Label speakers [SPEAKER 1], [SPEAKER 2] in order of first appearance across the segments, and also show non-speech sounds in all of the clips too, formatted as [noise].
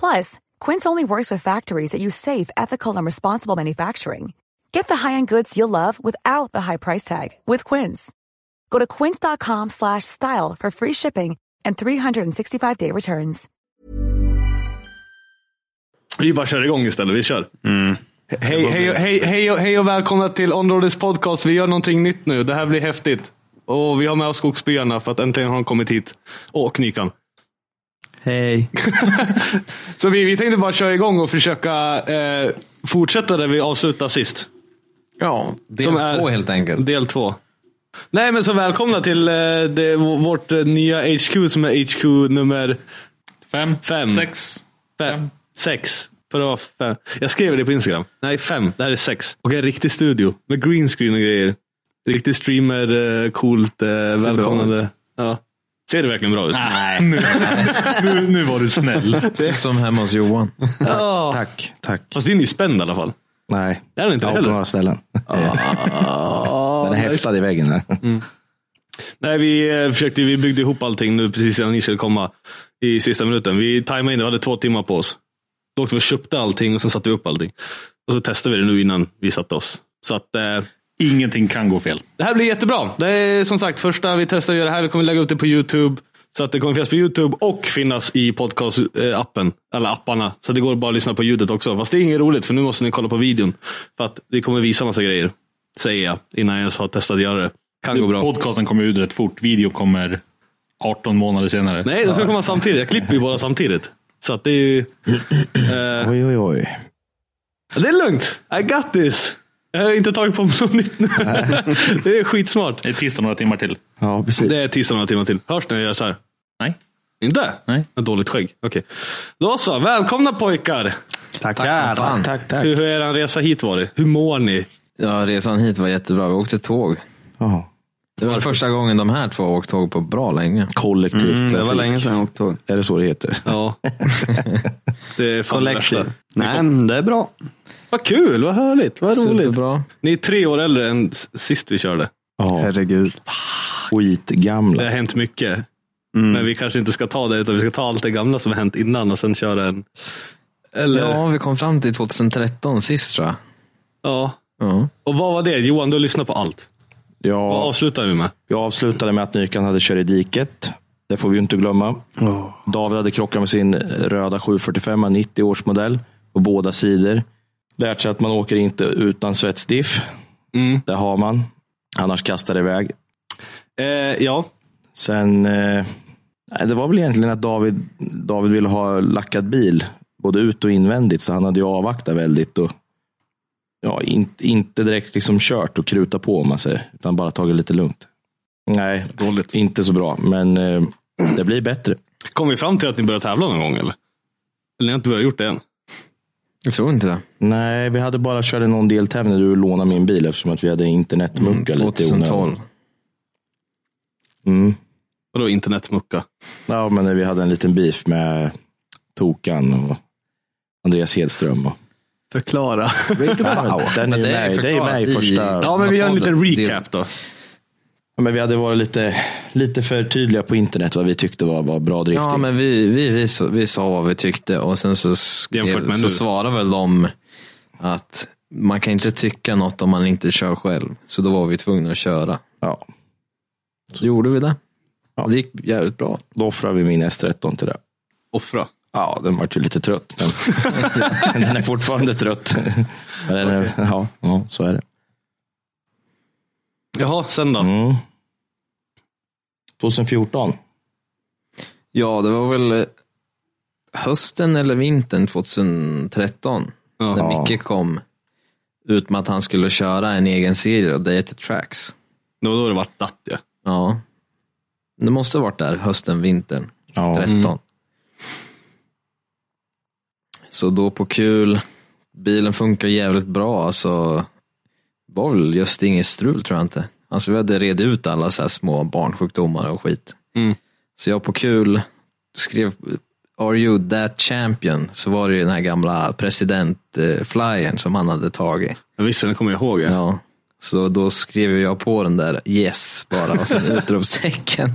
[SPEAKER 1] Plus, Quince only works with factories that use safe, ethical, and responsible manufacturing. Get the high-end goods you'll love without the high price tag with Quince. Go to quince.com slash style for free shipping and 365-day returns.
[SPEAKER 2] Vi bara kör igång istället, vi kör.
[SPEAKER 3] Mm.
[SPEAKER 4] Hej, hej, hej, hej, och- hej och välkomna till Onroads podcast. Vi gör någonting nytt nu. Det här blir häftigt. Och vi har med oss skogsbyarna för att äntligen har de kommit hit. Och Knykan.
[SPEAKER 3] Hej.
[SPEAKER 4] [laughs] Så vi, vi tänkte bara köra igång och försöka eh,
[SPEAKER 2] Fortsätta där vi avslutade sist.
[SPEAKER 3] Ja, del
[SPEAKER 4] Som är-
[SPEAKER 3] två helt enkelt.
[SPEAKER 4] del två.
[SPEAKER 2] Nej men så välkomna till eh, det, vårt eh, nya HQ som är HQ nummer
[SPEAKER 5] Fem,
[SPEAKER 2] Fem.
[SPEAKER 5] sex.
[SPEAKER 2] fem, sex. För det var fem. Jag skrev det på Instagram. Nej, fem. Det här är sex. Och en riktig studio med green screen och grejer. Riktig streamer, eh, coolt, eh, välkomnande. Ja. Ser det verkligen bra ut?
[SPEAKER 5] Nu, nu, nu var du snäll.
[SPEAKER 3] Som hemma hos [laughs] Johan.
[SPEAKER 2] Ja.
[SPEAKER 3] Tack, tack.
[SPEAKER 2] Fast din är ju spänd i alla fall.
[SPEAKER 6] Nej,
[SPEAKER 2] Det är den inte
[SPEAKER 6] ja, på
[SPEAKER 2] heller.
[SPEAKER 6] några ställen. Den är häftad i väggen. Där.
[SPEAKER 2] Nej, vi eh, försökte, vi byggde ihop allting nu precis innan ni skulle komma i sista minuten. Vi tajmade in det, vi hade två timmar på oss. Då åkte vi och köpte allting och sen satte vi upp allting. Och så testade vi det nu innan vi satte oss. Så att, eh,
[SPEAKER 5] Ingenting kan gå fel.
[SPEAKER 4] Det här blir jättebra. Det är som sagt första vi testar att göra det här. Vi kommer lägga upp det på YouTube.
[SPEAKER 2] så att det kommer finnas på YouTube och finnas i podcast-appen. Eller apparna. Så att det går bara att lyssna på ljudet också. Fast det är inget roligt, för nu måste ni kolla på videon. För att vi kommer visa massa grejer. Säger jag, innan jag ens har testat att göra det. Kan gå bra.
[SPEAKER 5] Podcasten kommer ut rätt fort. Video kommer 18 månader senare.
[SPEAKER 2] Nej, de ska komma samtidigt. Jag klipper ju bara samtidigt. Så att det är ju... eh,
[SPEAKER 6] Oj, oj, oj.
[SPEAKER 2] Det är lugnt. I got this. Jag har inte tagit på mig något nytt nu. [laughs] Det är skitsmart.
[SPEAKER 5] Det är tisdag några timmar till.
[SPEAKER 6] Ja, precis.
[SPEAKER 2] Det är tisdag några timmar till. Hörs när jag gör så här?
[SPEAKER 5] Nej.
[SPEAKER 2] Inte?
[SPEAKER 5] Nej.
[SPEAKER 2] Jag har dåligt skägg. Okej. Då så, välkomna pojkar.
[SPEAKER 6] Tackar.
[SPEAKER 3] fan.
[SPEAKER 6] Tack, tack.
[SPEAKER 2] Hur har er resa hit varit? Hur mår ni?
[SPEAKER 3] Ja, resan hit var jättebra. Vi åkte tåg.
[SPEAKER 6] Ja.
[SPEAKER 3] Det var första gången de här två har åkt tåg på bra länge.
[SPEAKER 6] Kollektivt
[SPEAKER 7] Mm, det var
[SPEAKER 6] trafik.
[SPEAKER 7] länge sedan jag åkte tåg.
[SPEAKER 6] Är det så det heter? [laughs]
[SPEAKER 2] Ja. Det är fan det värsta.
[SPEAKER 7] Collective. Nej, men det är bra.
[SPEAKER 2] Vad kul, vad härligt, vad roligt.
[SPEAKER 3] Superbra.
[SPEAKER 2] Ni är tre år äldre än s- sist vi körde.
[SPEAKER 6] Ja.
[SPEAKER 7] Herregud.
[SPEAKER 2] Det har
[SPEAKER 6] Skitgamla.
[SPEAKER 2] hänt mycket. Men vi kanske inte ska ta det, utan vi ska ta allt det gamla som har hänt innan och sen köra en... Eller?
[SPEAKER 3] Ja, vi kom fram till 2013 sist tror jag.
[SPEAKER 2] ja.
[SPEAKER 3] Ja.
[SPEAKER 2] Och vad var det? Johan, du har lyssnat på allt. Vad
[SPEAKER 6] Jag,
[SPEAKER 2] avslutar vi med?
[SPEAKER 6] jag avslutade med att Nykan hade kört i diket. Det får vi ju inte glömma. David hade krockat med sin röda 745 90 årsmodell på båda sidor. Lärt sig att man åker inte utan svetsdiff. Det har man. Annars kastar det iväg.
[SPEAKER 2] Eh, ja,
[SPEAKER 6] Sen, eh, nej, det var väl egentligen att David, David ville ha lackad bil, både ut och invändigt, så han hade ju avvaktat väldigt. Och, ja, in, inte direkt liksom kört och kruta på om man säger, utan bara tagit lite lugnt. Nej,
[SPEAKER 2] Dåligt.
[SPEAKER 6] inte så bra, men eh, det blir bättre.
[SPEAKER 2] Kom vi fram till att ni började tävla någon gång eller? Eller ni har inte börjat gjort det än?
[SPEAKER 3] Jag tror inte det.
[SPEAKER 6] Nej, vi hade bara kört någon deltävling där du lånade min bil eftersom att vi hade internetmucka lite i onödan.
[SPEAKER 3] 2012.
[SPEAKER 6] Mm.
[SPEAKER 2] Vadå internetmucka?
[SPEAKER 6] Ja, men vi hade en liten beef med Tokan och Andreas Hedström. Och,
[SPEAKER 2] Förklara.
[SPEAKER 6] Wow, den är
[SPEAKER 3] Men
[SPEAKER 6] ju
[SPEAKER 3] det är
[SPEAKER 6] med, det är ju med i
[SPEAKER 3] förklarat i-
[SPEAKER 6] första...
[SPEAKER 2] [laughs] Ja, men vi gör en liten recap då.
[SPEAKER 6] Ja, men vi hade varit lite, lite för tydliga på internet vad vi tyckte var, var bra drifting.
[SPEAKER 3] Ja, men vi, vi, vi, sa- vi sa vad vi tyckte och sen så,
[SPEAKER 2] Jämfört
[SPEAKER 3] skrev,
[SPEAKER 2] med
[SPEAKER 3] så
[SPEAKER 2] nu.
[SPEAKER 3] svarade väl de att man kan inte tycka något om man inte kör själv. Så då var vi tvungna att köra.
[SPEAKER 6] ja.
[SPEAKER 3] Så gjorde vi det.
[SPEAKER 6] Ja, det gick jävligt bra. Då offrar vi min S13 till det.
[SPEAKER 2] Offra.
[SPEAKER 6] Ja, den vart ju lite trött.
[SPEAKER 3] [laughs]
[SPEAKER 6] Men den är fortfarande trött. Men den är, ja, ja, så är det.
[SPEAKER 2] Jaha, sen då?
[SPEAKER 6] Mm. 2014.
[SPEAKER 3] Ja, det var väl eh, hösten eller vintern 2013. När
[SPEAKER 6] Ja.
[SPEAKER 3] Micke kom ut med att han skulle köra en egen serie och det heter Tracks.
[SPEAKER 2] Det var då det vart datt ja.
[SPEAKER 3] Ja. Det måste ha varit där, hösten, vintern,
[SPEAKER 6] Mm.
[SPEAKER 3] 13. Så då på kul, bilen funkar jävligt bra. Alltså, var väl just inget strul tror jag inte. Alltså vi hade redit ut alla så här små barnsjukdomar och skit. Så jag på kul skrev Are you that champion? Så var det ju den här gamla presidentflyern som han hade tagit.
[SPEAKER 2] Men Visst, den kommer jag ihåg. Ja.
[SPEAKER 3] Ja. Så då skrev jag på den där yes bara och sen utropstecken.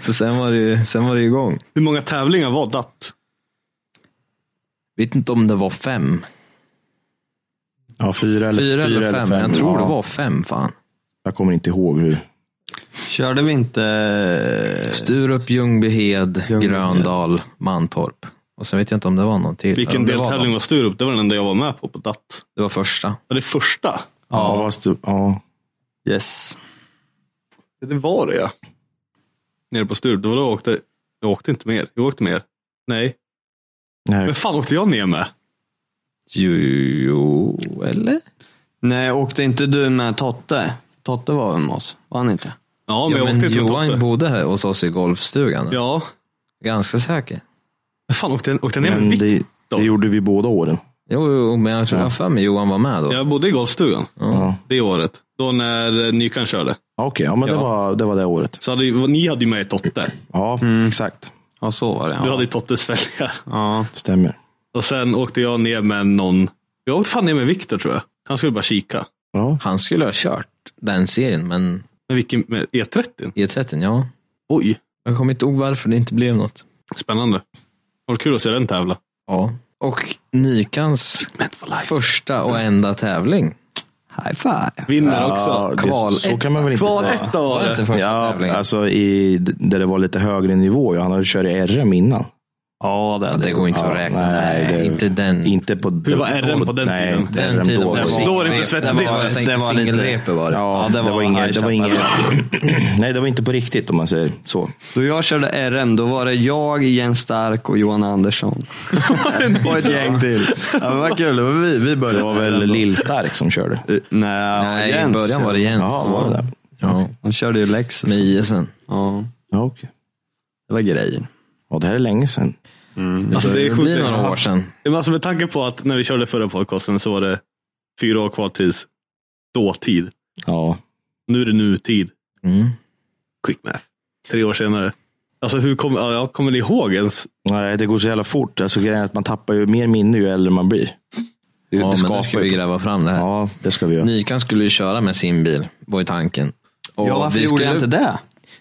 [SPEAKER 3] så sen var, det ju, sen var det igång.
[SPEAKER 2] Hur många tävlingar var datt?
[SPEAKER 3] Vet inte om det var fem.
[SPEAKER 6] Ja, fyra eller,
[SPEAKER 3] Fyra eller fem. Jag tror
[SPEAKER 6] ja.
[SPEAKER 3] det var fem fan.
[SPEAKER 6] Jag kommer inte ihåg hur.
[SPEAKER 8] Körde vi inte...
[SPEAKER 3] Sturup, Ljungbyhed,
[SPEAKER 8] Ljungbyhed.
[SPEAKER 3] Gröndal, Mantorp. Och sen vet jag inte om det var någon till.
[SPEAKER 2] Vilken
[SPEAKER 3] Ja, det
[SPEAKER 2] deltävling
[SPEAKER 3] var,
[SPEAKER 2] var Sturup? Det var den enda jag var med på på datt.
[SPEAKER 3] det var första.
[SPEAKER 2] Ja, det första?
[SPEAKER 6] Ja, fast du, ja.
[SPEAKER 8] Yes.
[SPEAKER 2] Ja, Det var det ja. Nere på Sturup, det var då jag åkte. Jag åkte inte mer. Jag åkte mer. Nej.
[SPEAKER 6] Nej.
[SPEAKER 2] Men fan åkte jag ner med?
[SPEAKER 3] Jo, eller?
[SPEAKER 8] Nej, åkte inte du med Totte? Totte var med oss, var han inte?
[SPEAKER 2] Ja, men
[SPEAKER 3] Ja,
[SPEAKER 2] jag
[SPEAKER 3] men
[SPEAKER 2] åkte inte med Totte.
[SPEAKER 3] Johan bodde här hos oss i golfstugan.
[SPEAKER 2] Ja.
[SPEAKER 3] Ganska säker.
[SPEAKER 2] Men Fan åkte jag, åkte jag ner
[SPEAKER 6] Men
[SPEAKER 2] med
[SPEAKER 6] det,
[SPEAKER 2] Viktor?
[SPEAKER 6] det gjorde vi båda åren.
[SPEAKER 3] Jo, jo men jag tror jag har för mig Johan var med då.
[SPEAKER 2] Jag bodde i golfstugan
[SPEAKER 6] Ja.
[SPEAKER 2] det året. Då när eh, Nykan körde.
[SPEAKER 6] Ja, Okej, ja, men Det,
[SPEAKER 3] Ja.
[SPEAKER 6] var, det var det året.
[SPEAKER 2] Så hade, ju- ni hade ju med Totte.
[SPEAKER 6] Ja, Mm, exakt.
[SPEAKER 8] Ja, så var det. Ja.
[SPEAKER 2] Du hade ju Tottes fälgar.
[SPEAKER 8] ja.
[SPEAKER 6] Stämmer.
[SPEAKER 2] Och sen åkte jag ner med någon. Jag åkte fan ner med Viktor tror jag. Han skulle bara kika.
[SPEAKER 6] Ja.
[SPEAKER 3] Han skulle ha kört den serien, men
[SPEAKER 2] Men vilken? Med E30?
[SPEAKER 3] E30, ja.
[SPEAKER 2] Oj,
[SPEAKER 3] Jag kommer inte ihåg varför det inte blev något.
[SPEAKER 2] spännande. Var kul att se den tävla.
[SPEAKER 3] Ja. Och Nykans första och enda tävling.
[SPEAKER 8] High five.
[SPEAKER 2] Vinner
[SPEAKER 6] Ja,
[SPEAKER 2] också.
[SPEAKER 6] det-
[SPEAKER 3] Kval
[SPEAKER 6] så
[SPEAKER 3] ett.
[SPEAKER 6] kan man väl inte
[SPEAKER 2] Kval
[SPEAKER 6] säga.
[SPEAKER 2] ett då,
[SPEAKER 3] Var det
[SPEAKER 2] eller?
[SPEAKER 3] inte första
[SPEAKER 6] Ja,
[SPEAKER 3] tävlingen?
[SPEAKER 6] alltså i, där det var lite högre nivå. Ja, han hade kört i RM innan.
[SPEAKER 8] Ja, det,
[SPEAKER 3] Ja, det går inte
[SPEAKER 6] Ja,
[SPEAKER 3] att räkna.
[SPEAKER 6] nej, det-
[SPEAKER 3] inte den.
[SPEAKER 6] Inte på Hur
[SPEAKER 2] var RM på den
[SPEAKER 6] nej,
[SPEAKER 2] tiden?
[SPEAKER 6] inte RM
[SPEAKER 3] den tiden
[SPEAKER 6] då.
[SPEAKER 3] var
[SPEAKER 6] Ja,
[SPEAKER 8] var-
[SPEAKER 2] Då var det inte
[SPEAKER 3] Det var,
[SPEAKER 2] svetsdrift.
[SPEAKER 8] Det var
[SPEAKER 3] var
[SPEAKER 8] lite-
[SPEAKER 3] singelrepe var det.
[SPEAKER 6] ja, det, var inget, det var inget, [clears throat] nej det var inte på riktigt om man säger så.
[SPEAKER 8] Då jag körde RM, då var det jag, Jens Stark och Johan Andersson. och ett gäng till. Ja, det var kul, det var vi, vi började.
[SPEAKER 6] Det var väl Lill-Stark som körde?
[SPEAKER 8] Eh, Nej,
[SPEAKER 3] Nej,
[SPEAKER 8] Jens.
[SPEAKER 3] i början var det Jens.
[SPEAKER 6] Jaha, var det det?
[SPEAKER 3] Ja,
[SPEAKER 8] Han körde ju Lexus.
[SPEAKER 3] med ISen.
[SPEAKER 8] Ja,
[SPEAKER 6] Ja, okej.
[SPEAKER 8] det var grejen.
[SPEAKER 6] Ja, det här är länge sedan.
[SPEAKER 2] Alltså, det är
[SPEAKER 3] Det
[SPEAKER 2] sjukt.
[SPEAKER 3] blir några år sedan.
[SPEAKER 2] Men Alltså, med tanke på att när vi körde förra podcasten så var det fyra år kvar tills dåtid.
[SPEAKER 6] Ja,
[SPEAKER 2] Nu är det nutid.
[SPEAKER 3] Mm.
[SPEAKER 2] Quick math. Tre år senare. Alltså hur kom, ja, jag kommer ni ihåg ens?
[SPEAKER 6] nej, det går så jävla fort. Alltså, grejen är att man tappar ju mer minne ju äldre man blir. Det, det
[SPEAKER 3] Ja, men nu ska
[SPEAKER 6] skapar
[SPEAKER 3] vi
[SPEAKER 6] ju.
[SPEAKER 3] gräva fram det här.
[SPEAKER 6] Ja, det ska vi göra.
[SPEAKER 3] Nikan skulle ju köra med sin bil, var ju tanken. Och
[SPEAKER 8] Ja, varför
[SPEAKER 3] vi
[SPEAKER 8] gjorde jag
[SPEAKER 3] skulle-
[SPEAKER 8] inte det?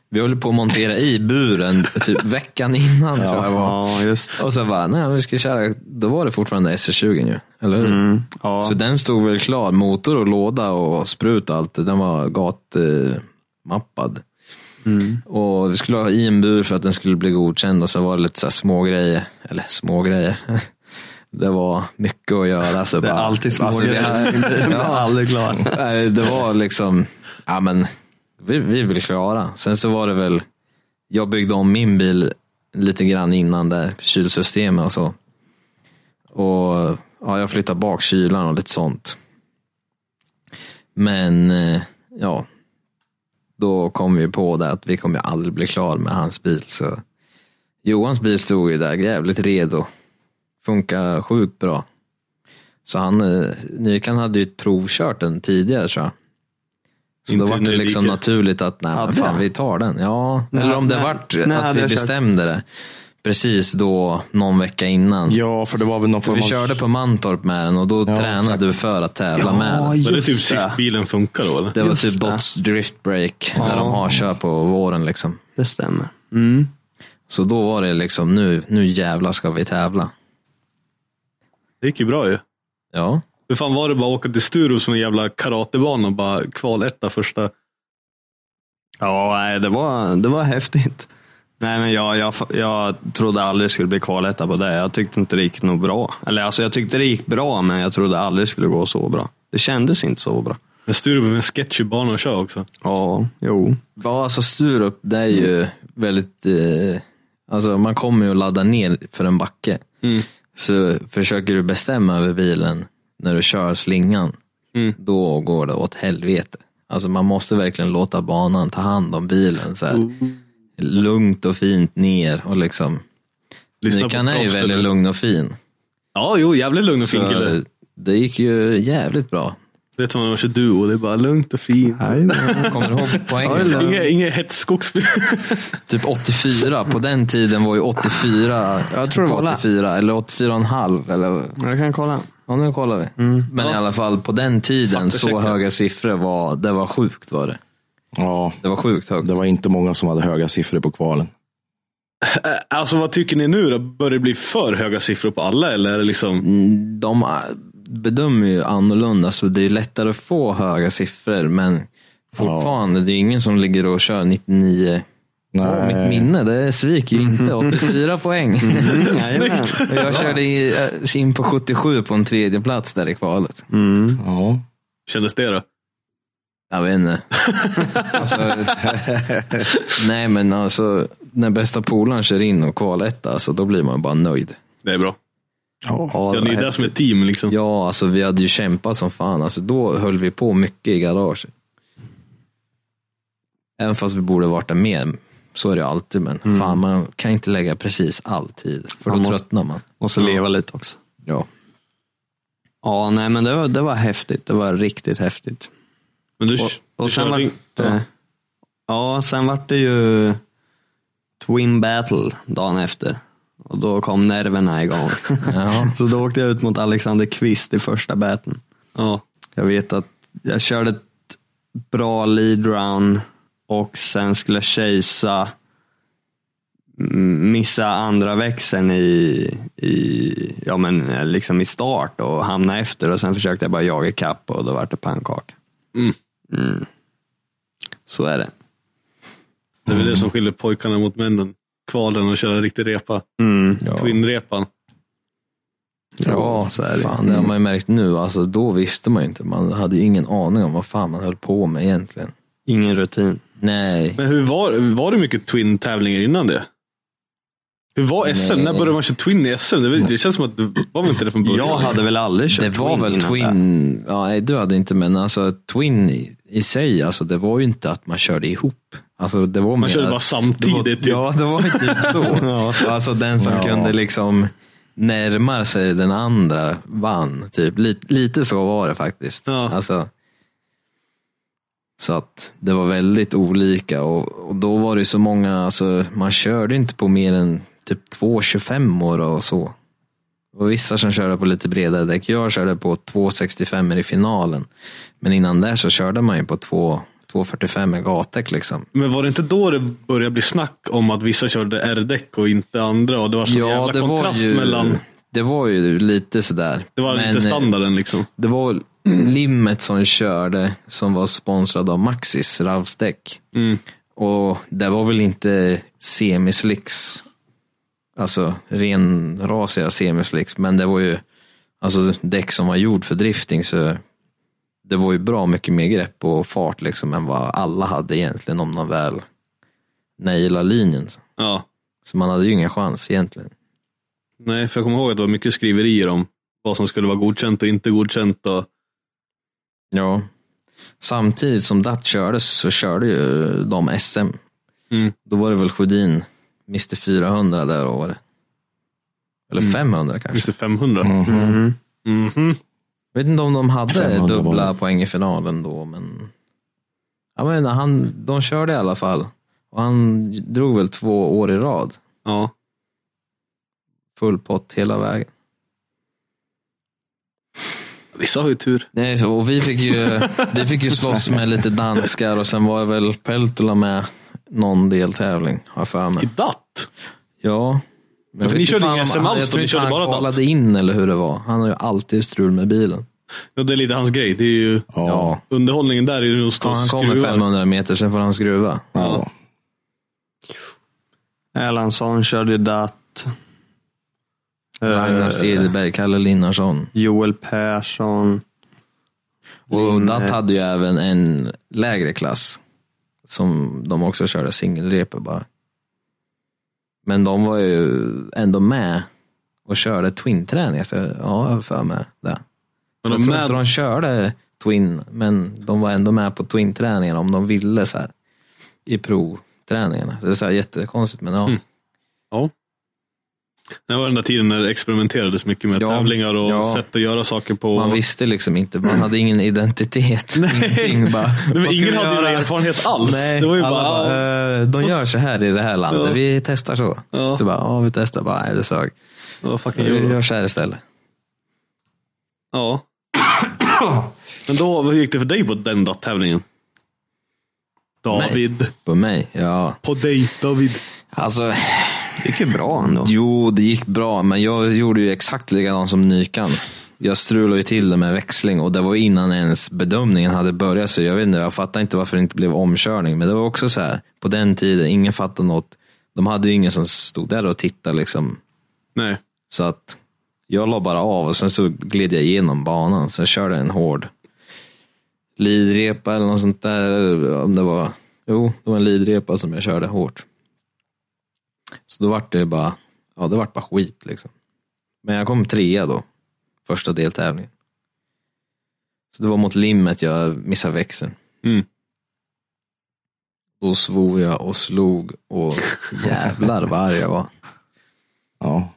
[SPEAKER 3] Vi höll på att montera i buren typ veckan innan tror jag det var.
[SPEAKER 8] [laughs] Ja, just
[SPEAKER 3] Och så bara, nej vi ska köra, då var det fortfarande SC20 ju, eller hur?
[SPEAKER 8] Mm, ja.
[SPEAKER 3] Så den stod väl klar, motor och låda och sprut och allt, den var gatmappad.
[SPEAKER 8] Mm.
[SPEAKER 3] Och vi skulle ha i en bur för att den skulle bli godkänd och så var det lite så här små grejer, eller små grejer. [laughs] Det var mycket att göra. Så
[SPEAKER 8] [laughs] Det är
[SPEAKER 3] bara,
[SPEAKER 8] alltid små
[SPEAKER 3] alltså, vi
[SPEAKER 8] grejer.
[SPEAKER 3] [laughs]
[SPEAKER 8] Den blir aldrig klar.
[SPEAKER 3] Nej, det var liksom, ja men, vi, vi vill klara. Sen så var det väl, jag byggde om min bil lite grann innan det kylsystemet och så. Och ja, jag flyttade bak kylan och lite sånt. Men eh, ja, då kom vi på det att vi kommer ju aldrig bli klar med hans bil. Så Johans bil stod ju där jävligt redo. Funkar sjukt bra. Så han, eh, Nykan hade ju ett provkört den tidigare tror jag. Så
[SPEAKER 2] Inte
[SPEAKER 3] då var det
[SPEAKER 2] Enrique.
[SPEAKER 3] liksom naturligt att nej, men
[SPEAKER 8] Hade
[SPEAKER 3] fan,
[SPEAKER 8] han?
[SPEAKER 3] vi tar den. Ja,
[SPEAKER 8] När-
[SPEAKER 3] eller om det
[SPEAKER 8] när-
[SPEAKER 3] vart
[SPEAKER 8] när hade
[SPEAKER 3] att vi
[SPEAKER 8] jag kört?
[SPEAKER 3] bestämde det. Precis då, någon vecka innan.
[SPEAKER 6] Ja, för det var väl någon
[SPEAKER 3] För
[SPEAKER 6] form
[SPEAKER 3] vi
[SPEAKER 6] av...
[SPEAKER 3] körde på Mantorp med den och då
[SPEAKER 6] Ja,
[SPEAKER 3] tränade
[SPEAKER 6] exakt.
[SPEAKER 3] du för att tävla med den.
[SPEAKER 2] Var det typ sist bilen funkar då eller?
[SPEAKER 3] Det var
[SPEAKER 8] Just
[SPEAKER 3] typ
[SPEAKER 8] det.
[SPEAKER 3] Dots Drift Break, där de har kör på våren liksom.
[SPEAKER 8] Det stämmer. Mm.
[SPEAKER 3] Så då var det liksom, nu, nu jävla ska vi tävla.
[SPEAKER 2] Det gick ju bra ju.
[SPEAKER 3] Ja,
[SPEAKER 2] Hur fan var det bara att åka till Sturup som en jävla karatebana och bara kvaletta första
[SPEAKER 8] Ja, nej, det var, det var häftigt. Nej, men jag, jag, jag trodde aldrig det skulle bli kvaletta på det. Jag tyckte inte det gick nog bra. Eller alltså, jag tyckte det gick bra, men jag trodde aldrig det skulle gå så bra. Det kändes inte så bra.
[SPEAKER 2] Men Sturup är en sketchig bana att köra också.
[SPEAKER 8] Ja, jo.
[SPEAKER 3] Ja, alltså Sturup, det är ju väldigt... Eh, alltså man kommer ju att ladda ner för en backe.
[SPEAKER 2] Mm.
[SPEAKER 3] Så försöker du bestämma över bilen när du kör slingan,
[SPEAKER 2] Mm.
[SPEAKER 3] då går det åt helvete. Alltså man måste verkligen låta banan ta hand om bilen. Så här, Lugnt och fint ner och liksom.
[SPEAKER 2] Lyssna på
[SPEAKER 3] Nykan är ju
[SPEAKER 2] proffsen.
[SPEAKER 3] väldigt lugn och fin.
[SPEAKER 2] Ja, jo, jävligt lugn och fin kille.
[SPEAKER 3] Så det gick ju jävligt bra.
[SPEAKER 2] Vet du vad man kör duo? Det är bara lugnt och fint.
[SPEAKER 3] Kommer du ihåg poängen?
[SPEAKER 2] Inget inge hets skogsspel.
[SPEAKER 3] Typ 84, på den tiden var ju 84, jag tror det var
[SPEAKER 8] Kolla.
[SPEAKER 3] 84 eller 84,5 eller
[SPEAKER 8] Men jag kan kolla.
[SPEAKER 3] Ja, nu kollar vi. Men i alla fall på den tiden så
[SPEAKER 2] Faktachecken.
[SPEAKER 3] höga siffror var, det var sjukt var det.
[SPEAKER 6] Ja,
[SPEAKER 3] Det var sjukt högt.
[SPEAKER 6] det var inte många som hade höga siffror på kvalen.
[SPEAKER 2] [laughs] Alltså vad tycker ni nu då? Börjar det bli för höga siffror på alla eller är det liksom?
[SPEAKER 3] Mm, De äh, bedömer ju annorlunda så det är lättare att få höga siffror men fortfarande, det är ju ingen som ligger och kör 99 Åh, mitt minne, det sviker ju inte. 84 poäng. [laughs]
[SPEAKER 8] Snyggt!
[SPEAKER 3] Och Jag körde i- äh, in på 77 på en tredje plats där i kvalet.
[SPEAKER 6] Ja.
[SPEAKER 2] Kändes det då?
[SPEAKER 3] Jag vet inte. alltså, [laughs] nej men alltså, när bästa polaren kör in och kvaletta, alltså, då blir man bara nöjd.
[SPEAKER 2] Det är bra.
[SPEAKER 8] Ja,
[SPEAKER 2] Ja, ni är där som ett team liksom.
[SPEAKER 3] Ja, alltså vi hade ju kämpat som fan. Alltså, då höll vi på mycket i garaget. Även fast vi borde varit där mer. Så är det ju alltid, men fan man kan inte lägga precis all tid. För då
[SPEAKER 8] Man måste-
[SPEAKER 3] tröttnar man.
[SPEAKER 8] Måste leva lite också.
[SPEAKER 3] Ja.
[SPEAKER 8] Ja, nej men det var, det var häftigt. Det var riktigt häftigt.
[SPEAKER 2] Men du,
[SPEAKER 8] Och,
[SPEAKER 2] du
[SPEAKER 8] och sen
[SPEAKER 2] körde
[SPEAKER 8] vart
[SPEAKER 2] ju-
[SPEAKER 8] det, ja, sen vart det ju Twin Battle dagen efter. Och då kom nerverna igång.
[SPEAKER 3] Ja.
[SPEAKER 8] [laughs] Så då åkte jag ut mot Alexander Kvist i första batten.
[SPEAKER 2] Ja.
[SPEAKER 8] Jag vet att jag körde ett bra lead round och sen skulle jag chasea, m- missa andra växeln i, i, ja, men, eh, liksom i start och hamna efter och sen försökte jag bara jaga kapp och då vart det pannkaka.
[SPEAKER 2] Mm.
[SPEAKER 8] Mm. Så är det.
[SPEAKER 2] Det är väl det som skiljer pojkarna mot männen. Kvalen och köra en riktig repa.
[SPEAKER 8] Mm.
[SPEAKER 2] Twinrepan.
[SPEAKER 3] Ja,
[SPEAKER 8] så är det.
[SPEAKER 3] fan, det har man ju märkt nu. Alltså, då visste man ju inte. Man hade ju ingen aning om vad fan man höll på med egentligen.
[SPEAKER 8] Ingen rutin.
[SPEAKER 3] Nej,
[SPEAKER 2] Men hur var, var det mycket twin-tävlingar innan det? Hur var SM?
[SPEAKER 3] Nej.
[SPEAKER 2] När började man köra twin i SM? Det, var- det känns som att det var väl inte det från början?
[SPEAKER 8] Jag hade väl aldrig kört
[SPEAKER 3] det var
[SPEAKER 8] twin
[SPEAKER 3] väl
[SPEAKER 8] innan det.
[SPEAKER 3] twin. Ja, nej, du hade inte, men alltså twin i- i sig, alltså, det var ju inte att man körde ihop. Alltså, det var
[SPEAKER 2] Man körde bara samtidigt.
[SPEAKER 3] Det var,
[SPEAKER 2] typ.
[SPEAKER 3] Ja, det var ju typ
[SPEAKER 2] [laughs]
[SPEAKER 3] så. Alltså den som kunde liksom närma sig den andra vann. Typ. Lite, lite så var det faktiskt.
[SPEAKER 2] Ja.
[SPEAKER 3] Alltså, så att det var väldigt olika och, och då var det ju så många, alltså, man körde inte på mer än typ 2,25 år och så. Och vissa som körde på lite bredare däck. Jag körde på 2,65 i finalen. Men innan där så körde man ju på 2 2,45 i gatdäck liksom.
[SPEAKER 2] Men var det inte då det började bli snack om att vissa körde R-däck och inte andra? Och det var sån jävla kontrast mellan...
[SPEAKER 3] Det var ju lite sådär.
[SPEAKER 2] Det var
[SPEAKER 3] Men,
[SPEAKER 2] inte
[SPEAKER 3] eh,
[SPEAKER 2] standarden liksom.
[SPEAKER 3] Det var Limmet som körde, som var sponsrad av Maxis Ravsdäck.
[SPEAKER 2] Mm.
[SPEAKER 3] Och det var väl inte semislicks, alltså renrasiga semislicks, men det var ju alltså däck som var gjord för drifting. så det var ju bra mycket mer grepp och fart liksom än vad alla hade egentligen om de väl nailade linjen.
[SPEAKER 2] Ja.
[SPEAKER 3] Så man hade ju ingen chans egentligen.
[SPEAKER 2] Nej, för jag kommer ihåg att det var mycket skriverier om vad som skulle vara godkänt och inte godkänt. Och...
[SPEAKER 3] Ja. Samtidigt som DAT kördes så körde ju de SM.
[SPEAKER 2] Mm.
[SPEAKER 3] Då var det väl Sjödin, Mr 400 där och var det. Eller
[SPEAKER 2] Mm.
[SPEAKER 3] 500
[SPEAKER 2] Just
[SPEAKER 3] kanske.
[SPEAKER 2] det, 500. Mhm.
[SPEAKER 3] Jag vet inte om de hade
[SPEAKER 6] 500 var
[SPEAKER 3] dubbla
[SPEAKER 6] det.
[SPEAKER 3] poäng i finalen då, men. Ja, men han, de körde i alla fall. Och han drog väl två år i rad.
[SPEAKER 2] Ja.
[SPEAKER 3] Full pott hela vägen.
[SPEAKER 2] Vissa har ju tur.
[SPEAKER 3] Nej, så- och vi fick ju, vi fick ju slåss med lite danskar och sen var jag väl Peltola med någon deltävling, har jag för mig.
[SPEAKER 2] I DAT?
[SPEAKER 3] Ja. Men
[SPEAKER 2] för
[SPEAKER 3] jag
[SPEAKER 2] ni
[SPEAKER 3] vet
[SPEAKER 2] körde
[SPEAKER 3] fan
[SPEAKER 2] inga
[SPEAKER 3] om-
[SPEAKER 2] SM alls
[SPEAKER 3] Jag
[SPEAKER 2] då,
[SPEAKER 3] tror
[SPEAKER 2] ni
[SPEAKER 3] inte
[SPEAKER 2] körde
[SPEAKER 3] han
[SPEAKER 2] bara
[SPEAKER 3] kollade
[SPEAKER 2] DAT.
[SPEAKER 3] in eller hur det var. Han har ju alltid strul med bilen.
[SPEAKER 2] Ja, det är lite hans grej. Det är ju,
[SPEAKER 3] Ja.
[SPEAKER 2] Underhållningen där är ju att stå
[SPEAKER 3] Ja,
[SPEAKER 2] och
[SPEAKER 3] han kommer
[SPEAKER 2] skruva.
[SPEAKER 3] 500 meter, sen får han skruva.
[SPEAKER 2] Ja.
[SPEAKER 8] Erlandsson körde datt. Eh,
[SPEAKER 3] Ragnar Cederberg, Kalle Linnarsson.
[SPEAKER 8] Joel Persson.
[SPEAKER 3] Och
[SPEAKER 2] Mm,
[SPEAKER 8] Linne.
[SPEAKER 3] Datt hade ju även en lägre klass. Som de också körde singelrepe bara. Men de var ju ändå med och körde twin-träning. Så, Ja, jag har för mig det.
[SPEAKER 2] Men
[SPEAKER 3] Så
[SPEAKER 2] de
[SPEAKER 3] jag tror
[SPEAKER 2] med-
[SPEAKER 3] inte de körde twin, men de var ändå med på twin-träningarna om de ville så här. I provträningarna. Så det är så här jättekonstigt, men ja.
[SPEAKER 2] Mm. Det var den där tiden när det experimenterades mycket med
[SPEAKER 3] Ja,
[SPEAKER 2] tävlingar och
[SPEAKER 3] ja.
[SPEAKER 2] sätt att göra saker på.
[SPEAKER 3] Man visste liksom inte, man hade ingen identitet. Ingenting, bara,
[SPEAKER 2] [laughs] Nej, men
[SPEAKER 3] vad ska
[SPEAKER 2] ingen
[SPEAKER 3] vi
[SPEAKER 2] hade ju någon
[SPEAKER 3] göra?
[SPEAKER 2] erfarenhet alls.
[SPEAKER 3] Nej,
[SPEAKER 2] det var ju
[SPEAKER 3] alla
[SPEAKER 2] bara, ja.
[SPEAKER 3] bara, "Eh, de gör så här i det här landet,
[SPEAKER 2] Ja.
[SPEAKER 3] vi testar så.
[SPEAKER 2] Ja.
[SPEAKER 3] Så bara, ja vi testar, bara, nej det sög.
[SPEAKER 2] Vad fucking
[SPEAKER 3] "Äh, Vi
[SPEAKER 2] gjorde
[SPEAKER 3] gör så här istället.
[SPEAKER 2] Ja. Men då, vad gick det för dig på den tävlingen? David.
[SPEAKER 3] På mig, ja.
[SPEAKER 2] På dig David.
[SPEAKER 3] Alltså,
[SPEAKER 8] Det gick ju bra ändå.
[SPEAKER 3] jo det gick bra, men jag gjorde ju exakt likadant som Nykan. Jag strulade ju till det med växling och det var innan ens bedömningen hade börjat. Så jag vet inte, jag fattar inte varför det inte blev omkörning. Men det var också så här, på den tiden, ingen fattade något. De hade ju ingen som stod där och tittade liksom.
[SPEAKER 2] Nej.
[SPEAKER 3] Så att jag la bara av och sen så gled jag igenom banan. Sen körde jag en hård lidrepa eller något sånt där. eller Om det var, jo, det var en lidrepa som jag körde hårt. Så då vart det bara, ja det vart bara skit liksom. Men jag kom trea då, första deltävlingen. Så det var mot limmet jag missade växeln.
[SPEAKER 2] Mm.
[SPEAKER 3] Då svor jag och slog och jävlar vad arg jag var.
[SPEAKER 6] Ja.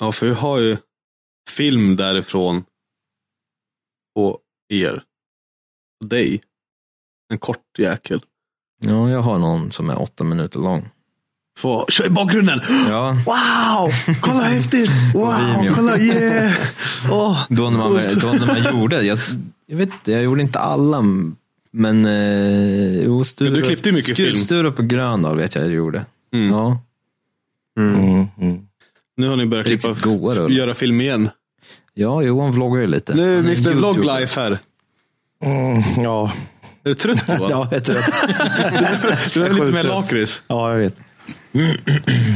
[SPEAKER 2] Ja, för vi har ju film därifrån på er. På dig. En kort jäkel.
[SPEAKER 3] Ja, jag har någon som är åtta minuter lång.
[SPEAKER 2] Få, kör i bakgrunden!
[SPEAKER 3] Ja,
[SPEAKER 2] Wow! Kolla vad [laughs] häftigt! Wow!
[SPEAKER 3] Vimeo.
[SPEAKER 2] Kolla, yeah! Åh,
[SPEAKER 3] då när man,
[SPEAKER 2] coolt.
[SPEAKER 3] då när man gjorde, jag, jag vet inte, jag gjorde inte alla, men eh, jo, Sturup,
[SPEAKER 2] Men du klippte ju mycket film.
[SPEAKER 3] Sturup på Gröndal vet jag jag gjorde.
[SPEAKER 2] Mm.
[SPEAKER 3] Ja,
[SPEAKER 6] Mm. Mm.
[SPEAKER 2] Nu har ni börjat
[SPEAKER 3] Riktigt
[SPEAKER 2] klippa,
[SPEAKER 3] goa rullar.
[SPEAKER 2] göra film igen.
[SPEAKER 3] ja, Johan vloggar ju lite.
[SPEAKER 2] Nu,
[SPEAKER 3] Han är
[SPEAKER 2] Mr
[SPEAKER 3] YouTuber.
[SPEAKER 2] Vloglife här.
[SPEAKER 6] Mm. Ja.
[SPEAKER 2] Är du trött
[SPEAKER 3] [laughs]
[SPEAKER 2] Johan?
[SPEAKER 6] ja, jag är trött.
[SPEAKER 2] du behöver lite mer
[SPEAKER 6] sjukt trött.
[SPEAKER 2] lakrits.
[SPEAKER 6] Ja, jag
[SPEAKER 3] [clears throat]
[SPEAKER 6] vet.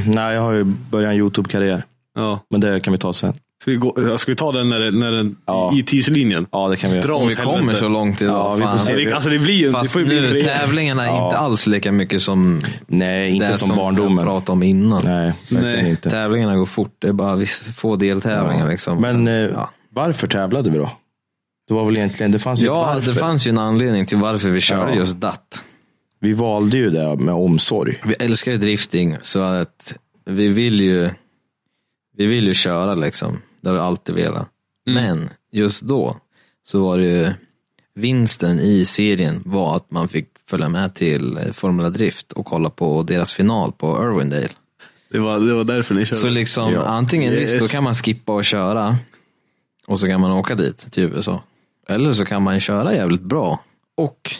[SPEAKER 6] Nej, jag har ju börjat en YouTube-karriär.
[SPEAKER 2] Ja.
[SPEAKER 6] Men det kan vi ta sen.
[SPEAKER 2] Ska vi, gå, ska vi ta den när, det- när den,
[SPEAKER 6] Ja.
[SPEAKER 2] i tidslinjen?
[SPEAKER 6] Ja, det kan vi göra.
[SPEAKER 2] Dra
[SPEAKER 3] Om
[SPEAKER 2] åt
[SPEAKER 3] vi kommer
[SPEAKER 2] helvete.
[SPEAKER 3] så långt idag.
[SPEAKER 6] Ja, vi får
[SPEAKER 3] fan.
[SPEAKER 6] se.
[SPEAKER 2] Det- Alltså det blir ju... det
[SPEAKER 3] Fast
[SPEAKER 2] får ju bli en
[SPEAKER 3] nu,
[SPEAKER 2] tre-
[SPEAKER 3] tävlingarna är
[SPEAKER 6] Ja.
[SPEAKER 3] inte alls lika mycket som
[SPEAKER 6] Nej, inte
[SPEAKER 3] det
[SPEAKER 6] som,
[SPEAKER 3] som
[SPEAKER 6] barndomen.
[SPEAKER 3] jag pratade om innan.
[SPEAKER 6] Nej, verkligen
[SPEAKER 2] Nej.
[SPEAKER 6] inte.
[SPEAKER 3] Tävlingarna går fort, det är bara vissa få deltävlingar. Liksom.
[SPEAKER 6] Men
[SPEAKER 3] Sen,
[SPEAKER 6] eh,
[SPEAKER 3] ja.
[SPEAKER 6] varför tävlade vi då? Det var väl egentligen, det fanns ju ett
[SPEAKER 3] ja,
[SPEAKER 6] varför.
[SPEAKER 3] det fanns ju en anledning till varför vi körde
[SPEAKER 6] Ja.
[SPEAKER 3] just DAT.
[SPEAKER 6] Vi valde ju det med omsorg.
[SPEAKER 3] Vi älskar ju drifting så att vi vill ju vi vill ju köra liksom. Det har vi alltid velat.
[SPEAKER 6] Mm.
[SPEAKER 3] Men just då så var det ju vinsten i serien var att man fick följa med till eh, Formula Drift och kolla på deras final på Irwindale.
[SPEAKER 2] Det var, det var därför ni körde.
[SPEAKER 3] Så liksom
[SPEAKER 2] Ja.
[SPEAKER 3] antingen visst, då kan man skippa och köra och så kan man åka dit till USA. Eller så kan man köra jävligt bra och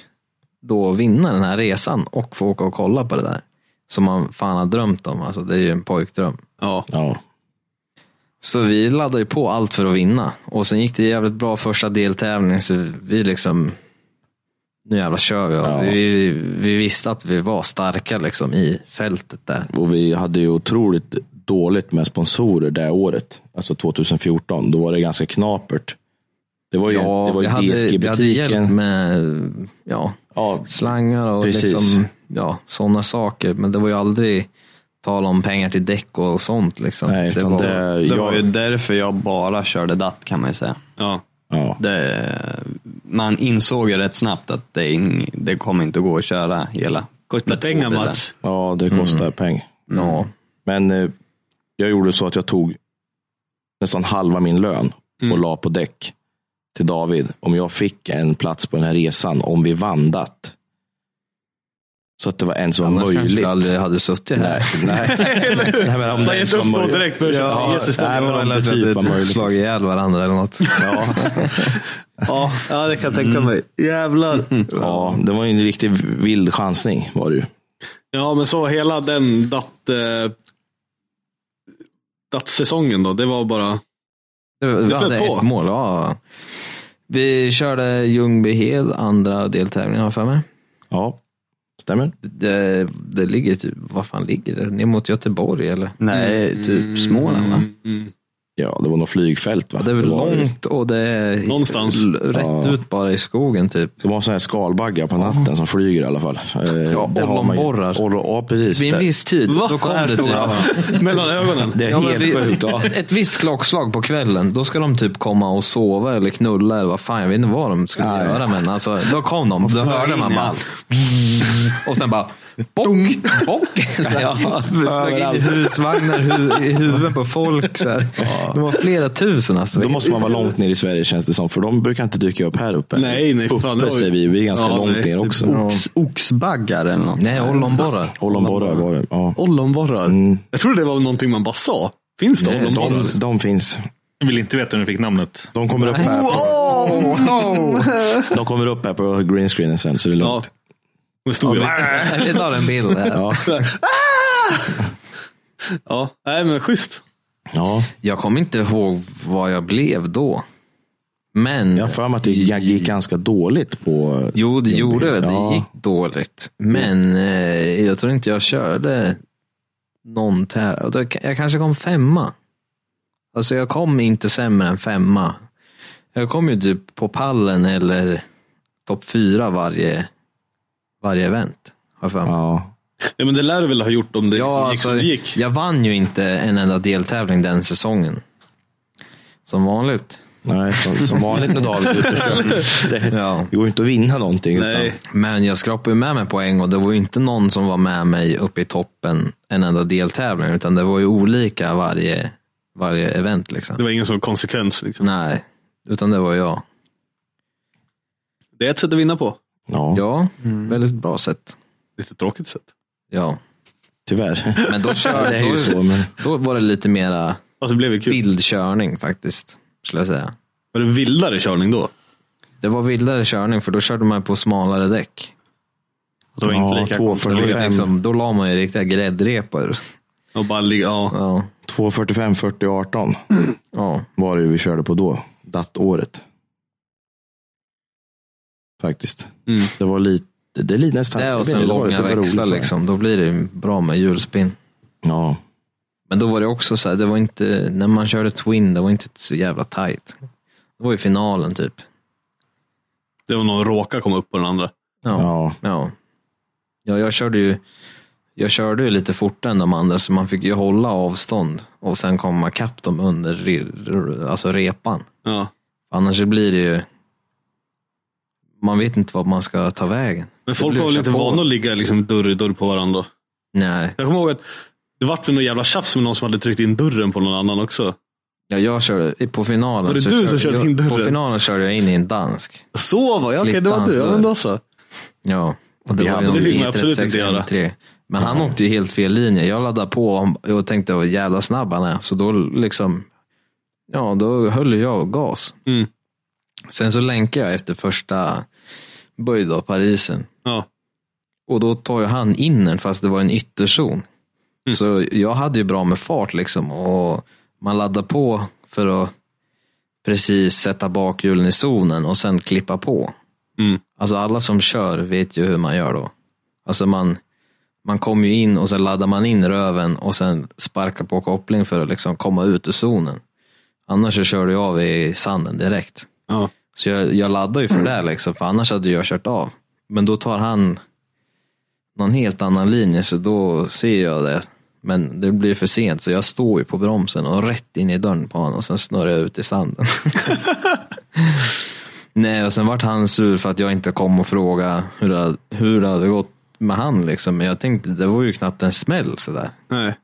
[SPEAKER 3] då vinna den här resan och få åka och kolla på det där. Som man fan har drömt om, alltså det är ju en pojkdröm.
[SPEAKER 2] Ja.
[SPEAKER 6] Ja.
[SPEAKER 3] Så vi laddade ju på allt för att vinna. Och sen gick det jävligt bra första deltävlingen så vi liksom, nu jävlar kör vi.
[SPEAKER 6] Ja.
[SPEAKER 3] Ja. vi. Vi visste att vi var starka liksom i fältet där.
[SPEAKER 6] Och vi hade ju otroligt dåligt med sponsorer det året. Alltså 2014, då var det ganska knapert. Det var ju,
[SPEAKER 3] Ja,
[SPEAKER 6] det var ju
[SPEAKER 3] vi, hade, vi hade hjälp
[SPEAKER 6] DSG-butiken.
[SPEAKER 3] med ja,
[SPEAKER 6] Ja,
[SPEAKER 3] slangar och
[SPEAKER 6] Precis.
[SPEAKER 3] liksom, ja, sådana saker. Men det var ju aldrig tal om pengar till däck och sånt. Liksom.
[SPEAKER 6] nej,
[SPEAKER 3] det
[SPEAKER 6] utan
[SPEAKER 3] var,
[SPEAKER 6] det,
[SPEAKER 8] Det
[SPEAKER 6] jag,
[SPEAKER 8] var ju därför jag bara körde datt kan man ju säga.
[SPEAKER 2] ja.
[SPEAKER 6] ja.
[SPEAKER 8] Det, man insåg ju rätt snabbt att det, ing- det kommer inte gå att köra hela.
[SPEAKER 2] Kostar pengar
[SPEAKER 8] Metoder.
[SPEAKER 2] Mats.
[SPEAKER 6] ja, det kostar pengar.
[SPEAKER 3] Mm. ja,
[SPEAKER 6] Men eh, jag gjorde så att jag tog nästan halva min lön och la på däck till David om jag fick en plats på den här resan om vi vandat. Så att det var ens var
[SPEAKER 3] annars kanske vi
[SPEAKER 6] möjligt.
[SPEAKER 3] aldrig hade suttit här.
[SPEAKER 6] Nej, [laughs] nej. nej men om
[SPEAKER 2] Man
[SPEAKER 6] det
[SPEAKER 2] gett
[SPEAKER 6] ens
[SPEAKER 2] upp
[SPEAKER 6] var
[SPEAKER 2] då
[SPEAKER 6] möjligt.
[SPEAKER 2] direkt. börjar köra
[SPEAKER 6] Ja,
[SPEAKER 2] sig jättesnäll.
[SPEAKER 6] nej, men om det typ var
[SPEAKER 3] hade
[SPEAKER 6] möjligt.
[SPEAKER 3] slagit ihjäl varandra eller något. [laughs]
[SPEAKER 6] Ja,
[SPEAKER 2] Ja, ja, det kan jag tänka mig.
[SPEAKER 8] Mm.
[SPEAKER 2] Jävlar.
[SPEAKER 6] ja, det var ju en riktig vild chansning var det ju.
[SPEAKER 2] Ja, men så hela den datt... Eh, datt-säsongen då, det var bara...
[SPEAKER 3] Det,
[SPEAKER 2] Det flöt
[SPEAKER 3] hade
[SPEAKER 2] på.
[SPEAKER 3] ett mål, ja. Vi körde Ljungbyhed, andra deltävlingen har jag för mig.
[SPEAKER 6] Ja, stämmer.
[SPEAKER 3] Det, det ligger typ, vad fan ligger det? Ner mot Göteborg eller?
[SPEAKER 8] [laughs] Nej, typ Småland
[SPEAKER 2] Mm.
[SPEAKER 8] va?
[SPEAKER 6] Mm, Ja, det var något flygfält va?
[SPEAKER 3] Det är väl
[SPEAKER 6] Det var-
[SPEAKER 3] långt och det är
[SPEAKER 2] Någonstans.
[SPEAKER 3] l- rätt
[SPEAKER 6] Ja.
[SPEAKER 3] ut bara i skogen typ.
[SPEAKER 6] De har sådana här skalbaggar på natten som flyger i alla fall. Eh,
[SPEAKER 3] Ja,
[SPEAKER 6] det har man ju.
[SPEAKER 3] ollonborrar.
[SPEAKER 6] Ollon- Ja, precis.
[SPEAKER 3] Vid en
[SPEAKER 6] Det-
[SPEAKER 3] viss tid,
[SPEAKER 8] Va?
[SPEAKER 3] då
[SPEAKER 8] Så
[SPEAKER 3] kom
[SPEAKER 8] här
[SPEAKER 3] det typ.
[SPEAKER 8] stora?
[SPEAKER 2] [laughs] Mellan ögonen.
[SPEAKER 6] Det är
[SPEAKER 3] Ja, men
[SPEAKER 6] helt
[SPEAKER 3] vi-
[SPEAKER 6] sjukt. Ja.
[SPEAKER 3] [laughs] Ett visst klockslag på kvällen, då ska de typ komma och sova eller knulla eller vad fan, jag vet inte vad de skulle göra. Men alltså, då kom de, då
[SPEAKER 8] flög
[SPEAKER 3] hörde
[SPEAKER 8] in
[SPEAKER 3] man [laughs]
[SPEAKER 8] i
[SPEAKER 3] bara.
[SPEAKER 8] allt.
[SPEAKER 3] Och sen bara, bock, bock. Så här, [laughs] ja, Flög in i
[SPEAKER 6] Överallt.
[SPEAKER 3] husvagnar, hu- i huvuden på folk. Så här. De var flera tusen alltså.
[SPEAKER 6] Då måste man vara långt ner i Sverige känns det som, för de brukar inte dyka upp här uppe.
[SPEAKER 2] Nej, nej, för fan.
[SPEAKER 6] Uppe säger vi, vi är ganska
[SPEAKER 2] Ja,
[SPEAKER 6] långt
[SPEAKER 2] nej.
[SPEAKER 6] ner också.
[SPEAKER 8] Ox, oxbaggar eller något.
[SPEAKER 3] Nej, ollonborrar.
[SPEAKER 6] Ollonborrar var det. Ja.
[SPEAKER 2] Ollonborrar.
[SPEAKER 6] Mm.
[SPEAKER 2] Jag trodde det var någonting man bara sa. Finns det
[SPEAKER 6] De,
[SPEAKER 2] ollonborrar?
[SPEAKER 6] de, de finns.
[SPEAKER 9] Jag vill inte veta hur den fick namnet.
[SPEAKER 6] De kommer, upp här på, de kommer upp här på green screenen sen, så det är
[SPEAKER 2] Ja.
[SPEAKER 6] lugnt.
[SPEAKER 2] De stod ja,
[SPEAKER 3] Vi tar en bild här.
[SPEAKER 6] Ja.
[SPEAKER 2] ja, nej men schysst.
[SPEAKER 6] Ja.
[SPEAKER 3] Jag kommer inte ihåg vad jag blev då. Men
[SPEAKER 6] Jag har för mig att det gick- gick ganska dåligt på...
[SPEAKER 3] Jo, det gjorde det.
[SPEAKER 6] Ja.
[SPEAKER 3] Det gick dåligt. Men eh, jag tror inte jag körde någon tävling. Jag kanske kom femma. Alltså jag kom inte sämre än femma. Jag kom ju typ på pallen eller topp fyra varje, varje event. Har jag för mig.
[SPEAKER 6] Ja.
[SPEAKER 2] Ja, men det lär du väl ha gjort om det liksom
[SPEAKER 3] Ja,
[SPEAKER 2] gick som
[SPEAKER 3] alltså,
[SPEAKER 2] det gick.
[SPEAKER 3] jag vann ju inte en enda deltävling den säsongen.
[SPEAKER 2] [laughs]
[SPEAKER 3] Som vanligt.
[SPEAKER 6] Nej, som, som vanligt när David är ute och kör. Det,
[SPEAKER 3] Ja.
[SPEAKER 6] det går ju inte att vinna någonting.
[SPEAKER 2] Nej.
[SPEAKER 6] Utan,
[SPEAKER 3] Men jag skrapade ju med mig poäng och det var ju inte någon som var med mig uppe i toppen en enda deltävling, utan det var ju olika varje, varje event.
[SPEAKER 2] Det
[SPEAKER 3] Liksom.
[SPEAKER 2] var ingen sån konsekvens. Liksom.
[SPEAKER 3] Nej, utan det var jag.
[SPEAKER 2] Det är ett sätt att vinna på.
[SPEAKER 6] ja,
[SPEAKER 3] Ja, väldigt bra sätt.
[SPEAKER 2] Lite tråkigt sätt.
[SPEAKER 3] Ja,
[SPEAKER 6] tyvärr.
[SPEAKER 3] men då,
[SPEAKER 6] Ja, [laughs]
[SPEAKER 3] kör,
[SPEAKER 6] det är ju så.
[SPEAKER 3] då,
[SPEAKER 6] Men...
[SPEAKER 3] då var det lite mera
[SPEAKER 2] Alltså det blev ju kul.
[SPEAKER 3] bildkörning faktiskt, skulle jag säga.
[SPEAKER 2] Var det vildare körning då?
[SPEAKER 3] Det var vildare körning, för då körde man på smalare däck.
[SPEAKER 8] Det var inte
[SPEAKER 6] Ja,
[SPEAKER 8] lika
[SPEAKER 3] Det var ju
[SPEAKER 6] 2.45,
[SPEAKER 3] Liksom, då la man ju riktiga gräddrepor.
[SPEAKER 2] Och bara ligga, ja.
[SPEAKER 3] Ja,
[SPEAKER 6] 2.45, 40, 18
[SPEAKER 3] ja.
[SPEAKER 6] var det ju vi körde på då. Dattåret. Faktiskt.
[SPEAKER 2] Mm.
[SPEAKER 6] Det var lite, det är lite nästan...
[SPEAKER 3] Det och sen
[SPEAKER 6] det var-
[SPEAKER 3] långa
[SPEAKER 6] det var roligt,
[SPEAKER 3] växlar
[SPEAKER 6] va?
[SPEAKER 3] liksom. Då blir det ju bra med hjulspinn.
[SPEAKER 6] Ja.
[SPEAKER 3] Men då var det också så här, det var inte, när man körde Twin, det var inte så jävla tight. Det var ju finalen typ.
[SPEAKER 2] Det var någon råka komma upp på den andra.
[SPEAKER 3] Ja. ja.
[SPEAKER 6] ja.
[SPEAKER 3] ja. jag körde ju jag körde ju lite fortare än de andra så man fick ju hålla avstånd och sen komma kapp dem under re, alltså repan.
[SPEAKER 2] Ja.
[SPEAKER 3] Annars så blir det ju, man vet inte vart man ska ta vägen.
[SPEAKER 2] Men
[SPEAKER 3] Det
[SPEAKER 2] folk
[SPEAKER 3] blir
[SPEAKER 2] var väl
[SPEAKER 3] så
[SPEAKER 2] inte
[SPEAKER 3] på.
[SPEAKER 2] vana att ligga liksom dörr i dörr på varandra?
[SPEAKER 3] Nej,
[SPEAKER 2] Jag kommer ihåg att det vart väl något jävla tjafs med någon som hade tryckt in dörren på någon annan också.
[SPEAKER 3] ja, jag körde, i- på finalen.
[SPEAKER 2] Var det du som körde in
[SPEAKER 3] jag, På
[SPEAKER 2] dörren?
[SPEAKER 3] finalen körde jag in i en dansk.
[SPEAKER 2] Så var jag, okej det
[SPEAKER 3] Klippte
[SPEAKER 2] var
[SPEAKER 3] hans
[SPEAKER 2] du. Ja,
[SPEAKER 3] dörr.
[SPEAKER 2] men då så.
[SPEAKER 3] Ja, och
[SPEAKER 6] Det
[SPEAKER 3] var
[SPEAKER 6] hade- det
[SPEAKER 3] ju någon
[SPEAKER 2] fick man absolut inte göra.
[SPEAKER 3] 3. Men han åkte ju helt fel linje. Jag laddade på och tänkte vad jävla snabb han är. Så då liksom, ja då höll ju jag gas.
[SPEAKER 2] Mm.
[SPEAKER 3] Sen så länkade jag efter första böj då, Parisen.
[SPEAKER 2] Ja.
[SPEAKER 3] Och då tar ju han in den fast det var en ytterzon.
[SPEAKER 2] Mm.
[SPEAKER 3] Så jag hade ju bra med fart liksom och man laddar på för att precis sätta bakhjulen i zonen och sen klippa på.
[SPEAKER 2] Mm.
[SPEAKER 3] Alltså alla som kör vet ju hur man gör då. Alltså man, man kommer ju in och sen laddar man in röven och sen sparkar på koppling för att liksom komma ut ur zonen. Annars så kör du av i sanden direkt.
[SPEAKER 2] Ja.
[SPEAKER 3] Så jag, jag laddar ju för det liksom, för annars hade jag kört av. Men då tar han någon helt annan linje så då ser jag det. Men det blir för sent så jag står ju på bromsen och rätt in i dörren på honom och sen snurrar jag ut i sanden. [laughs] Nej, och sen vart han sur för att jag inte kom och frågade hur det, hade- hur det hade gått med han liksom. Men jag tänkte, det var ju knappt en smäll sådär.
[SPEAKER 2] Nej.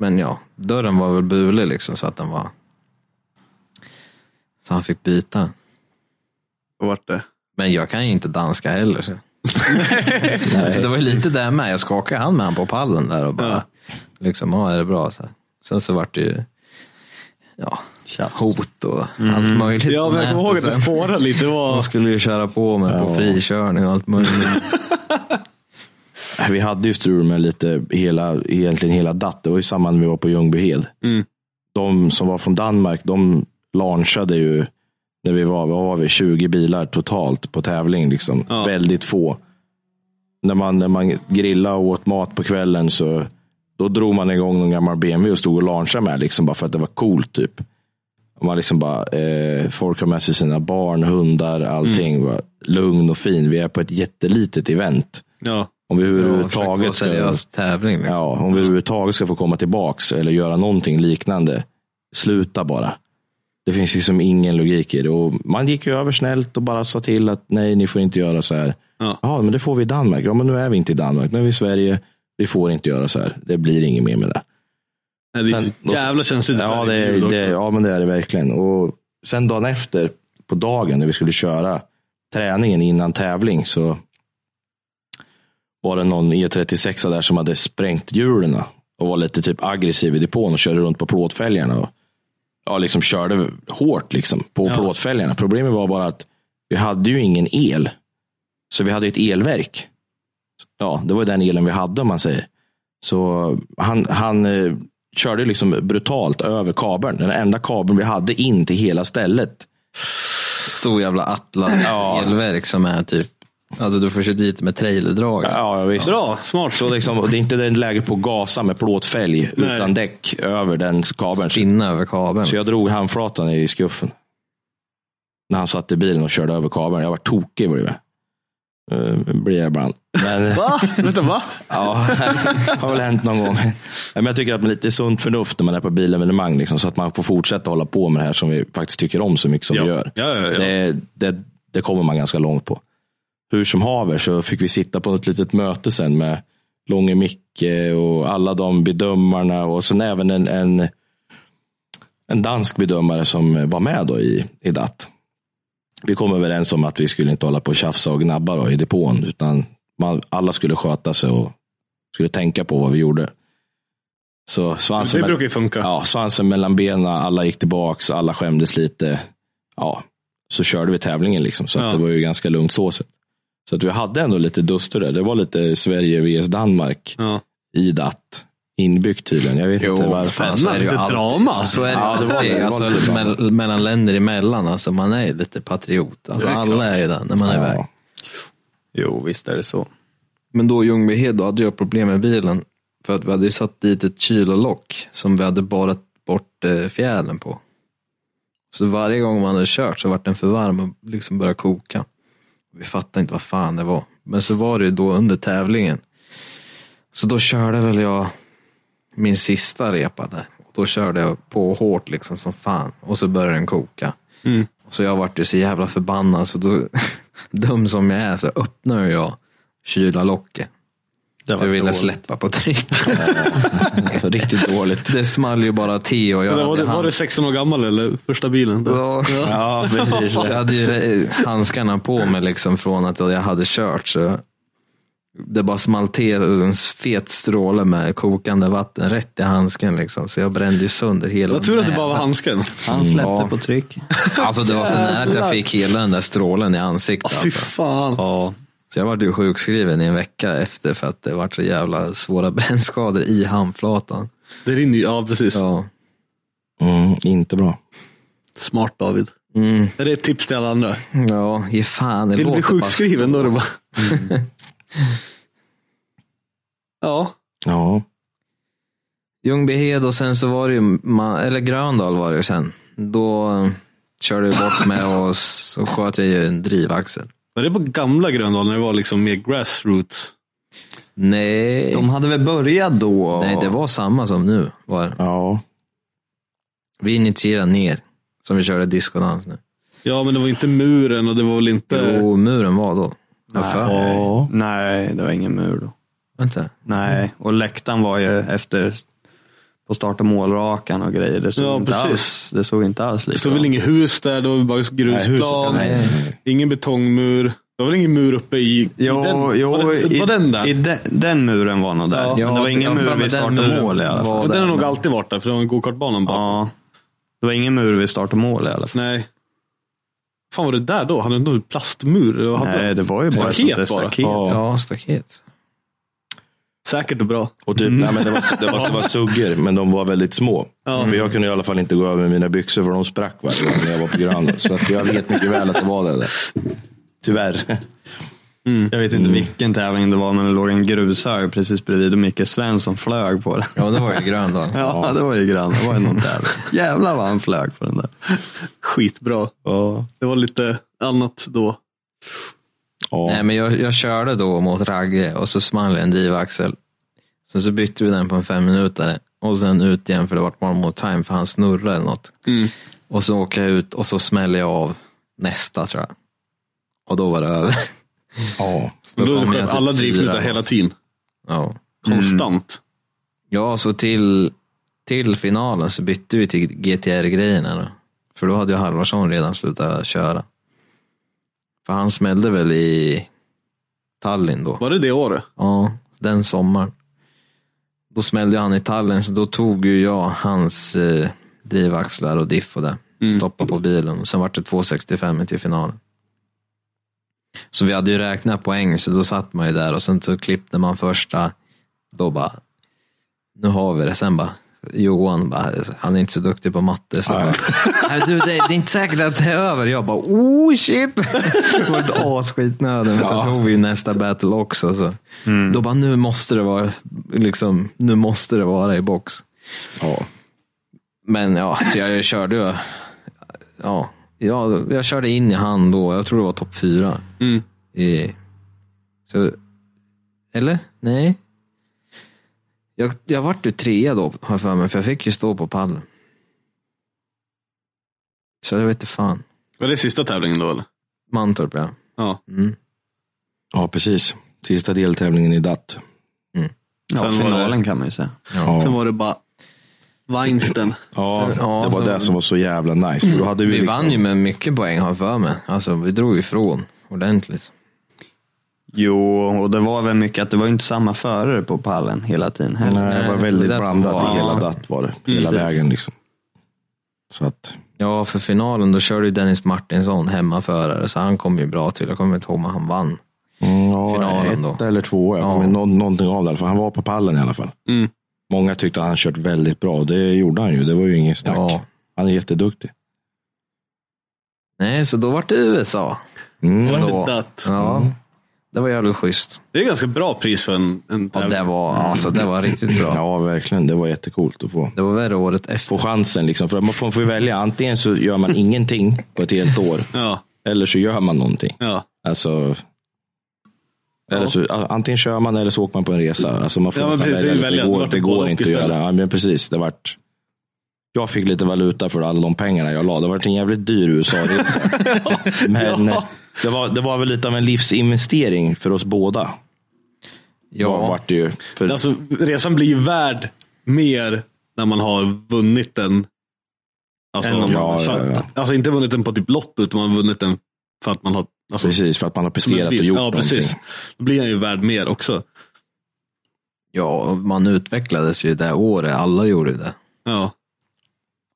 [SPEAKER 3] Men ja, dörren var väl bulig liksom så att den var. Så han fick byta den.
[SPEAKER 2] Vart det?
[SPEAKER 3] Men jag kan ju inte danska heller. [laughs] Så, så det var ju lite där med. Jag skakade hand med han på pallen där och bara, liksom, ja är det bra? Så här. Sen så vart det ju, ja, hot och allt möjligt.
[SPEAKER 2] Ja,
[SPEAKER 3] på
[SPEAKER 2] men jag kommer
[SPEAKER 3] nätet
[SPEAKER 2] ihåg att det
[SPEAKER 3] sen.
[SPEAKER 2] spårade lite. Det var...
[SPEAKER 3] De skulle ju köra på mig på
[SPEAKER 6] Ja.
[SPEAKER 3] frikörning och allt möjligt.
[SPEAKER 6] Vi hade ju strul med lite, hela, egentligen hela datt. Det var ju samma när vi var på Ljungbyhed. De som var från Danmark, de
[SPEAKER 3] launchade ju, när vi var, vad var vi, 20 bilar totalt på tävling. Liksom. Väldigt få. När man, när man grillade och åt mat på kvällen så då drog man igång någon gammal BMW och stod och launchade med. Liksom, bara för att det var coolt. Typ. Och Man liksom bara, eh, folk har med sig sina barn, hundar, allting. Bara, lugn och fin. Vi är på ett jättelitet event.
[SPEAKER 2] Ja.
[SPEAKER 3] Om vi
[SPEAKER 6] försöker vara
[SPEAKER 3] överhuvudtaget ska,
[SPEAKER 6] seriös tävling. Liksom.
[SPEAKER 3] ja, om vi överhuvudtaget ska få komma tillbaks eller göra någonting liknande, sluta bara. Det finns liksom ingen logik i det. Och [laughs] man gick ju över snällt och bara sa till att nej, ni får inte göra så här.
[SPEAKER 2] Ja.
[SPEAKER 3] Ja, men det får vi i Danmark. Ja, men nu är vi inte i Danmark. Nu är vi i Sverige. Vi får inte göra så här. Det blir inget mer med det.
[SPEAKER 2] Nej, det är
[SPEAKER 3] Sen-
[SPEAKER 2] så jävla känsligt.
[SPEAKER 3] Ja, det, är- det, är- ja men det är det verkligen. Och sen dagen efter, på dagen när vi skulle köra träningen innan tävling, så var det någon E36 där som hade sprängt hjulen och var lite typ aggressiv i depån och körde runt på plåtfälgarna. Och, ja, liksom körde hårt liksom på plåtfälgarna. Problemet var bara att vi hade ju ingen el. Så vi hade ju ett elverk. Ja, det var ju den elen vi hade om man säger. Så han, han eh, körde liksom brutalt över kabeln. Den enda kabeln vi hade in till hela stället.
[SPEAKER 6] Stor jävla atlas elverk som är typ, alltså du får köra dit med trailerdrag.
[SPEAKER 3] Ja, visst.
[SPEAKER 2] Bra, smart.
[SPEAKER 3] Så liksom, och det är inte den läget på att gasa med plåtfälg
[SPEAKER 2] Nej.
[SPEAKER 3] utan däck över den kabeln. Så-
[SPEAKER 6] Spinna över kabeln.
[SPEAKER 3] Så jag drog handflatan i skuffen. När han satt i bilen och körde över kabeln. Jag var tokig blev jag. Eh, Blir jag ibland. Men,
[SPEAKER 8] Va? Vänta, va?
[SPEAKER 3] [laughs] Ja, [laughs] det har väl hänt någon gång. Nej, Men jag tycker att med lite sunt förnuft när man är på bilevenemang, liksom, så att man får fortsätta hålla på med det här som vi faktiskt tycker om så mycket som
[SPEAKER 2] Ja.
[SPEAKER 3] vi gör.
[SPEAKER 2] Ja, ja, ja.
[SPEAKER 3] Det, det, det kommer man ganska långt på. Hur som haver så fick vi sitta på ett litet möte sen med Långe Micke och alla de bedömarna och sen även en, en, en dansk bedömare som var med då i, i DAT. Vi kom överens om att vi skulle inte hålla på och tjafsa och gnabba då i depån, utan man, alla skulle sköta sig och skulle tänka på vad vi gjorde. Så svansen,
[SPEAKER 2] Det
[SPEAKER 3] mell-
[SPEAKER 2] brukar ju funka.
[SPEAKER 3] ja, svansen mellan benen, alla gick tillbaks, alla skämdes lite. Ja, så körde vi tävlingen liksom, så
[SPEAKER 2] Ja.
[SPEAKER 3] att det var ju ganska lugnt så sett. Så att vi hade ändå lite duster där. Det var lite Sverige vs Danmark
[SPEAKER 2] Ja.
[SPEAKER 3] i DAT inbyggt tydligen. Jag vet
[SPEAKER 6] Jo,
[SPEAKER 3] inte varför. Alltså,
[SPEAKER 6] fan, så är det ju
[SPEAKER 2] Lite
[SPEAKER 6] alltid.
[SPEAKER 2] drama.
[SPEAKER 6] Så är det,
[SPEAKER 3] Ja, det var
[SPEAKER 6] alltid.
[SPEAKER 3] det. Det var
[SPEAKER 6] alltså,
[SPEAKER 3] lite drama.
[SPEAKER 6] mell- mellan länder emellan, alltså, man är ju lite patriot. Alltså,
[SPEAKER 8] Det är klart.
[SPEAKER 6] alla är ju det när man är iväg.
[SPEAKER 8] Jo, visst är det så.
[SPEAKER 6] Men då i Ljungbyhed, då hade jag problem med bilen. För att vi hade ju satt dit ett kylolock som vi hade borrat bort eh, fjädern på. Så varje gång man hade kört så vart den för varm och liksom började koka. Vi fattade inte vad fan det var. Men så var det ju då under tävlingen. Så då körde väl jag min sista repa där. Och då körde jag på hårt liksom som fan. Och så började den koka. Så jag vart ju så jävla förbannad. Så då, [laughs] dum som jag är, så öppnar jag kyla locket.
[SPEAKER 8] Det
[SPEAKER 6] För jag ville släppa på tryck.
[SPEAKER 3] Riktigt dåligt.
[SPEAKER 6] det small ju bara till och jag
[SPEAKER 2] Men var,
[SPEAKER 6] hade
[SPEAKER 2] du, var du
[SPEAKER 6] hands-
[SPEAKER 2] 16 år gammal eller? Första bilen?
[SPEAKER 6] Ja.
[SPEAKER 3] Ja, precis.
[SPEAKER 6] Jag hade ju eh, handskarna på mig liksom från att jag hade kört. Så det bara small till och en fet stråle med kokande vatten rätt i handsken. Liksom. Så jag brände ju sönder hela
[SPEAKER 2] Jag tror att det bara var
[SPEAKER 6] näven.
[SPEAKER 2] handsken. Mm.
[SPEAKER 8] Han släppte
[SPEAKER 6] Ja.
[SPEAKER 8] på tryck.
[SPEAKER 6] Alltså det var så nära att jag fick hela den där strålen i ansiktet.
[SPEAKER 2] Fy
[SPEAKER 6] Alltså.
[SPEAKER 2] fan.
[SPEAKER 8] Ja.
[SPEAKER 6] Så jag var ju sjukskriven i en vecka efter för att det var så jävla svåra brännskador i handflatan.
[SPEAKER 2] Det rinner ju. Ja, precis.
[SPEAKER 6] Ja.
[SPEAKER 3] Mm, inte bra.
[SPEAKER 2] Smart David.
[SPEAKER 6] Mm.
[SPEAKER 2] Är det ett tips till alla andra?
[SPEAKER 6] Ja, ge fan. Det
[SPEAKER 2] Vill du bli
[SPEAKER 6] låter bara-
[SPEAKER 2] sjukskriven då? är det bara... Mm. ja.
[SPEAKER 3] Ja,
[SPEAKER 6] Ljungbyhed och sen så var det ju, Ma- eller Gröndal var det ju sen. Då eh, körde jag bort med och så sköt jag ju en drivaxel.
[SPEAKER 2] Var det på gamla Gröndal när det var liksom mer grassroots?
[SPEAKER 6] Nej,
[SPEAKER 8] De hade väl börjat då?
[SPEAKER 6] nej det var samma som nu. Var. det.
[SPEAKER 3] ja.
[SPEAKER 6] Vi initierade ner, som vi körde discodans nu.
[SPEAKER 2] Ja, men det var inte muren och det var väl inte...
[SPEAKER 6] Jo, muren var då. Ja, för. Mm.
[SPEAKER 8] Nej. nej, det var ingen mur då.
[SPEAKER 6] Vänta.
[SPEAKER 8] Nej, och läktaren var ju efter på start och målrakan och grejer. Det såg,
[SPEAKER 2] Ja,
[SPEAKER 8] inte,
[SPEAKER 2] precis.
[SPEAKER 8] alls, det såg inte alls
[SPEAKER 2] Det
[SPEAKER 8] lika
[SPEAKER 2] stod väl inget hus där, det var väl bara grusplan. ingen betongmur. Det var väl ingen mur uppe i... i
[SPEAKER 8] Jo,
[SPEAKER 2] den,
[SPEAKER 8] jo
[SPEAKER 2] var, det,
[SPEAKER 8] i,
[SPEAKER 2] var den där?
[SPEAKER 8] I de, den muren var nog där.
[SPEAKER 2] Ja.
[SPEAKER 8] Men det var ingen
[SPEAKER 6] Ja,
[SPEAKER 8] mur
[SPEAKER 6] men
[SPEAKER 8] vid
[SPEAKER 6] den
[SPEAKER 8] start och
[SPEAKER 6] muren
[SPEAKER 8] mål i alla fall.
[SPEAKER 6] var
[SPEAKER 2] den
[SPEAKER 6] där,
[SPEAKER 2] har nog
[SPEAKER 6] men-
[SPEAKER 2] alltid varit där, för det var en gokartbanan bara.
[SPEAKER 8] Ja. Det var ingen mur vid start och mål i alla fall.
[SPEAKER 2] Nej. fan var det där då? Hade de en plastmur? Eller vad hade
[SPEAKER 8] Nej,
[SPEAKER 2] de?
[SPEAKER 8] det var ju bara
[SPEAKER 2] Staket
[SPEAKER 8] ett sånt där
[SPEAKER 2] bara.
[SPEAKER 8] staket.
[SPEAKER 6] Ja, staket.
[SPEAKER 4] Säkert och bra.
[SPEAKER 3] Och
[SPEAKER 2] Mm.
[SPEAKER 3] typ, nej, men det, var, det, var, det var suggor, men de var väldigt små. För jag kunde i alla fall inte gå över mina byxor för de sprack varje gång när jag var på grannen. Så att jag vet mycket väl att det var det där. Tyvärr.
[SPEAKER 8] Jag vet inte vilken tävling det var, men det låg en grushög precis bredvid och Micke Svensson flög på den.
[SPEAKER 6] Ja, det var ju grön då.
[SPEAKER 8] [laughs] Ja, det var ju grann. Det var ju någon [laughs] tävling. Jävlar vad han flög på den där.
[SPEAKER 4] Skitbra.
[SPEAKER 8] Ja.
[SPEAKER 4] Det var lite annat då.
[SPEAKER 6] Nej, men jag, jag körde då mot Ragge och så small jag en drivaxel. Sen så bytte vi den på en femminutare och sen ut igen för det vart one more time för han snurrade eller något. Och så åker jag ut och så smäller jag av nästa tror jag. Och då var det över. [laughs]
[SPEAKER 3] Ja.
[SPEAKER 6] Då
[SPEAKER 2] Då
[SPEAKER 6] kom jag
[SPEAKER 2] sköt
[SPEAKER 6] typ
[SPEAKER 2] alla drivknutar
[SPEAKER 6] fyra.
[SPEAKER 2] hela tiden.
[SPEAKER 6] Ja.
[SPEAKER 2] Konstant.
[SPEAKER 6] Ja, så till, till finalen så bytte vi till GTR-grejerna då. För då hade ju Halvarsson redan slutat köra. För han smällde väl i Tallinn då.
[SPEAKER 2] Var det det året?
[SPEAKER 6] Ja, den sommaren. Då smällde han i Tallinn, så då tog ju jag hans eh, drivaxlar och diff och det. Stoppade på bilen. Sen var det 2,65 till finalen. Så vi hade ju räknat poäng, så då satt man ju där och sen så klippte man första. Då bara, nu har vi det. Sen bara, Johan bara, han är inte så duktig på matte. Så bara, [laughs] Nej, du, det, det är inte säkert att det är över. Jag bara, oh shit. [laughs] Det var ett asskitnödig. Men sen tog vi ju nästa battle också. Så. Då bara, nu måste det vara, liksom, nu måste det vara i box.
[SPEAKER 3] ja.
[SPEAKER 6] Men ja, så jag, jag körde ju. Ja, jag, jag körde in i han då. Jag tror det var topp fyra. I, så, eller? Nej. Jag, jag vart ju trea då, har jag för mig. För jag fick ju stå på pallen. Så jag vet inte fan.
[SPEAKER 2] Var det sista tävlingen då eller?
[SPEAKER 6] Mantorp ja. Mm.
[SPEAKER 2] Ja.
[SPEAKER 3] ja, precis. Sista deltävlingen i DAT.
[SPEAKER 8] Ja,
[SPEAKER 2] Sen var
[SPEAKER 8] finalen kan man ju säga.
[SPEAKER 3] Ja.
[SPEAKER 4] Sen var det bara Weinsten.
[SPEAKER 3] Ja,
[SPEAKER 6] Sen- ja,
[SPEAKER 3] det var
[SPEAKER 6] sen-
[SPEAKER 3] det som var så jävla nice. För Då hade vi,
[SPEAKER 6] Vi
[SPEAKER 3] liksom,
[SPEAKER 6] vann ju med mycket poäng har jag för mig. Alltså vi drog ifrån ordentligt.
[SPEAKER 8] [clears throat] Jo, och det var väl mycket att det var ju inte samma förare på pallen hela tiden heller.
[SPEAKER 3] Nej, det var
[SPEAKER 6] Nej,
[SPEAKER 3] väldigt
[SPEAKER 6] det där som
[SPEAKER 3] blandat
[SPEAKER 6] var-
[SPEAKER 3] i hela DAT var det. Hela
[SPEAKER 8] Precis.
[SPEAKER 3] vägen liksom. Så att,
[SPEAKER 6] Ja, för finalen då körde ju Dennis Martinsson hemmaförare, så han kom ju bra till. Jag kommer inte ihåg om han vann.
[SPEAKER 3] mm, ja,
[SPEAKER 6] Finalen
[SPEAKER 3] ett
[SPEAKER 6] då.
[SPEAKER 3] eller två,
[SPEAKER 6] Ja. Mm.
[SPEAKER 3] ja. nå någonting av det. För han var på pallen i alla fall. Många tyckte att han kört väldigt bra. Det gjorde han ju. Det var ju ingen snack.
[SPEAKER 6] Ja.
[SPEAKER 3] Han är jätteduktig.
[SPEAKER 6] Nej, så då vart det USA.
[SPEAKER 3] Mm.
[SPEAKER 6] Det
[SPEAKER 2] var datt.
[SPEAKER 6] Ja, det var jävligt schysst.
[SPEAKER 2] Det är ganska bra pris för en, en
[SPEAKER 6] Ja,
[SPEAKER 2] tävling.
[SPEAKER 6] det var, alltså, det var riktigt bra.
[SPEAKER 3] Ja, verkligen. Det var jättecoolt att få.
[SPEAKER 6] Det var värre året efter.
[SPEAKER 3] Få chansen liksom. För man får man får ju välja. Antingen så gör man ingenting på ett helt år.
[SPEAKER 2] Ja,
[SPEAKER 3] Eller så gör man någonting.
[SPEAKER 2] ja.
[SPEAKER 3] Alltså, eller så, antingen kör man eller så åker man på en resa. Alltså man får
[SPEAKER 2] Ja, men
[SPEAKER 3] nästan
[SPEAKER 2] precis, det är ju
[SPEAKER 3] välja.
[SPEAKER 2] välja. Det
[SPEAKER 3] Det, går,
[SPEAKER 2] vart
[SPEAKER 3] det
[SPEAKER 2] ett
[SPEAKER 3] går
[SPEAKER 2] både
[SPEAKER 3] inte
[SPEAKER 2] och
[SPEAKER 3] att göra.
[SPEAKER 2] istället.
[SPEAKER 3] Ja, men precis, det vart, jag fick lite valuta för alla de pengarna jag la. Det var en jävligt
[SPEAKER 2] [laughs]
[SPEAKER 3] dyr USA-resa. [laughs] men eh, det, var, det var väl lite av en livsinvestering för oss båda. Var,
[SPEAKER 6] Ja,
[SPEAKER 3] vart det ju. För,
[SPEAKER 2] Alltså, resan blir ju värd mer när man har vunnit den. Alltså,
[SPEAKER 3] Än om man har
[SPEAKER 2] för,
[SPEAKER 3] kört.
[SPEAKER 2] alltså inte vunnit den på typ lotto, utan man har vunnit den för att man har alltså,
[SPEAKER 3] precis, för att man
[SPEAKER 2] som
[SPEAKER 3] har
[SPEAKER 2] ett
[SPEAKER 3] presterat och
[SPEAKER 2] pris.
[SPEAKER 3] gjort
[SPEAKER 2] Ja,
[SPEAKER 3] någonting.
[SPEAKER 2] precis. Då blir han ju värd mer också.
[SPEAKER 6] ja, och man utvecklades ju det året. Alla gjorde det.
[SPEAKER 2] Ja,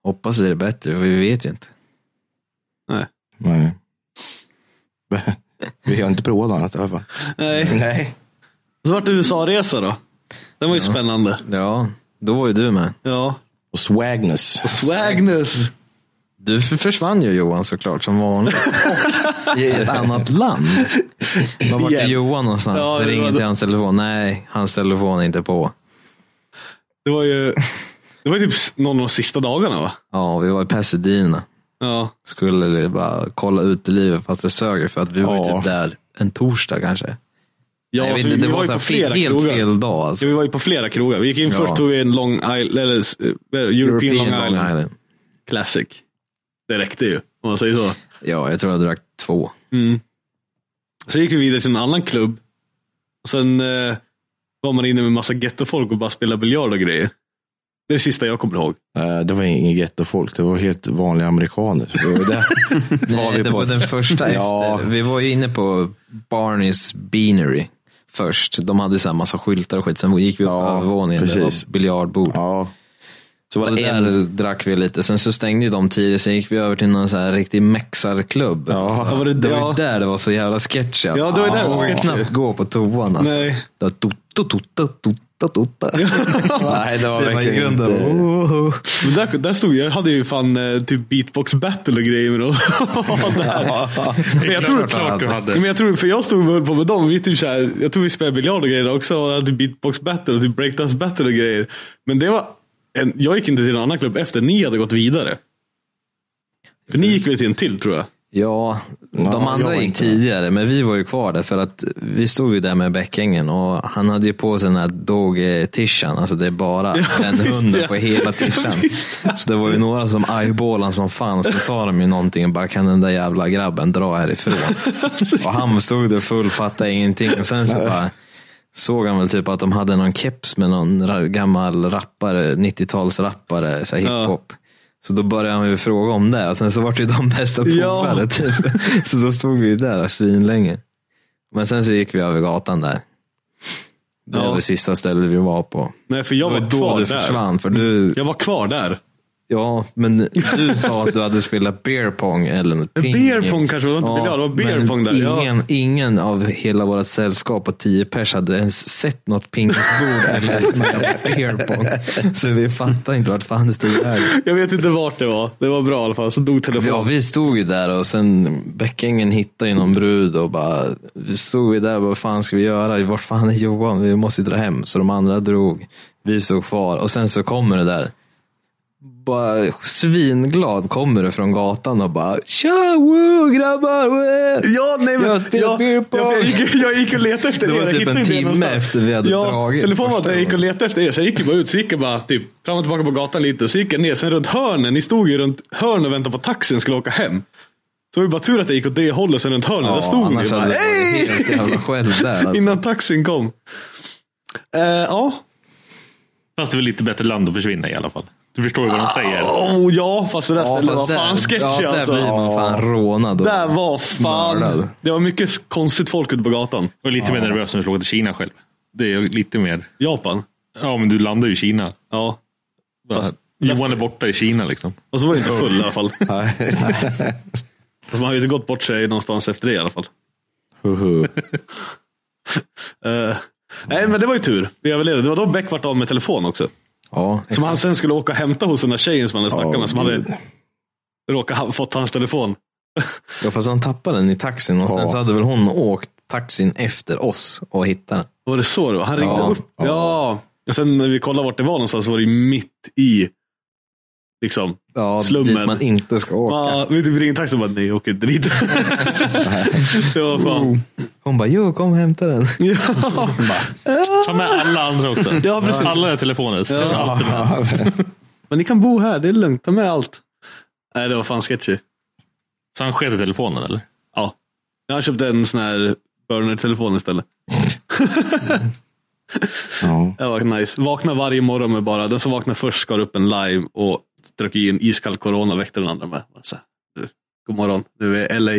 [SPEAKER 6] Hoppas det är bättre, vi vet ju inte.
[SPEAKER 2] nej.
[SPEAKER 3] Nej. [laughs] Vi har inte provat annat i alla fall.
[SPEAKER 2] nej.
[SPEAKER 3] Nej.
[SPEAKER 2] Så vart det USA-resa då? Den var ju spännande.
[SPEAKER 6] Ja, då var ju du med.
[SPEAKER 2] Ja.
[SPEAKER 3] Och swagness.
[SPEAKER 2] Swagness.
[SPEAKER 6] Du f- försvann ju Johan såklart, som vanligt.
[SPEAKER 3] [laughs]
[SPEAKER 6] Och I ett annat land. Var vart är
[SPEAKER 2] Igen.
[SPEAKER 6] Johan någonstans?
[SPEAKER 2] Ja,
[SPEAKER 6] Jag
[SPEAKER 2] det
[SPEAKER 6] ringer
[SPEAKER 2] var-
[SPEAKER 6] till hans telefon. Nej, hans telefon är inte på.
[SPEAKER 2] Det var ju det var ju typ s- någon av de sista dagarna va?
[SPEAKER 6] Ja, vi var i Pasadena.
[SPEAKER 2] Ja.
[SPEAKER 6] Skulle bara kolla ut i livet fast det sög för att vi var ju
[SPEAKER 3] Ja.
[SPEAKER 6] typ där en torsdag kanske.
[SPEAKER 2] ja
[SPEAKER 6] Nej,
[SPEAKER 2] så
[SPEAKER 6] vi, det
[SPEAKER 2] vi
[SPEAKER 6] var,
[SPEAKER 2] ju
[SPEAKER 6] så här
[SPEAKER 2] på
[SPEAKER 6] fel,
[SPEAKER 2] flera
[SPEAKER 6] helt
[SPEAKER 2] krogar.
[SPEAKER 6] fel dag alltså.
[SPEAKER 2] Ja, vi var ju på flera krogar. Vi gick in
[SPEAKER 6] Ja.
[SPEAKER 2] först tog vi en Long Island, eller eh, European,
[SPEAKER 6] European
[SPEAKER 2] Long Island. Classic. Det räckte ju, om man säger så.
[SPEAKER 6] Ja, jag tror jag drack två.
[SPEAKER 2] Sen gick vi vidare till en annan klubb. Och sen eh, var man inne med massa gettofolk och bara spelade biljard och grejer. Det är det sista jag kommer ihåg.
[SPEAKER 3] Eh, Det var inget gettofolk, det var helt vanliga amerikaner. Det
[SPEAKER 6] [laughs]
[SPEAKER 3] var det.
[SPEAKER 6] Nej,
[SPEAKER 3] vi
[SPEAKER 6] det
[SPEAKER 3] på-
[SPEAKER 6] var den första
[SPEAKER 3] [laughs] Ja.
[SPEAKER 6] efter. Vi var ju inne på Barneys Beanery först. De hade så här massa skyltar och skit. Sen gick vi upp på
[SPEAKER 3] Ja,
[SPEAKER 6] övervåningen. Det
[SPEAKER 3] precis.
[SPEAKER 6] var biljardbord.
[SPEAKER 3] Ja. Så var
[SPEAKER 6] Och
[SPEAKER 3] det en...
[SPEAKER 6] där drack vi lite. Sen så stängde ju de tidigt. Sen gick vi över till någon så här riktig mexarklubb.
[SPEAKER 3] Ja,
[SPEAKER 6] alltså,
[SPEAKER 2] var det-
[SPEAKER 6] det var
[SPEAKER 2] ja.
[SPEAKER 6] ju där det var så jävla sketchy. alltså.
[SPEAKER 3] "Ah,
[SPEAKER 2] Ja, det var ju där det var
[SPEAKER 6] Man vågade
[SPEAKER 2] sketchy.
[SPEAKER 6] knappt gå på toan. Alltså.
[SPEAKER 2] Nej.
[SPEAKER 6] Det var tut, tut, tut, tut, tut,
[SPEAKER 2] [laughs]
[SPEAKER 3] Otta Totta.
[SPEAKER 6] Nej, det var
[SPEAKER 3] Det var i
[SPEAKER 6] verkligen
[SPEAKER 3] grunden.
[SPEAKER 6] inte...
[SPEAKER 2] Men där, där stod jag, jag hade ju fan eh, typ beatbox battle och grejer med
[SPEAKER 8] [laughs]
[SPEAKER 2] dem. Där. men jag tror,
[SPEAKER 8] klart du hade.
[SPEAKER 2] men jag tror, för jag stod och höll på med dem, vi typ så här, jag tror vi spelade biljard och grejer också. Och hade beatbox battle och typ breakdance battle och grejer. Men det var, en, jag gick inte till en annan klubb efter ni hade gått vidare. För ni gick väl till en till tror jag?
[SPEAKER 3] Ja, de
[SPEAKER 6] Ja, jag var
[SPEAKER 3] andra gick
[SPEAKER 6] inte
[SPEAKER 3] tidigare, men vi var ju kvar där för att vi stod ju där med bäckängen och han hade ju på sig den här dog-tishan, alltså det är bara den
[SPEAKER 2] visst,
[SPEAKER 3] hunden
[SPEAKER 2] ja.
[SPEAKER 3] på
[SPEAKER 2] [laughs]
[SPEAKER 3] hela tishan. Så det var ju några som eyeballan som fanns, så sa de ju någonting och bara kan den där jävla grabben
[SPEAKER 2] [laughs]
[SPEAKER 3] dra härifrån. och han stod där full, fattade ingenting och sen så bara såg han väl typ att de hade någon keps med någon ra- gammal rappare, 90-talsrappare, så här hiphop. Så då började han ju fråga om det och sen så vart ju de bästa
[SPEAKER 2] Ja. [laughs]
[SPEAKER 3] polare typ. Så då stod vi ju där svinlänge. Men sen så gick vi över gatan där. Det
[SPEAKER 2] Ja.
[SPEAKER 3] var det sista stället vi var på.
[SPEAKER 2] Nej, för jag
[SPEAKER 3] det
[SPEAKER 2] var,
[SPEAKER 3] var då
[SPEAKER 2] kvar
[SPEAKER 3] du
[SPEAKER 2] där.
[SPEAKER 3] försvann. För du,
[SPEAKER 2] Jag var kvar där.
[SPEAKER 3] ja, men du sa att du hade spelat beer pong eller något.
[SPEAKER 2] Men
[SPEAKER 3] ping.
[SPEAKER 2] beer pong kanske var inte biljard, det var beer
[SPEAKER 3] men
[SPEAKER 2] pong där, ja.
[SPEAKER 3] Ingen, ingen av hela vårt sällskap på tio pers hade ens sett något pingisbord
[SPEAKER 2] [laughs]
[SPEAKER 3] eller något beer pong. Så vi fattade inte vart fan det stod vägen.
[SPEAKER 2] Jag vet inte vart det var. Det var bra i alla fall. Så dog
[SPEAKER 3] Ja,
[SPEAKER 2] telefonen.
[SPEAKER 3] vi stod ju där och sen Bäckängen hittade ju någon brud och bara, vi stod ju där och bara, vad fan ska vi göra? Vart fan är Johan? Vi måste ju dra hem. Så de andra drog, vi stod kvar och sen så kommer det där. Bara svinglad kommer det från gatan och bara, tja, woo, grabbar, woo.
[SPEAKER 2] Ja, nej, men,
[SPEAKER 3] Jag spelar beer pong.
[SPEAKER 2] jag, jag, gick, jag gick och letade efter
[SPEAKER 3] Det var
[SPEAKER 2] er. Jag
[SPEAKER 3] typ
[SPEAKER 2] hittade
[SPEAKER 3] en
[SPEAKER 2] inte er
[SPEAKER 3] timme
[SPEAKER 2] någonstans.
[SPEAKER 3] efter vi hade
[SPEAKER 2] ja,
[SPEAKER 3] dragit
[SPEAKER 2] Telefonen var att
[SPEAKER 3] första
[SPEAKER 2] jag gick och letade efter er. Så jag gick ju bara ut, så gick jag bara typ, fram och tillbaka på gatan lite. Så gick jag ner, sen runt hörnen. Ni stod ju runt hörnen och väntade på taxin skulle åka hem. Så det var bara tur att jag gick åt det hållet, sen runt hörnen. där stod ni.
[SPEAKER 3] annars
[SPEAKER 2] Bara,
[SPEAKER 3] hade
[SPEAKER 2] "Hej!"
[SPEAKER 3] jag helt jävla själv där. Alltså.
[SPEAKER 2] Innan taxin kom. Eh, ja,
[SPEAKER 8] Fast det är väl lite bättre land att försvinna i alla fall. Du förstår ju vad de säger.
[SPEAKER 2] oh, ja, fast det där
[SPEAKER 3] Ja,
[SPEAKER 2] stället
[SPEAKER 3] fast
[SPEAKER 2] var fan
[SPEAKER 3] där-
[SPEAKER 2] sketchy
[SPEAKER 3] ja,
[SPEAKER 2] alltså.
[SPEAKER 3] Där blir man fan rånad. och-
[SPEAKER 2] Där var fan.
[SPEAKER 3] mördad.
[SPEAKER 2] Det var mycket konstigt folk ute på gatan.
[SPEAKER 8] Jag är lite mer nervös när du skulle åka till Kina själv. Det är ju lite mer...
[SPEAKER 2] Japan.
[SPEAKER 8] Ja, men du landar ju i Kina.
[SPEAKER 2] Ja.
[SPEAKER 8] Bara, Johan är borta i Kina liksom.
[SPEAKER 2] Och så var det inte full i alla fall. [laughs] Fast man har ju inte gått bort sig någonstans efter det i alla fall.
[SPEAKER 6] Huhu.
[SPEAKER 2] Eh, nej, men det var ju tur. Vi överlevde. Det var då Beck vart av med telefon också.
[SPEAKER 3] Ja,
[SPEAKER 2] Som han sen skulle åka och hämta hos den där tjejen som han hade snackat
[SPEAKER 6] Ja,
[SPEAKER 2] med. Som hade
[SPEAKER 6] gud.
[SPEAKER 2] råkat ha fått hans telefon.
[SPEAKER 3] Ja fast han tappade den i taxin och sen
[SPEAKER 6] Ja.
[SPEAKER 3] så hade väl hon åkt taxin efter oss och hittat den.
[SPEAKER 2] Var det så det var? Han ringde
[SPEAKER 3] Ja.
[SPEAKER 2] upp. Ja. Och sen när vi kollade vart det var någonstans var det ju mitt i liksom,
[SPEAKER 3] Ja,
[SPEAKER 2] slummen.
[SPEAKER 3] dit man inte ska åka.
[SPEAKER 2] Ja, vi typ ringde taxi och bara, nej, jag åker inte
[SPEAKER 3] [laughs]
[SPEAKER 2] dit. det var
[SPEAKER 3] Oh.
[SPEAKER 2] fan.
[SPEAKER 3] Hon bara, jo kom och hämta den. [laughs]
[SPEAKER 2] Ja.
[SPEAKER 8] Ta med alla andra också.
[SPEAKER 2] Ja, precis.
[SPEAKER 8] Alla är telefoner. så det är
[SPEAKER 3] [laughs]
[SPEAKER 8] alltid med.
[SPEAKER 2] Men ni kan bo här, det är lugnt. Ta med allt. Nej, det var fan sketchy.
[SPEAKER 8] Så han sket i telefonen eller?
[SPEAKER 2] Ja. Jag köpte en sån här burner-telefon istället.
[SPEAKER 6] ja.
[SPEAKER 2] Det var nice. Vakna varje morgon med bara, den som vaknar först skar upp en lime och drack i en iskall corona och väckte den andra med. Så, här, nu, god morgon, nu är LA.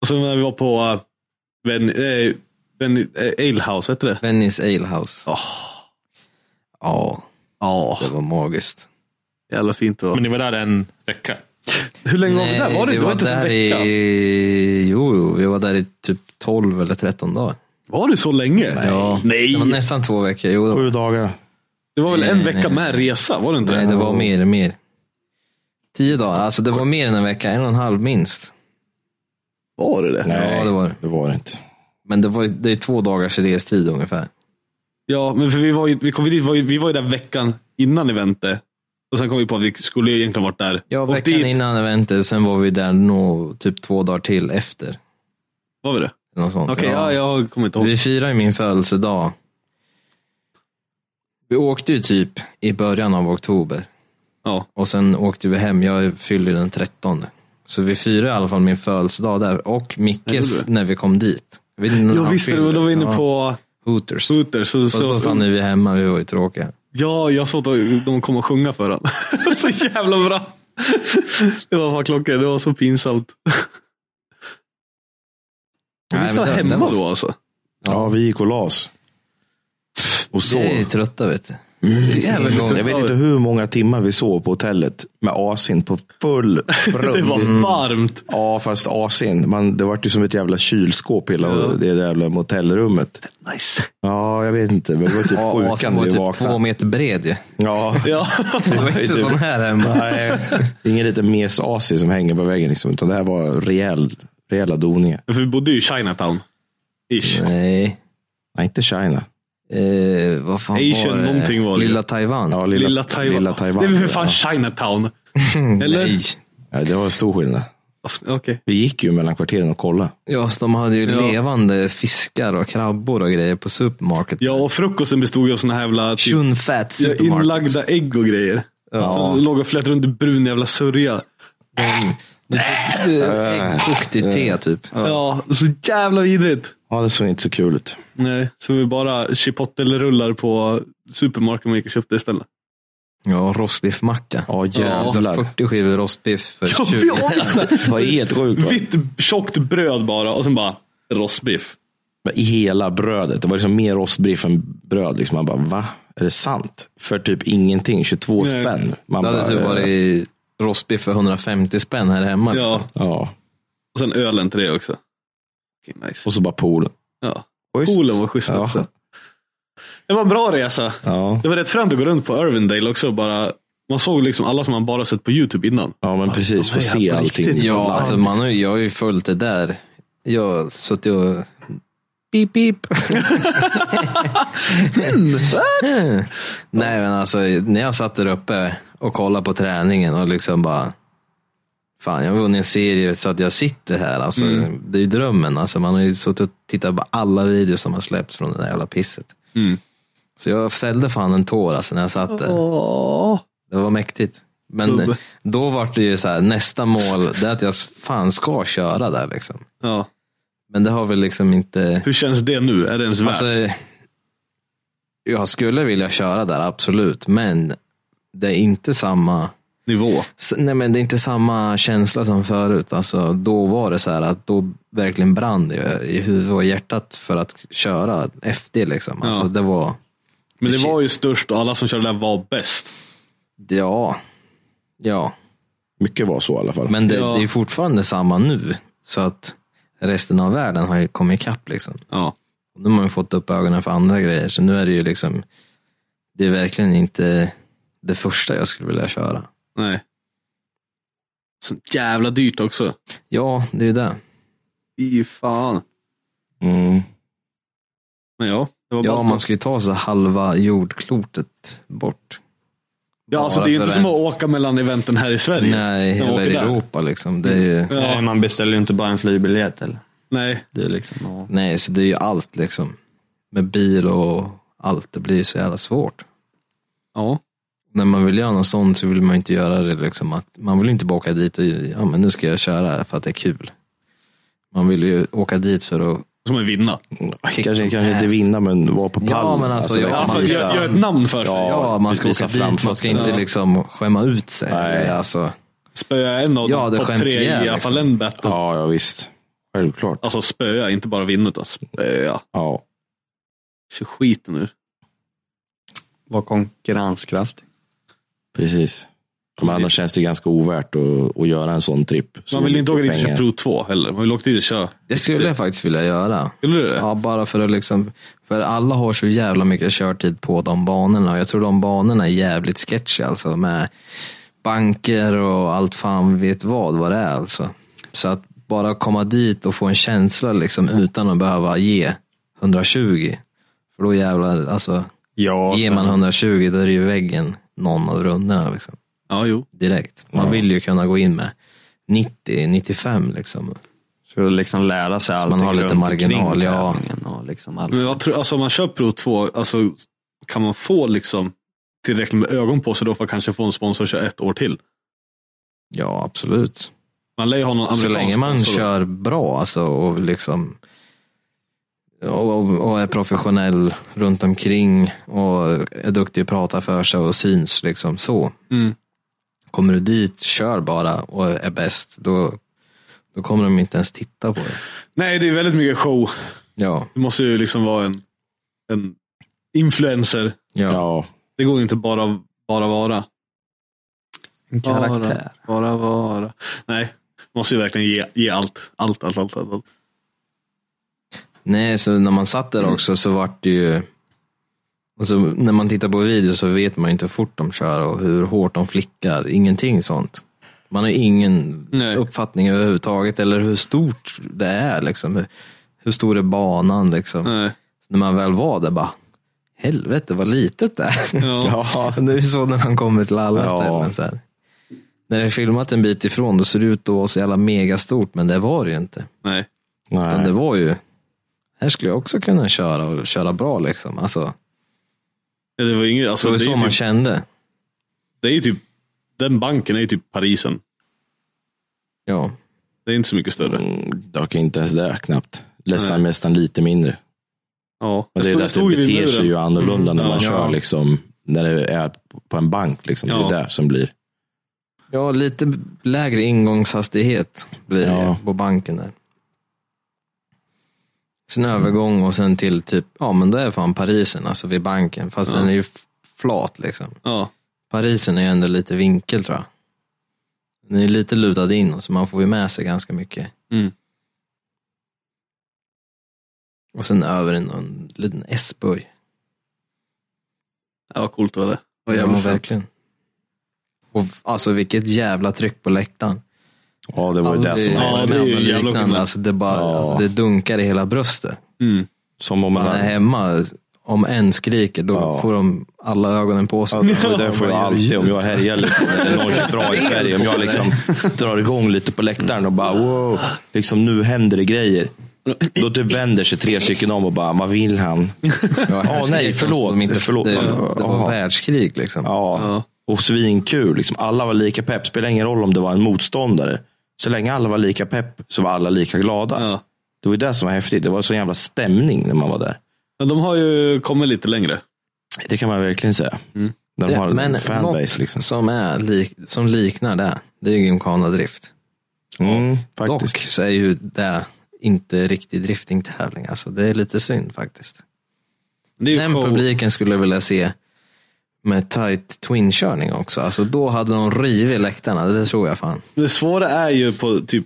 [SPEAKER 2] Och sen när vi var på eh, Ven, eh, Ven, eh, Ale House, hette det?
[SPEAKER 3] Venice Ale House.
[SPEAKER 2] Åh.
[SPEAKER 3] Ja,
[SPEAKER 2] Ja,
[SPEAKER 3] det var magiskt.
[SPEAKER 2] jävla fint det var.
[SPEAKER 8] Men ni var där en vecka.
[SPEAKER 2] hur länge var vi där? Var det,
[SPEAKER 3] vi
[SPEAKER 2] det var inte så en
[SPEAKER 3] där
[SPEAKER 2] vecka?
[SPEAKER 3] i... Jo, jo, vi var där i typ 12 eller 13 dagar.
[SPEAKER 2] Var det så länge?
[SPEAKER 3] Ja.
[SPEAKER 2] Nej.
[SPEAKER 3] Det var nästan två veckor. Jo, då.
[SPEAKER 6] Sju dagar.
[SPEAKER 2] Det var väl
[SPEAKER 3] Nej,
[SPEAKER 2] en
[SPEAKER 3] nej,
[SPEAKER 2] vecka
[SPEAKER 3] nej.
[SPEAKER 2] med resa? Var det inte
[SPEAKER 3] Nej, det var mer, mer. Tio dagar, alltså det var mer än en vecka, en och en halv minst.
[SPEAKER 2] Var det det?
[SPEAKER 3] Ja, det var det.
[SPEAKER 6] Det var det inte.
[SPEAKER 3] Men det, var, det är två dagars restid ungefär.
[SPEAKER 2] Ja, men för vi var ju, vi kom ju dit, var ju, vi var ju där veckan innan eventet. Och sen kom vi på att vi skulle ju egentligen varit där.
[SPEAKER 3] Ja,
[SPEAKER 2] Och
[SPEAKER 3] veckan
[SPEAKER 2] dit
[SPEAKER 3] innan eventet, sen var vi där nog typ två dagar till efter.
[SPEAKER 2] Var vi det?
[SPEAKER 3] Något sånt.
[SPEAKER 2] Okej, ja. jag kommer inte ihåg.
[SPEAKER 3] Vi firar ju min födelsedag. Vi åkte ju typ i början av oktober
[SPEAKER 2] Ja.
[SPEAKER 3] och sen åkte vi hem. Jag fyllde den 13. Så vi firade i alla fall min födelsedag där och Mickes när vi kom dit. Jag vet inte när
[SPEAKER 2] ja,
[SPEAKER 3] han
[SPEAKER 2] visst det var
[SPEAKER 3] fyllde.
[SPEAKER 2] då var vi inne
[SPEAKER 3] Ja,
[SPEAKER 2] på
[SPEAKER 3] Hooters.
[SPEAKER 2] Hooters. Så,
[SPEAKER 3] Fast då
[SPEAKER 2] så,
[SPEAKER 3] stannade vi hemma, vi var ju tråkiga.
[SPEAKER 2] ja, jag såg att [laughs] de kom och sjunga för honom. så jävla bra. det var fan klockrent, det var så pinsamt.
[SPEAKER 3] Nej,
[SPEAKER 2] vi
[SPEAKER 3] men
[SPEAKER 2] satt
[SPEAKER 3] den-
[SPEAKER 2] hemma
[SPEAKER 3] den var-
[SPEAKER 2] då alltså.
[SPEAKER 6] Ja, vi gick och las. Och
[SPEAKER 3] Vi är ju
[SPEAKER 6] sov.
[SPEAKER 3] trötta vet du.
[SPEAKER 6] Jävligt Jag vet inte hur många timmar vi sov på hotellet med AC'n på
[SPEAKER 3] [laughs]
[SPEAKER 6] full brunn.
[SPEAKER 2] Det var varmt.
[SPEAKER 6] Ja, fast AC'n. Man, det var ju som ett jävla kylskåp hela det jävla motellrummet.
[SPEAKER 2] Nice.
[SPEAKER 6] Ja, jag vet inte. Men det var typ
[SPEAKER 3] Ja,
[SPEAKER 6] sjukan
[SPEAKER 3] Asien var
[SPEAKER 6] vi
[SPEAKER 3] typ två
[SPEAKER 6] vaknade.
[SPEAKER 3] meter
[SPEAKER 2] [laughs]
[SPEAKER 3] bred ju.
[SPEAKER 6] Ja.
[SPEAKER 2] Ja.
[SPEAKER 3] Det var inte sån här hemma.
[SPEAKER 6] Nej, det är ingen liten mes AC som hänger på väggen. Liksom, utan det här var rejäl, rejäla doningar.
[SPEAKER 2] För vi bodde ju i Chinatown. Ish.
[SPEAKER 3] Nej.
[SPEAKER 6] Nej, inte China.
[SPEAKER 3] Eh, vad fan
[SPEAKER 2] Asian
[SPEAKER 3] var det?
[SPEAKER 2] någonting var det.
[SPEAKER 3] Lilla Taiwan.
[SPEAKER 6] Ja,
[SPEAKER 2] Lilla, Taiwan.
[SPEAKER 6] Lilla Taiwan.
[SPEAKER 2] Det är väl för fan Chinatown?
[SPEAKER 3] [laughs]
[SPEAKER 2] Eller?
[SPEAKER 3] Nej.
[SPEAKER 6] Ja, det var en stor skillnad.
[SPEAKER 2] Okej.
[SPEAKER 6] Vi gick ju mellan kvarteren och kollade.
[SPEAKER 3] Ja, så de hade ju levande fiskar och krabbor och grejer på supermarket.
[SPEAKER 2] Ja, och frukosten bestod ju av såna här jävla typ,
[SPEAKER 3] Chunfat
[SPEAKER 2] ja,
[SPEAKER 3] supermarket.
[SPEAKER 2] inlagda ägg och grejer. Ja. Som låg och flätade runt i brun jävla sörja.
[SPEAKER 3] Äggkokt i te typ.
[SPEAKER 2] Ja, så jävla vidrigt.
[SPEAKER 6] Ja, det såg inte så kul ut.
[SPEAKER 2] Nej, så vi bara chipotle-rullar på supermarknaden och gick och köpte istället.
[SPEAKER 3] Ja, rostbiffmacka.
[SPEAKER 6] Ja, jävlar.
[SPEAKER 3] 40 skivor rostbiff för
[SPEAKER 2] Ja,
[SPEAKER 3] 20.
[SPEAKER 2] vi har ju så här
[SPEAKER 6] Det var helt sjukt. va?
[SPEAKER 2] Vitt tjockt bröd bara och sen bara rostbiff.
[SPEAKER 6] I hela brödet. Det var liksom mer rostbiff än bröd. Liksom. Man bara, va? Är det sant? För typ ingenting. 22
[SPEAKER 2] Nej.
[SPEAKER 6] spänn. Man
[SPEAKER 3] Det hade
[SPEAKER 6] bara, eh,
[SPEAKER 3] typ varit rostbiff för 150 spänn här hemma.
[SPEAKER 2] Ja,
[SPEAKER 3] Liksom.
[SPEAKER 6] Ja,
[SPEAKER 2] och sen ölen till det också. Okej, nice.
[SPEAKER 6] och så bara poolen.
[SPEAKER 2] Ja.
[SPEAKER 6] Schysst.
[SPEAKER 2] Poolen var schysst
[SPEAKER 6] Ja.
[SPEAKER 2] också. Det var en bra resa.
[SPEAKER 6] Ja,
[SPEAKER 2] Det var rätt fränt att gå runt på Irvindale också. Bara, man såg liksom alla som man bara sett på YouTube innan.
[SPEAKER 6] ja men precis.
[SPEAKER 2] de är
[SPEAKER 6] Få se
[SPEAKER 2] jävla
[SPEAKER 6] allting.
[SPEAKER 2] riktigt
[SPEAKER 3] Ja, alltså man har, ju- jag har ju följt det där. Jag har suttit och... Pip, pip. [laughs] Nej, men alltså när jag satt där uppe och kollade på träningen och liksom bara... Fan, jag har vunnit en serie så att jag sitter här. Alltså, Det är ju drömmen. Alltså, man har ju suttit och tittat på alla videos som har släppts från det där jävla pisset. Så jag fällde fan en tår alltså, när jag satt där. Det var mäktigt. Men
[SPEAKER 2] Gubbe.
[SPEAKER 3] då var det ju så här, nästa mål, det är att jag fan ska köra där liksom.
[SPEAKER 2] Ja.
[SPEAKER 3] Men det har väl liksom inte...
[SPEAKER 2] Hur känns det nu? Är det ens värt?
[SPEAKER 3] Alltså, jag skulle vilja köra där, absolut. Men det är inte samma...
[SPEAKER 2] Nivå?
[SPEAKER 3] S- Nej men det är inte samma känsla som förut. Alltså, då var det så här att då verkligen brann det i huvudet och hjärtat för att köra FD liksom. Alltså,
[SPEAKER 2] Ja.
[SPEAKER 3] det var...
[SPEAKER 2] Men det var ju störst och alla som körde där var bäst.
[SPEAKER 3] Ja. Ja.
[SPEAKER 6] Mycket var så i alla fall.
[SPEAKER 3] Men det,
[SPEAKER 2] Ja.
[SPEAKER 3] det är fortfarande samma nu. Så att resten av världen har ju kommit ikapp liksom.
[SPEAKER 2] Ja.
[SPEAKER 3] Nu har man ju fått upp ögonen för andra grejer. Så nu är det ju liksom, det är verkligen inte det första jag skulle vilja köra.
[SPEAKER 2] Nej. Så jävla dyrt också.
[SPEAKER 3] Ja, det är ju det.
[SPEAKER 2] Fy fan.
[SPEAKER 3] Mm.
[SPEAKER 2] Men ja, det var
[SPEAKER 3] Ja,
[SPEAKER 2] ballt.
[SPEAKER 3] man ska ju ta så halva jordklotet bort.
[SPEAKER 2] ja, alltså, det är ju inte som att åka mellan eventen här i Sverige.
[SPEAKER 3] Nej,
[SPEAKER 2] När man
[SPEAKER 3] hela
[SPEAKER 2] åker där. Mm.
[SPEAKER 3] Europa liksom. Det är ju,
[SPEAKER 8] Nej,
[SPEAKER 2] Ja.
[SPEAKER 8] man beställer ju inte bara en flygbiljett. Eller?
[SPEAKER 2] Nej,
[SPEAKER 8] Det är liksom, ja.
[SPEAKER 3] Nej, så det är ju allt liksom. Med bil och allt, det blir ju så jävla svårt.
[SPEAKER 2] ja.
[SPEAKER 3] när man vill göra något sånt så vill man inte göra det liksom att man vill inte bara åka dit och ja men nu ska jag köra för att det är kul. Man vill ju åka dit för att
[SPEAKER 2] Som en vinna.
[SPEAKER 3] kick
[SPEAKER 6] kanske
[SPEAKER 3] some
[SPEAKER 6] kanske inte
[SPEAKER 3] ass.
[SPEAKER 6] vinna, men vara på pallen.
[SPEAKER 3] Ja, men alltså,
[SPEAKER 6] det
[SPEAKER 3] ja,
[SPEAKER 6] kan
[SPEAKER 2] Ja,
[SPEAKER 3] man
[SPEAKER 2] för att
[SPEAKER 6] visa-
[SPEAKER 3] ska-
[SPEAKER 2] gör, gör ett namn för sig.
[SPEAKER 3] Ja, man ska
[SPEAKER 6] visa
[SPEAKER 3] åka dit, man ska
[SPEAKER 6] framfötterna.
[SPEAKER 3] inte liksom skämma ut sig.
[SPEAKER 6] Nej.
[SPEAKER 3] Eller, Alltså,
[SPEAKER 2] Spöa en av
[SPEAKER 3] Ja,
[SPEAKER 2] de
[SPEAKER 3] det
[SPEAKER 2] topp
[SPEAKER 3] skäms
[SPEAKER 2] tre
[SPEAKER 3] ihjäl,
[SPEAKER 2] i alla
[SPEAKER 3] liksom.
[SPEAKER 2] fall en battle.
[SPEAKER 6] Ja, ja visst. Självklart.
[SPEAKER 2] Alltså spöa, inte bara vinna utan spöa.
[SPEAKER 6] Ja.
[SPEAKER 2] Kör skiten nu.
[SPEAKER 8] Var konkurrenskraftig.
[SPEAKER 6] Precis. Men annars känns det ganska ovärt att, att göra en sån tripp. Så
[SPEAKER 2] Man vill inte åka dit och
[SPEAKER 6] pengar.
[SPEAKER 2] köra Pro 2 heller. Man vill åka dit och köra.
[SPEAKER 3] det skulle jag faktiskt vilja göra.
[SPEAKER 2] Skulle du det?
[SPEAKER 3] Ja, bara för att liksom, för alla har så jävla mycket körtid på de banorna och jag tror de banorna är jävligt sketchy alltså med banker och allt fan vet vad vad det är alltså. Så att bara komma dit och få en känsla liksom utan att behöva ge 120. För då jävlar, alltså
[SPEAKER 8] Ja,
[SPEAKER 3] ger man 120 då är det ju väggen någon av rundorna liksom
[SPEAKER 2] Ja, jo.
[SPEAKER 3] direkt. Man vill ju kunna gå in med 90, 95 liksom.
[SPEAKER 8] Ska du liksom lära sig
[SPEAKER 3] Så
[SPEAKER 8] allting
[SPEAKER 3] man har lite
[SPEAKER 8] runt omkring
[SPEAKER 3] marginal, ja.
[SPEAKER 8] tävlingen Och liksom allt.
[SPEAKER 2] Men jag tror, alltså om man kör Pro 2, alltså, kan man få liksom tillräckligt med ögon på sig då för att kanske få en sponsor och köra ett år till?
[SPEAKER 3] Ja, absolut.
[SPEAKER 2] Man lär ju ha någon
[SPEAKER 3] Så
[SPEAKER 2] amerikansk
[SPEAKER 3] länge man
[SPEAKER 2] sponsor då.
[SPEAKER 3] kör bra alltså, och liksom och, och, och är professionell runt omkring och är duktig att prata för sig och syns liksom så.
[SPEAKER 2] Mm.
[SPEAKER 3] Kommer du dit, kör bara och är bäst, då, då kommer de inte ens titta på dig.
[SPEAKER 2] Nej, det är väldigt mycket show.
[SPEAKER 3] Ja,
[SPEAKER 2] Du måste ju liksom vara en, en influencer.
[SPEAKER 3] ja.
[SPEAKER 6] Ja.
[SPEAKER 2] Det går ju inte bara, bara vara.
[SPEAKER 8] En karaktär.
[SPEAKER 2] Bara, bara vara. Nej, måste ju verkligen ge, ge allt. Allt, allt, allt. allt, allt.
[SPEAKER 6] Nej, så när man satt där också så vart det ju... Alltså, när man tittar på videos så vet man ju inte hur fort de kör och hur hårt de flickar. Ingenting sånt. Man har ingen
[SPEAKER 2] Nej.
[SPEAKER 6] uppfattning överhuvudtaget eller hur stort det är. Liksom. Hur- Hur stor är banan? Liksom.
[SPEAKER 2] Nej.
[SPEAKER 6] Så när man väl var där bara, helvete vad litet det är. [laughs]
[SPEAKER 2] Ja.
[SPEAKER 6] det är så när man kommer till alla
[SPEAKER 3] Ja.
[SPEAKER 6] ställen. Så här. När det är filmat en bit ifrån då ser det ut att vara så jävla megastort, men det var det ju inte.
[SPEAKER 2] Nej.
[SPEAKER 6] Utan
[SPEAKER 3] Nej.
[SPEAKER 6] det var ju, här skulle jag också kunna köra och köra bra liksom. Alltså,
[SPEAKER 2] Ja, Det var ju inget,
[SPEAKER 6] så
[SPEAKER 2] alltså,
[SPEAKER 6] det var
[SPEAKER 2] det,
[SPEAKER 6] så
[SPEAKER 2] är ju
[SPEAKER 6] man
[SPEAKER 2] typ,
[SPEAKER 6] kände.
[SPEAKER 2] det är ju typ, den banken är ju typ Parisen.
[SPEAKER 6] Ja.
[SPEAKER 2] Det är inte så mycket större.
[SPEAKER 3] Mm, det var inte ens det knappt. Nästan, nästan lite mindre.
[SPEAKER 2] Ja,
[SPEAKER 3] Men det,
[SPEAKER 2] stod-
[SPEAKER 3] är därför
[SPEAKER 2] stod
[SPEAKER 3] det
[SPEAKER 2] ju vid
[SPEAKER 3] beter sig
[SPEAKER 2] muren.
[SPEAKER 3] ju
[SPEAKER 6] Mm,
[SPEAKER 3] annorlunda när
[SPEAKER 2] ja.
[SPEAKER 3] man kör liksom, när det är på en bank. Liksom. Det
[SPEAKER 2] Ja.
[SPEAKER 3] är där som blir.
[SPEAKER 6] ja, lite lägre ingångshastighet blir det
[SPEAKER 3] Ja.
[SPEAKER 6] på banken där. Sen övergång och sen till typ, ja men då är fan Parisen, alltså vid banken. Fast den är ju f- flat liksom.
[SPEAKER 2] Ja,
[SPEAKER 6] Parisen är ju ändå lite vinkel tror jag. Den är lite lutad in så man får ju med sig ganska mycket.
[SPEAKER 2] Mm.
[SPEAKER 6] Och sen över i någon liten S-böj.
[SPEAKER 2] det var coolt var det. Vad
[SPEAKER 6] Ja,
[SPEAKER 2] jävla fett.
[SPEAKER 6] verkligen. Och v- alltså vilket jävla tryck på läktaren.
[SPEAKER 3] Ja, det var ju det som
[SPEAKER 2] Ja,
[SPEAKER 3] var.
[SPEAKER 2] det är ju en jävla
[SPEAKER 6] liknande.
[SPEAKER 2] skillnad.
[SPEAKER 6] Alltså det, bara,
[SPEAKER 3] Ja.
[SPEAKER 6] alltså det dunkar i hela bröstet.
[SPEAKER 2] Mm.
[SPEAKER 3] Som om
[SPEAKER 6] Man är
[SPEAKER 3] man...
[SPEAKER 6] hemma, om en skriker då
[SPEAKER 3] Ja.
[SPEAKER 6] får de alla ögonen på sig.
[SPEAKER 3] Ja, det
[SPEAKER 6] [laughs]
[SPEAKER 3] var därför jag alltid, om jag härjar lite när någon kör bra i Sverige, om jag liksom drar igång lite på läktaren och bara wow, liksom nu händer det grejer. Då typ vänder sig tre stycken om och bara, vad vill han?
[SPEAKER 6] Ja, här
[SPEAKER 3] Åh,
[SPEAKER 6] skrek
[SPEAKER 3] nej,
[SPEAKER 6] de
[SPEAKER 3] förlåt,
[SPEAKER 6] som-
[SPEAKER 3] inte förlåt.
[SPEAKER 6] Det, det
[SPEAKER 3] Ja,
[SPEAKER 6] var
[SPEAKER 3] aha.
[SPEAKER 6] världskrig liksom.
[SPEAKER 3] Ja. Och svinkul. Liksom. Alla var lika pepp. Spelar ingen roll om det var en motståndare. Så länge alla var lika pepp så var alla lika glada.
[SPEAKER 2] Ja.
[SPEAKER 3] Det var ju det som var häftigt. Det var så jävla stämning när man var där.
[SPEAKER 2] Men de har ju kommit lite längre.
[SPEAKER 3] Det kan man verkligen säga.
[SPEAKER 5] Mm.
[SPEAKER 3] När de
[SPEAKER 6] Ja,
[SPEAKER 3] har en
[SPEAKER 6] men något
[SPEAKER 3] fanbase. Liksom.
[SPEAKER 6] som, är lik, som liknar det, det är ju Gymkhana-drift.
[SPEAKER 3] Mm,
[SPEAKER 6] Dock
[SPEAKER 3] faktiskt.
[SPEAKER 6] så är ju det inte riktig driftingtävling. Alltså, det är lite synd faktiskt.
[SPEAKER 2] Det är ju
[SPEAKER 6] Den
[SPEAKER 2] show.
[SPEAKER 6] publiken skulle jag vilja se med tight twin-körning också. Alltså, då hade de rivit läktarna, det tror jag fan.
[SPEAKER 2] Det svåra är ju på typ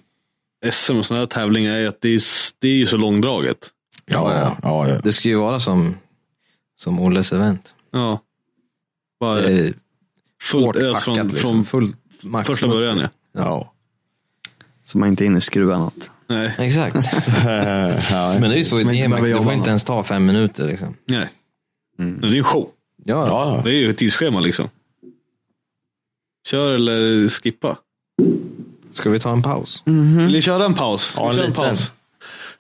[SPEAKER 2] SM och sådana här tävlingar är ju att det är, det är ju så långdraget.
[SPEAKER 3] Ja, ja, ja, ja.
[SPEAKER 6] Det skulle ju vara som, som Olles event.
[SPEAKER 2] Ja. Bara
[SPEAKER 6] Det är
[SPEAKER 2] fullt
[SPEAKER 6] hårt
[SPEAKER 2] ös från,
[SPEAKER 6] packat,
[SPEAKER 2] från
[SPEAKER 6] liksom. Full max
[SPEAKER 2] första början. Ja.
[SPEAKER 3] ja.
[SPEAKER 8] Så man inte hinner skruva något.
[SPEAKER 2] Nej.
[SPEAKER 3] [laughs]
[SPEAKER 6] Exakt. Men det är ju så i
[SPEAKER 8] Som inte
[SPEAKER 6] DMX,
[SPEAKER 8] behöver
[SPEAKER 6] du får
[SPEAKER 8] jobba
[SPEAKER 6] inte ens ta fem minuter. Liksom.
[SPEAKER 2] Nej. Men Det är ju en show.
[SPEAKER 6] Mm. Ja,
[SPEAKER 3] ja.
[SPEAKER 2] Det är ju ett tidsschema liksom. Kör eller skippa.
[SPEAKER 6] Ska vi ta en paus?
[SPEAKER 5] Mm.
[SPEAKER 2] Vill ni köra en paus? Ska
[SPEAKER 3] Ja,
[SPEAKER 2] vi
[SPEAKER 3] en
[SPEAKER 2] köra
[SPEAKER 3] liten.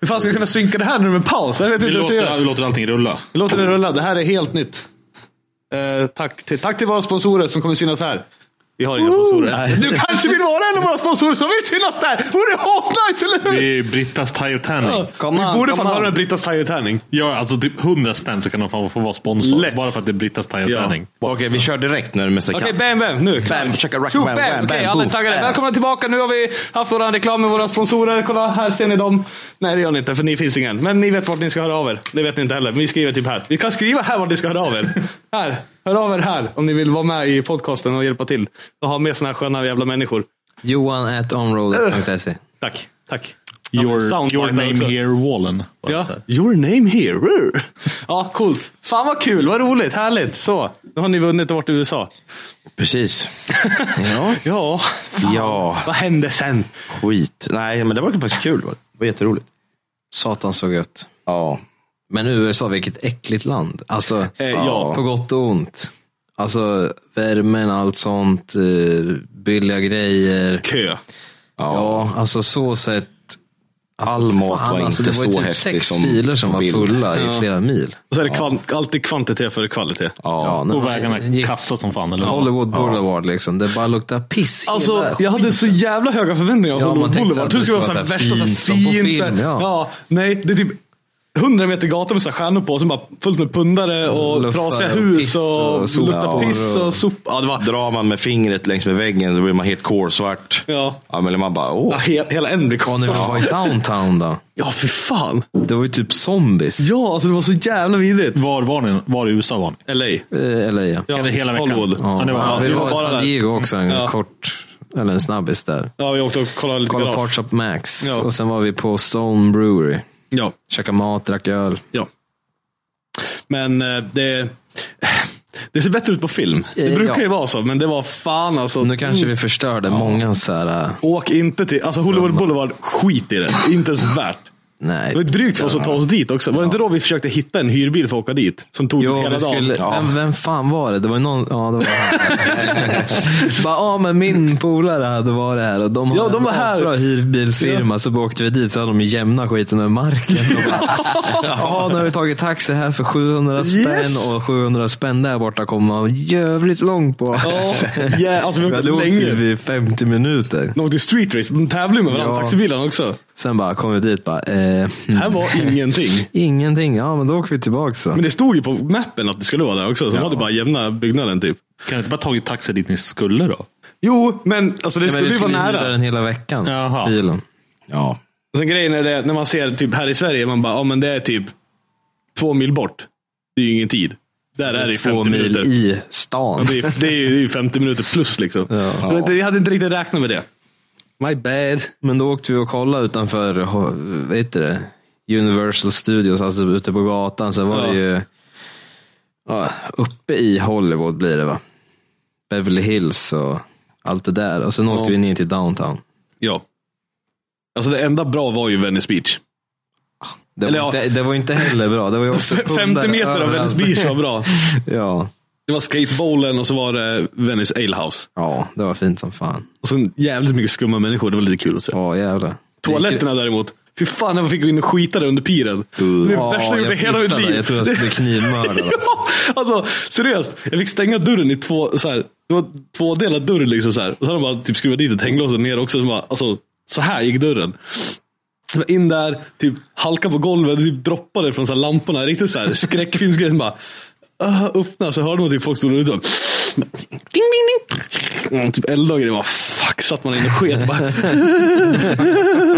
[SPEAKER 2] Hur fan ska vi kunna synka det här nu med paus? Jag vet inte
[SPEAKER 5] Vi
[SPEAKER 2] hur jag ska
[SPEAKER 5] låter,
[SPEAKER 2] göra.
[SPEAKER 5] vi låter allting rulla.
[SPEAKER 2] Vi låter det rulla. Det här är helt nytt. Eh, tack, till, tack till våra sponsorer som kommer synas här. Vi har inga sponsorer. Du kanske vill vara en av våra sponsorer som vill synas där? Vore asnice, eller hur?
[SPEAKER 5] Det är Brittas Tyotanning.
[SPEAKER 8] Kom
[SPEAKER 2] Vi
[SPEAKER 8] an,
[SPEAKER 2] borde
[SPEAKER 8] kom
[SPEAKER 2] fan
[SPEAKER 8] an.
[SPEAKER 2] höra en Brittas tärning.
[SPEAKER 5] Ja, alltså typ 100 spänn så kan de fan få vara sponsor.
[SPEAKER 2] Lätt.
[SPEAKER 5] Bara för att det är Brittas
[SPEAKER 2] Ja.
[SPEAKER 5] Tyotanning.
[SPEAKER 3] Okej, vi kör direkt nu med
[SPEAKER 2] Okej, bam, bam. Nu.
[SPEAKER 3] Bam, chaka, rock,
[SPEAKER 2] Tjo,
[SPEAKER 3] bam, bam,
[SPEAKER 2] Okej,
[SPEAKER 3] bam,
[SPEAKER 2] alla är
[SPEAKER 3] boom.
[SPEAKER 2] taggade.
[SPEAKER 3] Bam.
[SPEAKER 2] Välkomna tillbaka. Nu har vi haft vår reklam med våra sponsorer. Kolla, här ser ni dem. Nej, det gör ni inte, för ni finns ingen. Men ni vet vart ni ska höra av er. Det vet ni inte heller. Men vi skriver typ här. Vi kan skriva här vart ni ska höra av er. Här. Hör av er här om ni vill vara med i podcasten och hjälpa till. Och ha med såna här sköna jävla människor.
[SPEAKER 6] Johan at
[SPEAKER 8] Äh.
[SPEAKER 3] E.
[SPEAKER 6] onroader.se.
[SPEAKER 2] Tack. Tack. Ja, men
[SPEAKER 5] Your,
[SPEAKER 2] soundbite
[SPEAKER 5] your name
[SPEAKER 2] också.
[SPEAKER 5] here-wallen.
[SPEAKER 2] Ja. Your name here. Rrr. Ja, coolt. Fan vad kul, vad roligt, härligt. Så, nu har ni vunnit och varit i USA.
[SPEAKER 5] [laughs]
[SPEAKER 3] Precis. ja.
[SPEAKER 2] Ja,
[SPEAKER 3] ja,
[SPEAKER 2] vad hände sen?
[SPEAKER 3] skit. Nej, men det var faktiskt kul. Det var jätteroligt.
[SPEAKER 6] Satan så gött.
[SPEAKER 3] Ja.
[SPEAKER 6] Men USA, vilket äckligt land. Alltså,
[SPEAKER 3] Eh,
[SPEAKER 6] på gott och ont. Alltså, värmen, allt sånt, eh, billiga grejer.
[SPEAKER 2] Kö.
[SPEAKER 6] Ja, alltså så sett. Alltså,
[SPEAKER 3] All mat var
[SPEAKER 6] alltså,
[SPEAKER 3] inte
[SPEAKER 6] det var ju
[SPEAKER 3] så
[SPEAKER 6] typ
[SPEAKER 3] häftig
[SPEAKER 6] sex
[SPEAKER 3] som
[SPEAKER 6] filer som
[SPEAKER 3] på
[SPEAKER 6] var
[SPEAKER 3] bild.
[SPEAKER 6] fulla i flera mil.
[SPEAKER 2] Och så är det kvant- alltid kvantitet före kvalitet.
[SPEAKER 6] Ja, när
[SPEAKER 5] Och
[SPEAKER 6] man
[SPEAKER 5] vägarna
[SPEAKER 6] gick-
[SPEAKER 5] kassa som fan. Eller? vad?
[SPEAKER 6] Hollywood Boulevard liksom, det bara luktar piss
[SPEAKER 2] Alltså,
[SPEAKER 6] hela
[SPEAKER 2] jag hade så jävla höga förväntningar av
[SPEAKER 6] Ja,
[SPEAKER 2] Hollywood
[SPEAKER 6] man tänkte
[SPEAKER 2] Boulevard.
[SPEAKER 6] att
[SPEAKER 2] Jag trodde det skulle
[SPEAKER 6] det
[SPEAKER 2] vara så här
[SPEAKER 6] skulle
[SPEAKER 2] värsta, så
[SPEAKER 6] vara
[SPEAKER 2] här
[SPEAKER 6] så här
[SPEAKER 2] fint.
[SPEAKER 6] fint
[SPEAKER 2] så här-
[SPEAKER 6] som på film,
[SPEAKER 2] ja.
[SPEAKER 6] ja.
[SPEAKER 2] nej, det är typ 100 meter gator med så här stjärnor på, som bara fullt med pundare och
[SPEAKER 3] luffar
[SPEAKER 2] trasiga
[SPEAKER 3] och
[SPEAKER 2] hus
[SPEAKER 3] piss
[SPEAKER 2] och,
[SPEAKER 3] och sopor
[SPEAKER 2] luktar piss och
[SPEAKER 3] och-
[SPEAKER 2] sop. Ja, det var,
[SPEAKER 8] Drar man med fingret längs med väggen så blir man helt kolsvart.
[SPEAKER 2] ja.
[SPEAKER 8] Ja, men man bara,
[SPEAKER 2] Ja,
[SPEAKER 8] åh.
[SPEAKER 2] he, hela NBK.
[SPEAKER 3] När vi var i
[SPEAKER 2] [laughs]
[SPEAKER 3] downtown då.
[SPEAKER 2] Ja, för fan.
[SPEAKER 6] Ah,
[SPEAKER 3] Det var ju typ zombies.
[SPEAKER 2] Ja, alltså det var så jävla vidrigt.
[SPEAKER 10] Var var ni? Var i USA var ni?
[SPEAKER 2] LA.
[SPEAKER 3] Eh, Eller ja.
[SPEAKER 2] Ja,
[SPEAKER 10] Eller hela veckan?
[SPEAKER 2] Hollywood.
[SPEAKER 10] Ja,
[SPEAKER 3] Ja,
[SPEAKER 10] det var,
[SPEAKER 3] vi
[SPEAKER 10] det
[SPEAKER 3] var
[SPEAKER 10] var
[SPEAKER 3] i
[SPEAKER 10] bara
[SPEAKER 3] San
[SPEAKER 10] där.
[SPEAKER 3] Diego också en
[SPEAKER 2] Ja.
[SPEAKER 3] kort, eller en snabbis där.
[SPEAKER 2] Ja, vi åkte och kollade lite
[SPEAKER 3] Kollade
[SPEAKER 2] garage.
[SPEAKER 3] Parts Shop Max
[SPEAKER 2] Ja.
[SPEAKER 3] och sen var vi på Stone Brewery.
[SPEAKER 2] Ja,
[SPEAKER 3] Käkade mat, drack öl.
[SPEAKER 2] ja. Men eh, det... Det ser bättre ut på film. Det
[SPEAKER 3] Eh,
[SPEAKER 2] brukar
[SPEAKER 3] ja.
[SPEAKER 2] ju vara så, men det var fan alltså.
[SPEAKER 3] Nu kanske vi förstörde många så här, äh,
[SPEAKER 2] Åk inte till... Alltså Hollywood Boulevard, skit i det. Inte ens värt.
[SPEAKER 3] nej.
[SPEAKER 2] Det var drygt för oss att ta oss dit också. Var det inte då vi försökte hitta en hyrbil för att åka dit? Som tog
[SPEAKER 3] Jo,
[SPEAKER 2] hela
[SPEAKER 3] vi
[SPEAKER 2] dagen.
[SPEAKER 3] skulle, vem, vem fan var det? Det var ju någon, ja det var
[SPEAKER 2] [laughs]
[SPEAKER 3] han. Bara, ja men min polare hade varit här och de
[SPEAKER 2] Ja,
[SPEAKER 3] hade
[SPEAKER 2] de var
[SPEAKER 3] en
[SPEAKER 2] här.
[SPEAKER 3] bra hyrbilsfirma. Så åkte vi dit så hade de ju jämna skiten över marken.
[SPEAKER 2] [laughs]
[SPEAKER 3] Och bara, Ja, nu har vi tagit taxi här för 700 spänn
[SPEAKER 2] Yes.
[SPEAKER 3] och 700 spänn där borta kommer man jävligt långt på.
[SPEAKER 2] Ja, ja, alltså vi
[SPEAKER 3] [laughs] Vi
[SPEAKER 2] åkte
[SPEAKER 3] hade åkt
[SPEAKER 2] länge.
[SPEAKER 3] i 50 minuter.
[SPEAKER 2] De åkte street race, de tävlade med varandra,
[SPEAKER 3] Ja.
[SPEAKER 2] taxibilarna också.
[SPEAKER 3] Sen bara kom vi dit bara, eh,
[SPEAKER 2] Här var ingenting.
[SPEAKER 3] [laughs] ingenting. Ja, men då åker vi tillbaka så.
[SPEAKER 2] Men det stod ju på mappen att det skulle vara där också, så de hade bara jämna byggnaden typ.
[SPEAKER 10] Kan du inte bara tagit taxi dit ni skulle då?
[SPEAKER 2] Jo, men alltså det
[SPEAKER 3] Ja, men
[SPEAKER 2] skulle
[SPEAKER 3] vi
[SPEAKER 2] ju vara
[SPEAKER 3] skulle ju
[SPEAKER 2] nära.
[SPEAKER 3] hyra den hela veckan.
[SPEAKER 10] Jaha.
[SPEAKER 3] Bilen.
[SPEAKER 8] Ja.
[SPEAKER 2] Och sen grejen är det, när man ser typ här i Sverige, man bara, ja men det är typ två mil bort. Det är ju ingen tid. Där är det ju
[SPEAKER 3] Två
[SPEAKER 2] 50
[SPEAKER 3] mil
[SPEAKER 2] minuter.
[SPEAKER 3] i stan.
[SPEAKER 2] Ja, Det är, det är ju det är ju 50 minuter plus liksom. Jag vet inte, Jag hade inte riktigt räknat med det. My bad.
[SPEAKER 3] Men då åkte vi och kollade utanför, ho- vad heter det? Universal Studios, alltså ute på gatan. Så var
[SPEAKER 2] Ja.
[SPEAKER 3] det ju ja, uppe i Hollywood blir det va? Beverly Hills och allt det där. Och sen åkte vi ner till downtown.
[SPEAKER 2] Ja. Alltså det enda bra var ju Venice Beach.
[SPEAKER 3] Det
[SPEAKER 2] Eller
[SPEAKER 3] var,
[SPEAKER 2] ja.
[SPEAKER 3] inte, det var inte heller
[SPEAKER 2] [laughs]
[SPEAKER 3] bra. Det var ju också
[SPEAKER 2] F-
[SPEAKER 3] Alltså, hundar
[SPEAKER 2] 50 meter av
[SPEAKER 3] överallt.
[SPEAKER 2] Venice
[SPEAKER 3] [laughs]
[SPEAKER 2] Beach var bra.
[SPEAKER 3] Ja.
[SPEAKER 2] Det var skatebowlen och så var det Venice Ale House.
[SPEAKER 3] ja, det var fint som fan.
[SPEAKER 2] Och sen jävligt mycket skumma människor, det var lite kul att se.
[SPEAKER 3] Ja, jävlar.
[SPEAKER 2] Toaletterna däremot. Fy fan, jag fick gå in och skita där under piren. Det är
[SPEAKER 3] Ja,
[SPEAKER 2] det värsta jag gjort i hela mitt
[SPEAKER 3] pissade.
[SPEAKER 2] liv.
[SPEAKER 3] Jag tror jag skulle bli
[SPEAKER 2] [laughs]
[SPEAKER 3] knivmördad. alltså.
[SPEAKER 2] Ja, alltså seriöst. Jag fick stänga dörren i två, så här, det var två delar dörr liksom så här. Och så hade de bara typ skruvat dit ett hänglås och ner också. Så, bara, alltså, så här gick dörren. Jag var in där, typ halka på golvet, och typ droppade från så här lamporna. Riktigt så här skräckfilmsgrej. som bara uh, öppna så hörde man typ folk stod där ute. och Ding, ding, ding. Mm, Typ elda och grejer. Bara, Fuck, satt man inne och sket. Bara,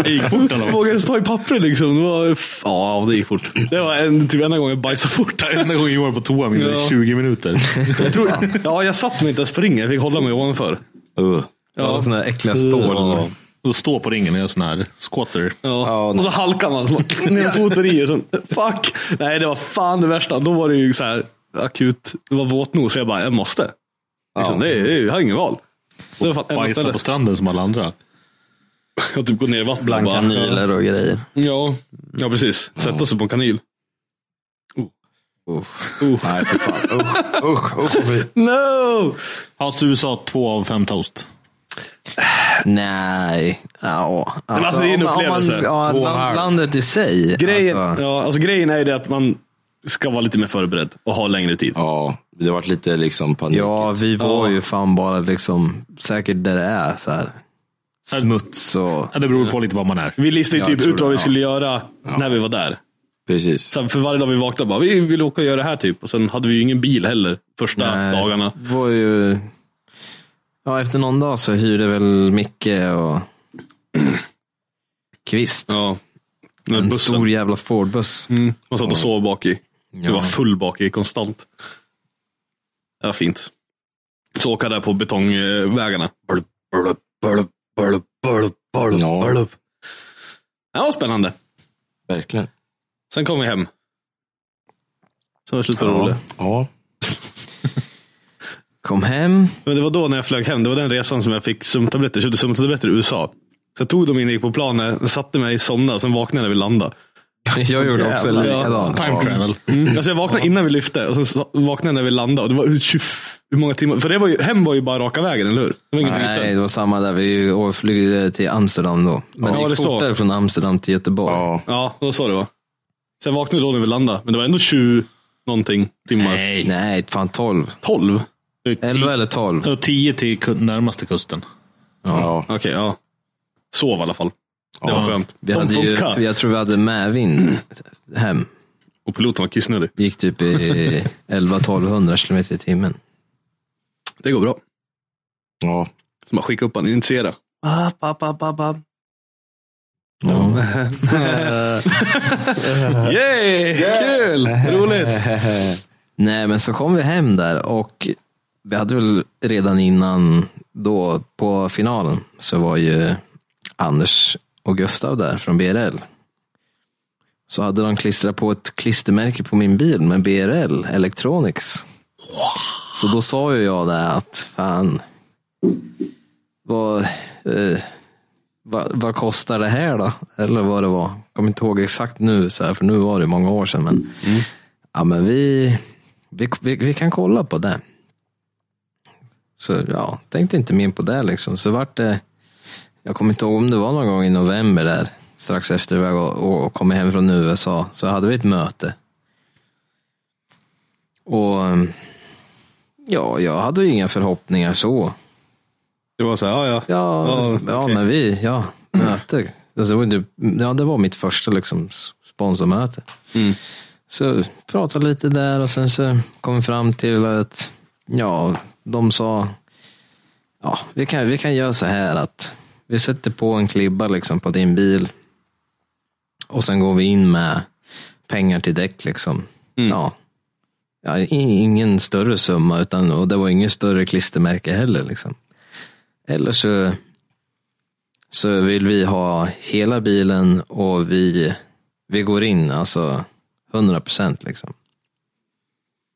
[SPEAKER 10] Det gick fort i alla fall.
[SPEAKER 2] vågade ens ta i pappret liksom. Det var, f- ja, det gick fort. Det var en, typ enda gången jag
[SPEAKER 10] [laughs]
[SPEAKER 2] bajsade fort.
[SPEAKER 10] Enda gången jag var på toa mindre än
[SPEAKER 2] Ja.
[SPEAKER 10] 20 minuter.
[SPEAKER 2] Jag tror, ja, jag satt mig inte ens på ringen. Jag fick hålla mig ovanför.
[SPEAKER 10] Uh.
[SPEAKER 3] Ja, sådana där äckliga stål.
[SPEAKER 10] Typ. Och stå på ringen i en sån här squatter.
[SPEAKER 2] Ja. Och så halkar man. Så bara, ner foten i. och Sen, fuck! Nej, det var fan det värsta. Då var det ju så här akut. Det var våtnos. Så jag bara, jag måste. Liksom, det, är- det, är- jag har ingen val. Det var fan enda
[SPEAKER 10] Bajsa
[SPEAKER 2] stället.
[SPEAKER 10] på stranden som alla andra.
[SPEAKER 2] Jag typ går ner i vattnet. och
[SPEAKER 6] Bland
[SPEAKER 2] bara-
[SPEAKER 6] kanyler och grejer.
[SPEAKER 2] Ja, ja precis. Sätta sig på en kanyl. Oh. Oh. Nej, för fan. Oh. [laughs] No!
[SPEAKER 10] Hans USA två av fem toast.
[SPEAKER 3] Nej. Ja, alltså,
[SPEAKER 2] alltså, det är en
[SPEAKER 3] om- om man-
[SPEAKER 2] upplevelse.
[SPEAKER 10] Två
[SPEAKER 3] Ja,
[SPEAKER 10] och en
[SPEAKER 3] land,
[SPEAKER 10] halv.
[SPEAKER 3] landet i sig.
[SPEAKER 2] Grejen,
[SPEAKER 3] alltså.
[SPEAKER 2] ja, alltså, grejen är ju det att man ska vara lite mer förberedd och ha längre tid.
[SPEAKER 8] Ja, det har varit lite liksom panik.
[SPEAKER 3] Ja, vi var ju fan bara liksom säkert där det är så här. Smuts och...
[SPEAKER 10] Ja, det beror på lite vad man är.
[SPEAKER 2] Vi listade ju
[SPEAKER 3] Jag
[SPEAKER 2] typ
[SPEAKER 3] tror
[SPEAKER 2] ut vad
[SPEAKER 3] det,
[SPEAKER 2] vi
[SPEAKER 3] ja.
[SPEAKER 2] skulle göra när vi var där.
[SPEAKER 8] Precis.
[SPEAKER 2] Så här, för varje dag vi vaknade bara, vi vill åka och göra det här typ. Och sen hade vi ju ingen bil heller första
[SPEAKER 3] Nej,
[SPEAKER 2] dagarna.
[SPEAKER 3] det var ju... Ja, efter någon dag så hyrde väl Micke och [clears throat] Kvist
[SPEAKER 2] Ja. Med
[SPEAKER 3] en
[SPEAKER 2] bussen.
[SPEAKER 3] stor jävla Ford-buss.
[SPEAKER 2] Mm. Man satt och sov bak i. Det
[SPEAKER 3] Ja.
[SPEAKER 2] var full bak i konstant. Det var fint. Så åka där på betongvägarna. Blup, blup, blup, blup, blup, blup,
[SPEAKER 8] Ja.
[SPEAKER 2] blup. Det var spännande.
[SPEAKER 8] Verkligen.
[SPEAKER 2] Sen kom vi hem. Så var det slut på det roliga.
[SPEAKER 8] ja.
[SPEAKER 3] [laughs] Kom hem.
[SPEAKER 2] Men det var då när jag flög hem. Det var den resan som jag fick sömntabletter. Jag köpte sömntabletter i USA. Så jag tog dem in, gick på planet, satte mig, somnade, sen vaknade när vi landade.
[SPEAKER 3] Jag gjorde också
[SPEAKER 6] Jävlar.
[SPEAKER 3] likadant.
[SPEAKER 10] Time travel.
[SPEAKER 2] Alltså jag vaknade innan vi lyfte och sen sa- vaknade jag när vi landade. Och det var ut 20, hur många timmar? För det var ju, hem var ju bara raka vägen, eller hur? Det var inget
[SPEAKER 3] Nej,
[SPEAKER 2] byte.
[SPEAKER 3] det var samma där. Vi flög till Amsterdam då. Men
[SPEAKER 2] Ja,
[SPEAKER 3] det
[SPEAKER 2] det
[SPEAKER 3] gick
[SPEAKER 2] så.
[SPEAKER 3] fortare från Amsterdam till Göteborg.
[SPEAKER 8] ja.
[SPEAKER 2] Ja, det var så det var. Sen vaknade vi då när vi landade. Men det var ändå 20 någonting timmar.
[SPEAKER 3] Nej, fan 12.
[SPEAKER 2] 12?
[SPEAKER 10] Det är ti-
[SPEAKER 3] 11 eller 12.
[SPEAKER 10] och 10 till ku- närmaste kusten.
[SPEAKER 3] Ja.
[SPEAKER 2] Okej, ja. Sov i alla fall. Det var skönt.
[SPEAKER 3] Vi hade ju, jag tror vi hade medvind hem.
[SPEAKER 2] Och piloten var kissnödig.
[SPEAKER 3] Det gick typ i 11-1200 km i timmen.
[SPEAKER 2] Det går bra.
[SPEAKER 8] Ja.
[SPEAKER 2] Så man skickar upp han, initiera. App, app, app, app, app.
[SPEAKER 8] ja.
[SPEAKER 2] Yay! Kul! Roligt! [laughs]
[SPEAKER 3] Nej, men så kom vi hem där och vi hade väl redan innan då på finalen så var ju Anders och Gustav där från BRL. Så hade de klistrat på ett klistermärke på min bil med BRL Electronics. Så då sa ju jag det att fan, vad, eh, vad, vad kostar det här då? Eller vad det var. Kommer inte ihåg exakt nu, så här, för nu var det många år sedan. Men, ja, men vi, vi, vi, vi kan kolla på det. Så ja, tänkte inte mer på det liksom. Så vart det, jag kommer inte ihåg om det var någon gång i november där, strax efter vi hade gå- och kom hem från USA, så hade vi ett möte. Och ja, jag hade ju inga förhoppningar så.
[SPEAKER 2] Det var så här, ja, ja.
[SPEAKER 3] Ja,
[SPEAKER 2] Ja,
[SPEAKER 3] ja
[SPEAKER 2] okej.
[SPEAKER 3] men vi, ja, möte. Alltså, det, var inte, ja, det var mitt första liksom, s- sponsormöte.
[SPEAKER 2] Mm.
[SPEAKER 3] Så pratade lite där och sen så kom vi fram till att ja, de sa ja, vi kan, vi kan göra så här att vi sätter på en klibba liksom, på din bil och sen går vi in med pengar till däck. Liksom.
[SPEAKER 2] Mm.
[SPEAKER 3] Ja. Ja, i- ingen större summa utan, och det var ingen större klistermärke heller. Liksom. Eller så, så vill vi ha hela bilen och vi, vi går in alltså 100 procent. Liksom.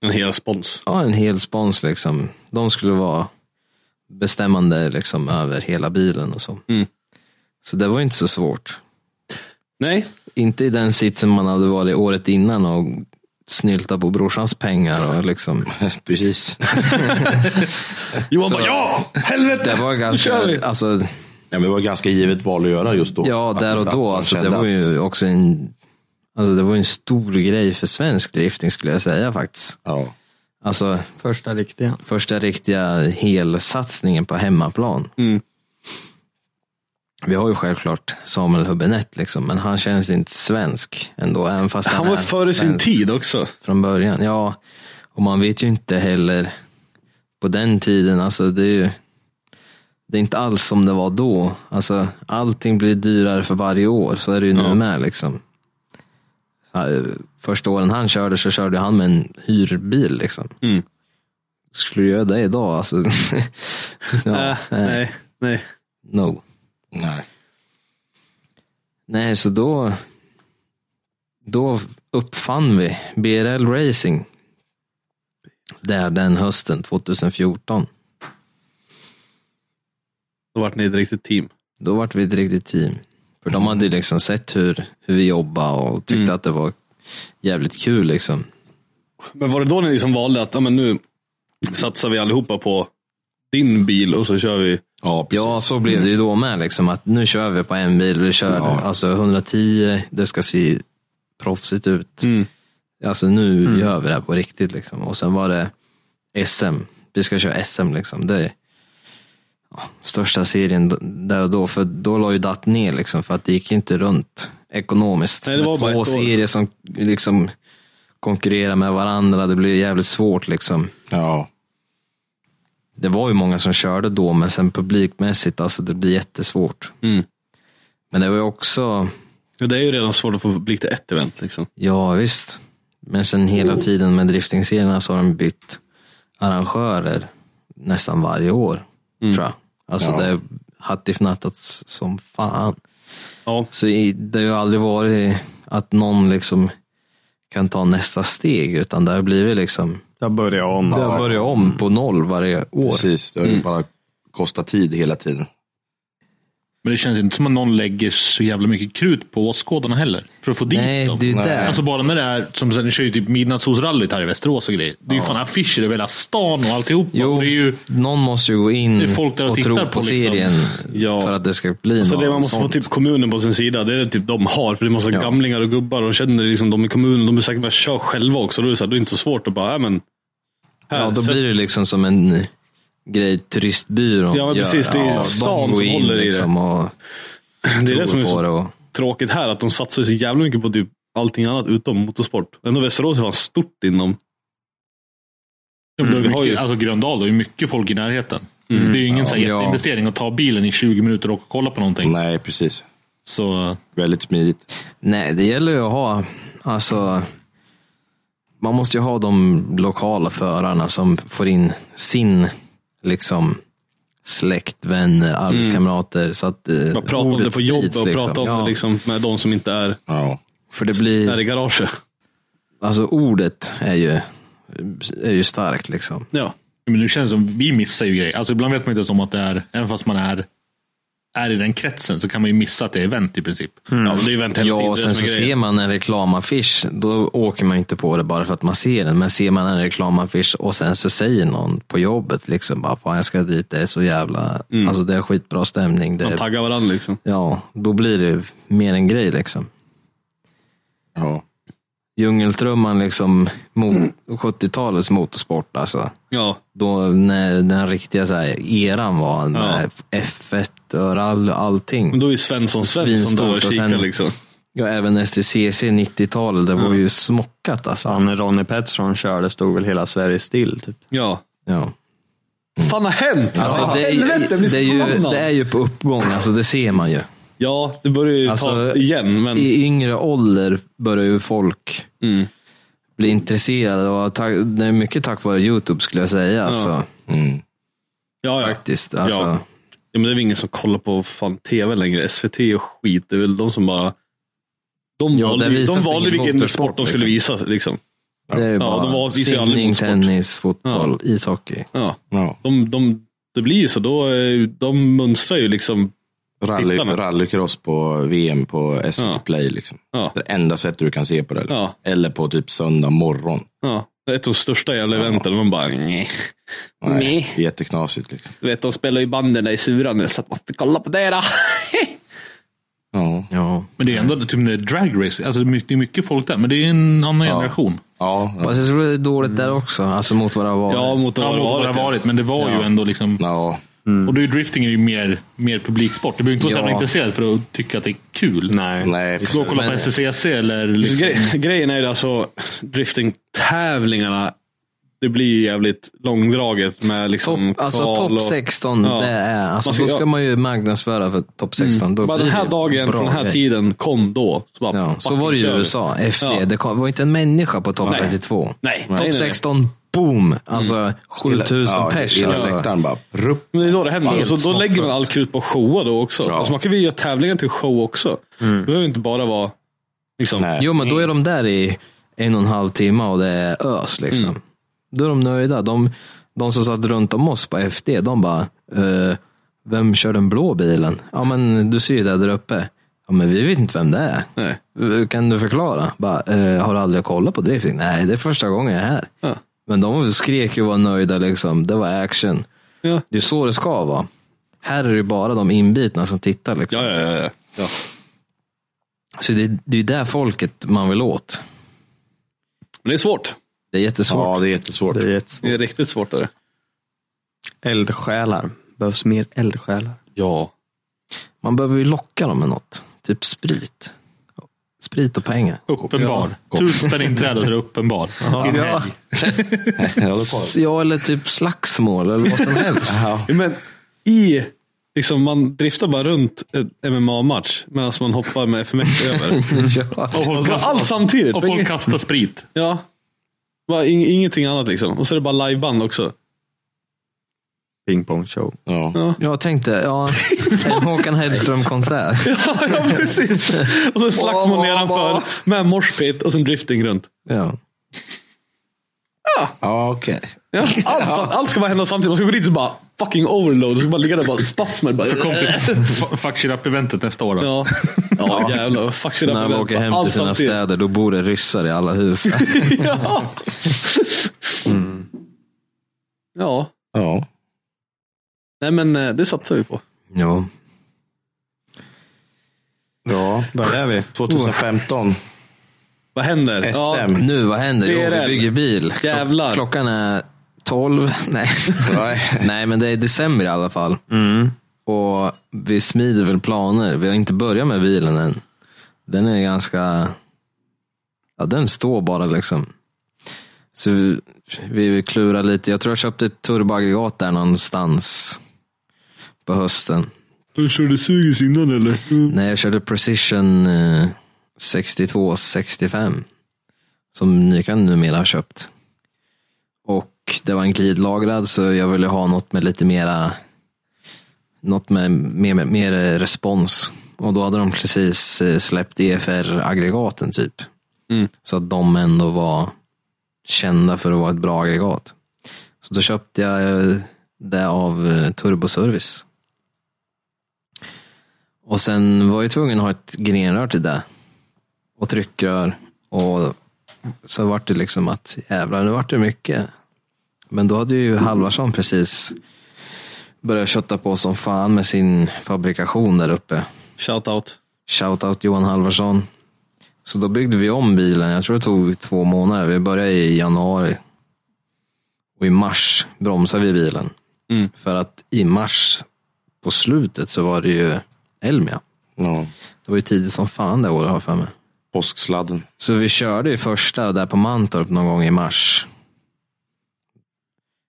[SPEAKER 2] En hel spons.
[SPEAKER 3] Ja, en hel spons liksom. De skulle vara bestämmande liksom över hela bilen och så.
[SPEAKER 2] Mm.
[SPEAKER 3] Så det var ju inte så svårt.
[SPEAKER 2] Nej,
[SPEAKER 3] Inte i den sitsen man hade varit året innan och snylta på brorsans pengar och
[SPEAKER 8] [laughs]
[SPEAKER 3] liksom.
[SPEAKER 8] Precis.
[SPEAKER 2] Johan bara, ja! Helvete!
[SPEAKER 3] Det var
[SPEAKER 2] kör vi!
[SPEAKER 3] ganska, alltså,
[SPEAKER 8] Ja, men det var ett ganska givet val att göra just då.
[SPEAKER 3] Ja, där och
[SPEAKER 8] Att- att
[SPEAKER 3] då.
[SPEAKER 8] man
[SPEAKER 3] Alltså, det
[SPEAKER 8] kände
[SPEAKER 3] var
[SPEAKER 8] att-
[SPEAKER 3] ju också en, alltså, det var ju en stor grej för svensk drifting skulle jag säga faktiskt.
[SPEAKER 8] Ja.
[SPEAKER 3] Alltså
[SPEAKER 6] Första riktiga.
[SPEAKER 3] första riktiga helsatsningen på hemmaplan.
[SPEAKER 8] Mm.
[SPEAKER 3] Vi har ju självklart Samuel Hubinett, liksom, men han känns inte svensk ändå. Även fast han,
[SPEAKER 2] Han var
[SPEAKER 3] är
[SPEAKER 2] före sin
[SPEAKER 3] svensk
[SPEAKER 2] tid också.
[SPEAKER 3] Från början, ja. Och man vet ju inte heller på den tiden, alltså det är ju det är inte alls som det var då. Alltså, allting blir dyrare för varje år, så är det ju nu med. Liksom. Ja, eh, Första åren han körde så körde han med en hyrbil. Liksom.
[SPEAKER 2] Mm.
[SPEAKER 3] Skulle du göra det idag? Alltså, [laughs] ja,
[SPEAKER 2] Äh, nej, nej.
[SPEAKER 3] No.
[SPEAKER 8] Nej.
[SPEAKER 3] Nej, så då, då uppfann vi BRL Racing. Där den hösten 2014.
[SPEAKER 2] Då vart ni ett riktigt team.
[SPEAKER 3] Då vart vi ett riktigt team. För
[SPEAKER 11] Mm.
[SPEAKER 3] de hade ju liksom sett hur, hur vi jobbade och tyckte att det var jävligt kul liksom.
[SPEAKER 2] Men var det då ni liksom valde att ja, men nu satsar vi allihopa på din bil och så kör vi?
[SPEAKER 8] Ja, precis.
[SPEAKER 3] Ja, så blev det ju då med liksom att nu kör vi på en bil, vi kör
[SPEAKER 8] Ja.
[SPEAKER 3] alltså 110, det ska se proffsigt ut.
[SPEAKER 2] Mm.
[SPEAKER 3] Alltså nu gör vi det här på riktigt liksom. Och sen var det SM, vi ska köra SM liksom. Det är ja, största serien d- där och då, för då la ju DAT ner liksom för att det gick inte runt ekonomiskt.
[SPEAKER 2] Nej, det
[SPEAKER 3] Med
[SPEAKER 2] var bara
[SPEAKER 3] två
[SPEAKER 2] ett år.
[SPEAKER 3] serier som liksom konkurrerar med varandra, det blir jävligt svårt liksom
[SPEAKER 8] ja.
[SPEAKER 3] det var ju många som körde då, men sen publikmässigt, alltså det blir jättesvårt.
[SPEAKER 2] Mm.
[SPEAKER 3] Men det var ju också,
[SPEAKER 2] Ja, Det är ju redan svårt att få publik till ett event. Liksom.
[SPEAKER 3] ja visst, men sen hela tiden med driftingserierna så har de bytt arrangörer nästan varje år, tror jag. Alltså
[SPEAKER 8] Ja.
[SPEAKER 3] det har hattifnattats som fan.
[SPEAKER 2] Ja.
[SPEAKER 3] Så i, det har ju aldrig varit att någon liksom kan ta nästa steg, utan det har blivit liksom,
[SPEAKER 6] Jag börjar om.
[SPEAKER 11] Mm.
[SPEAKER 3] det har börjat om Mm. på noll varje år.
[SPEAKER 8] Precis, det har ju bara kostat tid hela tiden.
[SPEAKER 11] Men det känns inte som att någon lägger så jävla mycket krut på åskådarna heller. För att få dit
[SPEAKER 3] Nej,
[SPEAKER 11] dem.
[SPEAKER 3] det är ju det.
[SPEAKER 11] Alltså bara när det är, som sen, ni kör ju typ midnattsolsrallyt här i Västerås och grejer. Det är ju fan affischer över hela stan och alltihopa.
[SPEAKER 3] Jo,
[SPEAKER 11] Och det är ju,
[SPEAKER 3] någon måste ju gå
[SPEAKER 11] Det
[SPEAKER 3] in
[SPEAKER 11] är folk där och
[SPEAKER 3] och
[SPEAKER 11] tittar
[SPEAKER 3] tro
[SPEAKER 11] på
[SPEAKER 3] på,
[SPEAKER 11] liksom.
[SPEAKER 3] serien
[SPEAKER 2] Ja.
[SPEAKER 3] för att det ska bli
[SPEAKER 2] Så
[SPEAKER 3] något
[SPEAKER 2] det man måste få
[SPEAKER 3] sånt.
[SPEAKER 2] typ kommunen på sin sida, det är det typ de har. För det är massa gamlingar och gubbar och känner liksom de i kommunen. De är säkert bara kör själva också. Då är det, så här, då är det inte så svårt att bara, ja men. Här,
[SPEAKER 3] ja, då
[SPEAKER 2] sätt-
[SPEAKER 3] blir det liksom som en grej turistbyrån
[SPEAKER 2] Ja, men precis, det är
[SPEAKER 3] de
[SPEAKER 2] stan
[SPEAKER 3] går
[SPEAKER 2] som
[SPEAKER 3] in
[SPEAKER 2] håller i det.
[SPEAKER 3] liksom Och,
[SPEAKER 2] [laughs] Det är det som är
[SPEAKER 3] tror på
[SPEAKER 2] så
[SPEAKER 3] det. Och,
[SPEAKER 2] tråkigt här, att de satsar så jävla mycket på typ allting annat utom motorsport. Ändå Västerås är fan stort inom...
[SPEAKER 12] Mm,
[SPEAKER 2] vi har ju-
[SPEAKER 12] mycket, alltså Gröndal, det är ju mycket folk i närheten.
[SPEAKER 2] Mm.
[SPEAKER 12] Det är ju ingen så här
[SPEAKER 3] ja.
[SPEAKER 12] jätteinvestering att ta bilen i 20 minuter och åka och kolla på någonting.
[SPEAKER 13] Nej, precis.
[SPEAKER 12] Så
[SPEAKER 13] Väldigt smidigt.
[SPEAKER 3] nej, det gäller ju att ha, alltså, man måste ju ha de lokala förarna som får in sin, liksom, släkt, vänner, arbetskamrater. Så att, eh,
[SPEAKER 2] Man pratar Mm. om
[SPEAKER 3] ordet
[SPEAKER 2] det på jobbet
[SPEAKER 3] sprids,
[SPEAKER 2] och
[SPEAKER 3] liksom.
[SPEAKER 2] pratar om
[SPEAKER 3] Ja,
[SPEAKER 2] det liksom med de som inte är
[SPEAKER 13] Ja.
[SPEAKER 3] För det blir...
[SPEAKER 2] där i garaget.
[SPEAKER 3] alltså ordet är ju, är ju starkt liksom.
[SPEAKER 2] Ja.
[SPEAKER 12] Men nu känns det som vi missar ju grejer. Alltså ibland vet man inte som att det är, även fast man är, är i den kretsen så kan man ju missa att det är event i princip.
[SPEAKER 2] Ja, men det är ju vänt hela
[SPEAKER 3] Ja,
[SPEAKER 2] tiden.
[SPEAKER 3] och
[SPEAKER 2] Det är
[SPEAKER 3] sen
[SPEAKER 2] det
[SPEAKER 3] så
[SPEAKER 2] som är grejen.
[SPEAKER 3] ser man en reklamaffisch, då åker man ju inte på det bara för att man ser den. Men ser man en reklamaffisch och sen så säger någon på jobbet liksom bara, fan jag ska dit, det är så jävla, alltså det är skitbra stämning. Det
[SPEAKER 2] Mm. Man
[SPEAKER 3] är,
[SPEAKER 2] taggar varandra liksom.
[SPEAKER 3] ja, då blir det mer en grej liksom.
[SPEAKER 13] ja.
[SPEAKER 3] Djungeltrumman liksom,
[SPEAKER 2] [clears throat]
[SPEAKER 3] mot, 70-talets motorsport alltså.
[SPEAKER 2] Ja,
[SPEAKER 3] Då när den riktiga så här, eran var, när F1 och all, allting.
[SPEAKER 2] men då är ju Svensson Svensson där och
[SPEAKER 3] Svinstort och
[SPEAKER 2] kikar
[SPEAKER 3] sen-
[SPEAKER 2] liksom.
[SPEAKER 3] Ja, även STCC 90-talet, det var ju smockat alltså.
[SPEAKER 8] Ja, när Ronnie Pettersson körde stod väl hela Sverige still. Typ.
[SPEAKER 2] Ja.
[SPEAKER 3] Ja.
[SPEAKER 2] Vad fan har hänt?
[SPEAKER 3] Alltså,
[SPEAKER 2] Ja.
[SPEAKER 3] det, är ju,
[SPEAKER 2] Helvete, jag blir
[SPEAKER 3] det, är ju,
[SPEAKER 2] förbannad.
[SPEAKER 3] det är ju på uppgång, alltså, det ser man ju.
[SPEAKER 2] Ja, det börjar ju
[SPEAKER 3] Alltså,
[SPEAKER 2] ta igen, men Mm.
[SPEAKER 3] I yngre ålder börjar ju folk bli intresserade. Och tack, det är mycket tack vare YouTube skulle jag säga. Alltså,
[SPEAKER 2] ja, ja.
[SPEAKER 3] faktiskt. Alltså,
[SPEAKER 2] Ja. Ja, men det är väl ingen som kollar på fan tv längre. SVT och skit. Det är väl de som bara... De
[SPEAKER 3] Ja,
[SPEAKER 2] valde,
[SPEAKER 3] där visas
[SPEAKER 2] de
[SPEAKER 3] det
[SPEAKER 2] valde
[SPEAKER 3] ingen
[SPEAKER 2] vilken
[SPEAKER 3] motorsport,
[SPEAKER 2] sport de skulle visa. Liksom.
[SPEAKER 3] Det är ju
[SPEAKER 2] Ja, de var-
[SPEAKER 3] bara
[SPEAKER 2] vi ser aldrig
[SPEAKER 3] simning,
[SPEAKER 2] motorsport.
[SPEAKER 3] tennis, fotboll, ishockey.
[SPEAKER 2] Ja.
[SPEAKER 13] ja.
[SPEAKER 2] De, de, det blir ju så. Då, eh, de mönstrar ju liksom...
[SPEAKER 13] Rally,
[SPEAKER 2] Tittarna.
[SPEAKER 13] rallycross på VM på SVT
[SPEAKER 2] Ja.
[SPEAKER 13] Play. Liksom.
[SPEAKER 2] Ja.
[SPEAKER 13] Det enda sättet du kan se på det.
[SPEAKER 2] Ja.
[SPEAKER 13] Eller på typ söndag morgon.
[SPEAKER 2] Ja, det är ett av de största jävla eventen. Man bara... Nej.
[SPEAKER 13] Nej,
[SPEAKER 2] Nej.
[SPEAKER 13] det är jätteknasigt. Liksom.
[SPEAKER 2] Du vet, de spelar ju banden där i surande så att man måste kolla på det då. [laughs]
[SPEAKER 13] Ja.
[SPEAKER 3] Ja.
[SPEAKER 12] Men det är ändå typ när det är drag race. Alltså det är mycket- det är mycket folk där, men det är en annan generation.
[SPEAKER 13] Ja.
[SPEAKER 3] Fast alltså, jag tror det är dåligt där också, alltså mot vad det har varit.
[SPEAKER 2] Ja, mot
[SPEAKER 12] Ja,
[SPEAKER 2] vad
[SPEAKER 12] mot vad det har
[SPEAKER 2] ja. Mm.
[SPEAKER 12] varit, men det var ju ändå liksom.
[SPEAKER 13] ja.
[SPEAKER 12] Och då är ju driftingen ju mer, mer publiksport. Du behöver inte vara så jävla
[SPEAKER 3] Ja.
[SPEAKER 12] intresserad för att tycka att det är kul.
[SPEAKER 8] Nej.
[SPEAKER 13] Nej,
[SPEAKER 12] Gå och kolla på STCC eller liksom.
[SPEAKER 2] Gre- Grejen är ju alltså driftingtävlingarna. Det blir ju jävligt långdraget med liksom
[SPEAKER 3] Topp, alltså
[SPEAKER 2] kval
[SPEAKER 3] topp
[SPEAKER 2] och-
[SPEAKER 3] 16,
[SPEAKER 2] Ja.
[SPEAKER 3] det är, alltså,
[SPEAKER 2] Man ska-
[SPEAKER 3] då ska
[SPEAKER 2] ja.
[SPEAKER 3] man ju marknadsföra för topp 16. Då
[SPEAKER 2] Bara
[SPEAKER 3] blir
[SPEAKER 2] den här
[SPEAKER 3] det
[SPEAKER 2] dagen
[SPEAKER 3] bra
[SPEAKER 2] från den här
[SPEAKER 3] grej.
[SPEAKER 2] tiden kom då. Så, bara,
[SPEAKER 3] Ja, så
[SPEAKER 2] fucking
[SPEAKER 3] var det ju
[SPEAKER 2] kör
[SPEAKER 3] i
[SPEAKER 2] vi.
[SPEAKER 3] USA, FD.
[SPEAKER 2] Ja.
[SPEAKER 3] Det kom, var inte en människa på topp
[SPEAKER 2] Nej.
[SPEAKER 3] 32.
[SPEAKER 2] Nej, Mm. nej, nej,
[SPEAKER 3] Topp
[SPEAKER 2] nej.
[SPEAKER 3] 16, boom! Alltså 7000
[SPEAKER 13] ja,
[SPEAKER 3] pers.
[SPEAKER 13] Hela
[SPEAKER 3] Alltså.
[SPEAKER 13] sektorn bara. Rupp.
[SPEAKER 2] Men det är då det händer.
[SPEAKER 3] Helt
[SPEAKER 2] Så då
[SPEAKER 3] smockfullt.
[SPEAKER 2] lägger man allt krut på showa då också.
[SPEAKER 13] Ja.
[SPEAKER 2] Alltså man kan ju göra tävlingar till show också. Det behöver inte bara vara liksom,
[SPEAKER 13] Nej.
[SPEAKER 3] Jo, men då är de där i en och en halv timme och det är ös liksom.
[SPEAKER 2] Mm.
[SPEAKER 3] Då är de nöjda. De, de som satt runt om oss på FD, de bara, eh, vem kör den blå bilen? Ja, men du ser ju det där uppe. Ja, men vi vet inte vem det är.
[SPEAKER 2] Nej.
[SPEAKER 3] Eh, Kan du förklara? Bara, eh, har du aldrig kollat på drifting? Nej, det är första gången jag är här.
[SPEAKER 2] Ja.
[SPEAKER 3] Men de skrek ju och var nöjda liksom. Det var action.
[SPEAKER 2] Ja.
[SPEAKER 3] Det är så det ska vara. Här är det bara de inbitna som tittar. Liksom.
[SPEAKER 2] Ja, ja, ja, ja. ja.
[SPEAKER 3] Så det, det är där folket man vill åt.
[SPEAKER 2] Men det är svårt.
[SPEAKER 3] Det är jättesvårt.
[SPEAKER 13] Ja, det är jättesvårt.
[SPEAKER 8] Det är ett
[SPEAKER 2] Det är riktigt svårt. Där.
[SPEAKER 8] eldsjälar. Behövs mer eldsjälar.
[SPEAKER 2] Ja.
[SPEAKER 3] Man behöver ju locka dem med något. Typ sprit. Sprit och pengar.
[SPEAKER 12] Uppenbar. Tusen
[SPEAKER 3] [laughs]
[SPEAKER 12] spänn inträde och så är det
[SPEAKER 2] [laughs]
[SPEAKER 12] uppenbar. Ja.
[SPEAKER 3] S- Ja, eller typ slagsmål eller vad
[SPEAKER 13] [laughs]
[SPEAKER 3] som helst.
[SPEAKER 2] Men i, liksom, man driftar bara runt en MMA-match medan man hoppar med [laughs] FMX över.
[SPEAKER 12] Och folk
[SPEAKER 2] Alltså,
[SPEAKER 12] kastar,
[SPEAKER 2] allt samtidigt.
[SPEAKER 12] och folk kastar sprit.
[SPEAKER 2] Ja. Bara ing- ingenting annat liksom. Och så är det bara liveband också.
[SPEAKER 8] Pingpongshow.
[SPEAKER 13] Ja.
[SPEAKER 3] Jag tänkte, ja, en Håkan Hellström-konsert.
[SPEAKER 13] [laughs]
[SPEAKER 2] [laughs] ja, precis. Och så slagsmål nedanför med morspit och sen drifting runt.
[SPEAKER 3] Ja.
[SPEAKER 13] Ja, okej.
[SPEAKER 2] Ja, allt, sa- allt ska bara hända samtidigt. Man ska gå dit och bara fucking overload. Så ska bara ligga där och bara spasmer. Bara,
[SPEAKER 12] Så kom till F- Fuck shit up-eventet nästa år. Då.
[SPEAKER 2] [laughs] ja. ja, jävlar. vad Fuck shit
[SPEAKER 3] När
[SPEAKER 2] up
[SPEAKER 3] de
[SPEAKER 2] event.
[SPEAKER 3] åker hem till
[SPEAKER 2] Allt
[SPEAKER 3] sina
[SPEAKER 2] samtidigt.
[SPEAKER 3] städer, då bor det ryssar i alla hus.
[SPEAKER 2] [laughs] ja.
[SPEAKER 3] Mm.
[SPEAKER 2] ja,
[SPEAKER 13] Ja.
[SPEAKER 2] nej men eh, det satsar vi på.
[SPEAKER 3] Ja.
[SPEAKER 13] ja.
[SPEAKER 8] Där är vi.
[SPEAKER 13] 2015.
[SPEAKER 2] Vad händer? Ja,
[SPEAKER 13] SM.
[SPEAKER 3] Nu, vad händer? Jo,
[SPEAKER 2] BRL.
[SPEAKER 3] vi bygger bil. Klock-
[SPEAKER 2] Jävlar.
[SPEAKER 3] [laughs] Klockan är 12. Nej. Nej, men det är december i alla fall. Och vi smider väl planer. Vi har inte börjat med bilen än. Den är ganska, ja den står bara liksom. Så vi, vi klurar lite. Jag tror jag köpte ett turboaggregat där någonstans på hösten.
[SPEAKER 2] Du körde Sugis innan eller?
[SPEAKER 3] Nej, jag körde Precision eh, 62-65. Som ni kan numera ha köpt. Och det var en glidlagrad så jag ville ha något med lite mera något med mer, mer, mer respons. Och då hade de precis eh, släppt EFR-aggregaten typ. Så att de ändå var kända för att vara ett bra aggregat. Så då köpte jag eh, det av eh, Turboservice. Och sen var jag tvungen att ha ett grenrör till det. Och tryckrör. Och så vart det liksom att jävlar, nu vart det mycket. Men då hade ju Halvarsson precis börjat kötta på som fan med sin fabrikation där uppe.
[SPEAKER 2] Shoutout.
[SPEAKER 3] Shoutout Johan Halvarsson. Så då byggde vi om bilen. Jag tror det tog två månader. Vi började i januari. Och i mars bromsade vi bilen. För att i mars på slutet så var det ju Elmia.
[SPEAKER 14] Ja,
[SPEAKER 3] Det var ju tidigt som fan det året har jag för mig.
[SPEAKER 14] påsksladden.
[SPEAKER 3] Så vi körde ju första där på Mantorp någon gång i mars.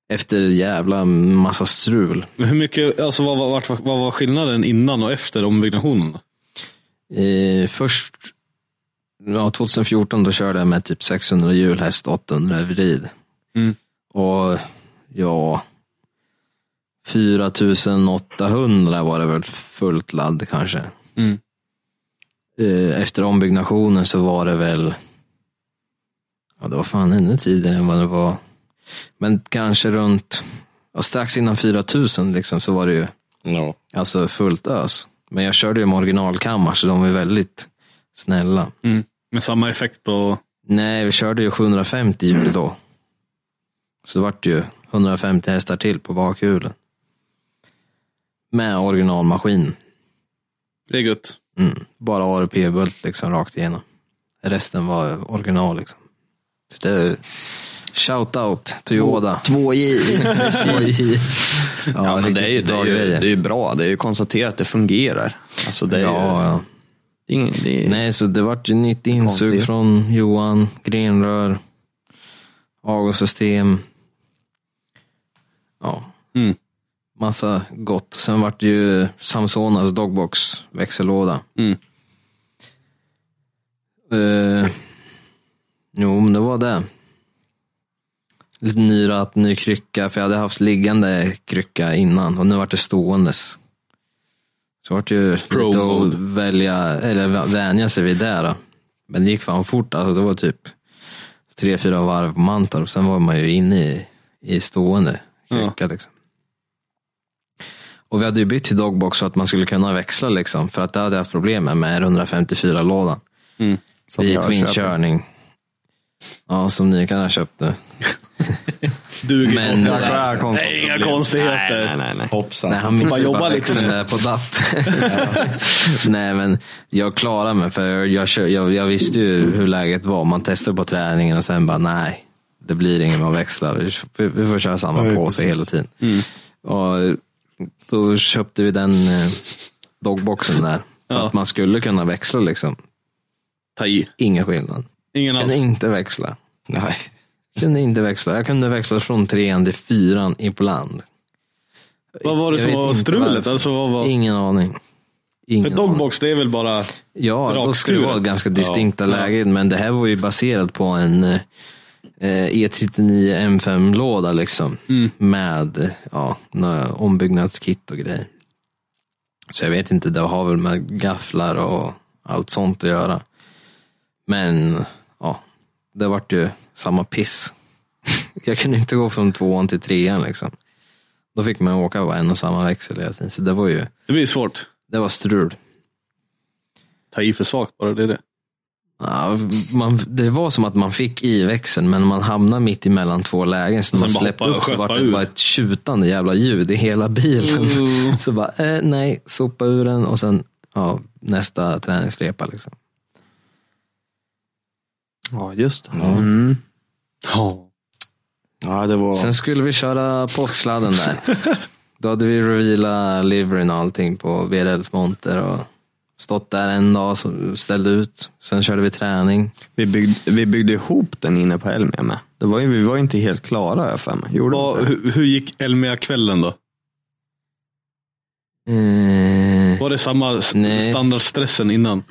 [SPEAKER 3] Efter jävla massa strul.
[SPEAKER 2] Men hur mycket, alltså vad, vad, vad, vad var skillnaden innan och efter ombyggnationen? då?
[SPEAKER 3] Eh, först, ja, 2014 då körde jag med typ 600 hjulhäst, 800 vrid.
[SPEAKER 2] Mm.
[SPEAKER 3] Och ja, 4800 var det väl fullt ladd kanske.
[SPEAKER 2] Mm.
[SPEAKER 3] Eh, efter ombyggnationen så var det väl, ja det var fan ännu tidigare än vad det var. Men kanske runt, ja, strax innan 4000 liksom så var det ju
[SPEAKER 14] Ja.
[SPEAKER 3] Alltså fullt ös. Men jag körde ju med originalkammar så de var ju väldigt snälla.
[SPEAKER 2] Med samma effekt och...
[SPEAKER 3] Nej, vi körde ju 750 hjul då. Så det vart ju 150 hästar till på bakhjulen. Med originalmaskin.
[SPEAKER 2] Det är gött.
[SPEAKER 3] Mm. Bara ARP-bult liksom rakt igenom. Resten var original liksom. Så det, shout out Toyota.
[SPEAKER 8] Två J.
[SPEAKER 3] [laughs] Ja,
[SPEAKER 8] Ja, men det
[SPEAKER 3] riktigt
[SPEAKER 8] är, ju,
[SPEAKER 3] bra
[SPEAKER 8] det, är ju, det
[SPEAKER 3] grejer.
[SPEAKER 8] är ju bra. Det är ju konstaterat att det fungerar. Alltså det är
[SPEAKER 3] ja,
[SPEAKER 8] ju,
[SPEAKER 3] ja.
[SPEAKER 8] det är ingen, det är,
[SPEAKER 3] Nej, så det vart ju nytt insug
[SPEAKER 8] Konstigt.
[SPEAKER 3] från Johan, grenrör, avgassystem. Ja.
[SPEAKER 2] Mm.
[SPEAKER 3] Massa gott. Sen vart det ju Samsonas dogbox växellåda.
[SPEAKER 2] Mm.
[SPEAKER 3] Eh, jo, men det var det. Lite ny ratt, ny krycka, för jag hade haft liggande krycka innan och nu vart det ståendes. Så vart det ju lite att
[SPEAKER 2] Pro-mode.
[SPEAKER 3] välja, eller vä- vänja sig vid det då. Men det gick fan fort, alltså det var typ tre, fyra varv på Mantorp, sen var man ju inne i, i stående krycka liksom. Och vi hade ju bytt till dogbox så att man skulle kunna växla liksom, för att det hade jag haft problem med, med 154-lådan.
[SPEAKER 8] som
[SPEAKER 3] Vid
[SPEAKER 8] jag köper.
[SPEAKER 3] twin-körning. Ja, som ni kan ha köpt nu.
[SPEAKER 2] Duger
[SPEAKER 3] Men-
[SPEAKER 8] Tack för det här
[SPEAKER 2] Det är inga konstigheter.
[SPEAKER 8] Nej, nej, nej.
[SPEAKER 14] Hoppsan.
[SPEAKER 3] Nej, han missade
[SPEAKER 2] jobba
[SPEAKER 3] bara
[SPEAKER 2] lite
[SPEAKER 3] växeln
[SPEAKER 2] med.
[SPEAKER 3] där
[SPEAKER 2] [laughs]
[SPEAKER 3] på datt. Nej, men jag klarade mig för jag, jag, kö- jag, jag visste ju hur läget var. Man testade på träningen och sen bara nej, det blir ingen man växlar. Vi, vi, vi får köra samma påse hela tiden.
[SPEAKER 2] Mm.
[SPEAKER 3] Och då köpte vi den eh, dogboxen där. För
[SPEAKER 2] Ja.
[SPEAKER 3] att man skulle kunna växla liksom.
[SPEAKER 2] Ta i.
[SPEAKER 3] Ingen skillnad.
[SPEAKER 2] Ingen
[SPEAKER 3] Jag
[SPEAKER 2] alls.
[SPEAKER 3] kunde inte växla.
[SPEAKER 14] Nej.
[SPEAKER 3] Jag kunde inte växla. Jag kunde växla från trean till fyran ibland.
[SPEAKER 2] Vad var det
[SPEAKER 3] Jag
[SPEAKER 2] som
[SPEAKER 3] vet
[SPEAKER 2] var
[SPEAKER 3] inte
[SPEAKER 2] strulet?
[SPEAKER 3] varför.
[SPEAKER 2] Alltså, vad var...
[SPEAKER 3] Ingen aning.
[SPEAKER 2] För
[SPEAKER 3] Ingen aning.
[SPEAKER 2] dogbox, det är väl bara...
[SPEAKER 3] Ja, då skulle det
[SPEAKER 2] rakskuret.
[SPEAKER 3] vara ganska distinkta
[SPEAKER 2] Ja.
[SPEAKER 3] lägen. Men det här var ju baserat på en eh, E39 M5-låda liksom.
[SPEAKER 2] Mm.
[SPEAKER 3] Med ja, några ombyggnadskit och grejer. Så jag vet inte, det har väl med gafflar och allt sånt att göra. Men ja, det vart ju samma piss. [laughs] jag kunde inte gå från tvåan till trean liksom. Då fick man åka på en och samma växel hela tiden. Så det var ju,
[SPEAKER 2] Det blir svårt.
[SPEAKER 3] det var strul.
[SPEAKER 2] Ta i för svagt bara, det är det.
[SPEAKER 3] Ja, man, det var som att man fick i växeln men man hamnade mitt emellan två lägen. Så
[SPEAKER 2] Och
[SPEAKER 3] när man
[SPEAKER 2] sen bara
[SPEAKER 3] släppte
[SPEAKER 2] hoppa-
[SPEAKER 3] upp så
[SPEAKER 2] sköpa
[SPEAKER 3] var det
[SPEAKER 2] ur.
[SPEAKER 3] bara ett tjutande jävla ljud i hela bilen. [laughs] Så bara, eh, nej, sopa ur den och sen ja, nästa träningsrepa. Liksom.
[SPEAKER 8] Ja, just det.
[SPEAKER 14] Ja.
[SPEAKER 8] Mm.
[SPEAKER 14] Ja, det var...
[SPEAKER 2] [laughs]
[SPEAKER 3] Sen skulle vi köra påsksladden där.
[SPEAKER 6] Då hade vi revealat liveryn och allting på VRLs monter och stått där en dag och ställde ut. Sen körde vi träning.
[SPEAKER 8] Vi byggde, vi byggde ihop den inne på Elmia med. Det var ju, vi var ju inte helt klara har jag för mig. Gjorde vi
[SPEAKER 4] Vad,
[SPEAKER 8] inte det?
[SPEAKER 4] hur, hur gick Elmia-kvällen då?
[SPEAKER 6] Eh,
[SPEAKER 4] Var det samma s-
[SPEAKER 6] Nej.
[SPEAKER 4] standardstressen innan?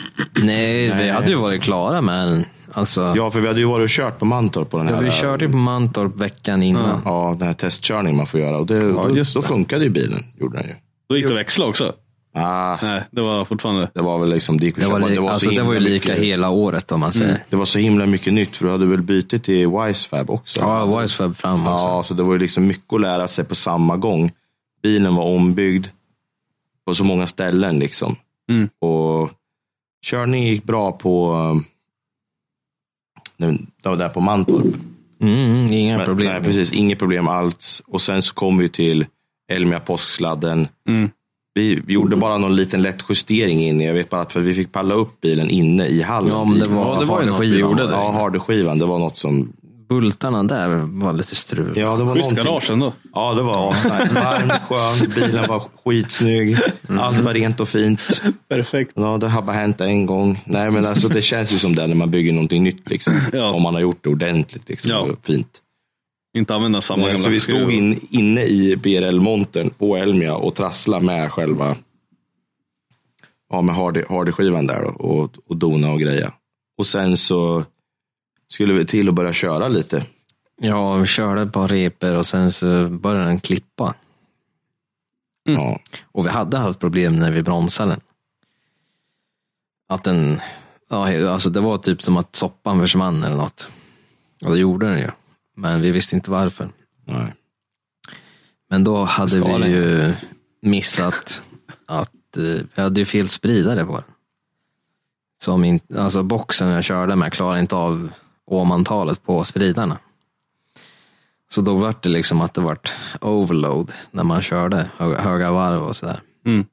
[SPEAKER 6] nej, vi hade ju varit klara med den. Alltså,
[SPEAKER 3] Ja, för vi hade ju varit och kört på Mantorp på den
[SPEAKER 6] ja,
[SPEAKER 3] här.
[SPEAKER 6] vi körde ju på Mantorp veckan innan.
[SPEAKER 3] Ja, den här testkörningen man får göra. Och det, då,
[SPEAKER 8] just
[SPEAKER 3] då funkade ju bilen. Gjorde den ju.
[SPEAKER 4] Då gick det att växla också?
[SPEAKER 3] Ah,
[SPEAKER 4] Nej, det var fortfarande.
[SPEAKER 3] det var väl liksom, det gick att
[SPEAKER 6] Det var,
[SPEAKER 3] köpa.
[SPEAKER 6] li- alltså, det
[SPEAKER 3] himla
[SPEAKER 6] var ju lika eh.
[SPEAKER 3] mycket, Mm.
[SPEAKER 6] hela året om man säger.
[SPEAKER 3] Det var så himla mycket nytt, för du hade väl bytt till Wisefab också?
[SPEAKER 6] Ja, Wisefab fram också.
[SPEAKER 3] Ja, så det var ju liksom mycket att lära sig på samma gång. Bilen var ombyggd på så många ställen liksom.
[SPEAKER 4] Mm.
[SPEAKER 3] Och körningen gick bra på, um, den- det var där på Mantorp.
[SPEAKER 6] Mm, inga
[SPEAKER 3] Men-
[SPEAKER 6] problem.
[SPEAKER 3] Nej, precis. Inget problem alls. Och sen så kom vi till Elmia påsksladden. Vi, vi gjorde bara någon liten lätt justering inne. Jag vet bara att för vi fick palla upp bilen inne i hallen.
[SPEAKER 6] Ja, men det var,
[SPEAKER 8] Ja, det var ju något vi
[SPEAKER 6] skivan.
[SPEAKER 8] gjorde där.
[SPEAKER 3] Ja, hardskivan. Det var något som...
[SPEAKER 6] Bultarna där var lite strul.
[SPEAKER 3] Ja, det var
[SPEAKER 4] Schysst
[SPEAKER 3] någonting-
[SPEAKER 4] garage ändå.
[SPEAKER 3] Ja, det var asnice. Varmt, skönt, bilen var skitsnygg. Allt var rent och fint.
[SPEAKER 4] Perfekt.
[SPEAKER 3] Ja, det har bara hänt en gång. Nej, men alltså det känns ju som det när man bygger någonting nytt. Liksom.
[SPEAKER 4] Ja.
[SPEAKER 3] Om man har gjort det ordentligt liksom,
[SPEAKER 4] Ja.
[SPEAKER 3] och fint.
[SPEAKER 4] Inte använda samma
[SPEAKER 3] Nej, Eh, så vi
[SPEAKER 4] skruv.
[SPEAKER 3] stod in, inne i BRL-montern på Elmia och trasslade med själva ja, med hardy- hardy-skivan där då, och, och dona och greja. Och sen så skulle vi till och börja köra lite.
[SPEAKER 6] Ja, vi körde ett par repor och sen så började den klippa.
[SPEAKER 3] Ja.
[SPEAKER 6] Och vi hade haft problem när vi bromsade den. Att den, ja, he- alltså det var typ som att soppan försvann eller något. Och det gjorde den ju. Men vi visste inte varför.
[SPEAKER 3] Nej.
[SPEAKER 6] Men då hade vi ju missat att eh, vi hade ju fel spridare på den. Som in, alltså boxen jag körde med klarade inte av åmantalet på spridarna. Så då var det liksom att det vart overload när man körde hö- höga varv och sådär.
[SPEAKER 4] Mm.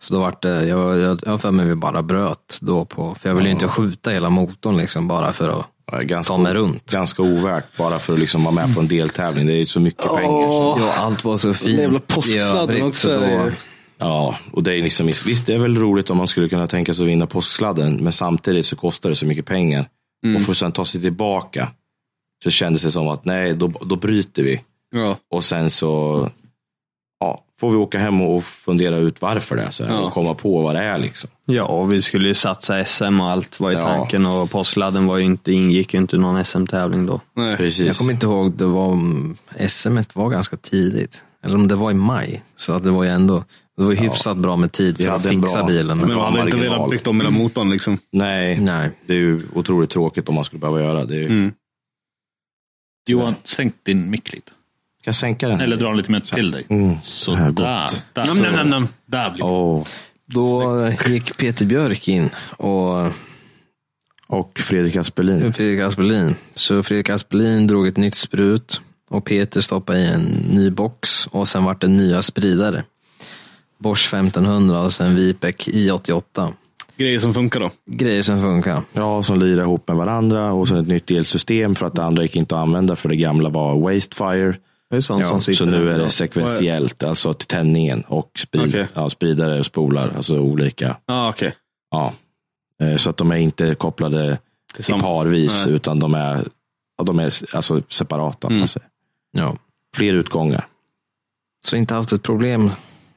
[SPEAKER 6] Så då vart det, jag jag- jag har för mig vi bara bröt då på, för jag ville ju inte skjuta hela motorn liksom bara för att
[SPEAKER 3] Ja, Ganska,
[SPEAKER 6] ta mig runt.
[SPEAKER 3] ganska ovärt bara för att liksom vara med på en deltävling. Det är ju så mycket pengar. Så.
[SPEAKER 6] Ja, allt var så fint
[SPEAKER 4] jävla påsksladden
[SPEAKER 6] i övrigt,
[SPEAKER 4] också
[SPEAKER 6] så
[SPEAKER 4] är
[SPEAKER 6] då,
[SPEAKER 4] ju-
[SPEAKER 3] Ja, och det är liksom, visst det är väl roligt om man skulle kunna tänka sig att vinna påsksladden, men samtidigt så kostar det så mycket pengar. Och för att sen ta sig tillbaka så kändes det som att nej, då, då bryter vi.
[SPEAKER 4] Ja.
[SPEAKER 3] Och sen så ja, får vi åka hem och fundera ut varför det är så här,
[SPEAKER 4] Ja.
[SPEAKER 3] och komma på vad det är. Liksom.
[SPEAKER 8] Ja, och vi skulle ju satsa SM och allt var ju
[SPEAKER 3] Ja.
[SPEAKER 8] tanken och påskladden var ju inte, ingick ju inte i någon SM-tävling då.
[SPEAKER 4] Nej.
[SPEAKER 3] Precis.
[SPEAKER 6] Jag kommer inte ihåg, det var, SM et var ganska tidigt. Eller om det var i maj. Så att det var ju ändå, det var ju hyfsat bra med tid
[SPEAKER 3] Vi
[SPEAKER 6] för att
[SPEAKER 3] hade en
[SPEAKER 6] fixa
[SPEAKER 3] bra-
[SPEAKER 6] bilen.
[SPEAKER 4] Men man hade inte
[SPEAKER 3] marginal.
[SPEAKER 4] velat byggt om hela motorn liksom.
[SPEAKER 3] Nej,
[SPEAKER 6] Nej,
[SPEAKER 3] det är ju otroligt tråkigt om man skulle behöva göra det. Är ju...
[SPEAKER 5] Johan, sänk din mick lite.
[SPEAKER 3] Kan jag sänka den?
[SPEAKER 5] Eller dra den lite mer till dig.
[SPEAKER 3] Mm,
[SPEAKER 5] Så
[SPEAKER 3] det här är
[SPEAKER 5] där.
[SPEAKER 3] gott.
[SPEAKER 5] Där,
[SPEAKER 4] Nam, nam, nam, nam.
[SPEAKER 5] där blir det.
[SPEAKER 3] Åh,
[SPEAKER 6] då gick Peter Björk in och
[SPEAKER 3] Och Fredrik Aspelin.
[SPEAKER 6] Fredrik Aspelin. Så Fredrik Aspelin drog ett nytt sprut och Peter stoppade i en ny box och sen vart det nya spridare. Bosch 1500 och sen Vipec I88.
[SPEAKER 4] Grejer som funkar då.
[SPEAKER 6] Grejer som funkar.
[SPEAKER 3] Ja, som lirar ihop med varandra och sen ett nytt elsystem för att det andra gick inte att använda för det gamla var Wastefire.
[SPEAKER 8] Det är ju sånt som sitter
[SPEAKER 3] så nu
[SPEAKER 8] där.
[SPEAKER 3] är det sekventiellt, alltså till tändningen och sprid,
[SPEAKER 4] Okej.
[SPEAKER 3] ja, spridare och spolar, alltså olika.
[SPEAKER 4] Ja, ah, okej.
[SPEAKER 3] Ja. Eh, Så att de är inte kopplade i
[SPEAKER 2] Liksom.
[SPEAKER 4] Tillsammans.
[SPEAKER 3] parvis
[SPEAKER 4] Nej.
[SPEAKER 3] utan de är, ja, de är alltså, separata. om man
[SPEAKER 4] Mm.
[SPEAKER 3] säger.
[SPEAKER 6] Ja.
[SPEAKER 3] Fler utgångar.
[SPEAKER 6] Så inte haft ett problem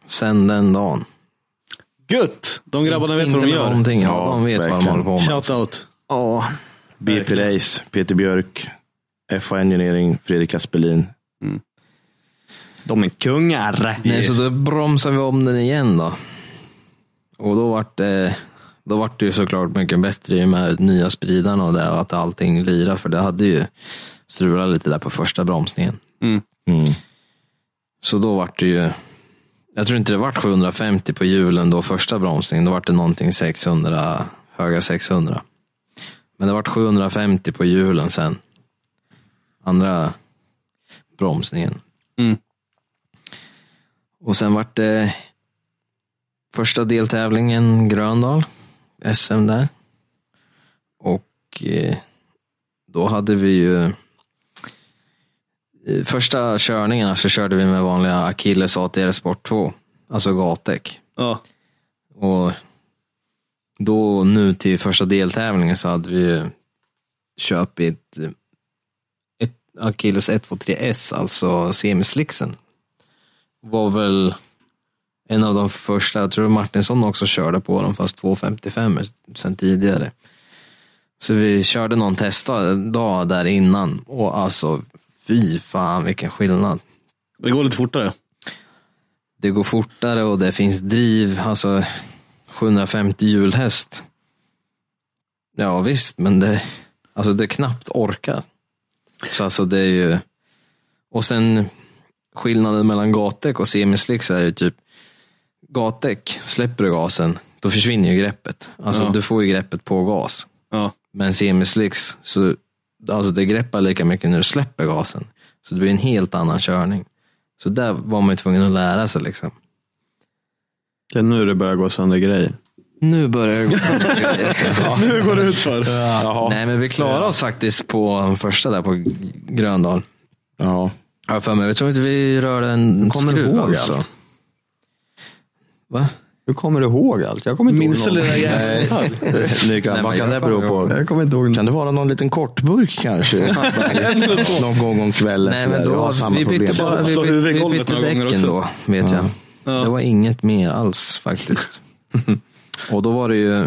[SPEAKER 6] sen den dagen.
[SPEAKER 4] Gött! De grabbarna vet
[SPEAKER 6] inte
[SPEAKER 4] vad de
[SPEAKER 6] med
[SPEAKER 4] gör.
[SPEAKER 6] Någonting. Ja,
[SPEAKER 3] Ja,
[SPEAKER 6] de vet vad de
[SPEAKER 3] verkligen.
[SPEAKER 6] håller på med.
[SPEAKER 4] Shout out.
[SPEAKER 8] Ja,
[SPEAKER 3] BP Race, Peter Björk, FA Engineering, Fredrik Aspelin.
[SPEAKER 8] de är kungar.
[SPEAKER 6] Nej, så då bromsade vi om den igen då. Och då vart det, då vart det ju såklart mycket bättre i och med nya spridarna och det och att allting lirar för det hade ju strulat lite där på första bromsningen. Mm. Så då vart det ju, jag tror inte det vart 750 på hjulen då första bromsningen, då vart det någonting 600, höga 600. Men det vart 750 på hjulen sen. Andra bromsningen. Och sen vart det första deltävlingen Gröndal, SM där. Och eh, då hade vi ju i första körningarna så körde vi med vanliga Achilles ATR Sport 2. Alltså gatdäck.
[SPEAKER 4] Ja.
[SPEAKER 6] Och då nu till första deltävlingen så hade vi ju köpt ett, ett Achilles 123S, alltså semislicksen. Var väl en av de första, jag tror Martinsson också körde på dem, fast 255 sen tidigare. Så vi körde någon testdag där innan och alltså fy fan vilken skillnad.
[SPEAKER 4] Det går lite fortare.
[SPEAKER 6] Det går fortare och det finns driv, alltså 750 hjulhäst. Ja visst, men det, alltså det är knappt orkar. Så alltså det är ju, och sen skillnaden mellan gatdäck och semislicks är ju typ, gatdäck, släpper du gasen, då försvinner ju greppet. Alltså
[SPEAKER 4] Ja.
[SPEAKER 6] du får ju greppet på gas.
[SPEAKER 4] Ja.
[SPEAKER 6] Men semislicks, så, alltså det greppar lika mycket när du släpper gasen. Så det blir en helt annan körning. Så där var man ju tvungen att lära sig liksom.
[SPEAKER 8] Det är nu det börjar gå sönder grejer.
[SPEAKER 6] Nu börjar det gå
[SPEAKER 4] Nu går det utför.
[SPEAKER 6] Nej men vi klarade oss faktiskt på den första där på Gröndal.
[SPEAKER 3] Ja.
[SPEAKER 6] Har jag för mig. Jag tror inte vi rörde en
[SPEAKER 8] Kommer du
[SPEAKER 6] skruv
[SPEAKER 8] ihåg
[SPEAKER 6] alltså.
[SPEAKER 8] allt?
[SPEAKER 6] Va?
[SPEAKER 8] Hur kommer du ihåg allt? Jag kommer inte
[SPEAKER 4] Minns
[SPEAKER 8] ihåg
[SPEAKER 4] du det där
[SPEAKER 8] någonting.
[SPEAKER 4] jävla detalj?
[SPEAKER 3] [laughs] Det kan,
[SPEAKER 6] men
[SPEAKER 3] vad kan det
[SPEAKER 6] jag-
[SPEAKER 3] bero på?
[SPEAKER 8] Jag kommer inte ihåg
[SPEAKER 3] Kan det vara någon liten kortburk kanske? någon gång om kvällen.
[SPEAKER 6] Nej men
[SPEAKER 3] där. Jag har
[SPEAKER 6] då,
[SPEAKER 3] samma
[SPEAKER 6] vi
[SPEAKER 3] problem.
[SPEAKER 6] bytte bara, vi,
[SPEAKER 4] Slå
[SPEAKER 6] bytte-
[SPEAKER 4] huvudet i
[SPEAKER 6] vi
[SPEAKER 4] golvet
[SPEAKER 6] bytte
[SPEAKER 4] några gånger
[SPEAKER 6] däcken
[SPEAKER 4] också.
[SPEAKER 6] då, vet jag. Det var inget mer alls
[SPEAKER 4] [laughs]
[SPEAKER 6] faktiskt. Och då var det ju,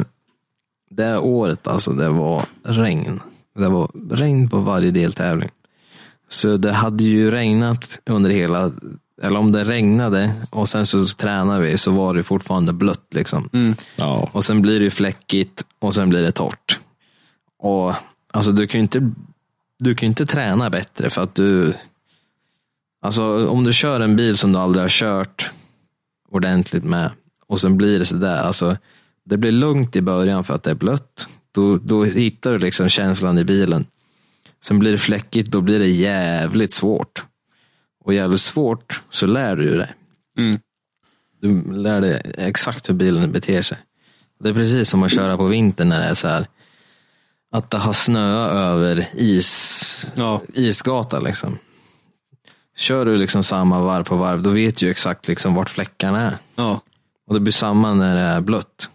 [SPEAKER 6] det året alltså, det var regn. Det var regn på varje deltävling. Så det hade ju regnat under hela, eller om det regnade och sen så tränade vi så var det fortfarande blött liksom.
[SPEAKER 4] Mm.
[SPEAKER 3] Ja.
[SPEAKER 6] Och sen blir det ju fläckigt och sen blir det torrt. Och alltså du kan ju inte, du kan ju inte träna bättre för att du, alltså om du kör en bil som du aldrig har kört ordentligt med och sen blir det sådär, alltså det blir lugnt i början för att det är blött. Då, då hittar du liksom känslan i bilen. Sen blir det fläckigt, då blir det jävligt svårt. Och jävligt svårt så lär du ju dig. Du lär dig exakt hur bilen beter sig. Det är precis som att köra på vintern när det är så här. Att det har snöat över is,
[SPEAKER 4] Ja.
[SPEAKER 6] isgata liksom. Kör du liksom samma varv på varv, då vet du ju exakt liksom vart fläckarna är.
[SPEAKER 4] Ja.
[SPEAKER 6] Och det blir samma när det är blött.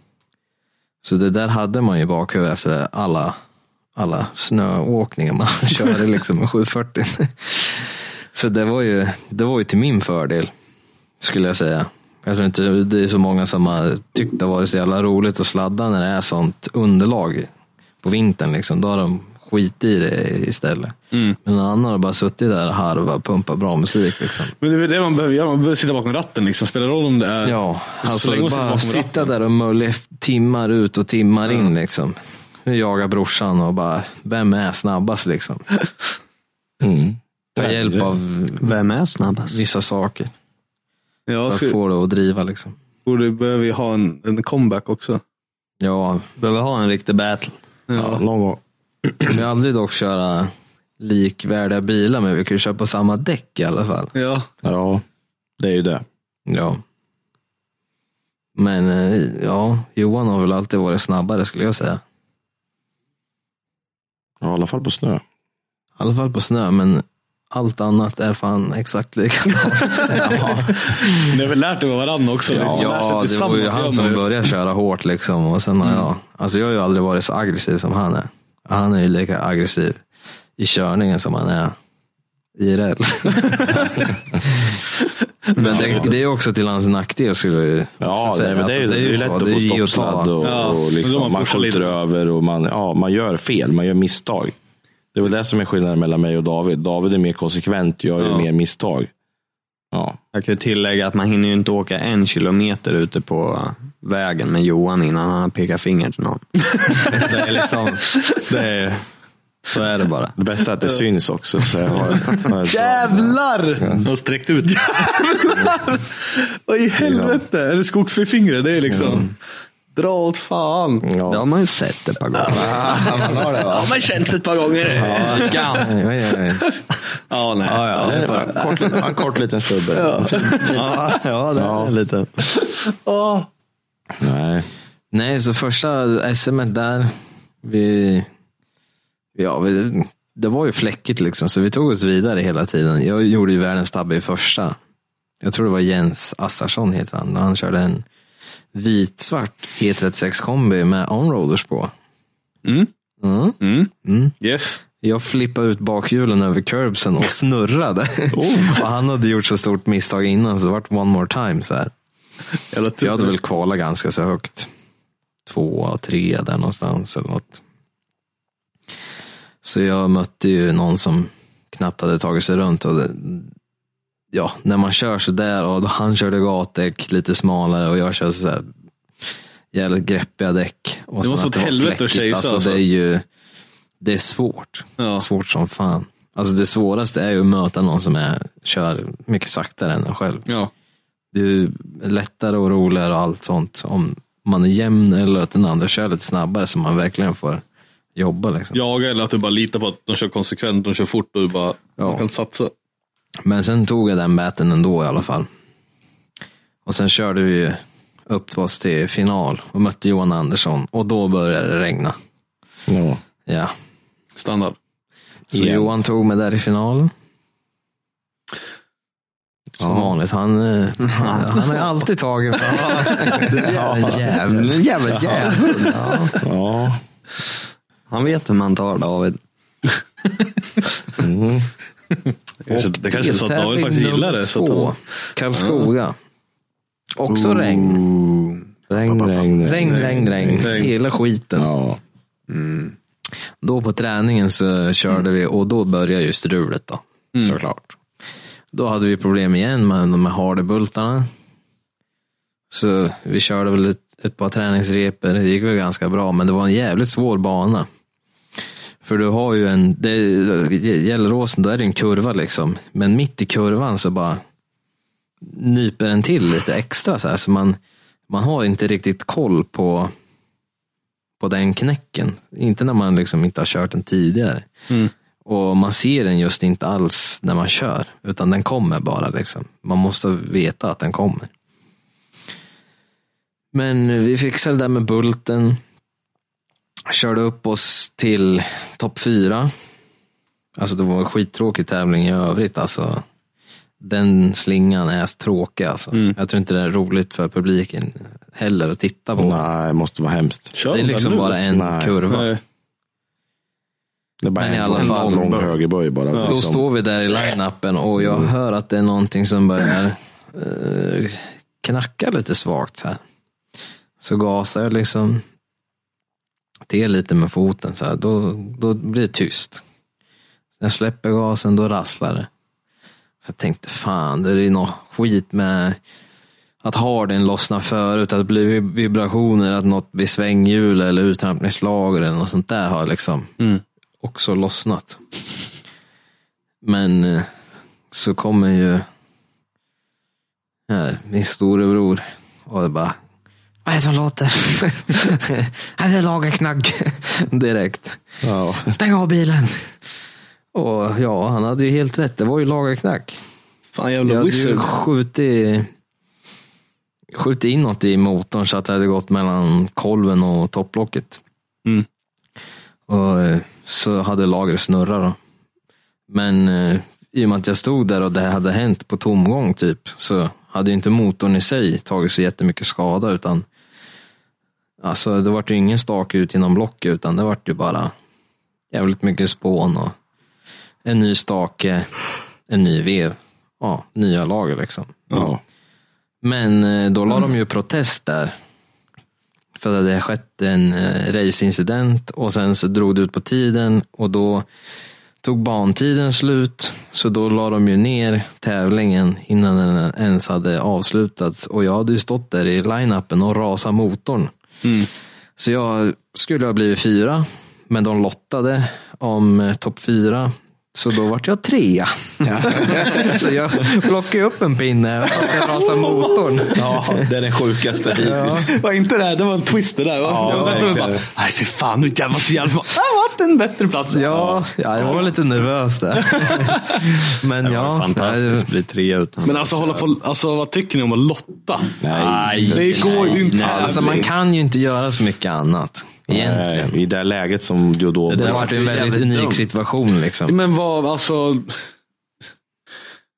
[SPEAKER 6] Så det där hade man ju i bakhuvudet efter alla, alla snöåkningar man [laughs] körde liksom med 740. Så det var, ju, det var ju till min fördel, skulle jag säga. Jag tror inte det är så många som har tyckt det varit så jävla roligt att sladda när det är sånt underlag på vintern. Liksom. Då har de skit i det istället. Men någon annan har bara suttit där och harvat, pumpat bra musik. Liksom.
[SPEAKER 4] Men det är väl det man behöver göra. Man behöver sitta bakom ratten. Liksom. Spelar roll om det är...
[SPEAKER 6] Ja,
[SPEAKER 4] så länge
[SPEAKER 6] alltså
[SPEAKER 4] man sitter
[SPEAKER 6] bara
[SPEAKER 4] bakom
[SPEAKER 6] sitta
[SPEAKER 4] ratten.
[SPEAKER 6] där och mölla f- timmar ut och timmar in liksom. Nu jagar brorsan och bara, vem är snabbast liksom?
[SPEAKER 3] Mm.
[SPEAKER 6] Ta hjälp av
[SPEAKER 8] Vem är snabbast?
[SPEAKER 6] vissa saker
[SPEAKER 4] Ja,
[SPEAKER 6] för
[SPEAKER 4] så
[SPEAKER 6] att få det att driva liksom.
[SPEAKER 4] borde, behöver vi ha en, en comeback också.
[SPEAKER 6] Ja,
[SPEAKER 8] Behöver ha en riktig battle.
[SPEAKER 3] Ja, någon gång.
[SPEAKER 6] vi har aldrig dock köra likvärdiga bilar, men vi kan ju köra på samma däck i alla fall.
[SPEAKER 4] Ja.
[SPEAKER 3] Ja, det är ju det.
[SPEAKER 6] Ja. Men eh, ja, Johan har väl alltid varit snabbare skulle jag säga.
[SPEAKER 3] Ja, I alla fall på snö.
[SPEAKER 6] I alla fall på snö, men allt annat är fan exakt likadant.
[SPEAKER 4] Ni har väl lärt er av varandra också? liksom. Man lär sig
[SPEAKER 6] Ja, det var
[SPEAKER 4] tillsammans,
[SPEAKER 6] ju
[SPEAKER 4] gör
[SPEAKER 6] han
[SPEAKER 4] man
[SPEAKER 6] som började köra hårt liksom. Och sen har
[SPEAKER 3] Mm.
[SPEAKER 6] jag, alltså jag har ju aldrig varit så aggressiv som han är. Han är ju lika aggressiv i körningen som han är
[SPEAKER 3] [laughs]
[SPEAKER 6] IRL. men det, det är också till hans nackdel skulle jag ju
[SPEAKER 3] Ja,
[SPEAKER 6] också
[SPEAKER 3] nej,
[SPEAKER 6] säga.
[SPEAKER 3] men det är ju,
[SPEAKER 6] Alltså,
[SPEAKER 3] det är ju lätt
[SPEAKER 6] så.
[SPEAKER 3] att
[SPEAKER 6] Det är
[SPEAKER 3] få
[SPEAKER 6] ge och
[SPEAKER 3] stoppsladd
[SPEAKER 6] ta.
[SPEAKER 3] och,
[SPEAKER 4] Ja, men då
[SPEAKER 3] och liksom,
[SPEAKER 4] man
[SPEAKER 3] man
[SPEAKER 4] pushar
[SPEAKER 3] skjuter
[SPEAKER 4] lite.
[SPEAKER 3] över och man, ja, man gör fel, man gör misstag. Det är väl det som är skillnaden mellan mig och David. David är mer konsekvent, jag gör
[SPEAKER 4] Ja.
[SPEAKER 3] mer misstag. Ja,
[SPEAKER 8] Jag kan ju tillägga att man hinner ju inte åka en kilometer ute på vägen med Johan innan han pekar finger till någon. det är liksom, det är, så är det bara.
[SPEAKER 3] det bästa är att det syns också. Så jag har, har jag-
[SPEAKER 4] [laughs] Jävlar!
[SPEAKER 5] De har sträckt ut.
[SPEAKER 4] [laughs] Vad i helvete? Eller skogsfrifingret, det är liksom... Dra åt fan.
[SPEAKER 8] Det har man ju sett ett par gånger.
[SPEAKER 4] Ja, man känt ett par gånger.
[SPEAKER 8] Ja,
[SPEAKER 6] Oj, oj, oj.
[SPEAKER 4] Ja, nej.
[SPEAKER 8] ja,
[SPEAKER 3] Ja,
[SPEAKER 8] det
[SPEAKER 3] det
[SPEAKER 8] är
[SPEAKER 3] är
[SPEAKER 8] bara-
[SPEAKER 3] bara- kort, en kort liten stubbe.
[SPEAKER 8] ja, ja, det är lite.
[SPEAKER 4] Åh.
[SPEAKER 3] Nej.
[SPEAKER 6] Nej, så första SM där, vi, ja, vi det var ju fläckigt liksom, så vi tog oss vidare hela tiden. Jag gjorde ju världens tabbe i första. Jag tror det var Jens Assarsson heter han. Han körde en vitsvart E36 kombi med onroaders på.
[SPEAKER 4] Mm.
[SPEAKER 6] Mm.
[SPEAKER 4] Mm.
[SPEAKER 6] Mm.
[SPEAKER 4] Yes.
[SPEAKER 6] Jag flippade ut bakhjulen över curbsen och snurrade. [laughs] och han hade gjort så stort misstag innan så det vart one more time. Så här.
[SPEAKER 4] Jävla
[SPEAKER 6] För jag hade
[SPEAKER 4] tur.
[SPEAKER 6] väl kvalat ganska så högt. Tvåa, trea där någonstans eller något. Så jag mötte ju någon som knappt hade tagit sig runt. Och det, ja, när man kör så där och han körde gatdäck lite smalare och jag kör så här jävligt greppiga däck. Och
[SPEAKER 4] Det måste
[SPEAKER 6] så
[SPEAKER 4] vara ett helvete att
[SPEAKER 6] fläckigt.
[SPEAKER 4] kejsa,
[SPEAKER 6] alltså,
[SPEAKER 4] alltså.
[SPEAKER 6] Det är ju det är svårt.
[SPEAKER 4] Ja.
[SPEAKER 6] Svårt som fan. Alltså det svåraste är ju att möta någon som är, kör mycket saktare än en själv
[SPEAKER 4] Ja.
[SPEAKER 6] det är lättare och roligare och allt sånt om man är jämn eller att den andra kör lite snabbare så man verkligen får jobba. Liksom.
[SPEAKER 4] Jaga eller att du bara litar på att de kör konsekvent, de kör fort och du bara
[SPEAKER 6] Ja.
[SPEAKER 4] man kan satsa.
[SPEAKER 6] Men sen tog jag den bäten ändå i alla fall. Och sen körde vi ju upp oss till final och mötte Johan Andersson och då började det regna.
[SPEAKER 3] Ja.
[SPEAKER 6] Ja.
[SPEAKER 4] Standard.
[SPEAKER 6] Så
[SPEAKER 3] Igen.
[SPEAKER 6] Johan tog mig där i finalen. Som vanligt, han, eh,
[SPEAKER 3] [laughs]
[SPEAKER 6] han är alltid tagen för [laughs]
[SPEAKER 8] Jävla jävel. Jävla jävel.
[SPEAKER 3] ja.
[SPEAKER 8] Han vet hur man tar David.
[SPEAKER 4] Kanske, det kanske är så att David faktiskt gillar det. Så att han,
[SPEAKER 6] Karlskoga. Också regn.
[SPEAKER 3] Regn, regn,
[SPEAKER 6] Regn, regn, regn.
[SPEAKER 4] regn.
[SPEAKER 6] Hela skiten. Mm.
[SPEAKER 3] Ja.
[SPEAKER 6] Då på träningen så körde vi och då började ju strulet då. Såklart. Då hade vi problem igen med de här hardebultarna. Så vi körde väl ett, ett par träningsrepor. Det gick väl ganska bra, men det var en jävligt svår bana. För du har ju en, det, Gelleråsen, då är det en kurva liksom. Men mitt i kurvan så bara nyper den till lite extra så här. Så man, man har inte riktigt koll på på den knäcken. Inte när man liksom inte har kört den tidigare. Och man ser den just inte alls när man kör, utan den kommer bara. Liksom. Man måste veta att den kommer. Men vi fixade det där med bulten. Körde upp oss till topp fyra. Alltså det var en skittråkig tävling i övrigt. Alltså. Den slingan är tråkig. Alltså. Jag tror inte det är roligt för publiken heller att titta på.
[SPEAKER 3] Nej, måste vara hemskt.
[SPEAKER 4] kör
[SPEAKER 6] Det är
[SPEAKER 4] den nu.
[SPEAKER 6] liksom bara en
[SPEAKER 3] Nej.
[SPEAKER 6] kurva.
[SPEAKER 4] Nej.
[SPEAKER 3] Det är bara
[SPEAKER 6] Men
[SPEAKER 3] en,
[SPEAKER 6] i alla
[SPEAKER 3] en
[SPEAKER 6] fall-
[SPEAKER 3] lång högerböj bara.
[SPEAKER 6] Då
[SPEAKER 3] liksom.
[SPEAKER 6] står vi där i line-upen och jag hör att det är någonting som börjar eh, knacka lite svagt så här. Så gasar jag liksom till lite med foten så här. Då, då blir det tyst. När jag släpper gasen då rasslar det. Så jag tänkte fan, det är ju något skit med att harden lossnar förut, att det blir vibrationer, att något vid svänghjul eller uttrampningslager eller något sånt där har liksom också lossnat. Men eh, så kommer ju här, min storebror och det bara, vad är det som låter? [laughs] "Ja, det är lagerknagg [laughs] direkt.
[SPEAKER 3] Ja.
[SPEAKER 6] Stäng av bilen. Och ja, han hade ju helt rätt. Det var ju lagerknagg.
[SPEAKER 4] Fan
[SPEAKER 6] Jag
[SPEAKER 4] jävla
[SPEAKER 6] hade ju
[SPEAKER 4] wizard.
[SPEAKER 6] skjutit, skjutit in något i motorn så att det hade gått mellan kolven och topplocket.
[SPEAKER 4] Mm.
[SPEAKER 6] Och eh, så hade lagret snurrat då. Men eh, i och med att jag stod där och det här hade hänt på tomgång typ så hade ju inte motorn i sig tagit så jättemycket skada utan alltså det vart ju ingen stake ut genom blocket utan det vart ju bara jävligt mycket spån och en ny stake, en ny vev. Ja, nya lager liksom.
[SPEAKER 3] Ja.
[SPEAKER 6] Men eh, då la de ju protest där. För att det hade skett en eh, raceincident och sen så drog det ut på tiden och då tog bantiden slut. Så då la de ju ner tävlingen innan den ens hade avslutats. Och jag hade ju stått där i line-upen och rasat motorn.
[SPEAKER 3] Mm.
[SPEAKER 6] Så jag skulle ha blivit fyra, men de lottade om eh, topp fyra. Så då vart jag trea. [laughs] så jag plockade ju upp en pinne och jag rasade motorn.
[SPEAKER 3] Ja, det är den sjukaste hittills.
[SPEAKER 4] Var inte det? här? Det var en twist det där. va?
[SPEAKER 3] Ja,
[SPEAKER 4] jag väntade och
[SPEAKER 3] verkligen.
[SPEAKER 4] bara, nej fy fan, nu jävlar så jävla... Det har varit en bättre plats.
[SPEAKER 6] Ja, ja, jag var lite nervös
[SPEAKER 3] [laughs]
[SPEAKER 6] där. Men ja,
[SPEAKER 8] Fantastiskt, bli tre utan.
[SPEAKER 4] Men alltså, hålla på, alltså vad tycker ni om att lotta?
[SPEAKER 3] Nej. alltså,
[SPEAKER 4] det går ju inte.
[SPEAKER 6] Alltså man kan ju inte göra så mycket annat. Egentligen.
[SPEAKER 3] Nej, I det här läget som du då...
[SPEAKER 8] Det
[SPEAKER 6] Det
[SPEAKER 8] där
[SPEAKER 6] har
[SPEAKER 8] var
[SPEAKER 6] varit en
[SPEAKER 8] ju
[SPEAKER 6] väldigt
[SPEAKER 8] jävligt
[SPEAKER 6] unik
[SPEAKER 8] dumt.
[SPEAKER 6] situation liksom.
[SPEAKER 2] Men vad, alltså.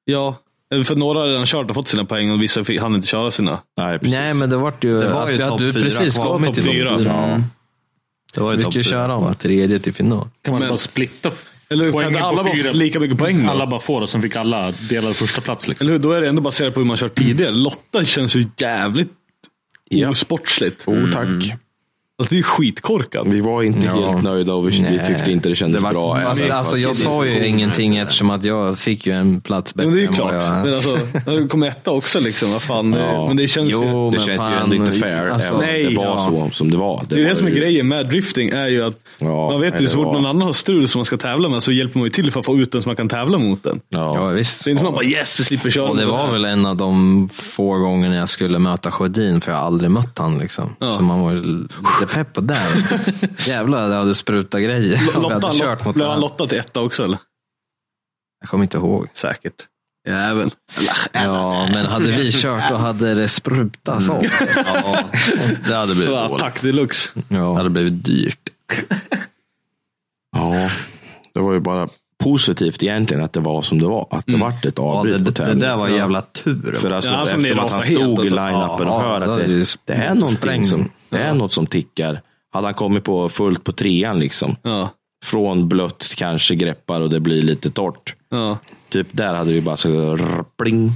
[SPEAKER 2] Ja, för några har redan kört och fått sina poäng och vissa fick, hann inte köra sina.
[SPEAKER 3] Nej, precis.
[SPEAKER 6] Nej, men det vart ju,
[SPEAKER 8] Det var
[SPEAKER 6] att,
[SPEAKER 8] ju
[SPEAKER 6] vi- att
[SPEAKER 8] topp
[SPEAKER 6] du
[SPEAKER 8] fyra
[SPEAKER 6] precis
[SPEAKER 8] kvar.
[SPEAKER 6] kommit
[SPEAKER 2] Topp
[SPEAKER 6] till topp
[SPEAKER 2] fyra.
[SPEAKER 6] fyra.
[SPEAKER 8] Ja. Det var ju
[SPEAKER 6] Vi ska
[SPEAKER 8] topp
[SPEAKER 6] ju
[SPEAKER 8] fyra.
[SPEAKER 6] köra om tredje till final.
[SPEAKER 15] Kan man
[SPEAKER 2] Men-
[SPEAKER 15] bara splitta
[SPEAKER 2] Eller hur? Kan
[SPEAKER 15] poängen
[SPEAKER 2] inte
[SPEAKER 15] på
[SPEAKER 2] alla vara
[SPEAKER 15] fyra?
[SPEAKER 2] lika mycket poäng då?
[SPEAKER 15] Alla bara får och sen fick alla dela första plats liksom.
[SPEAKER 2] Eller hur? Då är det ändå baserat på hur man kört tidigare. Lotta känns ju jävligt
[SPEAKER 3] Ja.
[SPEAKER 2] osportsligt.
[SPEAKER 3] Oh, tack.
[SPEAKER 2] Alltså det är ju skitkorkat.
[SPEAKER 3] Vi var inte
[SPEAKER 6] Mm. Ja.
[SPEAKER 3] helt nöjda och vi, vi
[SPEAKER 6] Nej.
[SPEAKER 3] tyckte inte det kändes
[SPEAKER 8] Det var-
[SPEAKER 3] bra.
[SPEAKER 8] fast-
[SPEAKER 3] även.
[SPEAKER 6] alltså, jag sa ju ingenting eftersom att jag fick ju en plats bättre
[SPEAKER 2] Men det är ju
[SPEAKER 6] än
[SPEAKER 2] klart.
[SPEAKER 6] vad jag...
[SPEAKER 2] Men alltså, när du kommer etta också liksom, vad fan. det-
[SPEAKER 3] Ja.
[SPEAKER 2] Men det känns ju...
[SPEAKER 6] Jo,
[SPEAKER 3] det
[SPEAKER 6] men
[SPEAKER 3] känns ju
[SPEAKER 6] fan,
[SPEAKER 3] ändå inte fair.
[SPEAKER 6] alltså-
[SPEAKER 3] även om
[SPEAKER 2] Nej,
[SPEAKER 3] det var
[SPEAKER 6] ja.
[SPEAKER 3] så som det var.
[SPEAKER 2] Det är ju
[SPEAKER 3] var
[SPEAKER 2] det som är
[SPEAKER 3] ju-
[SPEAKER 2] grejen med drifting, är ju att
[SPEAKER 3] Ja,
[SPEAKER 2] man vet
[SPEAKER 3] nej,
[SPEAKER 2] ju
[SPEAKER 3] det
[SPEAKER 2] så fort
[SPEAKER 3] var-
[SPEAKER 2] någon annan har strul som man ska tävla med så hjälper man ju till för att få ut den så man kan tävla mot den.
[SPEAKER 6] Ja,
[SPEAKER 3] Ja.
[SPEAKER 6] visst.
[SPEAKER 2] Så det är inte som att man bara yes, vi slipper köra.
[SPEAKER 6] Och det
[SPEAKER 2] mot den
[SPEAKER 6] var
[SPEAKER 2] här.
[SPEAKER 6] väl en av de få gångerna jag skulle möta Sjödin, för jag har aldrig mött han liksom. Så man var ju lite pepp på den.
[SPEAKER 2] [laughs]
[SPEAKER 6] Jävlar, det hade sprutat grejer. om jag
[SPEAKER 2] Lotta,
[SPEAKER 6] hade
[SPEAKER 2] Lotta, blev han
[SPEAKER 6] honom.
[SPEAKER 2] lottad till etta också eller?
[SPEAKER 6] Jag kommer inte ihåg.
[SPEAKER 2] Säkert. Jäveln.
[SPEAKER 6] Ja, men hade vi kört då hade det sprutats om.
[SPEAKER 8] Ja, det hade blivit
[SPEAKER 2] Ja,
[SPEAKER 8] dåligt.
[SPEAKER 2] Attack deluxe.
[SPEAKER 8] Det
[SPEAKER 6] Ja.
[SPEAKER 8] hade blivit dyrt.
[SPEAKER 3] Ja, det var ju bara positivt egentligen att det var som det var.
[SPEAKER 6] Mm.
[SPEAKER 3] Att det vart ett
[SPEAKER 8] Ja,
[SPEAKER 3] avbryt
[SPEAKER 8] det,
[SPEAKER 3] på
[SPEAKER 8] det
[SPEAKER 3] tävlingen.
[SPEAKER 8] där var jävla tur.
[SPEAKER 3] För alltså,
[SPEAKER 2] Ja, alltså, ni
[SPEAKER 3] eftersom att
[SPEAKER 2] rasar
[SPEAKER 3] han
[SPEAKER 2] helt,
[SPEAKER 3] stod i
[SPEAKER 2] alltså.
[SPEAKER 3] line-upen och
[SPEAKER 6] Ja,
[SPEAKER 3] hör
[SPEAKER 6] då
[SPEAKER 3] att
[SPEAKER 6] är
[SPEAKER 3] det,
[SPEAKER 6] det ju
[SPEAKER 3] det är någonting
[SPEAKER 6] sprängt.
[SPEAKER 3] som, det är något som tickar. Hade han kommit på fullt på trean liksom.
[SPEAKER 2] Ja.
[SPEAKER 3] Från blött kanske greppar och det blir lite torrt.
[SPEAKER 2] Ja.
[SPEAKER 3] Typ där hade det ju bara så rrr, pling.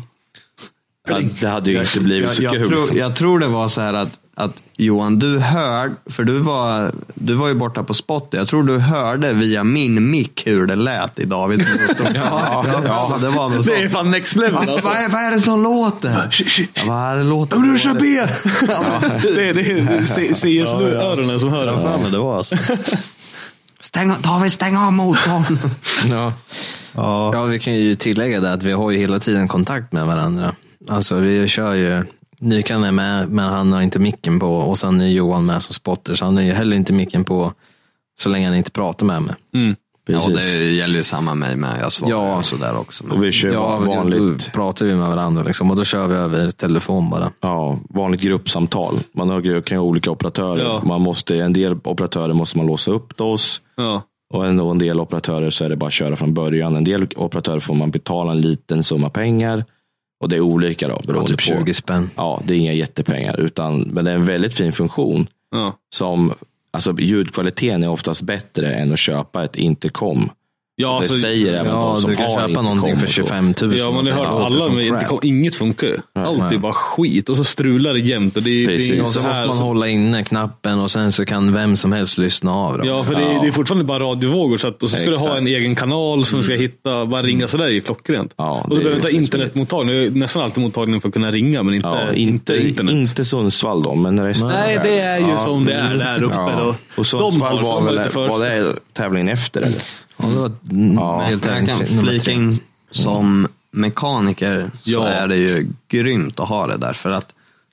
[SPEAKER 3] Ja, Det hade ju inte blivit så
[SPEAKER 8] jag,
[SPEAKER 3] kul.
[SPEAKER 8] jag, tror, jag tror det var så här att, att Johan, du hörde, för du var, du var ju borta på spottet, jag tror du hörde via min mick hur det lät i [laughs] David. ja, ja, det var väl så.
[SPEAKER 2] Det är fan next level
[SPEAKER 8] Vad,
[SPEAKER 2] alltså.
[SPEAKER 8] vad, är, vad är det som låter? Ja, Vad är det låter?
[SPEAKER 2] Om du kör B! Det är,
[SPEAKER 8] [laughs]
[SPEAKER 2] det är CS-öronen som hör
[SPEAKER 8] Jag
[SPEAKER 2] det.
[SPEAKER 8] har för mig det var alltså. Stäng, av- David, stäng av [laughs] motorn!
[SPEAKER 6] Ja.
[SPEAKER 8] Ja.
[SPEAKER 6] ja, vi kan ju tillägga det att vi har ju hela tiden kontakt med varandra. Alltså vi kör ju, Nykan är med men han har inte micken på och sen är Johan med som spotter så han har ju heller inte micken på så länge han inte pratar med mig.
[SPEAKER 8] Ja, och
[SPEAKER 3] Precis.
[SPEAKER 8] det gäller ju samma mig med. Jag svarar
[SPEAKER 6] Ja.
[SPEAKER 8] ja. sådär också. men-
[SPEAKER 3] Och vi kör
[SPEAKER 6] Ja, då-
[SPEAKER 3] vanligt,
[SPEAKER 6] då pratar vi med varandra liksom, och då kör vi över telefon bara.
[SPEAKER 3] ja, vanligt gruppsamtal. Man har, ju- kan ju ha olika operatörer.
[SPEAKER 2] Ja.
[SPEAKER 3] Man måste, en del operatörer måste man låsa upp DOS.
[SPEAKER 2] Ja.
[SPEAKER 3] Och en, och en del operatörer så är det bara att köra från början. En del operatörer får man betala en liten summa pengar. Och det är olika då. Beroende
[SPEAKER 6] Typ 20
[SPEAKER 3] på.
[SPEAKER 6] spänn.
[SPEAKER 3] Ja, det är inga jättepengar. Utan, men det är en väldigt fin funktion.
[SPEAKER 2] Ja.
[SPEAKER 3] Som, alltså, ljudkvaliteten är oftast bättre än att köpa ett intercom.
[SPEAKER 2] Ja,
[SPEAKER 3] det
[SPEAKER 2] alltså,
[SPEAKER 3] säger även
[SPEAKER 6] Ja,
[SPEAKER 3] de som
[SPEAKER 6] du kan
[SPEAKER 3] har
[SPEAKER 6] köpa
[SPEAKER 3] intercom
[SPEAKER 6] någonting för
[SPEAKER 3] och så.
[SPEAKER 6] 25 000.
[SPEAKER 2] Ja, man har hört
[SPEAKER 6] Det låter
[SPEAKER 2] alla
[SPEAKER 6] som
[SPEAKER 2] med
[SPEAKER 6] crap.
[SPEAKER 2] intercom. Inget funkar ju. Allt är bara skit och så strular det jämt. Och det är, det är
[SPEAKER 3] Precis.
[SPEAKER 2] ju
[SPEAKER 6] Ja,
[SPEAKER 2] så
[SPEAKER 6] så måste
[SPEAKER 2] här.
[SPEAKER 6] man
[SPEAKER 2] Äh, så-
[SPEAKER 6] hålla inne knappen och sen så kan vem som helst lyssna av. Dem.
[SPEAKER 2] Ja, för det är, det är fortfarande bara radiovågor. Så att, och så ska du ha en egen kanal som du ska hitta. Bara ringa sådär är ju klockrent.
[SPEAKER 3] Ja,
[SPEAKER 2] och
[SPEAKER 3] det
[SPEAKER 2] du
[SPEAKER 3] är
[SPEAKER 2] behöver inte ha
[SPEAKER 3] ju smidigt.
[SPEAKER 2] internetmottagning. Jag har ju nästan alltid mottagning för att kunna ringa, men inte,
[SPEAKER 3] Ja,
[SPEAKER 2] Eh, inte,
[SPEAKER 3] inte,
[SPEAKER 2] internet.
[SPEAKER 3] inte Sundsvall då, men resten.
[SPEAKER 2] Nej, det är ju som det är där uppe. Då.
[SPEAKER 3] Och Sundsvall
[SPEAKER 2] så har
[SPEAKER 3] var väl
[SPEAKER 2] lite för-
[SPEAKER 3] var det tävlingen efter? Eller?
[SPEAKER 6] Ja, det var mm,
[SPEAKER 3] Ja,
[SPEAKER 6] helt
[SPEAKER 8] Jag
[SPEAKER 6] enkelt
[SPEAKER 8] kan
[SPEAKER 6] nummer
[SPEAKER 8] flika
[SPEAKER 6] tre.
[SPEAKER 8] in som mekaniker så
[SPEAKER 2] Ja.
[SPEAKER 8] är det ju grymt att ha det där. För att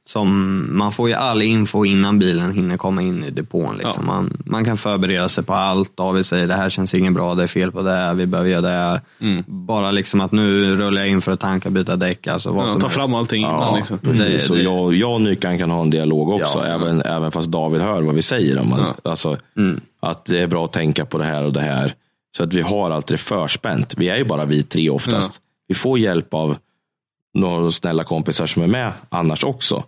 [SPEAKER 8] som, man får ju all info innan bilen hinner komma in i depån. Liksom.
[SPEAKER 2] Ja.
[SPEAKER 8] Man, man kan förbereda sig på allt. David säger det här känns inget bra, det är fel på det, här, vi behöver göra det. här." Bara liksom att nu rullar jag in för att tanka, byta däck. Alltså vad
[SPEAKER 2] Ja,
[SPEAKER 8] som
[SPEAKER 2] ta
[SPEAKER 8] helst.
[SPEAKER 2] fram allting innan.
[SPEAKER 3] Ja,
[SPEAKER 2] liksom.
[SPEAKER 3] precis.
[SPEAKER 8] Det-
[SPEAKER 3] och
[SPEAKER 8] det-
[SPEAKER 3] jag, jag och Nykan kan ha en dialog också,
[SPEAKER 8] Ja.
[SPEAKER 3] även, även fast David hör vad vi säger. Om man, alltså,
[SPEAKER 2] Mm.
[SPEAKER 3] Att det är bra att tänka på det här och det här. Så att vi har alltid det förspänt. Vi är ju bara vi tre oftast. Vi får hjälp av några snälla kompisar som är med annars också.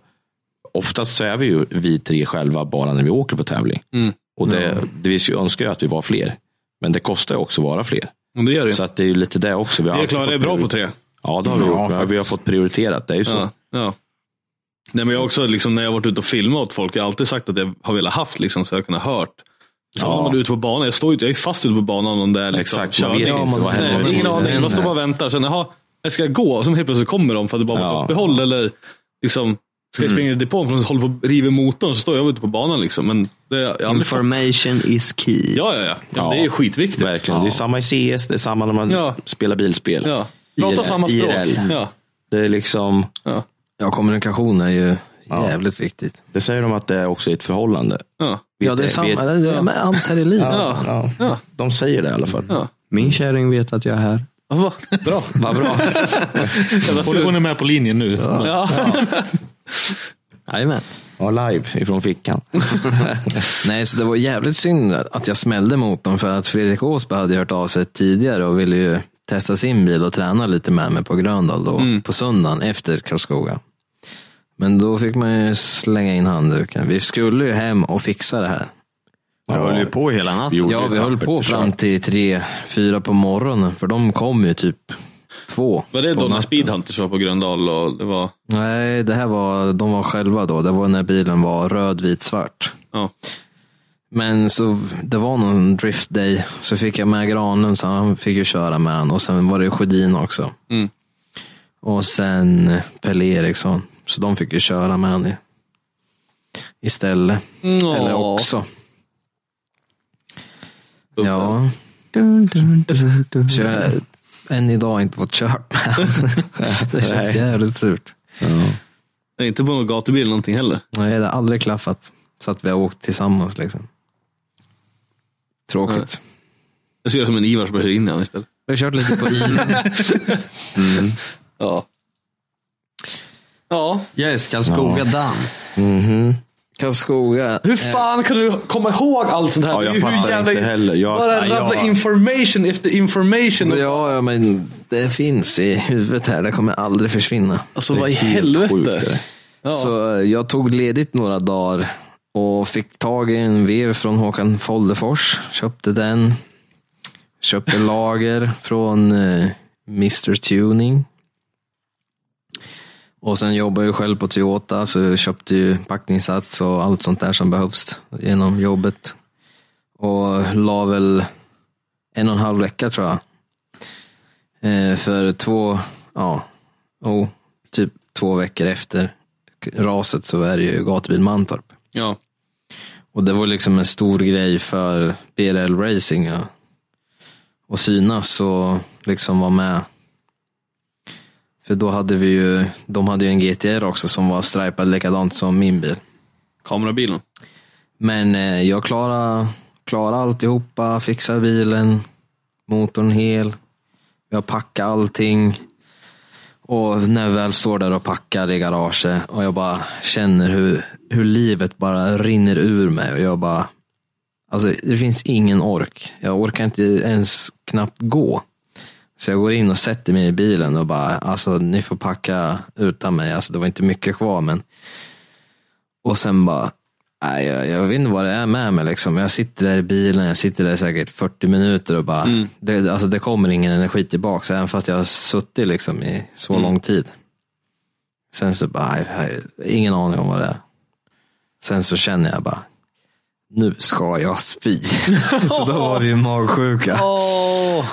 [SPEAKER 3] Oftast så är vi ju vi tre själva bara när vi åker på tävling.
[SPEAKER 2] Mm.
[SPEAKER 3] Och det, det, vi önskar ju att vi var fler. Men det kostar ju också att vara fler.
[SPEAKER 2] Men det gör det ju.
[SPEAKER 3] Så att det är ju lite det också. Vi har
[SPEAKER 2] Vi är
[SPEAKER 3] alltid
[SPEAKER 2] klara,
[SPEAKER 3] fått
[SPEAKER 2] det är bra
[SPEAKER 3] priori-
[SPEAKER 2] på tre.
[SPEAKER 3] Ja, det har vi
[SPEAKER 6] Ja,
[SPEAKER 3] gjort. men vi har
[SPEAKER 6] faktiskt.
[SPEAKER 3] fått prioriterat, det är ju så.
[SPEAKER 2] Ja, ja. Nej, men jag har också, liksom, när jag har varit ute och filmat åt folk, jag har alltid sagt att jag har velat haft, liksom, så jag har kunnat hört. Så
[SPEAKER 3] Ja.
[SPEAKER 2] när man är ute på banan, jag, står, ju- jag är fast ute på banan om det är liksom,
[SPEAKER 3] Exakt, man vet
[SPEAKER 2] körning.
[SPEAKER 3] inte vad
[SPEAKER 2] Nej,
[SPEAKER 3] händer.
[SPEAKER 2] Ingen
[SPEAKER 3] Vad
[SPEAKER 2] aning, man står bara och väntar. Sen, jaha, jag ska gå, och så helt plötsligt kommer de för att det bara var
[SPEAKER 3] Ja. Mm.
[SPEAKER 2] uppehåll. Eller, liksom, ska jag springa i depån för att de håller på och river motorn, så står jag ute på banan. Liksom. Men det har jag aldrig fått.
[SPEAKER 8] Information is key.
[SPEAKER 2] Ja, ja, ja. ja. Det är skitviktigt.
[SPEAKER 3] Verkligen. Det är samma i CS, det är samma när man
[SPEAKER 2] Ja.
[SPEAKER 3] spelar bilspel.
[SPEAKER 2] Ja. Prata
[SPEAKER 3] IRL.
[SPEAKER 2] samma språk.
[SPEAKER 3] IRL.
[SPEAKER 2] Ja.
[SPEAKER 3] Det är liksom,
[SPEAKER 2] Ja.
[SPEAKER 6] Ja, kommunikation är ju jävligt viktigt.
[SPEAKER 3] det säger de att det är också i ett förhållande.
[SPEAKER 2] Ja.
[SPEAKER 6] Ja, det är
[SPEAKER 3] Vet-
[SPEAKER 6] samma.
[SPEAKER 3] vet-
[SPEAKER 6] Det är med allt här i livet.
[SPEAKER 3] Ja, ja.
[SPEAKER 2] Ja.
[SPEAKER 3] De säger det i alla fall.
[SPEAKER 2] Ja.
[SPEAKER 8] Min kärring vet att jag är här.
[SPEAKER 2] Ja, va? Bra.
[SPEAKER 3] Vad [laughs] bra.
[SPEAKER 15] Hon hon är med på linjen nu.
[SPEAKER 2] Ja.
[SPEAKER 8] Jajamän.
[SPEAKER 3] Ja, live
[SPEAKER 2] [laughs]
[SPEAKER 3] ifrån fickan.
[SPEAKER 6] Nej, så det var jävligt synd att jag smällde mot dem för att Fredrik Åsberg hade hört av sig tidigare och ville ju testa sin bil och träna lite med mig på Gröndal då,
[SPEAKER 2] Mm.
[SPEAKER 6] på söndagen efter Karlskoga. Men då fick man ju slänga in handduken. Vi skulle ju hem och fixa det här.
[SPEAKER 8] Jag höll ju på hela natten.
[SPEAKER 6] ja, vi höll på fram till tre, fyra på morgonen för de kom ju typ två.
[SPEAKER 4] Var det
[SPEAKER 6] på
[SPEAKER 4] då när
[SPEAKER 6] natten.
[SPEAKER 4] Speedhunters var på Gröndal? Och det var,
[SPEAKER 6] Nej, det här var, de var själva då. Det var när bilen var röd, vit, svart.
[SPEAKER 4] ja.
[SPEAKER 6] Men så det var någon drift day, så fick jag med Granlund, så han fick ju köra med han. Och sen var det ju Sjödin också.
[SPEAKER 4] Mm.
[SPEAKER 6] Och sen Pelle Eriksson. Så de fick ju köra med han i- istället.
[SPEAKER 4] [laughs]
[SPEAKER 6] Eller också. Ja. Så jag har än idag inte fått kört med
[SPEAKER 4] [laughs]
[SPEAKER 6] han. Det känns jävligt surt.
[SPEAKER 4] Det är Inte på någon gatubil eller någonting heller.
[SPEAKER 6] Nej, det har aldrig klaffat. Så att vi har åkt tillsammans liksom. Tråkigt.
[SPEAKER 4] Jag ser det som en Ivar som börjar in i honom istället.
[SPEAKER 6] Vi har kört lite på is.
[SPEAKER 4] Ja. Ja.
[SPEAKER 8] Yes, Karlskoga damm.
[SPEAKER 6] [laughs] Karlskoga.
[SPEAKER 4] Hur fan kan du komma ihåg allt sånt här?
[SPEAKER 3] Ja, jag
[SPEAKER 4] Hur
[SPEAKER 3] fattar inte heller. Jag-
[SPEAKER 4] bara
[SPEAKER 3] Nej, jag-
[SPEAKER 4] rabbla information efter information.
[SPEAKER 6] Ja, ja, men det finns i huvudet här. Det kommer aldrig försvinna.
[SPEAKER 4] Alltså vad i
[SPEAKER 3] helt sjukt det
[SPEAKER 4] helvete?
[SPEAKER 3] där.
[SPEAKER 4] Ja.
[SPEAKER 6] Så eh, jag tog ledigt några dagar och fick tag i en vev från Håkan Foldefors. Köpte den. Köpte lager från eh, Mr Tuning. Och sen jobbar jag själv på Toyota så jag köpte ju packningssats och allt sånt där som behövs genom jobbet. Och la väl en och en halv vecka tror jag. Eh, för två, ja, oh, typ två veckor efter raset så är det ju gatubil Mantorp.
[SPEAKER 4] Ja.
[SPEAKER 6] Och det var liksom en stor grej för BRL Racing att att synas och liksom vara med. För då hade vi ju, de hade ju en GTR också som var stripad likadant som min bil.
[SPEAKER 4] Kamerabilen.
[SPEAKER 6] Men eh, jag klarade, klarade alltihopa, fixade bilen, motorn hel. Jag packade allting. Och när jag väl står där och packar i garaget och jag bara känner hur, hur livet bara rinner ur mig och jag bara, alltså det finns ingen ork. Jag orkar inte ens knappt gå. Så jag går in och sätter mig i bilen och bara, alltså ni får packa utan mig, alltså det var inte mycket kvar men och sen bara, nej, jag, jag vet inte vad det är med mig. Liksom. Jag sitter där i bilen, jag sitter där säkert 40 minuter och bara, det, alltså, det kommer ingen energi tillbaka. Så även fast jag har suttit liksom, i så lång tid. Sen så bara, nej, jag har ingen aning om vad det är. Sen så känner jag bara, nu ska jag spy. [laughs] så då var det ju magsjuka.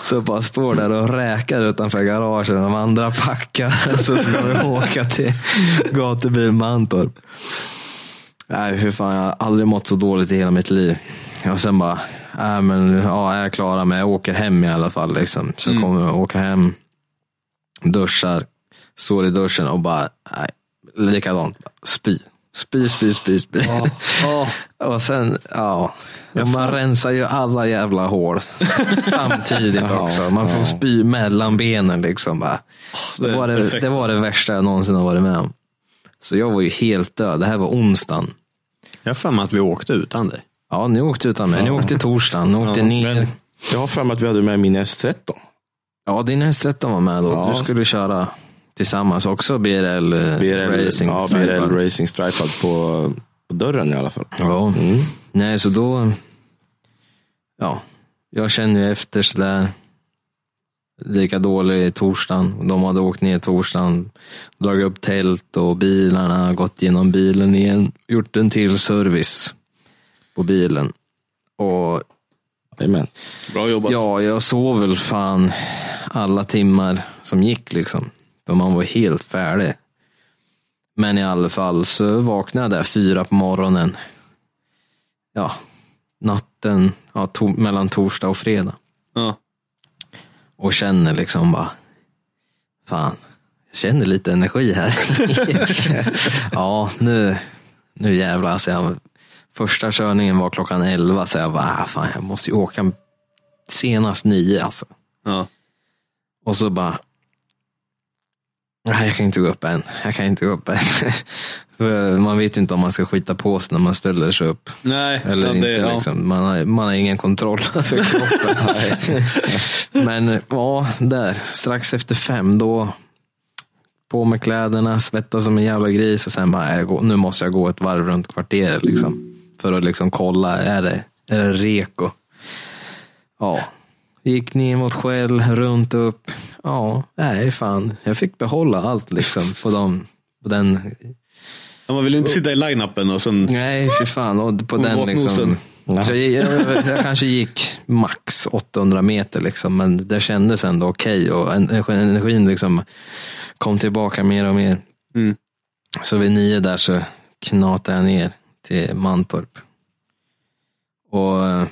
[SPEAKER 6] Så jag bara står där och räkar utanför garagen. De andra packar. [laughs] Så ska vi åka till gatubil Mantorp. Nej, hur fan, jag har aldrig mått så dåligt i hela mitt liv. Och sen bara, nej men ja, jag klarar mig. Jag åker hem i alla fall. Liksom. Så
[SPEAKER 3] Mm.
[SPEAKER 6] kommer jag åka hem, duschar, står i duschen och bara, nej, likadant. Spy, spy, spy, spy, spy. [laughs] Och sen, ja. Och man rensar ju alla jävla
[SPEAKER 3] [laughs]
[SPEAKER 6] hål samtidigt också. Man får spy mellan benen liksom. Bara.
[SPEAKER 4] det är
[SPEAKER 6] Det, var det,
[SPEAKER 4] perfekt.
[SPEAKER 6] det var det värsta jag någonsin har varit med om. Så jag var ju helt död. Det här var onsdagen.
[SPEAKER 8] Jag har för mig att vi åkte utan dig.
[SPEAKER 6] Ja, ni åkte utan mig. Ni åkte torsdagen. Ni åkte ner.
[SPEAKER 3] Men jag har för mig att vi hade med min S13.
[SPEAKER 6] Ja, din häst-13 var med då.
[SPEAKER 3] Ja.
[SPEAKER 6] Du skulle köra tillsammans också BRL, eh,
[SPEAKER 3] BRL
[SPEAKER 6] Racing.
[SPEAKER 3] Racing, ja,
[SPEAKER 6] Sniper.
[SPEAKER 3] BRL Racing Stripad på, på dörren i alla fall.
[SPEAKER 6] Ja. Nej, så då... Ja, jag känner ju efter sådär. Lika dålig i torsdagen. De hade åkt ner torsdagen, dragit upp tält och bilarna, gått igenom bilen igen, gjort en till service på bilen. Och
[SPEAKER 3] Amen.
[SPEAKER 4] Bra jobbat.
[SPEAKER 6] ja, jag sov väl fan alla timmar som gick liksom. För man var helt färdig. Men i alla fall så vaknade jag där fyra på morgonen. Ja, natten ja, to- mellan torsdag och fredag.
[SPEAKER 4] Ja.
[SPEAKER 6] Och känner liksom bara, fan, jag känner lite energi här. ja, nu, nu jävlar. Så jag, första körningen var klockan 11, så jag bara, ah, fan, jag måste ju åka senast nio alltså.
[SPEAKER 4] Ja.
[SPEAKER 6] Och så bara,
[SPEAKER 3] Nej, jag kan inte gå upp än. Jag kan inte gå upp än. [laughs] För man vet ju inte om man ska skita på sig när man ställer sig upp.
[SPEAKER 2] Nej,
[SPEAKER 3] Eller
[SPEAKER 2] ja,
[SPEAKER 3] inte,
[SPEAKER 2] det, ja.
[SPEAKER 3] liksom. man, har, man har ingen kontroll [laughs]
[SPEAKER 2] [laughs]
[SPEAKER 3] över kroppen. Men ja, där, strax efter fem, då på med kläderna, svettas som en jävla gris och sen bara, jag går, nu måste jag gå ett varv runt kvarteret liksom. För att liksom kolla, är det, är det reko? Ja, gick ner mot skäll, runt upp. Ja, nej fan, jag fick behålla allt liksom på, dem, på den
[SPEAKER 2] Ja, Man vill ju inte sitta i line-upen och sen...
[SPEAKER 3] Nej, fy fan. Och på den liksom.
[SPEAKER 2] Våtnosen.
[SPEAKER 3] Så jag, jag, jag kanske gick max 800 meter liksom, men det kändes ändå okej och en- energin liksom kom tillbaka mer och mer.
[SPEAKER 2] Mm.
[SPEAKER 3] Så vid nio där så knatade jag ner till Mantorp. Och eh,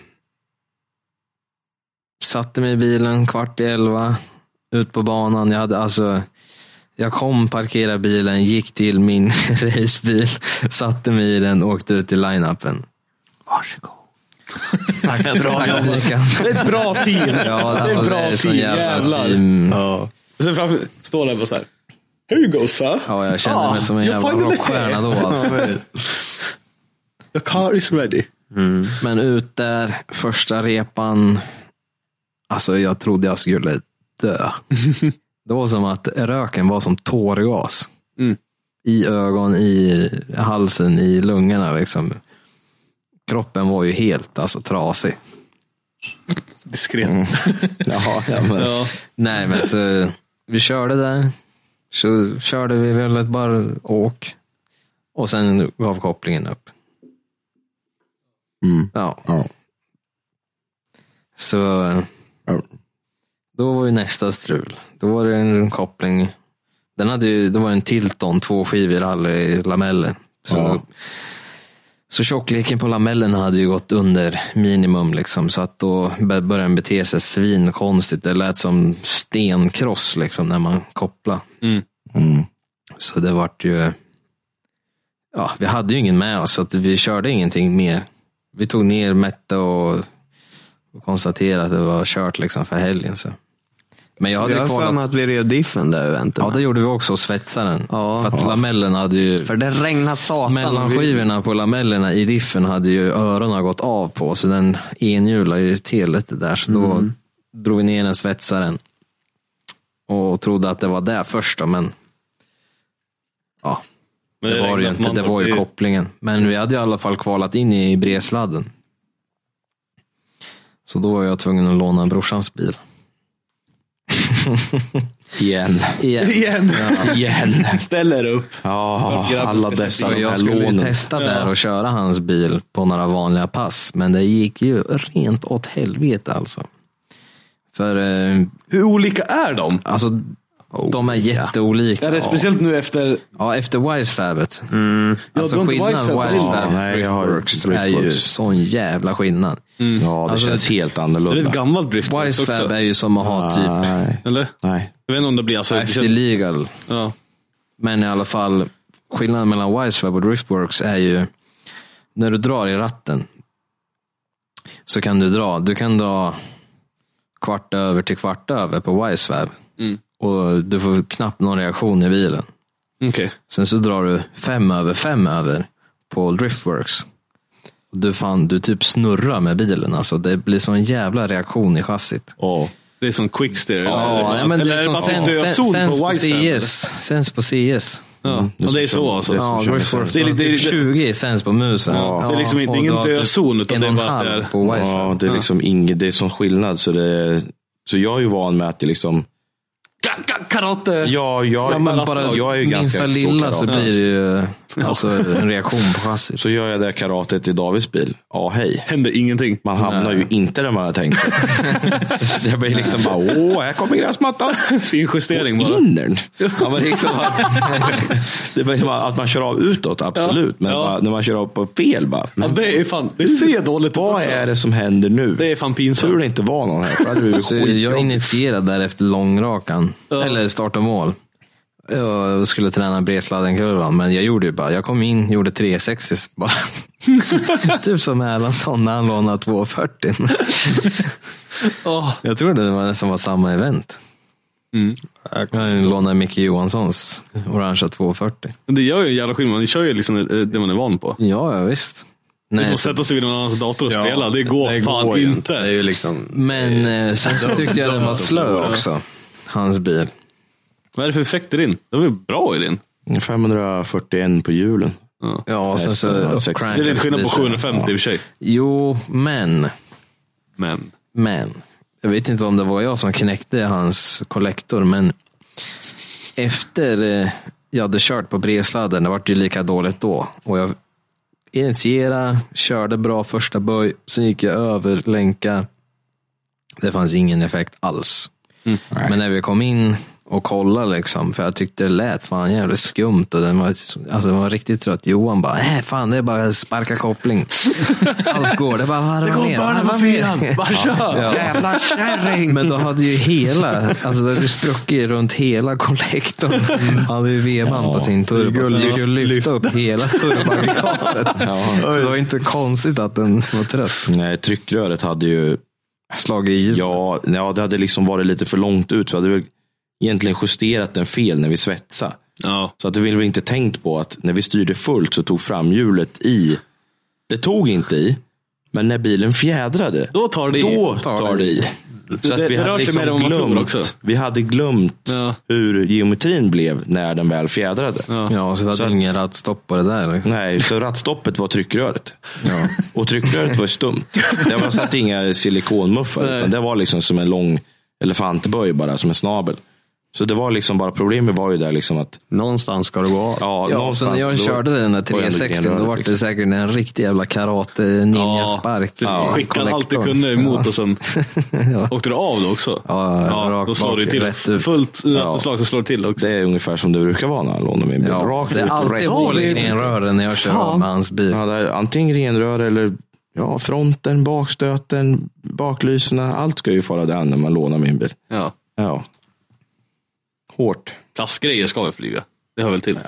[SPEAKER 3] satte mig i bilen kvart i elva, ut på banan. Jag hade alltså jag kom, parkerade bilen, gick till min [laughs] racebil, satte mig i den och åkte ut i line-upen. Varsågod. Tack, bra tack Mikael.
[SPEAKER 2] Det är ett [laughs] bra team.
[SPEAKER 3] Ja,
[SPEAKER 2] det är ett
[SPEAKER 3] alltså,
[SPEAKER 2] bra
[SPEAKER 3] det är sån
[SPEAKER 2] team,
[SPEAKER 3] jävla
[SPEAKER 2] jävlar.
[SPEAKER 3] team.
[SPEAKER 2] Ja. Och sen framför står där bara så här. Hugo, sa?
[SPEAKER 3] Ja, jag kände mig som en
[SPEAKER 2] jag
[SPEAKER 3] jävla
[SPEAKER 2] fan är det.
[SPEAKER 3] rockstjärna då. Alltså.
[SPEAKER 2] The car is ready.
[SPEAKER 3] Men ut där, första repan. Alltså jag trodde jag skulle dö. Det var som att röken var som tårgas.
[SPEAKER 2] Mm.
[SPEAKER 3] I ögon, i halsen, i lungorna. Liksom. Kroppen var ju helt alltså, trasig.
[SPEAKER 2] Diskret.
[SPEAKER 3] Mm.
[SPEAKER 2] [laughs]
[SPEAKER 3] Ja, ja, men,
[SPEAKER 2] Ja.
[SPEAKER 3] Nej, men så vi körde där. Så körde vi väl ett bara åk. Och sen gav kopplingen upp.
[SPEAKER 6] Mm.
[SPEAKER 3] Ja,
[SPEAKER 6] Ja.
[SPEAKER 3] så
[SPEAKER 6] Ja.
[SPEAKER 3] då var ju nästa strul. Då var det en koppling. Den hade ju, det var en Tilton, två skivor rally-lameller. Så,
[SPEAKER 6] Ja.
[SPEAKER 3] så tjockleken på lamellerna hade ju gått under minimum liksom. Så att då bör- började den bete sig svinkonstigt. Det lät som stenkross liksom när man kopplade.
[SPEAKER 6] Mm.
[SPEAKER 3] Så det vart ju, ja, vi hade ju ingen med oss så att vi körde ingenting mer. Vi tog ner, mätte och, och konstaterade att det var kört liksom för helgen. Så. Men jag hade
[SPEAKER 8] jag har för mig
[SPEAKER 3] kvalat,
[SPEAKER 8] att vi rev diffen där eventet.
[SPEAKER 3] ja
[SPEAKER 8] med.
[SPEAKER 3] det gjorde vi också, och svetsaren.
[SPEAKER 8] Ja.
[SPEAKER 3] för att lamellen hade ju,
[SPEAKER 8] För det regnade satan.
[SPEAKER 3] mellanskivorna på lamellerna i riffen hade ju öronen gått av på, så den enhjulade ju till lite där. Så då
[SPEAKER 6] Mm.
[SPEAKER 3] drog vi ner den svetsaren. Och trodde att det var det först då, men ja,
[SPEAKER 2] Men
[SPEAKER 3] det var det ju
[SPEAKER 2] regnar på
[SPEAKER 3] inte, det
[SPEAKER 2] Mantorp.
[SPEAKER 3] var ju
[SPEAKER 2] är
[SPEAKER 3] kopplingen. Men vi hade ju i alla fall kvalat in i bredsladden. Så då var jag tvungen att låna
[SPEAKER 6] [laughs]
[SPEAKER 3] brorsans bil.
[SPEAKER 6] Igen.
[SPEAKER 2] [laughs]
[SPEAKER 3] Igen.
[SPEAKER 2] Igen.
[SPEAKER 6] Igen.
[SPEAKER 2] Ställer upp.
[SPEAKER 6] Ja,
[SPEAKER 2] Grabben
[SPEAKER 6] alla
[SPEAKER 2] ska
[SPEAKER 6] dessa
[SPEAKER 3] Så
[SPEAKER 6] de
[SPEAKER 3] jag
[SPEAKER 6] här
[SPEAKER 3] skulle ju
[SPEAKER 6] lånen.
[SPEAKER 3] testa där och köra hans bil på några vanliga pass. Men det gick ju rent åt helvete alltså. För eh,
[SPEAKER 2] Hur olika är de?
[SPEAKER 3] alltså,
[SPEAKER 6] Oh,
[SPEAKER 3] de är jätteolika.
[SPEAKER 2] Är det speciellt nu efter...
[SPEAKER 3] Ja, efter Wisefabet.
[SPEAKER 8] Mm.
[SPEAKER 2] du
[SPEAKER 3] alltså
[SPEAKER 2] har inte
[SPEAKER 3] skillnaden
[SPEAKER 2] Wisefab.
[SPEAKER 3] Wisefab
[SPEAKER 6] Ja, nej, jag har
[SPEAKER 3] Brickworks är ju
[SPEAKER 6] Brickworks.
[SPEAKER 3] sån jävla skillnad.
[SPEAKER 6] Ja, det
[SPEAKER 3] Alltså,
[SPEAKER 6] känns helt
[SPEAKER 2] Är Mm. det
[SPEAKER 6] annorlunda.
[SPEAKER 2] ett gammalt driftbox
[SPEAKER 3] Wisefab
[SPEAKER 2] också?
[SPEAKER 3] är ju som att ha typ
[SPEAKER 6] Nej.
[SPEAKER 2] Eller?
[SPEAKER 6] Nej.
[SPEAKER 2] Jag vet inte om det blir alltså...
[SPEAKER 3] efter legal.
[SPEAKER 2] Ja.
[SPEAKER 3] Men i alla fall, skillnaden mellan Wisefab och Driftworks är ju när du drar i ratten så kan du dra, du kan dra kvart över till kvart över på Wisefab.
[SPEAKER 2] Mm.
[SPEAKER 3] Och du får knappt någon reaktion i bilen.
[SPEAKER 2] Okej.
[SPEAKER 3] Sen så drar du fem över fem över på Driftworks. Och Du, fan, du typ snurrar med bilen alltså. Det blir sån jävla reaktion i chassit.
[SPEAKER 6] Ja.
[SPEAKER 2] Det är som quicksteer.
[SPEAKER 3] Ja,
[SPEAKER 2] eller,
[SPEAKER 3] nej, men det
[SPEAKER 2] eller
[SPEAKER 3] är
[SPEAKER 2] är det
[SPEAKER 3] som
[SPEAKER 2] bara att det
[SPEAKER 3] sens,
[SPEAKER 2] död
[SPEAKER 3] sens,
[SPEAKER 2] zon
[SPEAKER 3] sens
[SPEAKER 2] på
[SPEAKER 3] på
[SPEAKER 2] Wisefab?
[SPEAKER 3] CS. Sens på CS.
[SPEAKER 6] Mm.
[SPEAKER 2] Ja, ja, det är så alltså.
[SPEAKER 3] Ja, Griffworth.
[SPEAKER 2] Det är lite-
[SPEAKER 3] typ 20 cents på musen.
[SPEAKER 2] Ja, det är liksom inte-
[SPEAKER 3] och
[SPEAKER 2] ingen
[SPEAKER 3] då typ
[SPEAKER 2] dödszon, utan
[SPEAKER 3] en
[SPEAKER 2] det är
[SPEAKER 3] och en
[SPEAKER 2] bara att det
[SPEAKER 3] halv
[SPEAKER 2] är-
[SPEAKER 3] På wifi.
[SPEAKER 6] Ja, det är liksom ingen, det är sån skillnad. Så, det, så jag är ju van med att det liksom,
[SPEAKER 2] Ka- ka- Karate!
[SPEAKER 6] ja, jag,
[SPEAKER 3] ja, men bara
[SPEAKER 6] jag är ju ganska
[SPEAKER 3] minsta
[SPEAKER 6] så
[SPEAKER 3] lilla så
[SPEAKER 6] karat.
[SPEAKER 3] blir det ju alltså, en reaktion på chassit.
[SPEAKER 6] Så gör jag det karatet i Davids bil. Ja, hej.
[SPEAKER 2] Händer ingenting. [laughs]
[SPEAKER 6] Man hamnar ju inte där man har tänkt sig. Det blir liksom bara, åh, här kommer gräsmattan.
[SPEAKER 2] Fin justering bara.
[SPEAKER 6] In den. Ja, men liksom att, [laughs] det blir som att man kör av utåt, absolut. Men
[SPEAKER 2] Ja.
[SPEAKER 6] bara, när man kör av på fel, bara,
[SPEAKER 2] Ja, det är fan... Det ser dåligt ut
[SPEAKER 6] vad
[SPEAKER 2] också.
[SPEAKER 6] är det som händer nu?
[SPEAKER 2] Det är fan
[SPEAKER 6] Tur det
[SPEAKER 2] pinsamt.
[SPEAKER 6] inte var någon här. för då hade det blivit
[SPEAKER 3] Så jag
[SPEAKER 6] skitjobbigt.
[SPEAKER 3] initierade därefter långrakan,
[SPEAKER 2] Ja.
[SPEAKER 3] eller start och mål. Jag skulle träna bredsladdenkurvan, men jag gjorde ju bara, jag kom in, gjorde 360 bara. typ som Erlandsson när han lånade 240.
[SPEAKER 2] Åh,
[SPEAKER 3] jag tror det var nästan var samma event.
[SPEAKER 8] Jag-
[SPEAKER 6] Jag lånade Micke Johanssons orangea 240.
[SPEAKER 2] Men det gör ju en jävla skillnad. Ni kör ju liksom eh, det man är van på.
[SPEAKER 6] Ja, ja visst.
[SPEAKER 2] det är som
[SPEAKER 6] Nej,
[SPEAKER 2] att sätta sig vid någon annans dator och
[SPEAKER 8] Ja,
[SPEAKER 2] spela. Det går fan
[SPEAKER 8] går ju
[SPEAKER 2] inte.
[SPEAKER 8] Det är ju liksom,
[SPEAKER 6] men eh, sen så tyckte jag den var slö
[SPEAKER 2] Ja.
[SPEAKER 6] också. Hans bil.
[SPEAKER 2] Vad är det för effekter i din? Det var ju bra i din.
[SPEAKER 3] 541 på hjulen.
[SPEAKER 6] Ja, och sen
[SPEAKER 3] Nej,
[SPEAKER 6] så...
[SPEAKER 3] så-
[SPEAKER 2] Det är lite skillnad på 750 i och för sig.
[SPEAKER 6] Jo, men.
[SPEAKER 2] Men.
[SPEAKER 6] Men, jag vet inte om det var jag som knäckte hans kollektor, men efter eh, jag hade kört på bredsladden, det vart ju lika dåligt då. Och jag initierade, körde bra första böj, sen gick jag över, länka. Det fanns ingen effekt alls. Men när vi kom in och kollade, liksom, för jag tyckte det lät fan jävligt skumt och den var, alltså, den var riktigt trött. Johan bara, nej fan det är bara att sparka koppling. [laughs] Allt går, det är bara varva ner. varva ner." [laughs]
[SPEAKER 2] Bara kör!
[SPEAKER 6] Jävla kärring! Men då hade ju hela, alltså det hade ju spruckit runt hela kollektorn. Han hade ju vevan på sin turbo. Så
[SPEAKER 8] gulligt.
[SPEAKER 6] du kunde lyfta upp hela turboaggregatet. Så det var inte konstigt att den var trött.
[SPEAKER 3] Nej, tryckröret hade ju
[SPEAKER 6] Slagit i hjulet.
[SPEAKER 3] Ja, ja, det hade liksom varit lite för långt ut. Så hade vi egentligen justerat den fel när vi svetsade.
[SPEAKER 2] Ja.
[SPEAKER 3] Så att det ville vi inte tänkt på att när vi styrde fullt så tog framhjulet i. Det tog inte i, men när bilen fjädrade,
[SPEAKER 2] Då tar det i.
[SPEAKER 3] då tar det i. Så
[SPEAKER 2] Det-
[SPEAKER 3] att vi
[SPEAKER 2] det rör
[SPEAKER 3] hade
[SPEAKER 2] sig mer än
[SPEAKER 3] liksom
[SPEAKER 2] vad man tror
[SPEAKER 3] glömt,
[SPEAKER 2] också.
[SPEAKER 3] vi hade glömt
[SPEAKER 2] Ja.
[SPEAKER 3] hur geometrin blev när den väl fjädrade.
[SPEAKER 6] Ja, så vi
[SPEAKER 3] Så
[SPEAKER 6] hade
[SPEAKER 3] att-
[SPEAKER 6] ingen rattstopp på det där. liksom.
[SPEAKER 3] Nej, så rattstoppet var tryckröret. Och tryckröret var ju stumt. Det var satt inga silikonmuffar, utan det var liksom som en lång elefantböj bara, som en snabel. Så det var liksom bara, problemet var ju där liksom att,
[SPEAKER 8] någonstans ska det gå av.
[SPEAKER 3] ja,
[SPEAKER 6] Ja, och så
[SPEAKER 3] någonstans.
[SPEAKER 6] när jag
[SPEAKER 3] då-
[SPEAKER 6] körde den där
[SPEAKER 3] var jag ändå
[SPEAKER 6] 360 då
[SPEAKER 3] grenröret,
[SPEAKER 6] var det
[SPEAKER 3] liksom.
[SPEAKER 6] säkert en riktig jävla karate eh, ninja spark.
[SPEAKER 2] Ja. Skickade allt du kunde emot och [laughs] sen åkte du av då också.
[SPEAKER 6] Ja, rakt
[SPEAKER 2] då slår
[SPEAKER 6] bak,
[SPEAKER 2] du till.
[SPEAKER 6] rätt ut.
[SPEAKER 2] Fullt
[SPEAKER 3] Ja.
[SPEAKER 2] slag så slår du till också.
[SPEAKER 3] Det är ungefär som det brukar vara när han lånar min bil.
[SPEAKER 6] Ja,
[SPEAKER 3] Rakt
[SPEAKER 6] det är
[SPEAKER 3] ut och rätt.
[SPEAKER 6] alltid hål i grenrören när jag kör
[SPEAKER 3] Fan.
[SPEAKER 6] med hans bil.
[SPEAKER 3] Ja, det är antingen renrör eller ja, fronten, bakstöten, baklyserna. Allt ska ju fara där när man lånar min bil.
[SPEAKER 2] Ja.
[SPEAKER 3] Ja. Hårt.
[SPEAKER 2] Plastgrejer ska väl flyga? Det hör väl till?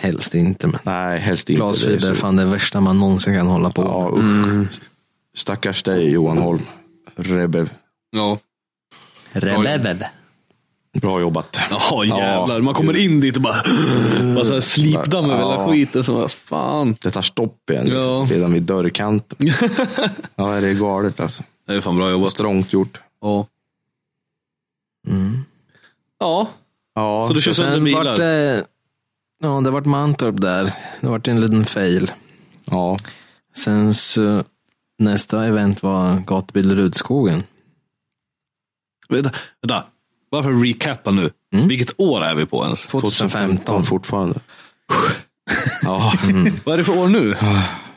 [SPEAKER 6] Helst inte men.
[SPEAKER 3] Nej, helst inte. Det
[SPEAKER 6] Glasfiber,
[SPEAKER 3] är så-
[SPEAKER 6] fan det värsta man någonsin kan hålla på
[SPEAKER 3] Ja, usch.
[SPEAKER 2] Mm.
[SPEAKER 3] Stackars dig Johan Holm. Rebev.
[SPEAKER 2] Ja.
[SPEAKER 8] Rebebeb.
[SPEAKER 3] Bra jobbat.
[SPEAKER 2] Ja jävlar, man kommer in dit och bara, [gasps] bara så här slipdamm över hela
[SPEAKER 3] Ja.
[SPEAKER 2] skiten. Så bara, fan.
[SPEAKER 3] Det tar stopp igen. Liksom.
[SPEAKER 2] Ja.
[SPEAKER 3] Redan
[SPEAKER 2] [laughs]
[SPEAKER 3] vid dörrkanten. ja, det är galet alltså.
[SPEAKER 2] Det är fan bra jobbat.
[SPEAKER 3] Strångt gjort.
[SPEAKER 2] Ja. Mm. Ja,
[SPEAKER 3] Ja,
[SPEAKER 2] så du kör sönder
[SPEAKER 6] Sen vart
[SPEAKER 2] bilar?
[SPEAKER 6] det, ja, det vart Mantorp där. Det vart en liten fail.
[SPEAKER 3] ja.
[SPEAKER 6] Sen så nästa event var gatubil Rudskogen.
[SPEAKER 2] Vänta, vänta. Varför recappa nu? Vilket år är vi på ens?
[SPEAKER 6] 2015.
[SPEAKER 3] fortfarande. ja,
[SPEAKER 2] Vad är det för år nu?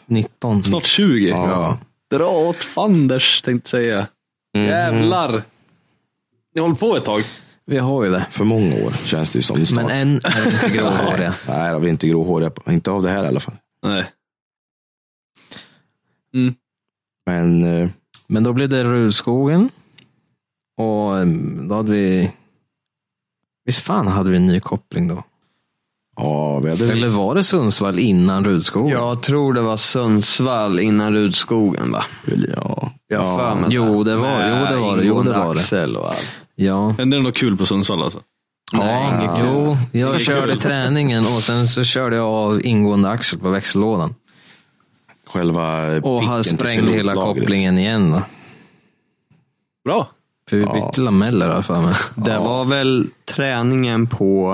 [SPEAKER 6] 19.
[SPEAKER 2] Snart 20?
[SPEAKER 6] Ja.
[SPEAKER 2] Dra åt fanders tänkte säga.
[SPEAKER 3] Mhm.
[SPEAKER 2] Jävlar! Ni håller på ett tag?
[SPEAKER 6] Vi har ju det.
[SPEAKER 3] för många år känns det ju som. Snart.
[SPEAKER 6] Men än är vi inte gråhåriga.
[SPEAKER 3] Nej, då, vi är inte gråhåriga. på- Inte av det här i alla fall.
[SPEAKER 2] Nej.
[SPEAKER 3] Men eh,
[SPEAKER 6] [laughs] Men då blev det Rudskogen. Och em, då hade vi... Visst fan hade vi en ny koppling då?
[SPEAKER 3] ja, vi hade
[SPEAKER 6] Eller var det Sundsvall innan Rudskogen?
[SPEAKER 8] Jag tror det var Sundsvall innan Rudskogen va?
[SPEAKER 3] Ja.
[SPEAKER 8] Jag har för mig
[SPEAKER 6] Jo, det var-
[SPEAKER 8] Med
[SPEAKER 6] jo, det var det, jo, det
[SPEAKER 8] ingående
[SPEAKER 6] var det.
[SPEAKER 8] axel och allt.
[SPEAKER 6] ja.
[SPEAKER 2] Hände det något kul på Sundsvall alltså?
[SPEAKER 6] Ja, jo, jag körde träningen och sen så körde jag av ingående axel på växellådan.
[SPEAKER 3] Själva
[SPEAKER 6] Och
[SPEAKER 3] picken
[SPEAKER 6] han
[SPEAKER 3] till
[SPEAKER 6] sprängde hela
[SPEAKER 3] pilotlagret.
[SPEAKER 6] kopplingen igen då.
[SPEAKER 2] Bra!
[SPEAKER 6] För vi bytte lameller har jag för
[SPEAKER 3] [laughs]
[SPEAKER 6] mig.
[SPEAKER 8] Det var väl träningen på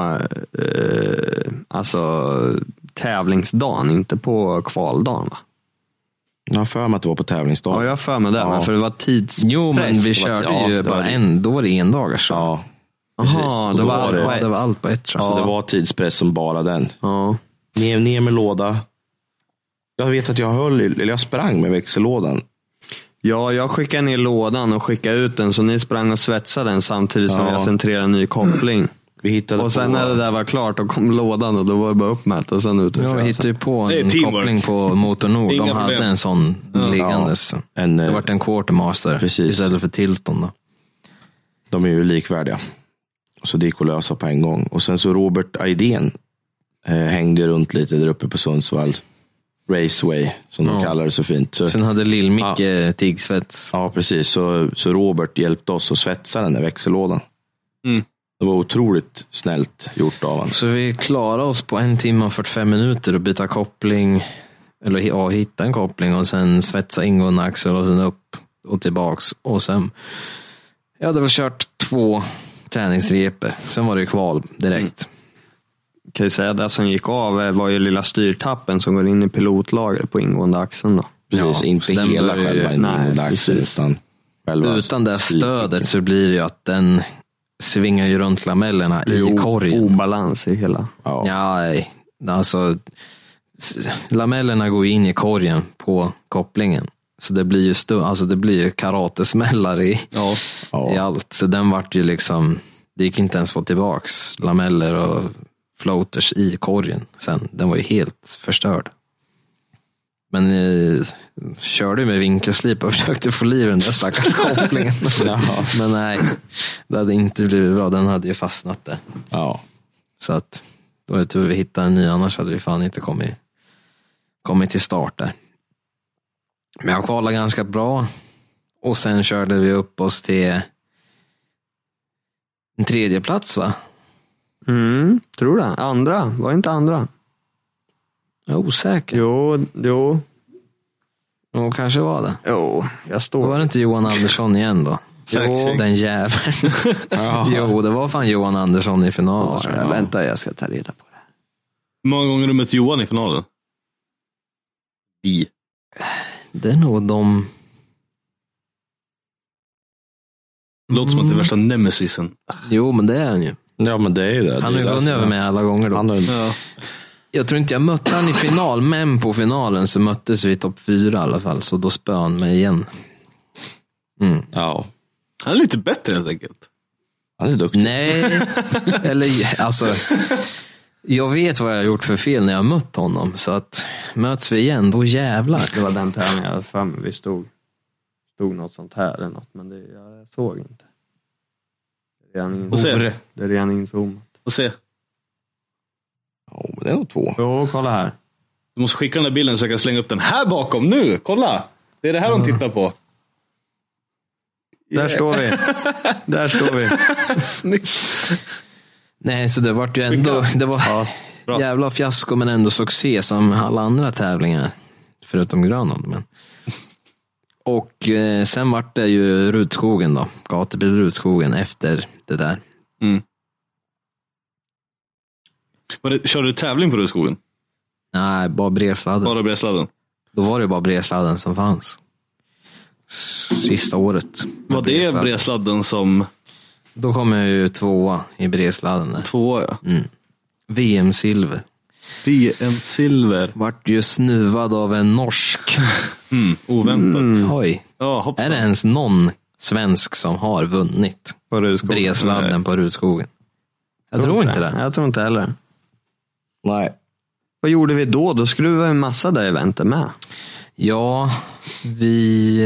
[SPEAKER 8] eh, alltså tävlingsdagen, inte på kvaldagen va?
[SPEAKER 3] Jag har för mig att det var på
[SPEAKER 8] Ja,
[SPEAKER 3] tävlingsdagen.
[SPEAKER 8] jag har för mig det, men för det var tids...
[SPEAKER 6] Jo, men vi
[SPEAKER 3] Press,
[SPEAKER 6] körde
[SPEAKER 3] ja, det
[SPEAKER 6] ju
[SPEAKER 3] var
[SPEAKER 6] bara
[SPEAKER 3] det.
[SPEAKER 6] en, då var det en dagar så.
[SPEAKER 3] Ja,
[SPEAKER 8] Jaha,
[SPEAKER 3] precis.
[SPEAKER 8] det
[SPEAKER 3] Då
[SPEAKER 8] var allt
[SPEAKER 3] var
[SPEAKER 8] på
[SPEAKER 6] Ja,
[SPEAKER 8] ett.
[SPEAKER 6] det var allt på ett tror jag.
[SPEAKER 3] Så det var tidspress som bara den.
[SPEAKER 8] Ja.
[SPEAKER 3] Ner, ner med låda. Jag vet att jag höll, i- eller jag sprang med växellådan.
[SPEAKER 8] ja, jag skickade ner lådan och skickade ut den, så ni sprang och svetsade den samtidigt som
[SPEAKER 3] Ja.
[SPEAKER 8] jag centrerade en ny koppling.
[SPEAKER 3] Vi hittade
[SPEAKER 8] Och sen
[SPEAKER 3] på,
[SPEAKER 8] när det där var klart, då kom lådan och då var det bara upp med det och sen ut och
[SPEAKER 6] Ja, vi
[SPEAKER 8] köra.
[SPEAKER 6] hittade ju på
[SPEAKER 2] Det är
[SPEAKER 6] en
[SPEAKER 2] teamwork.
[SPEAKER 6] koppling på Motor Nord.
[SPEAKER 2] Inga
[SPEAKER 6] De hade
[SPEAKER 2] problem.
[SPEAKER 6] en sån liggandes.
[SPEAKER 3] en,
[SPEAKER 6] Det
[SPEAKER 3] eh,
[SPEAKER 6] vart en quartermaster
[SPEAKER 3] Precis.
[SPEAKER 6] istället för Tilton då.
[SPEAKER 3] de är ju likvärdiga. Så det gick att lösa på en gång. Och sen så Robert Aidén eh, hängde runt lite där uppe på Sundsvall. Raceway, som de kallar det så fint. Så,
[SPEAKER 6] Sen hade Lill-Micke tigsvets. Mm.
[SPEAKER 3] ja, precis. Så, så Robert hjälpte oss att svetsa den där växellådan. Det var otroligt snällt gjort av honom.
[SPEAKER 6] Så vi klarar oss på en timme och 45 minuter och byta koppling. Eller ja, hitta en koppling och sen svetsa ingående axel och sen upp och tillbaks. Och sen, jag hade väl kört två träningsreper. Sen var det ju kval direkt.
[SPEAKER 8] Kan ju säga det som gick av eh, var ju lilla styrtappen som går in i pilotlagret på ingående axeln. Då.
[SPEAKER 3] Precis,
[SPEAKER 6] så
[SPEAKER 3] inte
[SPEAKER 6] den
[SPEAKER 3] hela
[SPEAKER 6] bör ju-
[SPEAKER 3] själva
[SPEAKER 8] nej,
[SPEAKER 3] ingående axeln.
[SPEAKER 8] precis.
[SPEAKER 3] Utan, själva
[SPEAKER 6] Utan det här stödet så blir det ju att den svingar ju runt lamellerna
[SPEAKER 8] Det är
[SPEAKER 6] i
[SPEAKER 8] o-
[SPEAKER 6] korgen.
[SPEAKER 8] Obalans i hela.
[SPEAKER 3] Ja.
[SPEAKER 6] Ja, nej. alltså s- lamellerna går ju in i korgen på kopplingen. Så det blir ju, stu- alltså det blir ju karatesmällar i, i allt. Så den vart ju liksom, det gick inte ens få tillbaks lameller och floaters i korgen sen. Den var ju helt förstörd. Men eh, körde ju med vinkelslip och [laughs] försökte få liv i den där stackars kopplingen. Men nej, det hade inte blivit bra. Den hade ju fastnat där.
[SPEAKER 3] Ja.
[SPEAKER 6] Så att då var det tur vi hittade en ny, annars hade vi fan inte kommit, kommit till start där. Men jag kvalade ganska bra. Och sen körde vi upp oss till en tredje plats va?
[SPEAKER 8] Mm, tror det. Andra, var inte andra?
[SPEAKER 6] Jag är osäker.
[SPEAKER 8] Jo, jo,
[SPEAKER 6] Jo, kanske var det.
[SPEAKER 8] jo. Jag
[SPEAKER 6] Då
[SPEAKER 8] står.
[SPEAKER 6] var det inte Johan Andersson igen då.
[SPEAKER 8] [laughs] Jo.
[SPEAKER 6] [laughs] Den jäveln. jo, det var fan Johan Andersson i finalen.
[SPEAKER 8] Ja,
[SPEAKER 6] tror jag.
[SPEAKER 8] jag- vänta, jag ska ta reda på det.
[SPEAKER 2] Hur många gånger har du mött Johan i finalen? I.
[SPEAKER 6] Det är nog de...
[SPEAKER 2] Låter som att det är värsta nemesisen.
[SPEAKER 6] Jo, men det är han ju.
[SPEAKER 3] Mm. ja, men det är ju det.
[SPEAKER 6] Han har
[SPEAKER 3] Det är
[SPEAKER 6] ju
[SPEAKER 3] det
[SPEAKER 6] vunnit
[SPEAKER 3] som
[SPEAKER 6] över
[SPEAKER 3] är-
[SPEAKER 6] mig alla gånger då.
[SPEAKER 3] Han har ju-
[SPEAKER 6] Jag tror inte jag mötte han i final, men på finalen så möttes vi i topp fyra i alla fall, så då spöade han mig igen. Mm.
[SPEAKER 3] Ja,
[SPEAKER 2] Han är lite bättre helt enkelt.
[SPEAKER 3] han är duktig.
[SPEAKER 6] Nej, eller alltså. Jag vet vad jag har gjort för fel när jag har mött honom, så att möts vi igen, då jävlar.
[SPEAKER 8] Det var den tävlingen jag hade för mig. Vi stod, stod något sånt här eller något, men det, jag såg inte. Det är redan
[SPEAKER 2] Och se.
[SPEAKER 8] inzoomat. Det är redan inzoomat.
[SPEAKER 2] Och se.
[SPEAKER 3] Ja, men det är nog två.
[SPEAKER 8] Jo, kolla här.
[SPEAKER 2] Du måste skicka den där bilden så jag kan slänga upp den här bakom nu. Kolla! Det är det här de
[SPEAKER 3] Mm.
[SPEAKER 2] tittar på.
[SPEAKER 8] Där står vi. Där står vi.
[SPEAKER 6] Nej, så det vart ju ändå, det var
[SPEAKER 2] bra.
[SPEAKER 6] jävla fiasko men ändå succé som alla andra tävlingar. Förutom Grönland. Men. Och eh, sen vart det ju Rutskogen då, gatubil Rutskogen efter det där.
[SPEAKER 2] Var det, körde du tävling på Rödskogen?
[SPEAKER 6] Nej, bara bredsladden.
[SPEAKER 2] Bara bredsladden?
[SPEAKER 6] Då var det bara bredsladden som fanns. S- Sista året. med
[SPEAKER 2] Var det
[SPEAKER 6] bredsladden.
[SPEAKER 2] bredsladden som
[SPEAKER 6] Då kom jag ju tvåa i bredsladden. där.
[SPEAKER 2] tvåa? Ja.
[SPEAKER 6] VM-silver.
[SPEAKER 2] VM-silver.
[SPEAKER 6] Vart ju snuvad av en norsk.
[SPEAKER 2] Mm, Oväntat.
[SPEAKER 6] Oj.
[SPEAKER 2] Ja, hoppsan.
[SPEAKER 6] Mm. Är det ens någon svensk som har vunnit
[SPEAKER 8] På Rudskogen.
[SPEAKER 6] bredsladden på Rudskogen? Jag tror inte det.
[SPEAKER 8] Jag tror inte heller.
[SPEAKER 3] Nej.
[SPEAKER 8] Vad gjorde vi då? Då skruvade vi en massa där eventet med.
[SPEAKER 6] Ja, vi...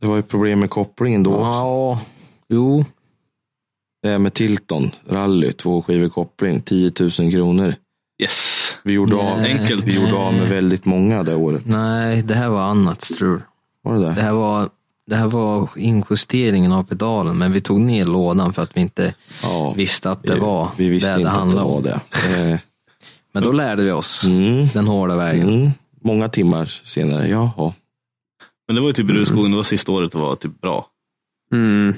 [SPEAKER 3] Det var ju problem med kopplingen då också.
[SPEAKER 6] Ja, jo.
[SPEAKER 3] Det här med Tilton rally, två skivor koppling, 10 000 kronor.
[SPEAKER 2] Yes!
[SPEAKER 3] Vi gjorde, av,
[SPEAKER 2] Enkelt.
[SPEAKER 3] vi gjorde av med väldigt många det året.
[SPEAKER 6] Nej, det här var annat strul.
[SPEAKER 3] Var det
[SPEAKER 6] Det
[SPEAKER 3] [laughs] det?
[SPEAKER 6] här var, det här var injusteringen av pedalen, men vi tog ner lådan för att vi inte
[SPEAKER 3] Ja.
[SPEAKER 6] visste att det var
[SPEAKER 3] vi visste
[SPEAKER 6] det det
[SPEAKER 3] inte att det
[SPEAKER 6] handlade
[SPEAKER 3] var
[SPEAKER 6] om.
[SPEAKER 3] det. Eh,
[SPEAKER 6] Men då lärde vi oss den hårda vägen.
[SPEAKER 3] mm, många timmar senare, jaha.
[SPEAKER 2] Men det var ju typ Rödskogen, det var sista året det var typ bra.
[SPEAKER 8] Mm.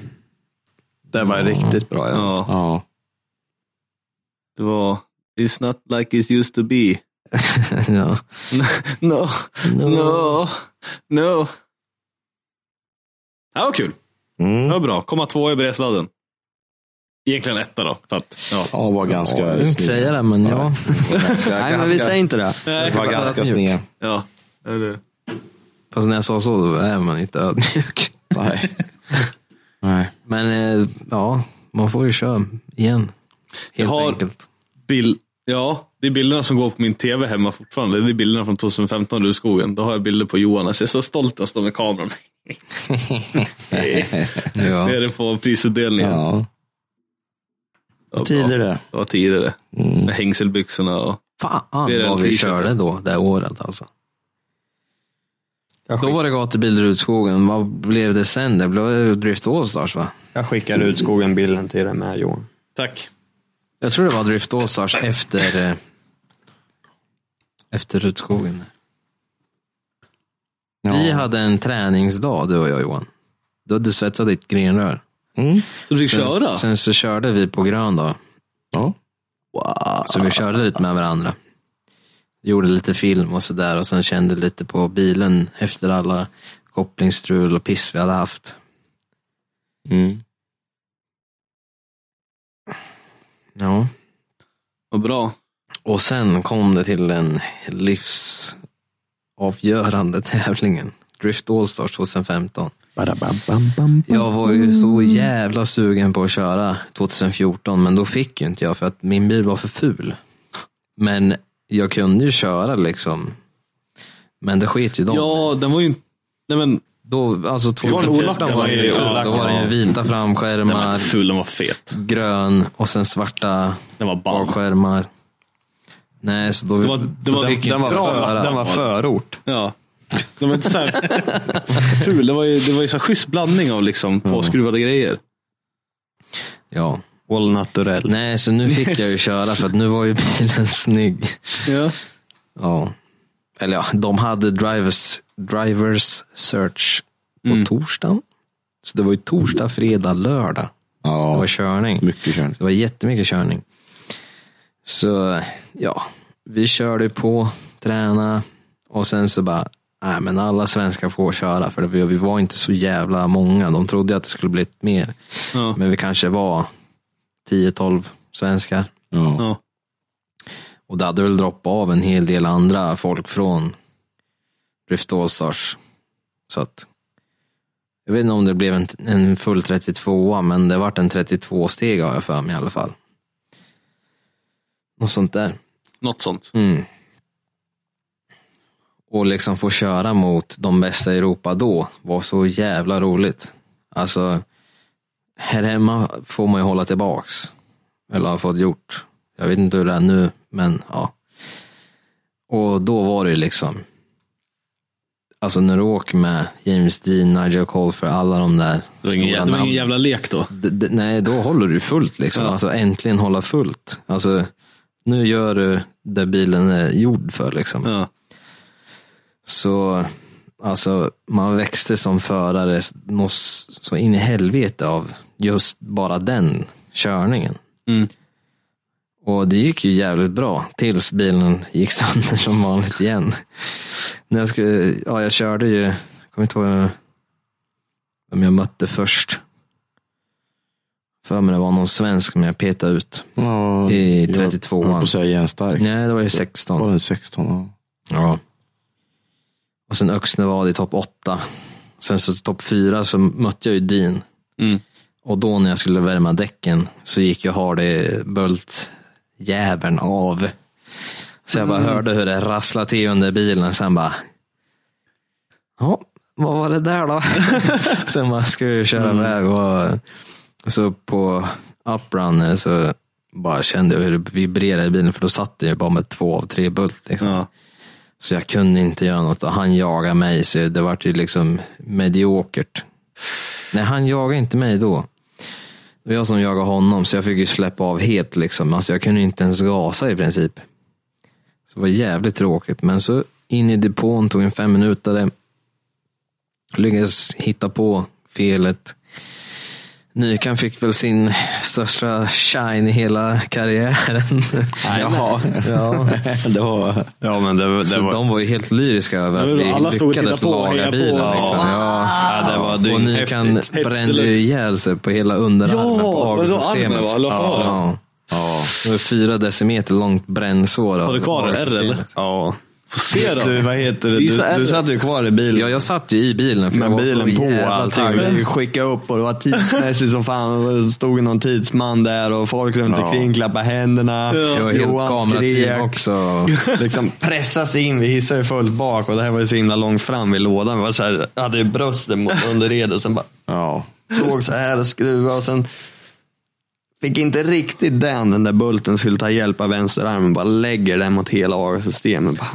[SPEAKER 8] Det var riktigt bra. Ja.
[SPEAKER 2] Ja,
[SPEAKER 3] Ja.
[SPEAKER 2] det var It's not like it used to be.
[SPEAKER 6] [laughs] ja.
[SPEAKER 2] No, no, no. Det här var kul. Det
[SPEAKER 3] Mm.
[SPEAKER 2] var bra. Komma två i bredsladden. Egentligen etta då. För att, ja.
[SPEAKER 3] Ja, var ganska
[SPEAKER 6] Jag vill inte säga det, men ja.
[SPEAKER 8] Nej, men vi säger inte det.
[SPEAKER 3] Det var ganska sned.
[SPEAKER 2] ja. Eller-
[SPEAKER 6] Fast när jag sa så, då är man inte ödmjuk. [laughs]
[SPEAKER 3] Nej. Nej.
[SPEAKER 6] Men eh, ja, man får ju köra igen. Helt
[SPEAKER 2] har-
[SPEAKER 6] enkelt.
[SPEAKER 2] Bild, ja, det är bilderna som går på min tv hemma fortfarande. Det är bilderna från 2015 ur skogen. Då har jag bilder på Johan. Alltså, jag är så stolt när jag står med kameran.
[SPEAKER 6] Ja.
[SPEAKER 2] Det är det på prisutdelningen. Ja,
[SPEAKER 3] Ja.
[SPEAKER 2] bra.
[SPEAKER 3] Tidigare.
[SPEAKER 2] Det var tidigare.
[SPEAKER 3] Mm.
[SPEAKER 2] Med hängselbyxorna och...
[SPEAKER 6] Fan
[SPEAKER 2] Det är den
[SPEAKER 6] vad vi
[SPEAKER 2] t-shirten.
[SPEAKER 6] körde då, det här året alltså.
[SPEAKER 8] Jag,
[SPEAKER 6] Då
[SPEAKER 8] skick,
[SPEAKER 6] var det gatubil i Rudskogen. Vad blev det sen? Det blev Drift Allstars va?
[SPEAKER 8] jag skickar ut skogen bilden till dig med Johan.
[SPEAKER 2] Tack.
[SPEAKER 3] Jag tror det var Driftåsars efter, eh, efter Rutskogen. Vi hade en träningsdag, du och jag Johan. Du hade svetsat ditt grenrör.
[SPEAKER 16] Mm.
[SPEAKER 2] Så du fick
[SPEAKER 3] Sen,
[SPEAKER 2] köra?
[SPEAKER 3] sen så körde vi på grön då.
[SPEAKER 16] Ja.
[SPEAKER 3] Så vi körde lite med varandra. Gjorde lite film och sådär och sen kände lite på bilen efter alla kopplingsstrul och piss vi hade haft.
[SPEAKER 16] Mm.
[SPEAKER 3] Ja.
[SPEAKER 2] Vad bra.
[SPEAKER 3] Och sen kom det till den livsavgörande tävlingen. Drift Allstars 2015. Jag var ju så jävla sugen på att köra 2014 men då fick ju inte jag för att min bil var för ful. Men jag kunde ju köra liksom. Men det sket ju de
[SPEAKER 2] Ja, den var ju inte... Nej men,
[SPEAKER 3] Då, alltså
[SPEAKER 2] olackad
[SPEAKER 3] 2014 var det
[SPEAKER 2] var ju-
[SPEAKER 3] ju
[SPEAKER 2] ja,
[SPEAKER 3] Då var det ju vita
[SPEAKER 2] den var
[SPEAKER 3] framskärmar,
[SPEAKER 2] inte ful, den var fet.
[SPEAKER 3] grön och sen svarta
[SPEAKER 2] Den var ball.
[SPEAKER 3] bakskärmar. Nej, så då,
[SPEAKER 2] Det var- det
[SPEAKER 3] då
[SPEAKER 2] var-
[SPEAKER 3] fick
[SPEAKER 8] Den
[SPEAKER 3] jag
[SPEAKER 8] var,
[SPEAKER 3] inte
[SPEAKER 8] för,
[SPEAKER 3] köra.
[SPEAKER 8] den var förort.
[SPEAKER 2] Ja. Den var inte så här [laughs] ful. Det var ju, det var ju så här schysst blandning av liksom påskruvade grejer.
[SPEAKER 3] Ja.
[SPEAKER 8] All naturell.
[SPEAKER 3] Nej, så nu
[SPEAKER 16] [laughs]
[SPEAKER 3] fick jag ju köra för att nu var ju bilen snygg.
[SPEAKER 2] Ja.
[SPEAKER 3] Ja. Eller ja, de hade drivers, drivers search på
[SPEAKER 16] Mm.
[SPEAKER 2] Mm.
[SPEAKER 3] torsdagen. Så det var ju torsdag, fredag, lördag. Det
[SPEAKER 16] Ja,
[SPEAKER 3] var körning.
[SPEAKER 16] mycket körning.
[SPEAKER 3] Det var jättemycket körning. Så ja, vi körde på, träna och sen så bara, nej men alla svenskar får köra för vi, vi var inte så jävla många. De trodde att det skulle bli mer.
[SPEAKER 2] Ja.
[SPEAKER 3] Men vi kanske var 10-12 svenskar.
[SPEAKER 16] Ja.
[SPEAKER 2] Ja.
[SPEAKER 3] Och det hade väl droppat av en hel del andra folk från Drift Allstars. Så att jag vet inte om det blev en, en full 32 men det vart en 32 steg har jag för mig i alla fall. Något sånt där.
[SPEAKER 2] Något sånt.
[SPEAKER 3] Mm. Och liksom få köra mot de bästa i Europa då var så jävla roligt. Alltså, här hemma får man ju hålla tillbaks. Eller har fått gjort. Jag vet inte hur det är nu, men ja. Och då var det ju liksom. Alltså när du åker med James Dean, Nigel Cole för alla de där
[SPEAKER 2] Det var ingen, jä- det var ingen jävla lek då.
[SPEAKER 3] D- d- nej, då håller du fullt liksom.
[SPEAKER 2] Ja.
[SPEAKER 3] Alltså äntligen hålla fullt. Alltså, nu gör du det bilen är gjord för liksom.
[SPEAKER 2] Ja.
[SPEAKER 3] Så, alltså, man växte som förare något så in i helvete av just bara den körningen.
[SPEAKER 2] Mm.
[SPEAKER 3] Och det gick ju jävligt bra tills bilen gick [laughs] sönder som vanligt igen. När jag, skulle, ja, jag körde ju, jag kommer inte ihåg vem jag mötte först. För mig det var någon svensk som jag petade ut.
[SPEAKER 16] Ja,
[SPEAKER 3] I
[SPEAKER 16] jag-
[SPEAKER 3] 32an.
[SPEAKER 16] Jag höll på att säga järnstark.
[SPEAKER 3] Nej, det var ju
[SPEAKER 16] Var
[SPEAKER 3] 16.
[SPEAKER 16] det 16? Ja.
[SPEAKER 3] Ja. Och sen Öxnevad i topp 8. Sen så topp 4 så mötte jag ju Dean.
[SPEAKER 2] Mm.
[SPEAKER 3] Och då när jag skulle värma däcken så gick ju harde bultjäveln av. Så jag bara
[SPEAKER 2] Mm.
[SPEAKER 3] hörde hur det rasslade till under bilen och sen bara. Ja, vad var det där då? [laughs] sen bara ska jag köra
[SPEAKER 2] Mm.
[SPEAKER 3] iväg och så på uprun så bara kände jag hur det vibrerade i bilen för då satt det ju bara med två av tre bult. Liksom.
[SPEAKER 2] Ja.
[SPEAKER 3] Så jag kunde inte göra något och han jagade mig så det vart ju liksom mediokert. Nej, han jagade inte mig då. Det var jag som jagade honom så jag fick ju släppa av helt liksom. Alltså jag kunde inte ens gasa i princip. Så det var jävligt tråkigt. Men så in i depån, tog en femminutare. Lyckades hitta på felet. Nykan fick väl sin största shine i hela karriären.
[SPEAKER 16] Jaha.
[SPEAKER 3] ja.
[SPEAKER 16] det var...
[SPEAKER 8] Ja, men det,
[SPEAKER 3] Så
[SPEAKER 8] det, var,
[SPEAKER 3] de var ju helt lyriska över
[SPEAKER 2] Ja,
[SPEAKER 3] att vi
[SPEAKER 2] alla stod och
[SPEAKER 3] lyckades
[SPEAKER 2] tittade på och
[SPEAKER 3] laga
[SPEAKER 2] hejade på.
[SPEAKER 3] bilen.
[SPEAKER 2] Ja.
[SPEAKER 3] Liksom. Ja.
[SPEAKER 8] ja, det var
[SPEAKER 3] Och ni
[SPEAKER 8] dynghäftigt.
[SPEAKER 3] kan brände ju ihjäl sig på hela underarmen
[SPEAKER 2] Ja,
[SPEAKER 3] på
[SPEAKER 2] var det då armen
[SPEAKER 3] agelsystemet.
[SPEAKER 2] var? Eller vad fan var det?
[SPEAKER 3] ja. Det var fyra decimeter långt brännsår.
[SPEAKER 2] Har du kvar det?
[SPEAKER 3] det
[SPEAKER 2] Är det eller?
[SPEAKER 8] Ja.
[SPEAKER 2] Får se då.
[SPEAKER 8] Du, vad heter det?
[SPEAKER 2] Visa
[SPEAKER 8] Du,
[SPEAKER 2] ärret.
[SPEAKER 8] du satt ju kvar i bilen.
[SPEAKER 3] Ja, jag satt ju i bilen för jag
[SPEAKER 8] med
[SPEAKER 3] var
[SPEAKER 8] bilen
[SPEAKER 3] så
[SPEAKER 8] på och
[SPEAKER 3] jävla
[SPEAKER 8] allting.
[SPEAKER 3] taggad.
[SPEAKER 8] Vi skickade upp och det var tidsmässigt som fan. Och Det stod någon tidsman där och folk runt omkring klappade händerna.
[SPEAKER 3] Jag var helt kamerateam också.
[SPEAKER 8] Liksom [laughs] pressas in. Vi hissade ju fullt bak och det här var ju så himla långt fram vid lådan. Vi var så här, hade ju
[SPEAKER 3] [laughs]
[SPEAKER 8] brösten mot underredet och sen bara
[SPEAKER 16] Ja.
[SPEAKER 8] låg så här och skruvade och sen fick inte riktigt den, den där bulten skulle ta hjälp av vänsterarmen. Bara lägger den mot hela AR-systemet. Bara,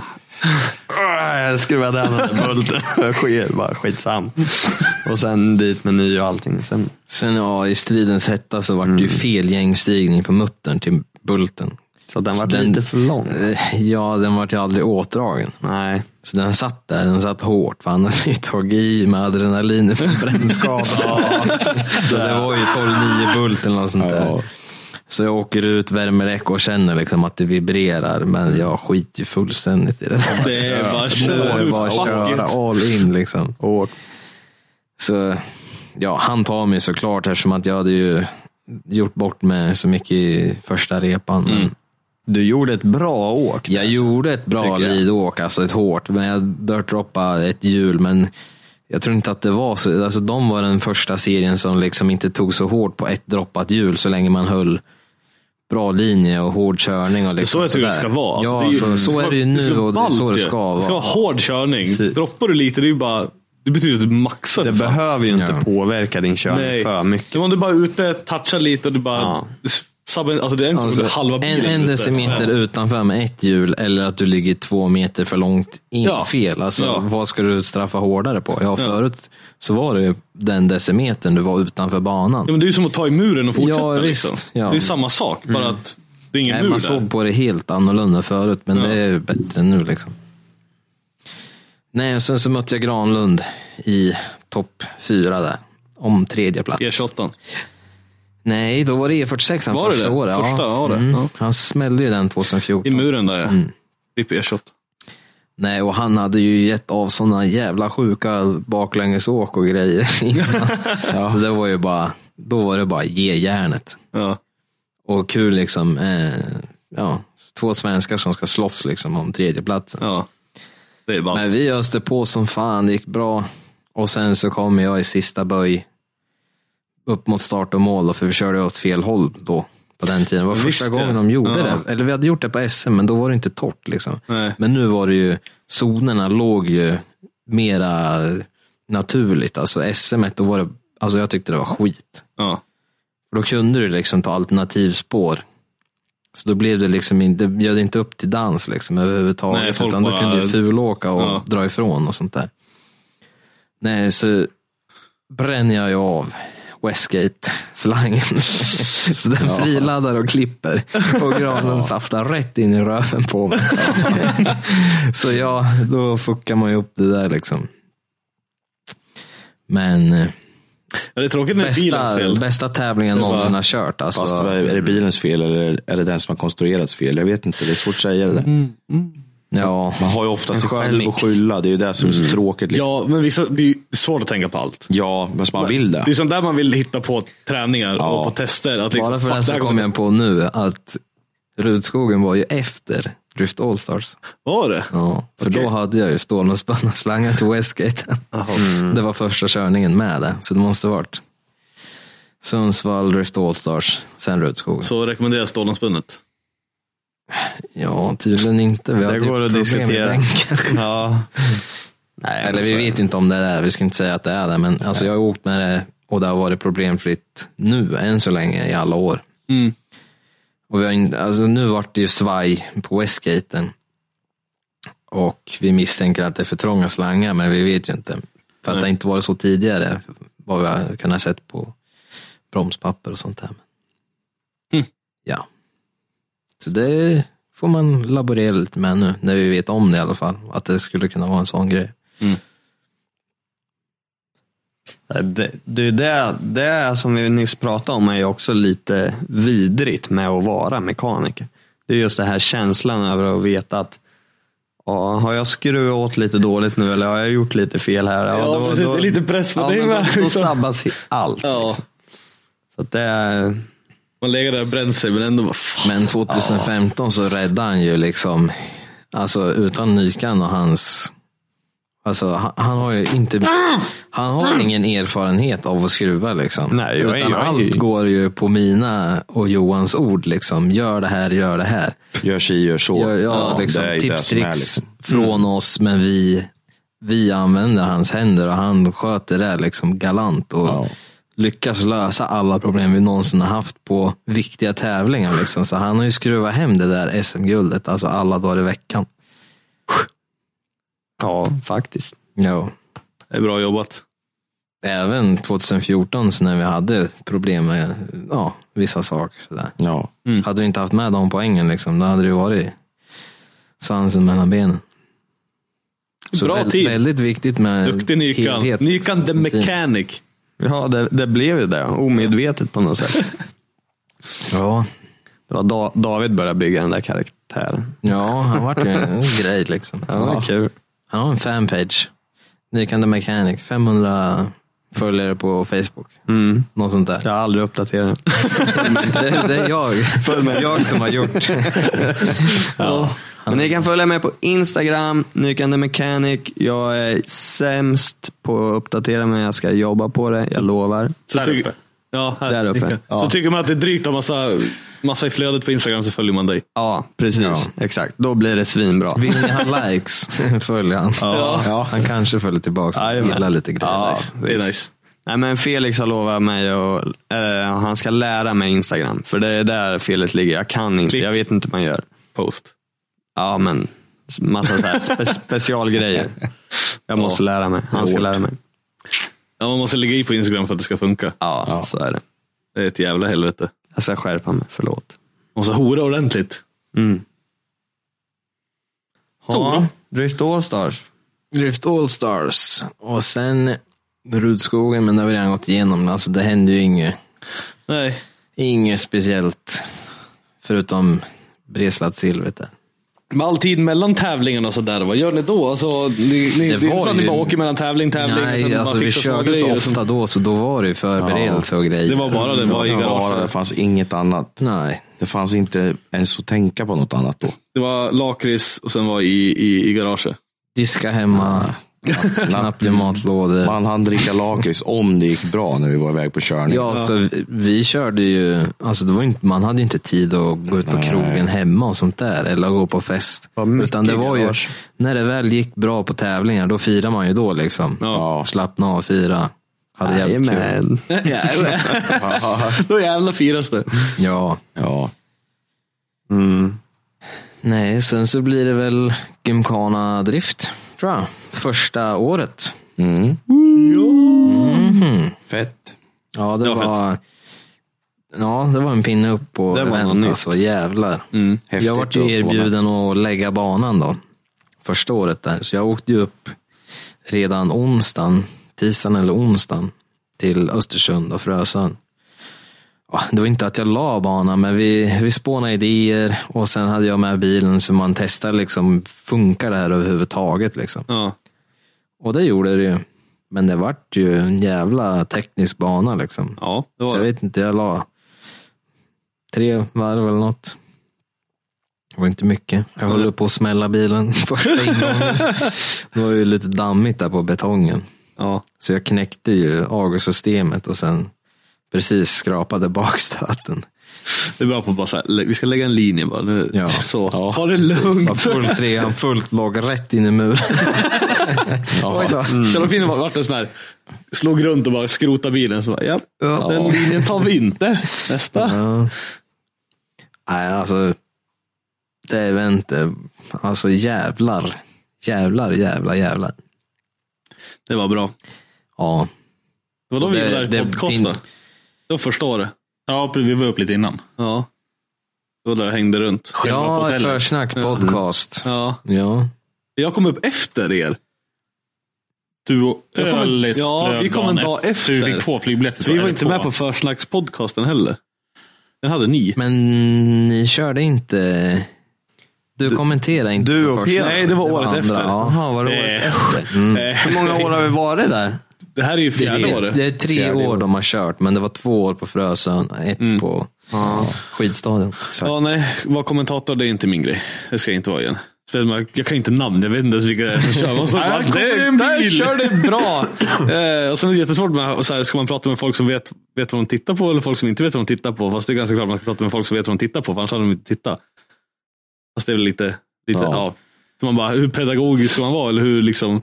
[SPEAKER 8] Nej, skruva den under bulten. [laughs] Ske- bara Skitsam. Och sen dit med ny och allting. Sen,
[SPEAKER 3] Sen ja, i stridens hetta så vart
[SPEAKER 8] Mm.
[SPEAKER 3] det ju fel gängstigning på muttern till bulten.
[SPEAKER 8] så den
[SPEAKER 3] Så
[SPEAKER 8] var
[SPEAKER 3] den-
[SPEAKER 8] lite för lång.
[SPEAKER 3] Eh, Ja, den vart ju aldrig åtdragen.
[SPEAKER 8] Nej.
[SPEAKER 3] Så den satt där, den satt hårt. För han hade ju tagit i med adrenalin från brännskadan. Så det var ju 12-9 bult eller något sånt där. Så jag åker ut, värmer däck och känner liksom att det vibrerar. Men jag skiter ju fullständigt i det. där.
[SPEAKER 2] Det är bara
[SPEAKER 3] Jag
[SPEAKER 2] kör.
[SPEAKER 3] får bara
[SPEAKER 2] Fuck
[SPEAKER 3] köra
[SPEAKER 2] it.
[SPEAKER 3] all in liksom.
[SPEAKER 8] Och
[SPEAKER 3] Så ja, han tar mig såklart eftersom att jag hade ju gjort bort mig så mycket i första repan. Men
[SPEAKER 8] du gjorde ett bra åk.
[SPEAKER 3] Jag
[SPEAKER 2] alltså.
[SPEAKER 3] gjorde ett bra
[SPEAKER 8] Tycker jag.
[SPEAKER 3] lidåk, alltså ett hårt. Men jag dirtdroppade ett hjul. Men jag tror inte att det var så. Alltså, de var den första serien som liksom inte tog så hårt på ett droppat hjul så länge man höll bra linje och hård körning. Och liksom
[SPEAKER 2] Så jag tycker det
[SPEAKER 3] sådär.
[SPEAKER 2] ska vara. Alltså,
[SPEAKER 3] Ja,
[SPEAKER 2] det är ju-
[SPEAKER 3] så,
[SPEAKER 2] det ska
[SPEAKER 3] så är
[SPEAKER 2] vara-
[SPEAKER 3] det ju nu och det är
[SPEAKER 2] ballt
[SPEAKER 3] så det
[SPEAKER 2] ju.
[SPEAKER 3] ska vara.
[SPEAKER 2] Det ska vara hård körning.
[SPEAKER 8] Precis.
[SPEAKER 2] Droppar du lite, det, är ju bara, det betyder att du maxar.
[SPEAKER 8] Det
[SPEAKER 2] för fan.
[SPEAKER 8] behöver ju inte
[SPEAKER 3] Ja.
[SPEAKER 8] påverka din körning
[SPEAKER 2] Nej.
[SPEAKER 8] för mycket.
[SPEAKER 2] Det var om du bara är ute, touchar lite och du bara...
[SPEAKER 8] Ja.
[SPEAKER 2] du Sabbar, alltså det är en som
[SPEAKER 3] Alltså,
[SPEAKER 2] alltså, halva bilen.
[SPEAKER 3] en, en
[SPEAKER 2] ute.
[SPEAKER 3] decimeter utanför med ett hjul eller att du ligger två meter för långt in
[SPEAKER 2] Ja.
[SPEAKER 3] fel. Alltså,
[SPEAKER 2] Ja.
[SPEAKER 3] Vad ska du straffa hårdare på? Ja, förut så var det ju den decimetern du var utanför banan.
[SPEAKER 2] Ja, men det är ju som att ta i muren och fortsätta.
[SPEAKER 3] Ja, visst.
[SPEAKER 2] Liksom.
[SPEAKER 3] Ja. Mm.
[SPEAKER 2] Det är ju samma sak, bara att det är ingen
[SPEAKER 3] Nej,
[SPEAKER 2] mur
[SPEAKER 3] man
[SPEAKER 2] där.
[SPEAKER 3] såg på det helt annorlunda förut, men
[SPEAKER 2] Ja.
[SPEAKER 3] det är bättre nu. liksom. Nej, och sen så mötte jag Granlund i topp fyra där. Om tredje plats.
[SPEAKER 2] E28.
[SPEAKER 3] Nej, då var det E46 han
[SPEAKER 2] E Var det
[SPEAKER 3] första
[SPEAKER 2] det?
[SPEAKER 3] året. Mm.
[SPEAKER 2] Första, ja, det. Ja.
[SPEAKER 3] Han smällde ju den
[SPEAKER 2] I
[SPEAKER 3] 2014.
[SPEAKER 2] muren där ja.
[SPEAKER 3] Mm.
[SPEAKER 2] Klipp E E28.
[SPEAKER 3] Nej, och han hade ju gett av sådana jävla sjuka baklängesåk och
[SPEAKER 2] [laughs]
[SPEAKER 3] grejer [laughs] innan. Så det var ju bara, då var det bara ge järnet.
[SPEAKER 2] Ja.
[SPEAKER 3] Och kul liksom, eh, ja, två svenskar som ska slåss liksom om tredjeplatsen.
[SPEAKER 2] ja. Det är bara...
[SPEAKER 3] Men vi öste på som fan, det gick bra. Och sen så kom jag i sista böj upp mot start och mål, då, för vi körde åt fel håll då. På den tiden. Det var
[SPEAKER 2] Ja,
[SPEAKER 3] första
[SPEAKER 2] visst,
[SPEAKER 3] gången
[SPEAKER 2] ja.
[SPEAKER 3] de gjorde
[SPEAKER 2] Ja.
[SPEAKER 3] det. Eller vi hade gjort det på SM, men då var det inte torrt. Liksom.
[SPEAKER 2] Nej.
[SPEAKER 3] Men nu var det ju, zonerna låg ju mera naturligt. Alltså SM, då var det, alltså jag tyckte det var skit.
[SPEAKER 2] ja.
[SPEAKER 3] För då kunde du liksom ta alternativspår. Så då blev det liksom, in- det bjöd inte upp till dans liksom överhuvudtaget.
[SPEAKER 2] Nej, folk
[SPEAKER 3] utan då
[SPEAKER 2] bara-
[SPEAKER 3] kunde du fulåka och
[SPEAKER 2] Ja.
[SPEAKER 3] dra ifrån och sånt där. Nej, så bränner jag ju av Westgate-slangen. [laughs] så den friladdar och klipper. Och granen saftar rätt in i röven på mig. så ja, då fuckar man ju upp det där liksom. Men eh,
[SPEAKER 2] ja. Det är tråkigt när det är bilens
[SPEAKER 3] bästa,
[SPEAKER 2] fel.
[SPEAKER 3] bästa tävlingen
[SPEAKER 2] var-
[SPEAKER 3] någonsin har kört. Alltså.
[SPEAKER 17] Fast vad är är det bilens fel eller är det den som har konstruerats fel? Jag vet inte, det är svårt att säga det där.
[SPEAKER 3] Mm, Ja,
[SPEAKER 17] Man har ju ofta sig
[SPEAKER 8] skön
[SPEAKER 17] själv att
[SPEAKER 8] mix.
[SPEAKER 17] skylla, det är ju det som är så tråkigt. liksom.
[SPEAKER 2] Ja, men vissa, det är ju svårt att tänka på allt.
[SPEAKER 17] Ja, men som man vill det.
[SPEAKER 2] Det är sånt där man vill hitta på träningar
[SPEAKER 17] Ja.
[SPEAKER 2] och på tester. Att liksom,
[SPEAKER 3] bara för
[SPEAKER 2] fuck,
[SPEAKER 3] det
[SPEAKER 2] här
[SPEAKER 3] så kom
[SPEAKER 2] kommer-
[SPEAKER 3] jag på nu att Rudskogen var ju efter Drift Allstars.
[SPEAKER 2] Var det?
[SPEAKER 3] Ja, för då hade jag ju stålnålsbundna slangar till Westgate. Mm. Det var första körningen med det, så det måste varit Sundsvall, Drift Allstars, sen Rudskogen.
[SPEAKER 2] Så rekommenderas Stålandsbundet.
[SPEAKER 3] Ja, tydligen inte. Vi hade ju
[SPEAKER 8] går
[SPEAKER 3] problem
[SPEAKER 8] att
[SPEAKER 3] med
[SPEAKER 8] diskutera.
[SPEAKER 3] bänken.
[SPEAKER 8] Ja. Nej, alltså,
[SPEAKER 3] Eller vi vet inte om det är det, vi ska inte säga att det är det, men alltså, jag har åkt med det och det har varit problemfritt nu, än så länge, i alla år. Och vi har inte, alltså, nu vart det ju svaj på Westgaten. Och vi misstänker att det är för trånga slangar, men vi vet ju inte. För att det inte varit så tidigare, vad vi har kunnat sett på bromspapper och sånt där. Mm. Ja. Så det får man laborera lite med nu, när vi vet om det i alla fall. Att det skulle kunna vara en sån grej.
[SPEAKER 8] Det, det, är det, det som vi nyss pratade om är ju också lite vidrigt med att vara mekaniker. Det är just den här känslan över att veta att ja, har jag skruvat åt lite dåligt nu eller har jag gjort lite fel här? Ja,
[SPEAKER 2] precis. Det är lite press på
[SPEAKER 8] ja,
[SPEAKER 2] dig
[SPEAKER 8] men
[SPEAKER 2] med,
[SPEAKER 8] Då, då
[SPEAKER 2] liksom.
[SPEAKER 8] sabbas allt.
[SPEAKER 2] Ja.
[SPEAKER 8] Liksom. Så att det är,
[SPEAKER 2] Man lägger där och bränner sig, men ändå bara, fan.
[SPEAKER 3] Men 2015 så räddade han ju liksom, alltså utan Nykan och hans, alltså han, han har ju inte, han har ingen erfarenhet av att skruva liksom.
[SPEAKER 8] Nej, jag är-
[SPEAKER 3] utan
[SPEAKER 8] jag är-
[SPEAKER 3] allt går ju på mina och Johans ord liksom. Gör det här, gör det här.
[SPEAKER 17] Gör si, gör så.
[SPEAKER 3] Gör, ja, liksom,
[SPEAKER 17] det är ju det
[SPEAKER 3] tips,
[SPEAKER 17] som är,
[SPEAKER 3] tricks
[SPEAKER 17] liksom.
[SPEAKER 3] från oss, men vi, vi använder hans händer och han sköter det liksom galant och
[SPEAKER 17] Ja.
[SPEAKER 3] lyckas lösa alla problem vi någonsin har haft på viktiga tävlingar. Liksom. Så han har ju skruvat hem det där SM-guldet, alltså alla dagar i veckan.
[SPEAKER 8] Ja, faktiskt.
[SPEAKER 3] Ja.
[SPEAKER 2] Det är bra jobbat.
[SPEAKER 3] Även 2014 så när vi hade problem med ja, vissa saker. Sådär.
[SPEAKER 18] Ja.
[SPEAKER 2] Mm.
[SPEAKER 3] Hade du inte haft med de poängen, liksom, då hade det ju varit svansen mellan benen. Så
[SPEAKER 2] Bra
[SPEAKER 3] väl-
[SPEAKER 2] tid.
[SPEAKER 3] Väldigt viktigt med
[SPEAKER 2] Duktig Nikan.
[SPEAKER 3] helhet,
[SPEAKER 2] Nikan the
[SPEAKER 3] liksom, som team.
[SPEAKER 2] mechanic.
[SPEAKER 8] Ja, det, det blev ju det. Omedvetet på något sätt.
[SPEAKER 3] Ja,
[SPEAKER 8] Det var da, David började bygga den där karaktären.
[SPEAKER 3] ja han var ju en grej liksom.
[SPEAKER 8] Ja, det var kul.
[SPEAKER 3] Han har en fanpage. Nikan the Mechanic, 500 följare på Facebook.
[SPEAKER 8] Mm.
[SPEAKER 3] Något sånt där.
[SPEAKER 8] Jag har aldrig uppdaterat den.
[SPEAKER 3] Det, det är jag. jag som har gjort.
[SPEAKER 8] Ja. Men ni kan följa mig på Instagram, Nykande Mechanic. Jag är sämst på att uppdatera mig. Jag ska jobba på det, jag lovar.
[SPEAKER 2] Så
[SPEAKER 19] Där
[SPEAKER 2] tycker-
[SPEAKER 19] uppe.
[SPEAKER 2] Ja, här.
[SPEAKER 8] Där uppe.
[SPEAKER 2] Så tycker man att det är drygt att ha massa, massa i flödet på Instagram så följer man dig.
[SPEAKER 8] Ja, precis. Exakt. Då blir det svinbra.
[SPEAKER 3] Vill ni ha likes,
[SPEAKER 8] [laughs]
[SPEAKER 3] följ han. Ja. Han kanske följer tillbaka och
[SPEAKER 8] Jajamän.
[SPEAKER 3] gillar lite grejer.
[SPEAKER 8] Ja,
[SPEAKER 2] Det är nice.
[SPEAKER 8] Nej, men Felix har lovat mig och eh, han ska lära mig Instagram. För det är där felet ligger. Jag kan inte.
[SPEAKER 2] Klick.
[SPEAKER 8] Jag vet inte hur man gör.
[SPEAKER 2] Post.
[SPEAKER 8] Ja, men massa så här spe
[SPEAKER 2] [laughs]
[SPEAKER 8] specialgrejer. Jag måste lära mig. Han ska lära mig.
[SPEAKER 2] Ja, man måste lägga i på Instagram för att det ska funka.
[SPEAKER 8] Ja, så är det.
[SPEAKER 2] Det är ett jävla helvete.
[SPEAKER 8] Jag ska skärpa mig. Förlåt.
[SPEAKER 2] Man måste hora ordentligt.
[SPEAKER 8] Ja, Drift Allstars.
[SPEAKER 3] Drift All Stars. Och sen Rudskogen, men det har vi redan gått igenom. Alltså det hände ju inget,
[SPEAKER 2] Nej.
[SPEAKER 3] inget speciellt. Förutom breslat silvete.
[SPEAKER 2] Men all tid mellan tävlingarna och sådär, vad gör ni då? Alltså, ni, ni, det,
[SPEAKER 3] Det
[SPEAKER 2] är inte
[SPEAKER 3] var
[SPEAKER 2] så att ni
[SPEAKER 3] ju-
[SPEAKER 2] bara åker mellan tävling tävling och sen
[SPEAKER 3] Nej,
[SPEAKER 2] bara
[SPEAKER 3] alltså vi
[SPEAKER 2] fixar små
[SPEAKER 3] körde
[SPEAKER 2] grejer
[SPEAKER 3] så
[SPEAKER 2] och sen-
[SPEAKER 3] ofta då, så då var det ju förberedelse och grejer.
[SPEAKER 2] Det var bara det, var i
[SPEAKER 18] Det var det, det
[SPEAKER 2] garaget.
[SPEAKER 18] fanns inget annat.
[SPEAKER 3] Nej.
[SPEAKER 18] Det fanns inte ens att tänka på något annat då.
[SPEAKER 2] Det var lakrits och sen var i, i, i garaget.
[SPEAKER 3] Diska hemma, knappt i matlådor.
[SPEAKER 18] Man hann dricka lakrits om det gick bra när vi var iväg på körning.
[SPEAKER 3] Ja, så vi, vi körde ju, alltså det var inte, man hade ju inte tid att gå ut på krogen hemma och sånt där, eller att gå på fest.
[SPEAKER 8] Vad mycket
[SPEAKER 3] Utan det var ju,
[SPEAKER 8] garage.
[SPEAKER 3] när det väl gick bra på tävlingar, då firar man ju då liksom.
[SPEAKER 18] Ja.
[SPEAKER 3] Slappna av och fira. Hade jävligt kul.
[SPEAKER 18] [laughs]
[SPEAKER 8] Jajamän.
[SPEAKER 2] [laughs] Då jävla firas det.
[SPEAKER 3] Ja.
[SPEAKER 18] Ja.
[SPEAKER 8] Mm.
[SPEAKER 3] Nej, sen så blir det väl Gymkhana Drift, tror jag. Första året.
[SPEAKER 18] Mm.
[SPEAKER 2] Mm.
[SPEAKER 18] Fett.
[SPEAKER 3] Ja, det,
[SPEAKER 2] var fett.
[SPEAKER 3] var... Ja, det var en pinne upp på
[SPEAKER 8] Det var
[SPEAKER 3] event,
[SPEAKER 8] något nytt.
[SPEAKER 3] alltså. Jävlar.
[SPEAKER 18] Häftigt
[SPEAKER 3] jag vart ju
[SPEAKER 18] att få vara
[SPEAKER 3] erbjuden att lägga banan då. Första året där. Så jag åkte ju upp redan onsdagen, tisdagen eller onsdagen, till Östersund och Frösön. Ja, Det var inte att jag la banan, men vi, vi spånade idéer och sen hade jag med bilen så man testade liksom, funkar det här överhuvudtaget liksom?
[SPEAKER 2] Ja.
[SPEAKER 3] Och det gjorde det ju. Men det vart ju en jävla teknisk bana liksom.
[SPEAKER 2] Ja, det
[SPEAKER 3] Så
[SPEAKER 2] var
[SPEAKER 3] jag
[SPEAKER 2] det.
[SPEAKER 3] vet inte, jag la tre varv eller något. Det var inte mycket. Jag höll på att smälla bilen [laughs] första ingången. Det var ju lite dammigt där på betongen.
[SPEAKER 2] Ja.
[SPEAKER 3] Så jag knäckte ju agosystemet och sen precis skrapade bakstöten.
[SPEAKER 2] Det är bra på att bara så här, lä- vi ska lägga en linje bara. Nu. [laughs]
[SPEAKER 3] Ja.
[SPEAKER 2] Så. Ha det lugnt.
[SPEAKER 3] Fullt trean, fullt lag rätt in i muren.
[SPEAKER 2] [laughs] Oj då.
[SPEAKER 3] Mm.
[SPEAKER 2] Så då finner man vart en sån här, slog runt och bara skrota bilen. Så bara, ja, den linjen tar vi
[SPEAKER 3] [laughs]
[SPEAKER 2] inte. Nästa.
[SPEAKER 3] Ja. Nej, alltså. Det är inte. Alltså jävlar. Jävlar, jävlar, jävlar.
[SPEAKER 2] Det var bra.
[SPEAKER 3] Ja.
[SPEAKER 2] Det var då
[SPEAKER 3] Och
[SPEAKER 2] vi
[SPEAKER 3] det-
[SPEAKER 2] gjorde det,
[SPEAKER 3] det-
[SPEAKER 2] här podcast. då. Det var första året.
[SPEAKER 20] Ja, vi var upp lite innan.
[SPEAKER 2] Ja. Det var där jag hängde runt. Själva på
[SPEAKER 3] Ja,
[SPEAKER 2] hotellet.
[SPEAKER 3] försnack podcast.
[SPEAKER 2] Ja.
[SPEAKER 3] Ja.
[SPEAKER 2] Jag kom upp efter er.
[SPEAKER 20] Du och
[SPEAKER 2] Jag kom en-
[SPEAKER 20] Ölis
[SPEAKER 2] ja,
[SPEAKER 20] flög
[SPEAKER 2] vi kom en
[SPEAKER 20] dagen
[SPEAKER 2] dag efter.
[SPEAKER 20] Du fick två flygbiljetter.
[SPEAKER 2] Så
[SPEAKER 20] tror
[SPEAKER 2] vi
[SPEAKER 20] jag,
[SPEAKER 2] var
[SPEAKER 20] eller
[SPEAKER 2] inte
[SPEAKER 20] två.
[SPEAKER 2] med på försnackspodcasten heller. Den hade ni.
[SPEAKER 3] Men ni körde inte. Du, kommenterade inte.
[SPEAKER 8] du
[SPEAKER 3] på
[SPEAKER 8] och
[SPEAKER 3] första.
[SPEAKER 8] Peter.
[SPEAKER 2] Nej, det var året efter.
[SPEAKER 3] Ja.
[SPEAKER 8] Jaha, var det året efter?
[SPEAKER 2] Eh,
[SPEAKER 8] Hur många år har vi varit där?
[SPEAKER 2] Det här är ju
[SPEAKER 3] Det,
[SPEAKER 2] fjärde
[SPEAKER 3] är,
[SPEAKER 2] året. Mm.
[SPEAKER 3] det är tre år de har kört, men det var två år på Frösön, ett på ja, skidstadion.
[SPEAKER 2] Ja, nej. Var kommentator, det är inte min grej. Det ska jag inte vara igen. Speciellt med- Jag kan ju inte namn, jag vet inte ens vilka det är som kör. Man står bara,
[SPEAKER 20] Här kommer
[SPEAKER 2] "Det-
[SPEAKER 20] en
[SPEAKER 2] Där
[SPEAKER 20] bil."
[SPEAKER 2] kör det bra!
[SPEAKER 20] [laughs]
[SPEAKER 2] eh, och sen är det jättesvårt med, så här, ska man prata med folk som vet, vet vad de tittar på eller folk som inte vet vad de tittar på? Fast det är ganska klart att man ska prata med folk som vet vad de tittar på, för annars hade de inte tittat. Fast det är väl lite, lite ja. Så man bara, hur pedagogisk ska man vara? Eller hur liksom...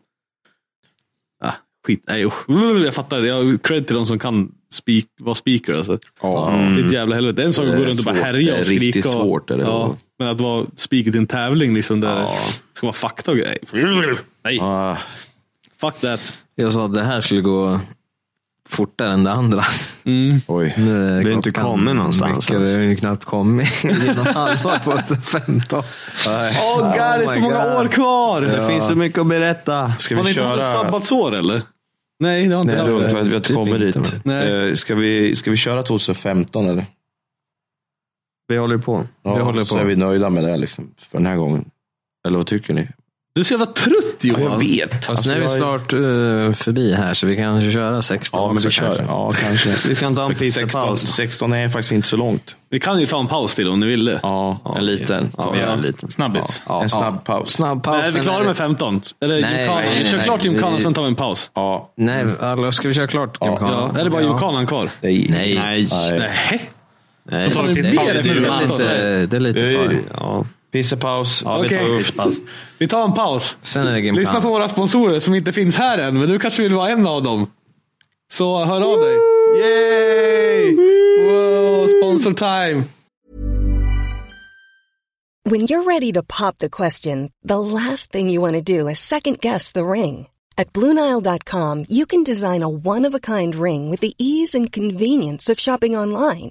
[SPEAKER 2] Ah, Skit, nej usch. [laughs] Jag fattar, jag har cred till de som kan speak, vara speaker alltså.
[SPEAKER 21] Ja.
[SPEAKER 2] Det är ett jävla helvete. En sak
[SPEAKER 21] Det
[SPEAKER 2] att
[SPEAKER 21] är
[SPEAKER 2] gå runt och bara
[SPEAKER 21] svårt.
[SPEAKER 2] härja
[SPEAKER 21] Det är
[SPEAKER 2] och skrika.
[SPEAKER 21] riktigt
[SPEAKER 2] och,
[SPEAKER 21] svårt, är det.
[SPEAKER 2] ja, men att vara speaker till en tävling liksom, där
[SPEAKER 21] Ja.
[SPEAKER 2] ska vara fakta och grejer. Nej,
[SPEAKER 21] Ah,
[SPEAKER 2] fuck that.
[SPEAKER 3] Jag sa att det här skulle gå fortare än det andra.
[SPEAKER 21] oj.
[SPEAKER 3] Nu är
[SPEAKER 8] Mm. Vi har
[SPEAKER 3] klockan
[SPEAKER 8] inte kommit någonstans
[SPEAKER 3] Mycket, vi har ju knappt kommit [laughs] genom halva 2015.
[SPEAKER 2] Åh oh, god, det är
[SPEAKER 3] my
[SPEAKER 2] så många
[SPEAKER 3] God.
[SPEAKER 2] år kvar!
[SPEAKER 8] Det finns så mycket att berätta.
[SPEAKER 21] Ska
[SPEAKER 2] Har ni
[SPEAKER 21] vi
[SPEAKER 2] inte haft ett
[SPEAKER 21] köra?
[SPEAKER 2] sabbatsår eller? Nej, det har inte
[SPEAKER 21] Nej,
[SPEAKER 2] haft
[SPEAKER 21] lugnt. Vi
[SPEAKER 2] det.
[SPEAKER 21] har vi har inte
[SPEAKER 3] Typ
[SPEAKER 21] kommit
[SPEAKER 3] inte,
[SPEAKER 21] dit.
[SPEAKER 2] Nej.
[SPEAKER 21] Eh, Ska vi, ska vi köra 2015 eller?
[SPEAKER 8] Vi håller ju på.
[SPEAKER 21] Ja,
[SPEAKER 3] Vi håller
[SPEAKER 21] så
[SPEAKER 3] på.
[SPEAKER 21] är vi nöjda med det liksom, för den här gången. Eller vad tycker ni?
[SPEAKER 2] Du är så jävla trött Johan.
[SPEAKER 21] vet.
[SPEAKER 3] Fast nu är vi snart eh, förbi här så vi kan köra 16
[SPEAKER 21] Ja, men vi
[SPEAKER 3] också
[SPEAKER 21] kör.
[SPEAKER 3] kanske.
[SPEAKER 21] Ja, kanske.
[SPEAKER 8] Vi kan ta en
[SPEAKER 21] 16,
[SPEAKER 8] pissepaus.
[SPEAKER 21] 16 är faktiskt inte så långt.
[SPEAKER 2] Vi kan ju ta en paus till om ni vill det.
[SPEAKER 21] Ja, en liten.
[SPEAKER 8] Ja, vi gör en liten.
[SPEAKER 22] Snabbis.
[SPEAKER 8] Ja.
[SPEAKER 21] En snabb paus.
[SPEAKER 3] Snabb paus.
[SPEAKER 2] Nej, vi
[SPEAKER 3] sen är
[SPEAKER 2] klarar
[SPEAKER 3] det-
[SPEAKER 2] med 15. Eller
[SPEAKER 3] Nej,
[SPEAKER 2] Gymkhana.
[SPEAKER 3] nej,
[SPEAKER 2] Vi
[SPEAKER 3] nej,
[SPEAKER 2] kör
[SPEAKER 3] nej.
[SPEAKER 2] klart Gymkhana,
[SPEAKER 3] Vi-
[SPEAKER 2] sen tar vi en paus.
[SPEAKER 21] Ja,
[SPEAKER 3] Nej, alla, ska vi köra klart
[SPEAKER 21] Ja.
[SPEAKER 3] Gymkhana?
[SPEAKER 2] Ja, är det bara Gymkhanan kvar?
[SPEAKER 21] nej.
[SPEAKER 3] Nej.
[SPEAKER 8] Nej.
[SPEAKER 21] nej.
[SPEAKER 2] Nej.
[SPEAKER 8] Nej.
[SPEAKER 2] Vad fan,
[SPEAKER 22] finns
[SPEAKER 2] det
[SPEAKER 22] paus
[SPEAKER 2] är
[SPEAKER 3] Det
[SPEAKER 2] det
[SPEAKER 3] är
[SPEAKER 2] för
[SPEAKER 3] lite, det är lite kvar.
[SPEAKER 8] Ja.
[SPEAKER 21] Pissepaus.
[SPEAKER 8] Ja, vi tar
[SPEAKER 2] Okej.
[SPEAKER 8] upppass.
[SPEAKER 2] Vi tar en paus.
[SPEAKER 3] Sen är det Gymkhana.
[SPEAKER 2] Lyssna på våra sponsorer som inte finns här än, men du kanske vill vara en av dem. Så hör av dig. Yay! Wow, sponsor time!
[SPEAKER 23] When you're ready to pop the question, the last thing you want to do is second guess the ring. At Bluenile.com, you can design a one of a kind ring with the ease and convenience of shopping online.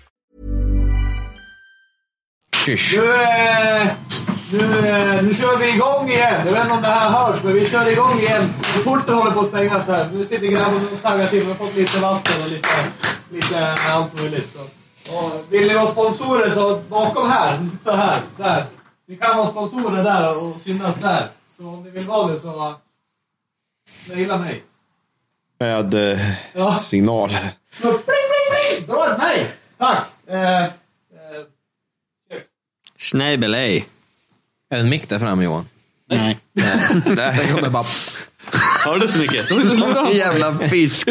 [SPEAKER 3] Kysch.
[SPEAKER 2] Nu, eh, nu kör vi igång igen. Jag vet inte om det här hörs, men vi kör igång igen. Porten håller på att stängas här. Nu sitter grabben och taggar till. Vi har fått lite vatten och lite, lite eh, allt möjligt. Så. Och vill ni vara sponsorer så bakom här. Titta här. Där. Ni kan vara sponsorer där och synas där. Så om ni vill vara det så... eh, Mejla mig.
[SPEAKER 21] Med eh,
[SPEAKER 2] Ja.
[SPEAKER 21] signal.
[SPEAKER 2] Pling, pling, pling! Bra, nej! Tack! Eh, eh,
[SPEAKER 8] Schneibelej.
[SPEAKER 3] Är det en mick där framme Johan?
[SPEAKER 22] Nej.
[SPEAKER 3] Där kommer bara...
[SPEAKER 2] Hördes ni
[SPEAKER 3] [laughs]
[SPEAKER 2] inte?
[SPEAKER 8] Jävla fisk.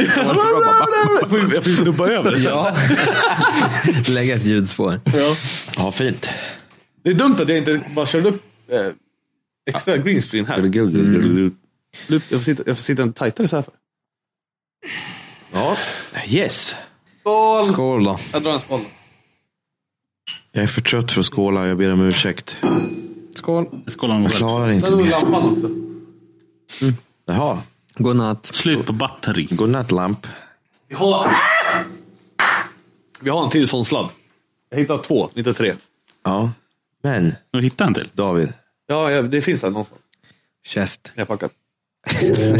[SPEAKER 2] Jag fick dubba över det sen.
[SPEAKER 8] [laughs]
[SPEAKER 3] Ja. Lägga ett ljudspår.
[SPEAKER 21] Ja, fint.
[SPEAKER 2] Det är dumt att jag inte bara körde upp eh, extra green screen här. Mm.
[SPEAKER 21] Gud, gud, gud, gud.
[SPEAKER 2] Jag får sitta, jag får sitta en tajtare så här för.
[SPEAKER 21] Ja, yes.
[SPEAKER 2] Skål!
[SPEAKER 3] Skål då.
[SPEAKER 2] Jag drar en skål.
[SPEAKER 21] Jag är för trött för att skåla. Jag ber om ursäkt.
[SPEAKER 3] Skål.
[SPEAKER 22] Skål om
[SPEAKER 21] Jag
[SPEAKER 22] själv.
[SPEAKER 21] klarar inte
[SPEAKER 2] Där dog
[SPEAKER 21] mer.
[SPEAKER 2] lampan också.
[SPEAKER 21] Jaha.
[SPEAKER 8] Godnatt.
[SPEAKER 22] Slut på batteri.
[SPEAKER 21] Godnatt lamp.
[SPEAKER 2] Vi har... Vi har en till sån sladd. Jag hittade två, inte tre.
[SPEAKER 21] Ja. Men,
[SPEAKER 22] Nu hittar jag en till.
[SPEAKER 21] David.
[SPEAKER 2] Ja, ja, det finns här någonstans.
[SPEAKER 3] Käft.
[SPEAKER 2] Jag packar.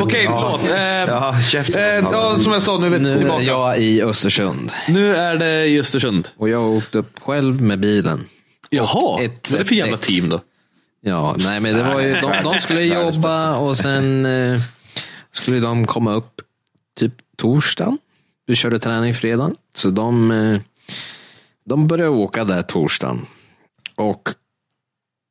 [SPEAKER 2] Okej, förlåt. Eh,
[SPEAKER 3] Ja, käft.
[SPEAKER 2] eh, ja, som jag sa, nu är vi
[SPEAKER 3] Nu är
[SPEAKER 2] tillbaka.
[SPEAKER 3] jag i Östersund.
[SPEAKER 2] Nu är det i Östersund.
[SPEAKER 3] Och jag åkte upp själv med bilen.
[SPEAKER 2] Jaha,
[SPEAKER 3] Ett-
[SPEAKER 2] vad är det för jävla
[SPEAKER 3] ett-
[SPEAKER 2] team då?
[SPEAKER 3] Ja, nej men det var ju, de, de [laughs] skulle jobba och sen eh, skulle de komma upp typ torsdagen. Vi körde träning fredag. Så de, eh, de började åka där torsdagen. Och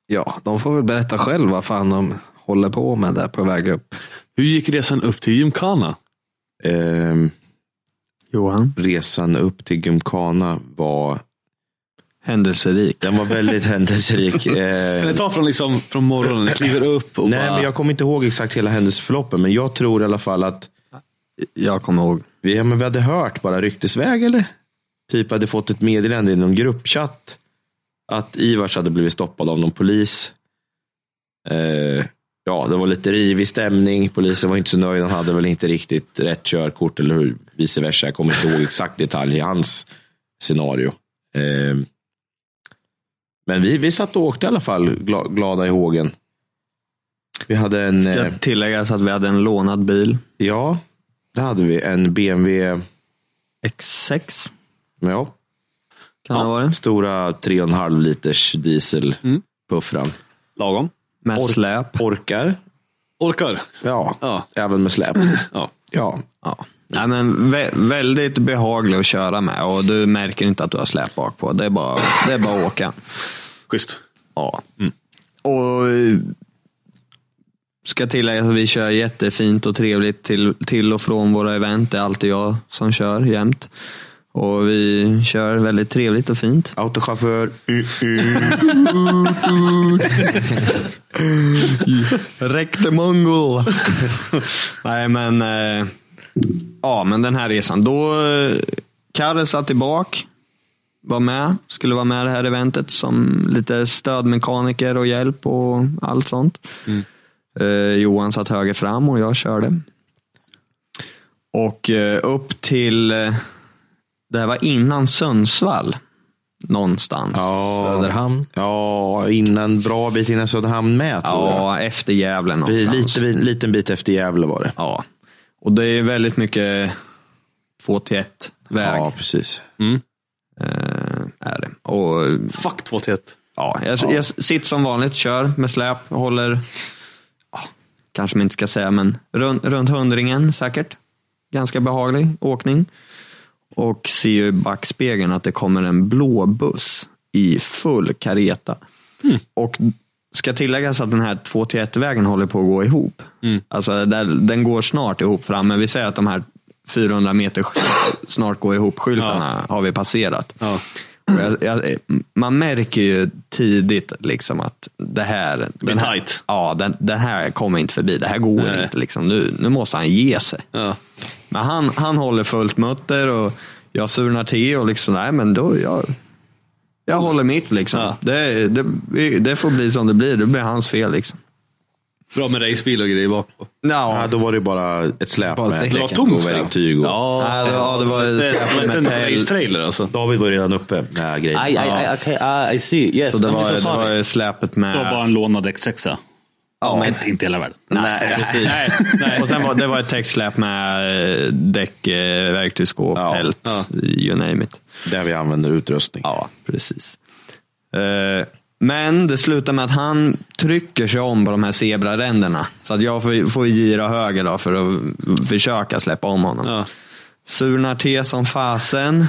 [SPEAKER 3] ja, de får väl berätta själv vad fan de håller på med där på väg upp.
[SPEAKER 2] Hur gick resan upp till Gymkhana?
[SPEAKER 21] Ehm,
[SPEAKER 8] Johan.
[SPEAKER 21] resan upp till Gymkhana var
[SPEAKER 8] Händelserik.
[SPEAKER 3] Den var väldigt [laughs] händelserik. Eh,
[SPEAKER 4] Kan
[SPEAKER 3] [laughs]
[SPEAKER 4] ni ta från, liksom, från morgonen, ni kliver upp och
[SPEAKER 3] nej,
[SPEAKER 4] bara...
[SPEAKER 3] men jag kommer inte ihåg exakt hela händelseförloppet, men jag tror i alla fall att
[SPEAKER 8] Jag kommer ihåg.
[SPEAKER 3] vi, ja, men vi hade hört bara ryktesväg eller? Typ hade fått ett meddelande i någon gruppchatt att Ivars hade blivit stoppad av någon polis. Eh, ja, det var lite rivig stämning. Polisen var inte så nöjd. Han hade väl inte riktigt rätt körkort eller hur, vice versa. Jag kommer inte ihåg exakt detalj i hans scenario. Eh, men vi, vi satt och åkte i alla fall gla, glada i hågen. Vi hade en... eh,
[SPEAKER 8] Ska tilläggas att vi hade en lånad bil.
[SPEAKER 3] Ja, det hade vi. En BMW,
[SPEAKER 8] X6
[SPEAKER 3] ja,
[SPEAKER 8] kan det vara det.
[SPEAKER 3] stora 3,5 liters diesel puffran.
[SPEAKER 4] Lagom.
[SPEAKER 8] Med
[SPEAKER 3] Ork-
[SPEAKER 8] släp.
[SPEAKER 3] Orkar.
[SPEAKER 4] Orkar.
[SPEAKER 3] Ja,
[SPEAKER 4] Ja.
[SPEAKER 3] även med släp.
[SPEAKER 4] Ja.
[SPEAKER 3] Ja,
[SPEAKER 8] Ja. Nej, men vä- väldigt behaglig att köra med och du märker inte att du har släp bak på. Det är bara, det är bara att åka.
[SPEAKER 4] Schysst.
[SPEAKER 8] Ja. Och eh, ska tillägga att vi kör jättefint och trevligt till, till och från våra event. Det är alltid jag som kör jämt. Och vi kör väldigt trevligt och fint.
[SPEAKER 3] autochaufför.
[SPEAKER 8] Räckte mongol! [laughs] Nej men, eh, ja men den här resan. Då, eh, Karre satt tillbaka, var med, skulle vara med i det här eventet som lite stödmekaniker och hjälp och allt sånt. Eh, Johan satt höger fram och jag körde. Och eh, upp till, eh, det här var innan Sundsvall, någonstans.
[SPEAKER 3] Söderhamn. Ja, innan, en bra bit innan Söderhamn med tror jag.
[SPEAKER 8] Ja, efter Gävle
[SPEAKER 3] Vi-
[SPEAKER 8] någonstans.
[SPEAKER 3] Lite, liten bit efter Gävle var det.
[SPEAKER 8] Ja, och det är väldigt mycket två till ett väg.
[SPEAKER 3] Ja, precis.
[SPEAKER 8] Eh, är det. Och,
[SPEAKER 4] Fuck 2-1.
[SPEAKER 8] ja, jag, jag sitter som vanligt, kör med släp, håller, ja, kanske man inte ska säga, men runt, runt hundringen säkert. Ganska behaglig åkning. Och ser ju i backspegeln att det kommer en blå buss i full kareta. Och ska tilläggas att den här 2 till 1 vägen håller på att gå ihop. Alltså där, den går snart ihop fram, men vi säger att de här 400 meter sk- snart går ihop skyltarna har vi passerat. Och Jag, jag, man märker ju tidigt liksom att det här, den här,
[SPEAKER 4] tight.
[SPEAKER 8] ja, den, den här kommer inte förbi, det här går
[SPEAKER 4] Nej.
[SPEAKER 8] inte. Liksom. Nu, nu måste han ge sig.
[SPEAKER 4] Ja.
[SPEAKER 8] Men han, han håller fullt mutter och jag surnar till och liksom, nej men då, jag, jag håller mitt liksom.
[SPEAKER 4] Ja.
[SPEAKER 8] Det, det, det får bli som det blir, det blir hans fel liksom.
[SPEAKER 4] Bra med racebil och grejer bak på.
[SPEAKER 3] Ja,
[SPEAKER 8] Ja,
[SPEAKER 3] då var det bara ett släp
[SPEAKER 6] Bara
[SPEAKER 3] med.
[SPEAKER 6] ett
[SPEAKER 3] däck
[SPEAKER 6] däck.
[SPEAKER 3] och
[SPEAKER 4] släp.
[SPEAKER 3] verktyg och-
[SPEAKER 4] Ja.
[SPEAKER 8] ja, det, ja, det var
[SPEAKER 4] Det
[SPEAKER 8] skaffat
[SPEAKER 4] var inte
[SPEAKER 8] med
[SPEAKER 4] en
[SPEAKER 8] tält.
[SPEAKER 4] racetrailer alltså.
[SPEAKER 3] David var redan uppe med grejer.
[SPEAKER 24] I, I, I, okay, I, I see. Yes,
[SPEAKER 8] Så det
[SPEAKER 24] I'm
[SPEAKER 8] var,
[SPEAKER 24] so
[SPEAKER 8] det
[SPEAKER 24] sorry.
[SPEAKER 8] var släpet
[SPEAKER 5] Det var bara
[SPEAKER 8] med...
[SPEAKER 5] en lånad X6.
[SPEAKER 8] Ja, men,
[SPEAKER 5] Inte, inte hela världen.
[SPEAKER 8] nej, precis.
[SPEAKER 5] Nej, nej.
[SPEAKER 8] Och sen var, det var ett täcksläp med eh, däck, eh, verktygsskåp,
[SPEAKER 3] Ja.
[SPEAKER 8] tält, you name it.
[SPEAKER 3] Där vi använder utrustning.
[SPEAKER 8] Ja, precis. Eh, Men det slutar med att han trycker sig om på de här zebraränderna. Så att jag får, får gira höger då för att v- försöka släppa om honom.
[SPEAKER 4] Ja.
[SPEAKER 8] Surnar till som fasen.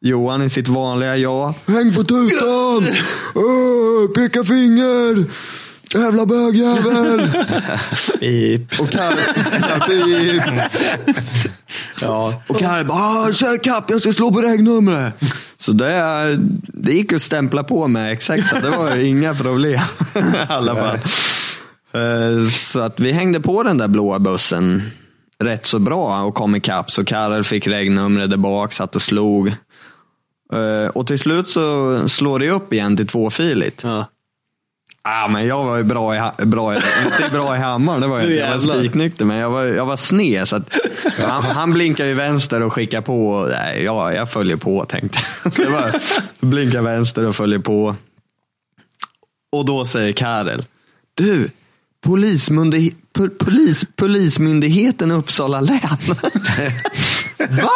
[SPEAKER 8] Johan i sitt vanliga jag. Häng på [laughs] tutan! Öh, peka finger! Jävla [laughs] bögjävel!
[SPEAKER 3] Pip.
[SPEAKER 8] Och Karre, Ja, pip.
[SPEAKER 3] Ja.
[SPEAKER 8] Och Karre bara, "Ah, kör kapp, jag ska slå på regnumret. Så det, det gick att stämpla på med exakt, det var ju inga problem. I alla fall. Eh, Så att vi hängde på den där blåa bussen rätt så bra och kom ikapp. Så Karel fick regnumret där bak, satt och slog. Eh, Och till slut så slår det upp igen till tvåfiligt.
[SPEAKER 4] Ja.
[SPEAKER 8] Ah, men jag var ju bra i, ha- bra i, inte bra i hammaren, det var jag,
[SPEAKER 4] Nu
[SPEAKER 8] inte. jag var
[SPEAKER 4] jävlar.
[SPEAKER 8] spiknykter, men jag var, jag var sned. Så att han, han blinkade ju vänster och skickade på. Och, nej, jag, jag följer på tänkte jag. [laughs] Så Det var, blinka vänster och följer på. Och då säger Karel, du, polismyndigh- pol- polis, polismyndigheten
[SPEAKER 3] [laughs]
[SPEAKER 8] Uppsala län. Va?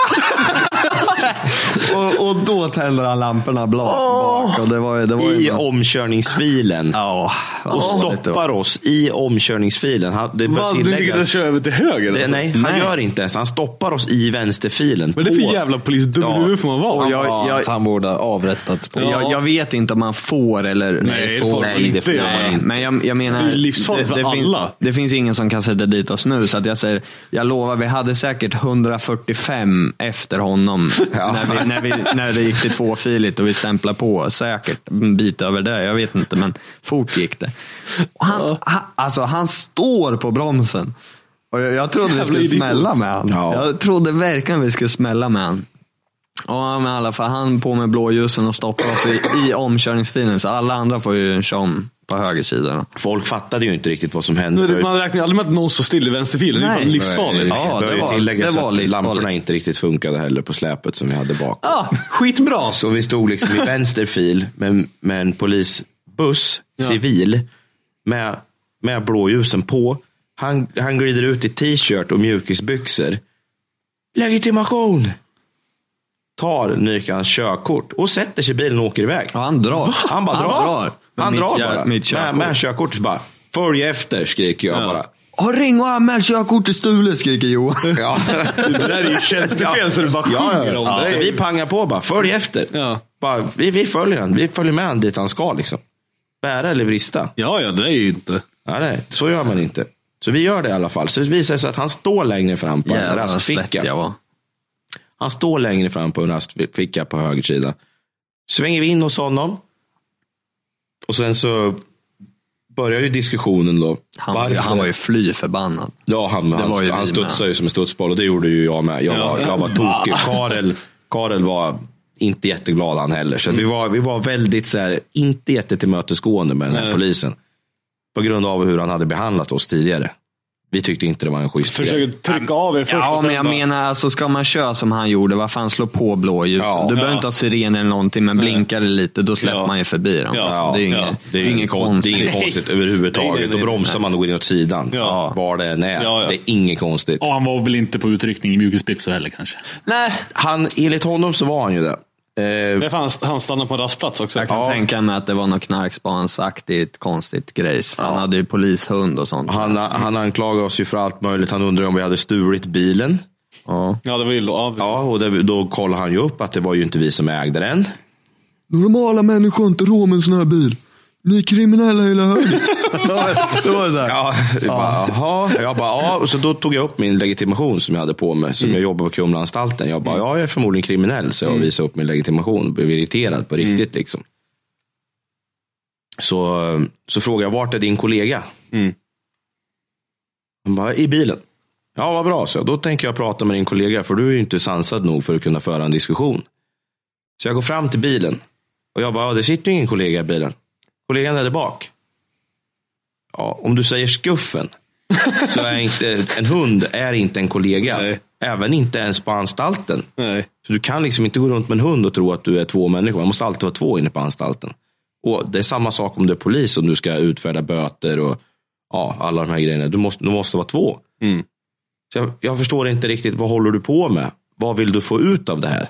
[SPEAKER 8] och, och då tänder han lamporna bla- bak. Och det var, ju- det var ju
[SPEAKER 3] I
[SPEAKER 8] bra.
[SPEAKER 3] omkörningsfilen.
[SPEAKER 8] Ja, vad
[SPEAKER 3] Och
[SPEAKER 8] dåligt det var.
[SPEAKER 3] stoppar oss i omkörningsfilen. Han, det bör
[SPEAKER 4] Vad, du lyckades
[SPEAKER 3] tilläggas.
[SPEAKER 4] köra över till höger?
[SPEAKER 3] Det,
[SPEAKER 4] alltså?
[SPEAKER 3] nej, han gör inte ens. Han stoppar oss i vänsterfilen.
[SPEAKER 4] Men det är för
[SPEAKER 3] på-
[SPEAKER 4] jävla polis dubbelhuvud får man vara.
[SPEAKER 8] Och jag-
[SPEAKER 6] Ja,
[SPEAKER 8] jag-
[SPEAKER 6] så han borde ha avrättats på.
[SPEAKER 8] Jag, jag vet inte om man får eller
[SPEAKER 4] Nej, det får man
[SPEAKER 3] Nej, det får
[SPEAKER 4] inte göra.
[SPEAKER 3] man
[SPEAKER 8] Nej,
[SPEAKER 3] inte.
[SPEAKER 8] men jag, jag menar,
[SPEAKER 4] Det är ju livsfarligt för
[SPEAKER 8] finns-
[SPEAKER 4] alla.
[SPEAKER 8] det finns ingen som kan sätta dit oss nu. Så att jag säger, jag lovar, vi hade säkert 145 efter [laughs] honom när, vi, när, vi, när det gick till tvåfiligt och vi stämplade på. Säkert en bit över det, jag vet inte, men fort gick det. Och han, han, alltså, han står på bromsen. Och jag, jag trodde vi
[SPEAKER 25] Jävla
[SPEAKER 8] skulle
[SPEAKER 25] idiot.
[SPEAKER 8] smälla med han.
[SPEAKER 25] Ja.
[SPEAKER 8] Jag trodde verkligen vi skulle smälla med han. Ja, men i alla fall, han på med blåljusen och stoppar oss i, i omkörningsfilen, så alla andra får ju en tjom på högersidan.
[SPEAKER 3] Folk fattade ju inte riktigt vad som
[SPEAKER 2] Nu
[SPEAKER 3] hände.
[SPEAKER 2] är det- Man räknar ju aldrig med att någon står still i vänsterfilen. Det är ju
[SPEAKER 8] Nej.
[SPEAKER 2] fan livsfarligt.
[SPEAKER 8] Ja,
[SPEAKER 3] Bör
[SPEAKER 8] det
[SPEAKER 3] ju
[SPEAKER 8] var, det
[SPEAKER 3] tilläggas
[SPEAKER 8] var liksom-
[SPEAKER 3] att
[SPEAKER 8] livsfarligt.
[SPEAKER 3] lamporna inte riktigt funkade heller på släpet som vi hade bak.
[SPEAKER 2] Ah, skitbra!
[SPEAKER 3] Så vi stod liksom i vänster fil med, med en polisbuss, civil, med, med blåljusen på. Han, han glider ut i t-shirt och mjukisbyxor. Legitimation! Tar Nykans körkort och sätter sig i bilen och åker iväg.
[SPEAKER 8] Ja, han drar.
[SPEAKER 3] Han bara drar.
[SPEAKER 8] Med
[SPEAKER 3] Han
[SPEAKER 8] mitt
[SPEAKER 3] drar
[SPEAKER 8] jä-
[SPEAKER 3] bara.
[SPEAKER 8] Mitt
[SPEAKER 3] med,
[SPEAKER 8] körkort.
[SPEAKER 3] med körkortet så bara. Följ efter skriker jag bara.
[SPEAKER 8] Har ring och anmäl körkortet stulet, skriker Johan.
[SPEAKER 3] Ja.
[SPEAKER 2] Alltså, Det där [laughs] är ju tjänstefel så du bara
[SPEAKER 3] Ja,
[SPEAKER 2] sjunger om
[SPEAKER 3] ja, ja. Så
[SPEAKER 2] det.
[SPEAKER 3] vi pangar på bara, följ efter.
[SPEAKER 2] Ja.
[SPEAKER 3] Bara, vi, vi följer han, vi följer med han dit han ska liksom. Bära eller brista.
[SPEAKER 2] Ja, ja, det där är ju inte...
[SPEAKER 3] Ja, nej, så gör man inte. Så vi gör det i alla fall. Så det visar sig att han står längre fram på en
[SPEAKER 8] Jävlar vad svett jag
[SPEAKER 3] rastficka.
[SPEAKER 8] var.
[SPEAKER 3] Han står längre fram på en rastficka på höger sida. Svänger vi in hos honom. Och sen så börjar ju diskussionen då.
[SPEAKER 8] Han, var ju-
[SPEAKER 3] Varför-
[SPEAKER 8] han var ju fly förbannad.
[SPEAKER 3] Ja, han, han,
[SPEAKER 8] var ju
[SPEAKER 3] han
[SPEAKER 8] vi
[SPEAKER 3] studsade
[SPEAKER 8] med.
[SPEAKER 3] ju som en studsboll och det gjorde ju jag med. Jag,
[SPEAKER 2] Ja.
[SPEAKER 3] var,
[SPEAKER 2] [laughs]
[SPEAKER 3] jag var tokig. Karel, Karel var inte jätteglad han heller. Så att
[SPEAKER 2] Mm.
[SPEAKER 3] vi, var, vi var väldigt så här, inte jättetillmötesgående med den här polisen. På grund av hur han hade behandlat oss tidigare. Vi tyckte inte det var en schysst grej.
[SPEAKER 2] Försöker trycka av er först. och
[SPEAKER 8] Ja,
[SPEAKER 2] sen
[SPEAKER 8] men jag
[SPEAKER 2] bara-
[SPEAKER 8] menar, alltså, ska man köra som han gjorde, vad fan slå på blåljusen.
[SPEAKER 3] Ja.
[SPEAKER 8] du behöver
[SPEAKER 2] Ja.
[SPEAKER 8] inte ha siren eller någonting, men blinkar det lite, då släpper
[SPEAKER 2] Ja.
[SPEAKER 8] man ju förbi dem.
[SPEAKER 2] Ja.
[SPEAKER 8] Alltså, det är ju
[SPEAKER 2] Ja.
[SPEAKER 8] inget,
[SPEAKER 3] Det är ju inget konstigt, det är inget konstigt överhuvudtaget.
[SPEAKER 2] Nej, nej, nej,
[SPEAKER 3] Då bromsar man och går in åt sidan.
[SPEAKER 2] Ja.
[SPEAKER 3] Var det än är.
[SPEAKER 2] Ja, ja.
[SPEAKER 3] Det är inget konstigt.
[SPEAKER 26] Och han var väl inte på utryckning i mjukisbyxor heller kanske.
[SPEAKER 2] Nej,
[SPEAKER 3] Han, enligt honom så var han ju det. Eh,
[SPEAKER 2] det är fan, han stannar på en rastplats också.
[SPEAKER 8] Jag kan tänka mig att det var något knarkspansaktigt konstigt grejs. Han hade ju polishund och sånt.
[SPEAKER 3] han, han anklagade oss ju för allt möjligt. Han undrade om vi hade stulit bilen.
[SPEAKER 8] Ja.
[SPEAKER 2] Ja, det var ju ja, precis.
[SPEAKER 3] Ja, och det, då kollade han ju upp att det var ju inte vi som ägde den.
[SPEAKER 8] Normala människor har inte råd med en sån här bil. Ni är kriminella hela högen. det var- det var så här.
[SPEAKER 3] Ja, jag bara, Jaha. Jag bara, ja. Och så då tog jag upp min legitimation som jag hade på mig, som jag jobbar på Kumlaanstalten. Jag bara, ja, jag är förmodligen kriminell, så jag visade upp min legitimation och blev irriterad på riktigt. Liksom. Så, så frågade jag, vart är din kollega? Han bara, i bilen. Ja, vad bra, så jag. Då tänker jag prata med din kollega, för du är ju inte sansad nog för att kunna föra en diskussion. Så jag går fram till bilen och jag bara, ja, det sitter ju ingen kollega i bilen. Kollegan är där bak. Ja, om du säger skuffen så är inte en hund är inte en kollega.
[SPEAKER 2] Nej.
[SPEAKER 3] Även inte ens på anstalten.
[SPEAKER 2] Nej.
[SPEAKER 3] Så du kan liksom inte gå runt med en hund och tro att du är två människor. Man måste alltid vara två inne på anstalten. Och Det är samma sak om du är polis, om du ska utfärda böter och ja, alla de här grejerna. Du måste, du måste vara två.
[SPEAKER 2] Mm.
[SPEAKER 3] Så jag, jag förstår inte riktigt, vad håller du på med? Vad vill du få ut av det här?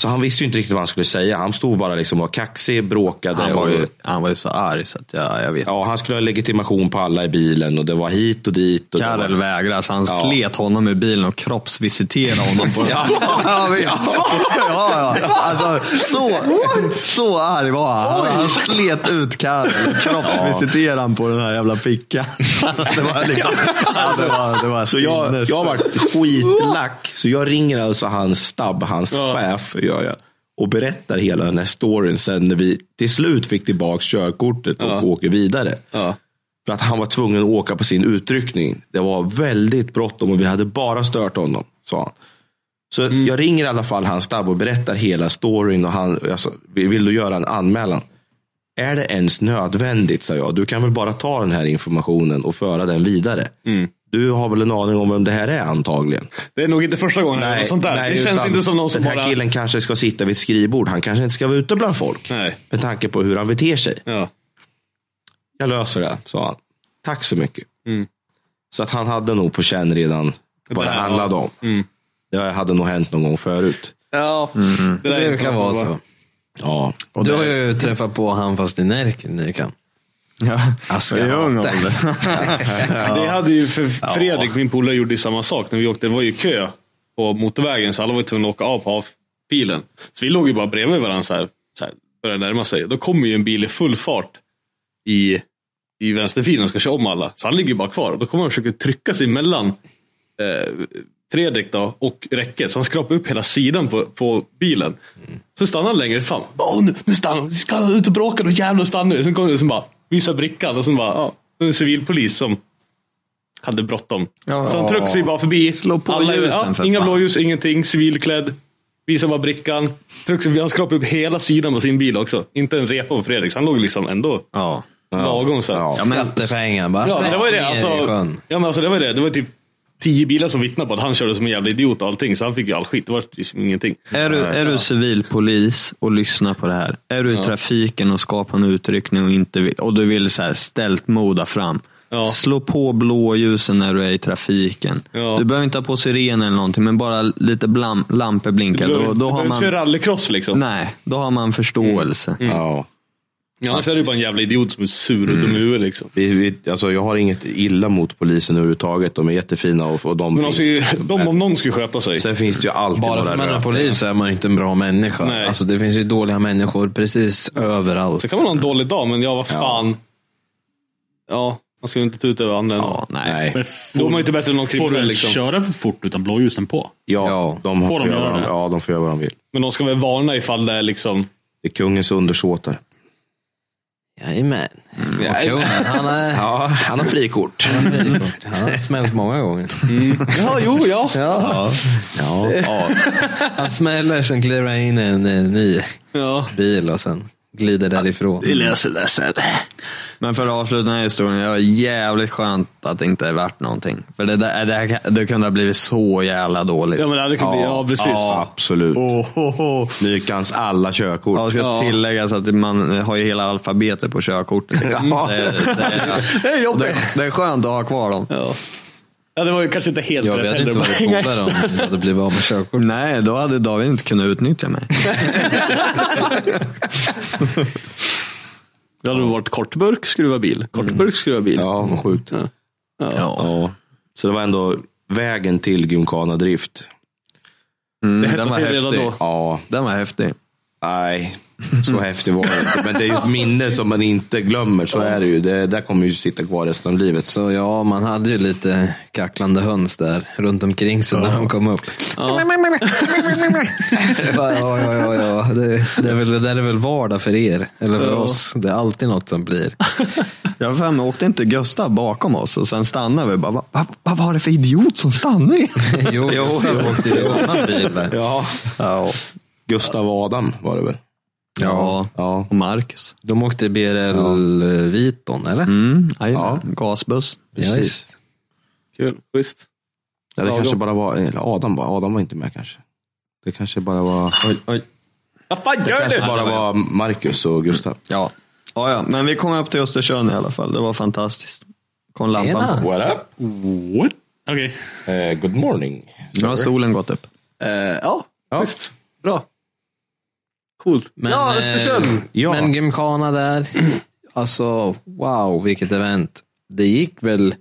[SPEAKER 3] Så han visste ju inte riktigt vad han skulle säga. Han stod bara liksom och var kaxig, bråkade.
[SPEAKER 8] Han var,
[SPEAKER 3] och,
[SPEAKER 8] ju, han var ju så arg så att jag, jag vet
[SPEAKER 3] Ja, han skulle ha legitimation på alla i bilen och det var hit och dit. Och det
[SPEAKER 8] Karel
[SPEAKER 3] var...
[SPEAKER 8] vägrade, så han
[SPEAKER 3] Ja.
[SPEAKER 8] slet honom ur bilen och kroppsvisiterade honom.
[SPEAKER 3] [laughs]
[SPEAKER 8] På ja. ja, jag vet. ja, ja. Alltså, så, så arg var han. Han, han slet ut Karel och kroppsvisiterade han på den här jävla fickan. [laughs] det var liksom, ja, det var, det var
[SPEAKER 3] Så Alltså, jag,
[SPEAKER 8] sinnes-
[SPEAKER 3] jag var skitlack, så jag ringer alltså hans stab, hans
[SPEAKER 2] Ja.
[SPEAKER 3] chef, gör jag, och berättar hela den här storyn sen när vi till slut fick tillbaka körkortet och
[SPEAKER 2] Ja.
[SPEAKER 3] åker vidare.
[SPEAKER 2] Ja.
[SPEAKER 3] För att han var tvungen att åka på sin utryckning. Det var väldigt bråttom och vi hade bara stört honom, sa han. Så
[SPEAKER 2] Mm.
[SPEAKER 3] jag ringer i alla fall hans stab och berättar hela storyn. Och han, jag sa, vill du göra en anmälan? Är det ens nödvändigt, sa jag. Du kan väl bara ta den här informationen och föra den vidare. Du har väl en aning om vem det här är antagligen?
[SPEAKER 2] Det är nog inte första gången han gör sånt där. det känns
[SPEAKER 3] utan
[SPEAKER 2] inte som någon som
[SPEAKER 3] Den här
[SPEAKER 2] bara...
[SPEAKER 3] killen kanske ska sitta vid ett skrivbord. Han kanske inte ska vara ute bland folk.
[SPEAKER 2] Nej.
[SPEAKER 3] Med tanke på hur han beter sig.
[SPEAKER 2] Ja.
[SPEAKER 3] Jag löser det, sa han. Tack så mycket. Så att han hade nog på känn redan vad det
[SPEAKER 2] här,
[SPEAKER 3] handlade
[SPEAKER 2] Mm. ja. Mm.
[SPEAKER 3] om. Det hade nog hänt någon gång förut.
[SPEAKER 2] Ja, Mm. det, där är
[SPEAKER 6] Det
[SPEAKER 2] inte
[SPEAKER 6] kan vara
[SPEAKER 2] bra.
[SPEAKER 6] så.
[SPEAKER 3] Ja.
[SPEAKER 6] Du har ju träffat på han fast i Närke, Nykan.
[SPEAKER 8] Ja.
[SPEAKER 6] Aska
[SPEAKER 8] I ung
[SPEAKER 6] hata.
[SPEAKER 8] ålder.
[SPEAKER 2] Det hade ju för Fredrik, min polare, gjorde ju samma sak när vi åkte. Det var ju kö på motorvägen så alla var ju tvungna att åka av på avfilen. Så vi låg ju bara bredvid varandra så här, så här började närma sig. Då kommer ju en bil i full fart i, i vänsterfilen och ska köra om alla. Så han ligger ju bara kvar. Då kommer han försöka trycka sig mellan eh, Fredrik då och räcket, så han skrapade upp hela sidan på, på bilen. Så stannade han längre fram. Åh, nu, nu stannar han! Ska han ut och bråka? Då jävlar stannar vi! Sen kom det som bara, visa brickan och sen bara, ja, det är en civilpolis som hade bråttom.
[SPEAKER 8] Ja.
[SPEAKER 2] så han tryckte sig bara förbi.
[SPEAKER 8] Slå på
[SPEAKER 2] Alla-
[SPEAKER 8] ljusen, för
[SPEAKER 2] Inga
[SPEAKER 8] fan.
[SPEAKER 2] blåljus, ingenting, civilklädd. Visar bara brickan. Tryckte sig, han skrapade upp hela sidan på sin bil också. Inte en repa på Fredriks. Han låg liksom ändå
[SPEAKER 8] Ja.
[SPEAKER 2] lagom så här.
[SPEAKER 3] Ja.
[SPEAKER 6] Skattepengar bara.
[SPEAKER 2] Ja, men det var ju det.
[SPEAKER 6] Ner i
[SPEAKER 2] Alltså,
[SPEAKER 6] sjön.
[SPEAKER 2] ja, men alltså, det var ju det. Det var typ tio bilar som vittnade på att han körde som en jävla idiot och allting. Så han fick ju all skit. Det var liksom ingenting.
[SPEAKER 8] Är du, är du civilpolis och lyssnar på det här? Är du i trafiken och ska på en utryckning och, inte vill, och du vill så här ställt moda fram?
[SPEAKER 2] Ja.
[SPEAKER 8] Slå på blåljusen när du är i trafiken.
[SPEAKER 2] Ja.
[SPEAKER 8] Du behöver inte ha på siren eller någonting, men bara lite blam, lampor blinkar.
[SPEAKER 2] Du behöver
[SPEAKER 8] Då,
[SPEAKER 2] inte-
[SPEAKER 8] då
[SPEAKER 2] du
[SPEAKER 8] har
[SPEAKER 2] behöver inte
[SPEAKER 8] man,
[SPEAKER 2] köra rallycross liksom.
[SPEAKER 8] nej, då har man förståelse.
[SPEAKER 3] Ja.
[SPEAKER 2] Annars är du bara en jävla idiot som är sur och dum i huvudet liksom.
[SPEAKER 3] Vi, vi, alltså, jag har inget illa mot polisen överhuvudtaget. De är jättefina och, och de
[SPEAKER 2] Men alltså,
[SPEAKER 3] finns.
[SPEAKER 2] de om någon skulle sköta sig.
[SPEAKER 3] Sen finns det ju alltid
[SPEAKER 6] Bara för att man är
[SPEAKER 3] rötägare.
[SPEAKER 6] polis är man ju inte en bra människa.
[SPEAKER 2] Nej. Mm.
[SPEAKER 6] Alltså, det finns ju dåliga människor precis överallt.
[SPEAKER 2] Så kan man ha en dålig dag, men ja, vad fan. Ja, man ska ju inte ta ut över andra.
[SPEAKER 8] Ja,
[SPEAKER 2] ändå.
[SPEAKER 8] nej.
[SPEAKER 27] Men
[SPEAKER 2] Då är man ju inte bättre än någon
[SPEAKER 27] Får du
[SPEAKER 2] kriminell
[SPEAKER 27] väl
[SPEAKER 2] liksom.
[SPEAKER 27] köra för fort utan blåljusen på?
[SPEAKER 3] Ja,
[SPEAKER 6] Ja.
[SPEAKER 3] De har,
[SPEAKER 27] Får
[SPEAKER 3] får
[SPEAKER 27] de
[SPEAKER 3] göra
[SPEAKER 27] göra
[SPEAKER 3] vad de,
[SPEAKER 27] det?
[SPEAKER 3] ja, de får göra vad de vill.
[SPEAKER 2] Men de ska väl varna ifall det är liksom.
[SPEAKER 3] Det är kungens undersåtar.
[SPEAKER 6] Jajamän.
[SPEAKER 3] Mm.
[SPEAKER 6] Och kungen, han är...
[SPEAKER 3] Ja, han har frikort.
[SPEAKER 6] Han har smällt många gånger.
[SPEAKER 3] Mm. ja, jo, ja.
[SPEAKER 6] Ja.
[SPEAKER 3] ja.
[SPEAKER 6] [laughs] Han smäller, sen kliver han in i en eh, ny
[SPEAKER 2] Ja.
[SPEAKER 6] bil och sen glider därifrån.
[SPEAKER 3] löser det sen.
[SPEAKER 8] Men för att avsluta den här historien, det var jävligt skönt att det inte är värt någonting. För det, där, det, här, kan- det kunde ha blivit så jävla dåligt.
[SPEAKER 2] Ja, men det hade kunnat bli. Ja, precis.
[SPEAKER 3] Ja, absolut.
[SPEAKER 8] Åh, ho, ho.
[SPEAKER 3] Nykans alla körkort.
[SPEAKER 8] Ja, det ska
[SPEAKER 2] Ja.
[SPEAKER 8] tilläggas att man har ju hela alfabetet på körkortet. Liksom.
[SPEAKER 3] Ja.
[SPEAKER 8] Det, är-
[SPEAKER 6] [laughs]
[SPEAKER 8] det, är-
[SPEAKER 2] Det är jobbigt.
[SPEAKER 8] det, det är skönt att ha kvar dem.
[SPEAKER 2] Ja. ja, det var ju kanske inte helt
[SPEAKER 6] Jag
[SPEAKER 2] rätt
[SPEAKER 6] vet inte
[SPEAKER 2] heller.
[SPEAKER 6] vad det
[SPEAKER 2] Bara-
[SPEAKER 6] fordrar om du hade blivit av med körkortet.
[SPEAKER 8] Nej, då hade David inte kunnat utnyttja mig.
[SPEAKER 2] Det hade varit kortburk, skruva bil.
[SPEAKER 6] Mm.
[SPEAKER 2] Kortburk, skruva bil.
[SPEAKER 3] Ja, vad sjukt. Ja. Så det var ändå vägen till Gymkhana-drift.
[SPEAKER 8] Mm,
[SPEAKER 2] hette
[SPEAKER 8] den var
[SPEAKER 2] till redan
[SPEAKER 8] häftig.
[SPEAKER 2] då.
[SPEAKER 3] Ja,
[SPEAKER 8] Den var häftig.
[SPEAKER 3] nej. Så häftig var det inte. Men det är ju ett minne som man inte glömmer. Så är det ju. Det där kommer ju sitta kvar resten av livet.
[SPEAKER 6] Så ja, man hade ju lite kacklande höns där runt omkring sig när de kom upp.
[SPEAKER 3] [laughs]
[SPEAKER 6] Bara, ja, ja, ja, ja. Det, det, är väl, det där är väl vardag för er, eller för oss. Det är alltid något som blir.
[SPEAKER 8] Jag har för mig, åkte inte Gustav bakom oss och sen stannade vi bara, vad va, vad var det för idiot som stannade?
[SPEAKER 6] Jo,
[SPEAKER 3] [laughs] Jo,
[SPEAKER 6] jo,
[SPEAKER 3] jo.
[SPEAKER 6] åkte ju en annan bil där.
[SPEAKER 3] Ja.
[SPEAKER 8] ja.
[SPEAKER 3] Gustav Adam var det väl?
[SPEAKER 8] ja,
[SPEAKER 3] Ja.
[SPEAKER 8] och Marcus.
[SPEAKER 6] De åkte BRL Viton, eller?
[SPEAKER 8] Mm, ja.
[SPEAKER 3] Ja.
[SPEAKER 8] Gasbuss.
[SPEAKER 6] ja, visst.
[SPEAKER 2] Kul, visst.
[SPEAKER 3] Ja, det
[SPEAKER 2] Ja,
[SPEAKER 3] kanske
[SPEAKER 2] de-
[SPEAKER 3] bara var, eller Adam var, Adam var inte med kanske. Det kanske bara var,
[SPEAKER 2] Vad fan
[SPEAKER 3] det
[SPEAKER 2] gör
[SPEAKER 3] kanske
[SPEAKER 2] du?
[SPEAKER 3] bara var Marcus och Gustav.
[SPEAKER 8] Ja. Ja, ja, men vi kom upp till Östersund i alla fall. Det var fantastiskt. Kom lampan
[SPEAKER 6] Tjena.
[SPEAKER 8] på.
[SPEAKER 3] What up?
[SPEAKER 27] What? Okej.
[SPEAKER 3] Eh, good morning.
[SPEAKER 8] Nu har solen gått upp.
[SPEAKER 2] Eh, ja,
[SPEAKER 3] Ja.
[SPEAKER 2] visst. Bra. Coolt.
[SPEAKER 6] Men,
[SPEAKER 2] ja, Östersund.
[SPEAKER 6] eh, Men Gymkhana där, alltså wow vilket event. Det gick väl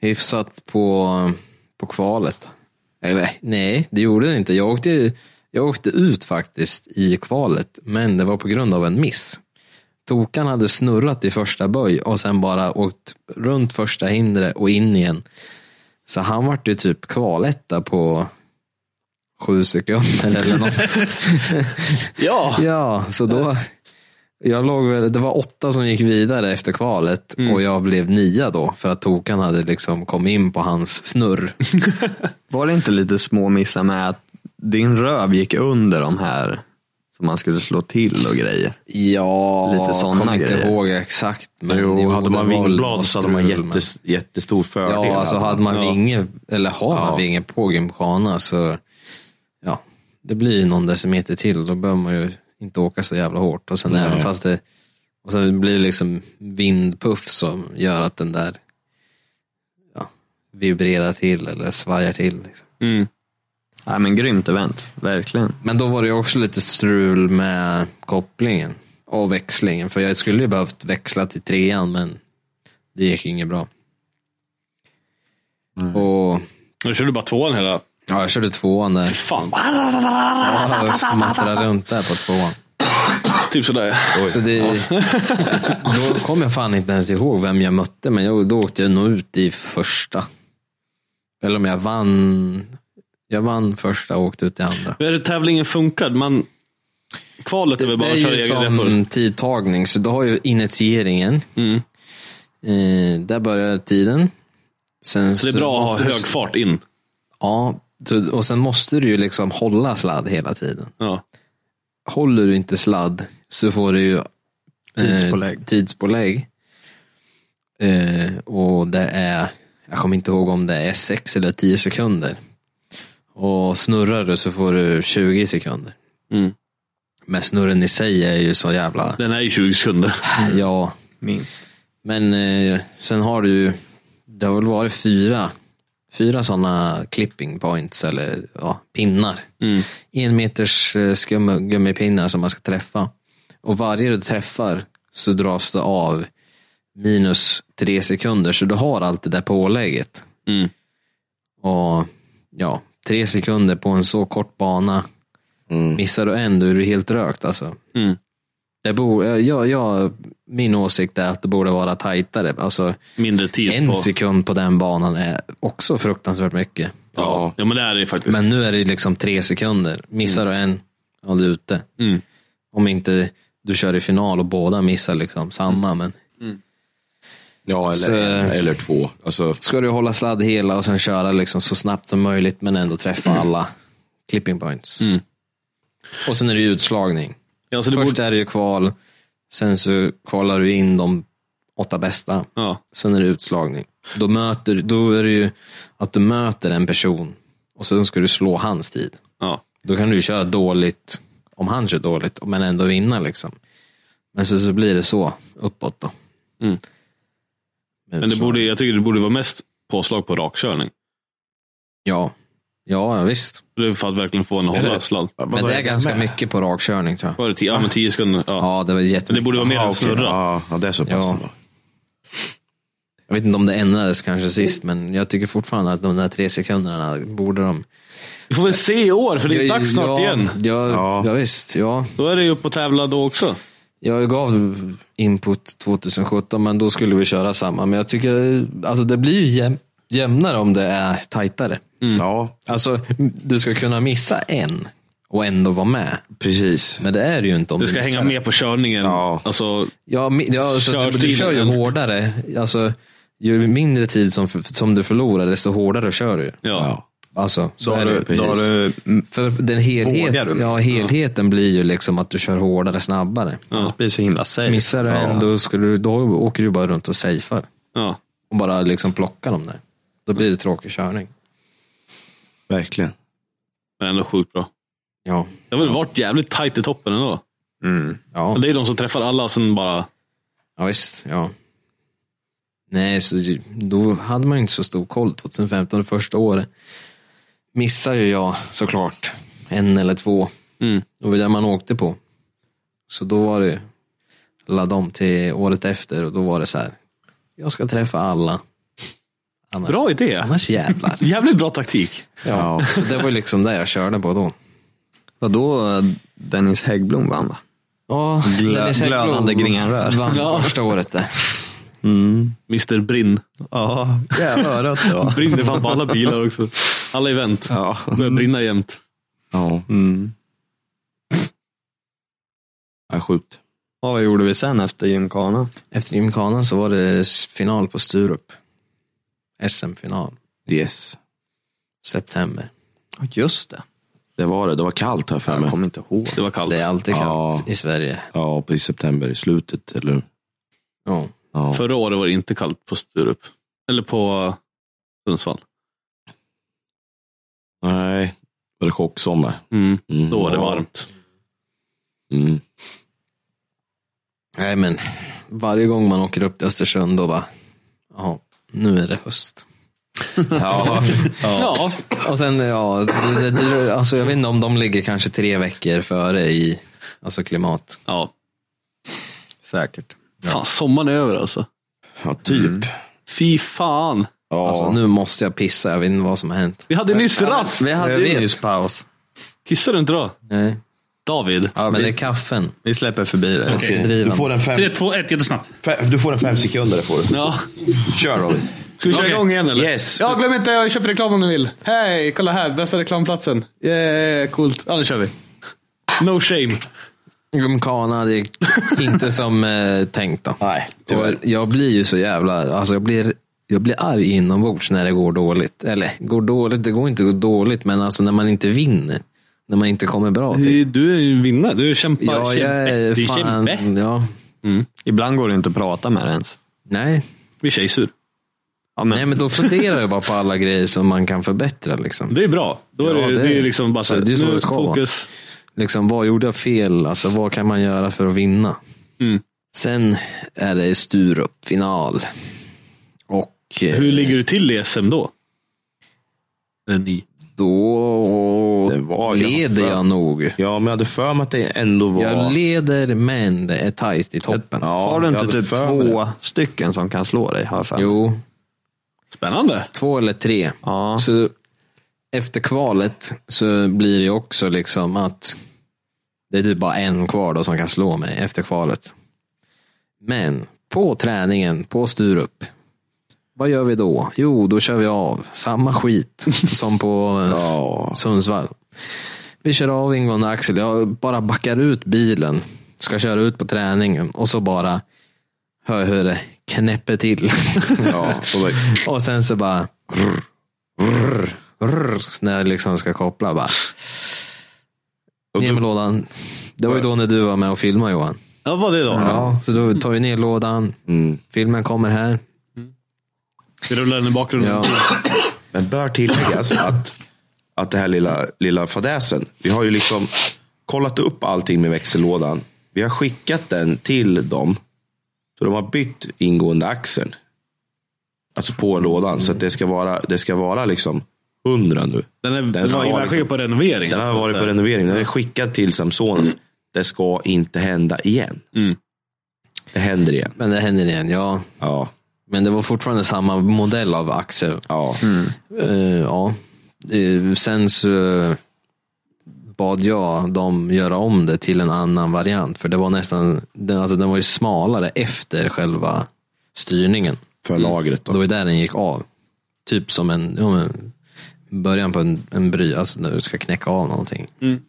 [SPEAKER 6] hyfsat på, på kvalet. Eller nej, det gjorde det inte. Jag åkte, jag åkte ut faktiskt i kvalet, men det var på grund av en miss. Tokan hade snurrat i första böj och sen bara åkt runt första hindret och in igen. Så han vart ju typ kvaletta på sju sekunder eller något.
[SPEAKER 2] [laughs] Ja.
[SPEAKER 6] Ja, så då. Jag låg väl, det var åtta som gick vidare efter kvalet
[SPEAKER 3] Mm.
[SPEAKER 6] och jag blev nia då för att Tokan hade liksom kommit in på hans snurr.
[SPEAKER 8] Var det inte lite små missar med att din röv gick under de här som man skulle slå till och grejer?
[SPEAKER 6] Ja,
[SPEAKER 8] Lite såna
[SPEAKER 6] kommer
[SPEAKER 8] grejer.
[SPEAKER 6] inte ihåg exakt. Men
[SPEAKER 3] Jo, hade
[SPEAKER 6] det
[SPEAKER 3] man
[SPEAKER 6] var väl
[SPEAKER 3] vingblad
[SPEAKER 6] något
[SPEAKER 3] så hade man
[SPEAKER 6] strul, men-
[SPEAKER 3] jätte, jättestor fördel.
[SPEAKER 6] Ja, alltså hade man
[SPEAKER 3] Ja.
[SPEAKER 6] vinge, eller har man
[SPEAKER 3] Ja.
[SPEAKER 6] vinge på Gymkhana så ja, det blir ju någon decimeter till. Då behöver man ju inte åka så jävla hårt. Och sen
[SPEAKER 3] Nej.
[SPEAKER 6] även fast det och sen blir det liksom vindpuff som gör att den där ja, vibrerar till eller svajar till. Liksom.
[SPEAKER 8] Nej men grymt event, verkligen.
[SPEAKER 6] Men då var det ju också lite strul med kopplingen och växlingen. För jag skulle ju behövt växla till trean men det gick inget bra. Och
[SPEAKER 2] Nu kör du bara tvåan hela.
[SPEAKER 6] Ja, jag körde tvåan där.
[SPEAKER 2] Fan.
[SPEAKER 6] Ja, jag smattrade runt där på tvåan.
[SPEAKER 2] Typ sådär.
[SPEAKER 6] Så det, [laughs] då kom jag fan inte ens ihåg vem jag mötte, men jag, då åkte jag nog ut i första. Eller om jag vann. Jag vann första och åkte ut i andra.
[SPEAKER 2] Hur är det tävlingen funkar? Man, kvalet är väl bara
[SPEAKER 6] det är
[SPEAKER 2] att köra
[SPEAKER 6] ju
[SPEAKER 2] egen
[SPEAKER 6] som
[SPEAKER 2] repor?
[SPEAKER 6] tidtagning, så du har ju initieringen.
[SPEAKER 2] Mm.
[SPEAKER 6] Eh, där börjar tiden. Sen
[SPEAKER 2] Så det är bra att ha
[SPEAKER 6] måste du-
[SPEAKER 2] hög fart in.
[SPEAKER 6] Ja, så- och sen måste du ju liksom hålla sladd hela tiden.
[SPEAKER 2] Ja.
[SPEAKER 6] Håller du inte sladd så får du ju eh,
[SPEAKER 8] Tidspålägg.
[SPEAKER 6] tidspålägg. Eh, och det är, jag kommer inte ihåg om det är 6 eller 10 sekunder. Och snurrar du så får du 20 sekunder.
[SPEAKER 2] Mm.
[SPEAKER 6] Men snurren i sig är ju
[SPEAKER 2] [clears throat]
[SPEAKER 6] så jävla,
[SPEAKER 2] Den är ju 20 sekunder.
[SPEAKER 6] ja.
[SPEAKER 8] Minst.
[SPEAKER 6] Men eh, sen har du ju, det har väl varit fyra, fyra sådana clipping points eller ja, pinnar.
[SPEAKER 2] Mm.
[SPEAKER 6] En meters eh, skum- gummipinnar som man ska träffa. Och varje du träffar så dras det av minus tre sekunder. Så du har allt det där pålägget.
[SPEAKER 2] Mm.
[SPEAKER 6] Och ja, tre sekunder på en så kort bana. Missar du en, då är du helt rökt alltså.
[SPEAKER 2] Mm.
[SPEAKER 6] Det bo, eh, jag, jag, min åsikt är att det borde vara tajtare. Alltså,
[SPEAKER 2] Mindre tid
[SPEAKER 6] en
[SPEAKER 2] på.
[SPEAKER 6] sekund på den banan är också fruktansvärt mycket.
[SPEAKER 2] Ja. ja, men det är det faktiskt.
[SPEAKER 6] Men nu är det liksom tre sekunder. Missar du en, ja du är ute.
[SPEAKER 2] Mm.
[SPEAKER 6] Om inte du kör i final och båda missar liksom
[SPEAKER 2] Mm.
[SPEAKER 6] samma. Men
[SPEAKER 24] Ja, eller
[SPEAKER 6] Så-
[SPEAKER 24] en eller två. Alltså,
[SPEAKER 6] ska du hålla sladd hela och sen köra liksom så snabbt som möjligt men ändå träffa
[SPEAKER 2] [clears throat]
[SPEAKER 6] alla clipping points.
[SPEAKER 2] Mm.
[SPEAKER 6] Och sen är det ju utslagning.
[SPEAKER 2] ja, så det
[SPEAKER 6] Först
[SPEAKER 2] borde,
[SPEAKER 6] är det ju kval, sen så kvalar du in de åtta bästa.
[SPEAKER 2] ja.
[SPEAKER 6] Sen är det utslagning. Då, möter, då är det ju att du möter en person och sen ska du slå hans tid.
[SPEAKER 2] Ja.
[SPEAKER 6] Då kan du ju köra dåligt, om han kör dåligt, men ändå vinna liksom. Men så, så blir det så, uppåt då.
[SPEAKER 2] Mm. Men det borde, jag tycker det borde vara mest påslag på rakkörning.
[SPEAKER 6] Ja. Ja, ja, visst.
[SPEAKER 2] Det är för att verkligen få en att hålla sladd.
[SPEAKER 6] Men det är ganska mycket på rakkörning tror jag.
[SPEAKER 2] Var det tio? Ja, men tio sekunder. Ja.
[SPEAKER 6] Ja, det var
[SPEAKER 2] Men det
[SPEAKER 6] jättemycket.
[SPEAKER 2] borde vara mer
[SPEAKER 24] ja,
[SPEAKER 2] än
[SPEAKER 24] okej.
[SPEAKER 2] snurra.
[SPEAKER 24] Ja, ja, det är så pass.
[SPEAKER 6] Ja.
[SPEAKER 24] ändå.
[SPEAKER 6] Jag vet inte om det ändrades kanske sist, men jag tycker fortfarande att de där tre sekunderna borde de...
[SPEAKER 2] Vi får väl se i år, för det är
[SPEAKER 6] Jag-
[SPEAKER 2] dags snart
[SPEAKER 6] ja,
[SPEAKER 2] igen.
[SPEAKER 6] Ja, ja.
[SPEAKER 24] Ja.
[SPEAKER 6] visst. Ja.
[SPEAKER 2] Då är det ju upp och tävla då också.
[SPEAKER 6] Jag gav input 2017, men då skulle vi köra samma. Men jag tycker, alltså det blir ju jäm, jämnare om det är tajtare.
[SPEAKER 8] Mm.
[SPEAKER 24] Ja,
[SPEAKER 6] Alltså, du ska kunna missa en och ändå vara med.
[SPEAKER 24] precis.
[SPEAKER 6] Men det är det ju inte om
[SPEAKER 2] Du ska
[SPEAKER 6] missar
[SPEAKER 2] hänga
[SPEAKER 6] det.
[SPEAKER 2] med på körningen.
[SPEAKER 24] Ja.
[SPEAKER 2] Alltså,
[SPEAKER 6] Ja, mi- ja alltså, du, du
[SPEAKER 2] Körstilen.
[SPEAKER 6] kör ju hårdare. Alltså, ju mindre tid som, som du förlorar, desto hårdare kör du. ju.
[SPEAKER 2] ja.
[SPEAKER 6] Alltså, så
[SPEAKER 8] Då
[SPEAKER 6] är det
[SPEAKER 8] har
[SPEAKER 6] ju.
[SPEAKER 8] du, då har du mm,
[SPEAKER 6] För den helhet,
[SPEAKER 8] Vågar du?
[SPEAKER 6] ja, helheten blir ju liksom att du kör hårdare, snabbare.
[SPEAKER 8] det blir så himla safe.
[SPEAKER 6] Missar du
[SPEAKER 8] Ja.
[SPEAKER 6] en, då, skulle du, då åker du bara runt och safear.
[SPEAKER 2] ja.
[SPEAKER 6] och bara liksom plocka dem där. Då blir det tråkig körning.
[SPEAKER 24] Verkligen.
[SPEAKER 2] Men ändå sjukt bra.
[SPEAKER 6] Ja.
[SPEAKER 2] Det har väl varit jävligt tajt i toppen ändå.
[SPEAKER 8] Mm.
[SPEAKER 6] Ja,
[SPEAKER 2] Men det är de som träffar alla och sen bara...
[SPEAKER 6] ja visst. Ja. Nej, så ju- då hade man ju inte så stor koll 2015, det första året. Missar ju jag såklart en eller två.
[SPEAKER 2] Mm.
[SPEAKER 6] Det var där man åkte på. Så då var det, ladda om till året efter och då var det så här. Jag ska träffa alla. Annars,
[SPEAKER 2] Bra idé! [laughs]
[SPEAKER 6] annars jävlar.
[SPEAKER 2] Jävligt bra taktik.
[SPEAKER 6] ja. Så det var ju liksom det jag körde på då.
[SPEAKER 8] Vadå Dennis Häggblom vann va?
[SPEAKER 6] Ja,
[SPEAKER 8] Glö-
[SPEAKER 6] Dennis Häggblom
[SPEAKER 8] glödande gringarör.
[SPEAKER 6] Vann
[SPEAKER 2] Ja.
[SPEAKER 6] första året där.
[SPEAKER 2] Mr Brinn.
[SPEAKER 8] Ja, jävla örat
[SPEAKER 3] [laughs]
[SPEAKER 8] det var.
[SPEAKER 2] Brinner fan på alla bilar också. Alla event.
[SPEAKER 24] Ja.
[SPEAKER 2] Börjar brinna jämt.
[SPEAKER 24] Ja,
[SPEAKER 8] Mm.
[SPEAKER 24] ja sjukt.
[SPEAKER 8] Ja, vad gjorde vi sen efter gymkhana?
[SPEAKER 6] Efter gymkanan så var det s- final på Sturup. SM-final.
[SPEAKER 24] Yes.
[SPEAKER 6] September.
[SPEAKER 8] Ja, Just det.
[SPEAKER 24] Det var det. Det var kallt här för
[SPEAKER 8] Jag
[SPEAKER 24] mig.
[SPEAKER 8] kommer inte ihåg.
[SPEAKER 2] Det var kallt.
[SPEAKER 6] Det är alltid kallt
[SPEAKER 24] Ja.
[SPEAKER 6] i Sverige.
[SPEAKER 24] Ja, på i september i slutet, eller hur?
[SPEAKER 6] Ja.
[SPEAKER 24] Ja.
[SPEAKER 2] Förra året var det inte kallt på Sturup. Eller på Sundsvall.
[SPEAKER 24] Nej, var det chocksommar?
[SPEAKER 2] Mm.
[SPEAKER 24] Mm.
[SPEAKER 2] Då var det
[SPEAKER 24] Ja.
[SPEAKER 2] varmt.
[SPEAKER 24] Mm.
[SPEAKER 6] Nej men, varje gång man åker upp till Östersund då bara, ja, nu är det höst.
[SPEAKER 24] Ja.
[SPEAKER 2] [laughs] Ja.
[SPEAKER 6] Och sen, ja, det, det, det, alltså jag vet inte om de ligger kanske tre veckor före i alltså klimat.
[SPEAKER 2] ja.
[SPEAKER 8] Säkert.
[SPEAKER 2] Fan, sommaren är över alltså.
[SPEAKER 24] ja, typ.
[SPEAKER 2] Fy fan.
[SPEAKER 24] Ja.
[SPEAKER 6] Mm. Alltså nu måste jag pissa, jag vet inte vad som har hänt.
[SPEAKER 2] Vi hade nyss rast.
[SPEAKER 8] Vi hade
[SPEAKER 6] Jag
[SPEAKER 8] ju
[SPEAKER 6] vet.
[SPEAKER 8] nyss paus.
[SPEAKER 2] Kissade du inte då?
[SPEAKER 6] Nej.
[SPEAKER 2] David.
[SPEAKER 8] Ja,
[SPEAKER 6] Men det
[SPEAKER 8] vi,
[SPEAKER 6] är kaffen.
[SPEAKER 8] vi släpper förbi det.
[SPEAKER 6] Driven.
[SPEAKER 24] Du får en fem,
[SPEAKER 5] 3, 2, 1, jättesnabbt.
[SPEAKER 24] fem, du får en fem sekunder. Får du.
[SPEAKER 2] Ja.
[SPEAKER 24] Kör Robin.
[SPEAKER 2] Ska vi köra
[SPEAKER 5] Okej.
[SPEAKER 2] igång igen eller?
[SPEAKER 3] Yes.
[SPEAKER 2] Ja, glöm inte, jag köper reklam om ni vill. Hej, kolla här, bästa reklamplatsen. Yeah, coolt. Ja, nu kör vi. No shame.
[SPEAKER 6] Gymkhana, det är inte som eh, tänkt då.
[SPEAKER 3] Nej,
[SPEAKER 6] Och jag blir ju så jävla, alltså jag blir, jag blir arg inombords när det går dåligt. Eller, går dåligt, det går inte att gå dåligt, men alltså när man inte vinner. När man inte kommer bra till.
[SPEAKER 2] Du är ju en vinnare. Du är kämpa,
[SPEAKER 6] Ja,
[SPEAKER 2] kämpe.
[SPEAKER 6] jag
[SPEAKER 2] du
[SPEAKER 6] är
[SPEAKER 2] är kämpe.
[SPEAKER 6] fan, ja.
[SPEAKER 8] Ibland går det inte att prata med det ens.
[SPEAKER 6] Nej.
[SPEAKER 2] Vi är tjejsur.
[SPEAKER 8] Ja, men,
[SPEAKER 6] Nej, men då funderar jag bara på alla grejer som man kan förbättra. Liksom.
[SPEAKER 2] Det är bra. Då är
[SPEAKER 6] Ja,
[SPEAKER 2] det,
[SPEAKER 6] det
[SPEAKER 2] det,
[SPEAKER 6] är-
[SPEAKER 2] är liksom bara
[SPEAKER 6] så
[SPEAKER 2] så här,
[SPEAKER 6] det är så
[SPEAKER 2] nu
[SPEAKER 6] det ska vara.
[SPEAKER 2] fokus.
[SPEAKER 6] Liksom, vad gjorde jag fel? Alltså, vad kan man göra för att vinna?
[SPEAKER 2] Mm.
[SPEAKER 6] Sen är det Sturup final. Och eh,
[SPEAKER 2] Hur ligger du till i SM då? Eller ni?
[SPEAKER 6] då
[SPEAKER 3] Det var jag
[SPEAKER 6] leder
[SPEAKER 3] för-
[SPEAKER 6] jag nog.
[SPEAKER 3] Ja, men jag hade för mig att det ändå var...
[SPEAKER 6] Jag leder, men det är tajt i toppen.
[SPEAKER 3] Ja,
[SPEAKER 8] har du
[SPEAKER 3] jag
[SPEAKER 8] inte
[SPEAKER 3] hade
[SPEAKER 8] typ
[SPEAKER 3] för mig
[SPEAKER 8] två stycken som kan slå dig? Har jag för mig?
[SPEAKER 6] Jo,
[SPEAKER 2] Spännande.
[SPEAKER 6] två eller tre.
[SPEAKER 8] Ja.
[SPEAKER 6] Så efter kvalet så blir det också liksom att det är typ bara en kvar då som kan slå mig efter kvalet. Men på träningen på Sturup, vad gör vi då? Jo, då kör vi av. Samma skit som på eh, Sundsvall. Vi kör av ingående axel. Jag bara backar ut bilen. Ska köra ut på träningen och så bara hör hur det knäpper till. [laughs] och sen så bara rrr, rrr, när jag liksom ska koppla. Bara. Ner med lådan. Det var ju då när du var med och filmade Johan.
[SPEAKER 2] Ja, vad det då?
[SPEAKER 6] Ja, så då tar vi ner lådan. Filmen kommer här.
[SPEAKER 2] Vi rullar den i bakgrunden.
[SPEAKER 6] Ja.
[SPEAKER 3] Men
[SPEAKER 2] [laughs]
[SPEAKER 3] bör tilläggas att, att det här lilla, lilla fadäsen. Vi har ju liksom kollat upp allting med växellådan. Vi har skickat den till dem. Så de har bytt ingående axeln. Alltså på lådan. Så att det ska vara, det ska vara liksom 100 nu.
[SPEAKER 2] Den, är, den,
[SPEAKER 3] ska
[SPEAKER 2] var
[SPEAKER 3] vara
[SPEAKER 2] iväg
[SPEAKER 3] liksom-
[SPEAKER 2] på renovering.
[SPEAKER 3] Den har
[SPEAKER 2] så att
[SPEAKER 3] varit på
[SPEAKER 2] säga.
[SPEAKER 3] renovering. Den är skickad till Samsones. Det ska inte hända igen.
[SPEAKER 2] Mm.
[SPEAKER 3] Det händer igen.
[SPEAKER 6] Men det händer igen, ja.
[SPEAKER 3] Ja.
[SPEAKER 6] Men det var fortfarande samma modell av axel.
[SPEAKER 3] ja.
[SPEAKER 6] Eh, ja. Eh, sen så bad jag dem göra om det till en annan variant. För det var nästan, den, alltså den var ju smalare efter själva styrningen.
[SPEAKER 3] För lagret
[SPEAKER 6] Och det
[SPEAKER 3] då.
[SPEAKER 6] var ju där den gick av. Typ som en, ja, men, början på en, en bry, alltså när du ska knäcka av någonting.
[SPEAKER 3] Mm.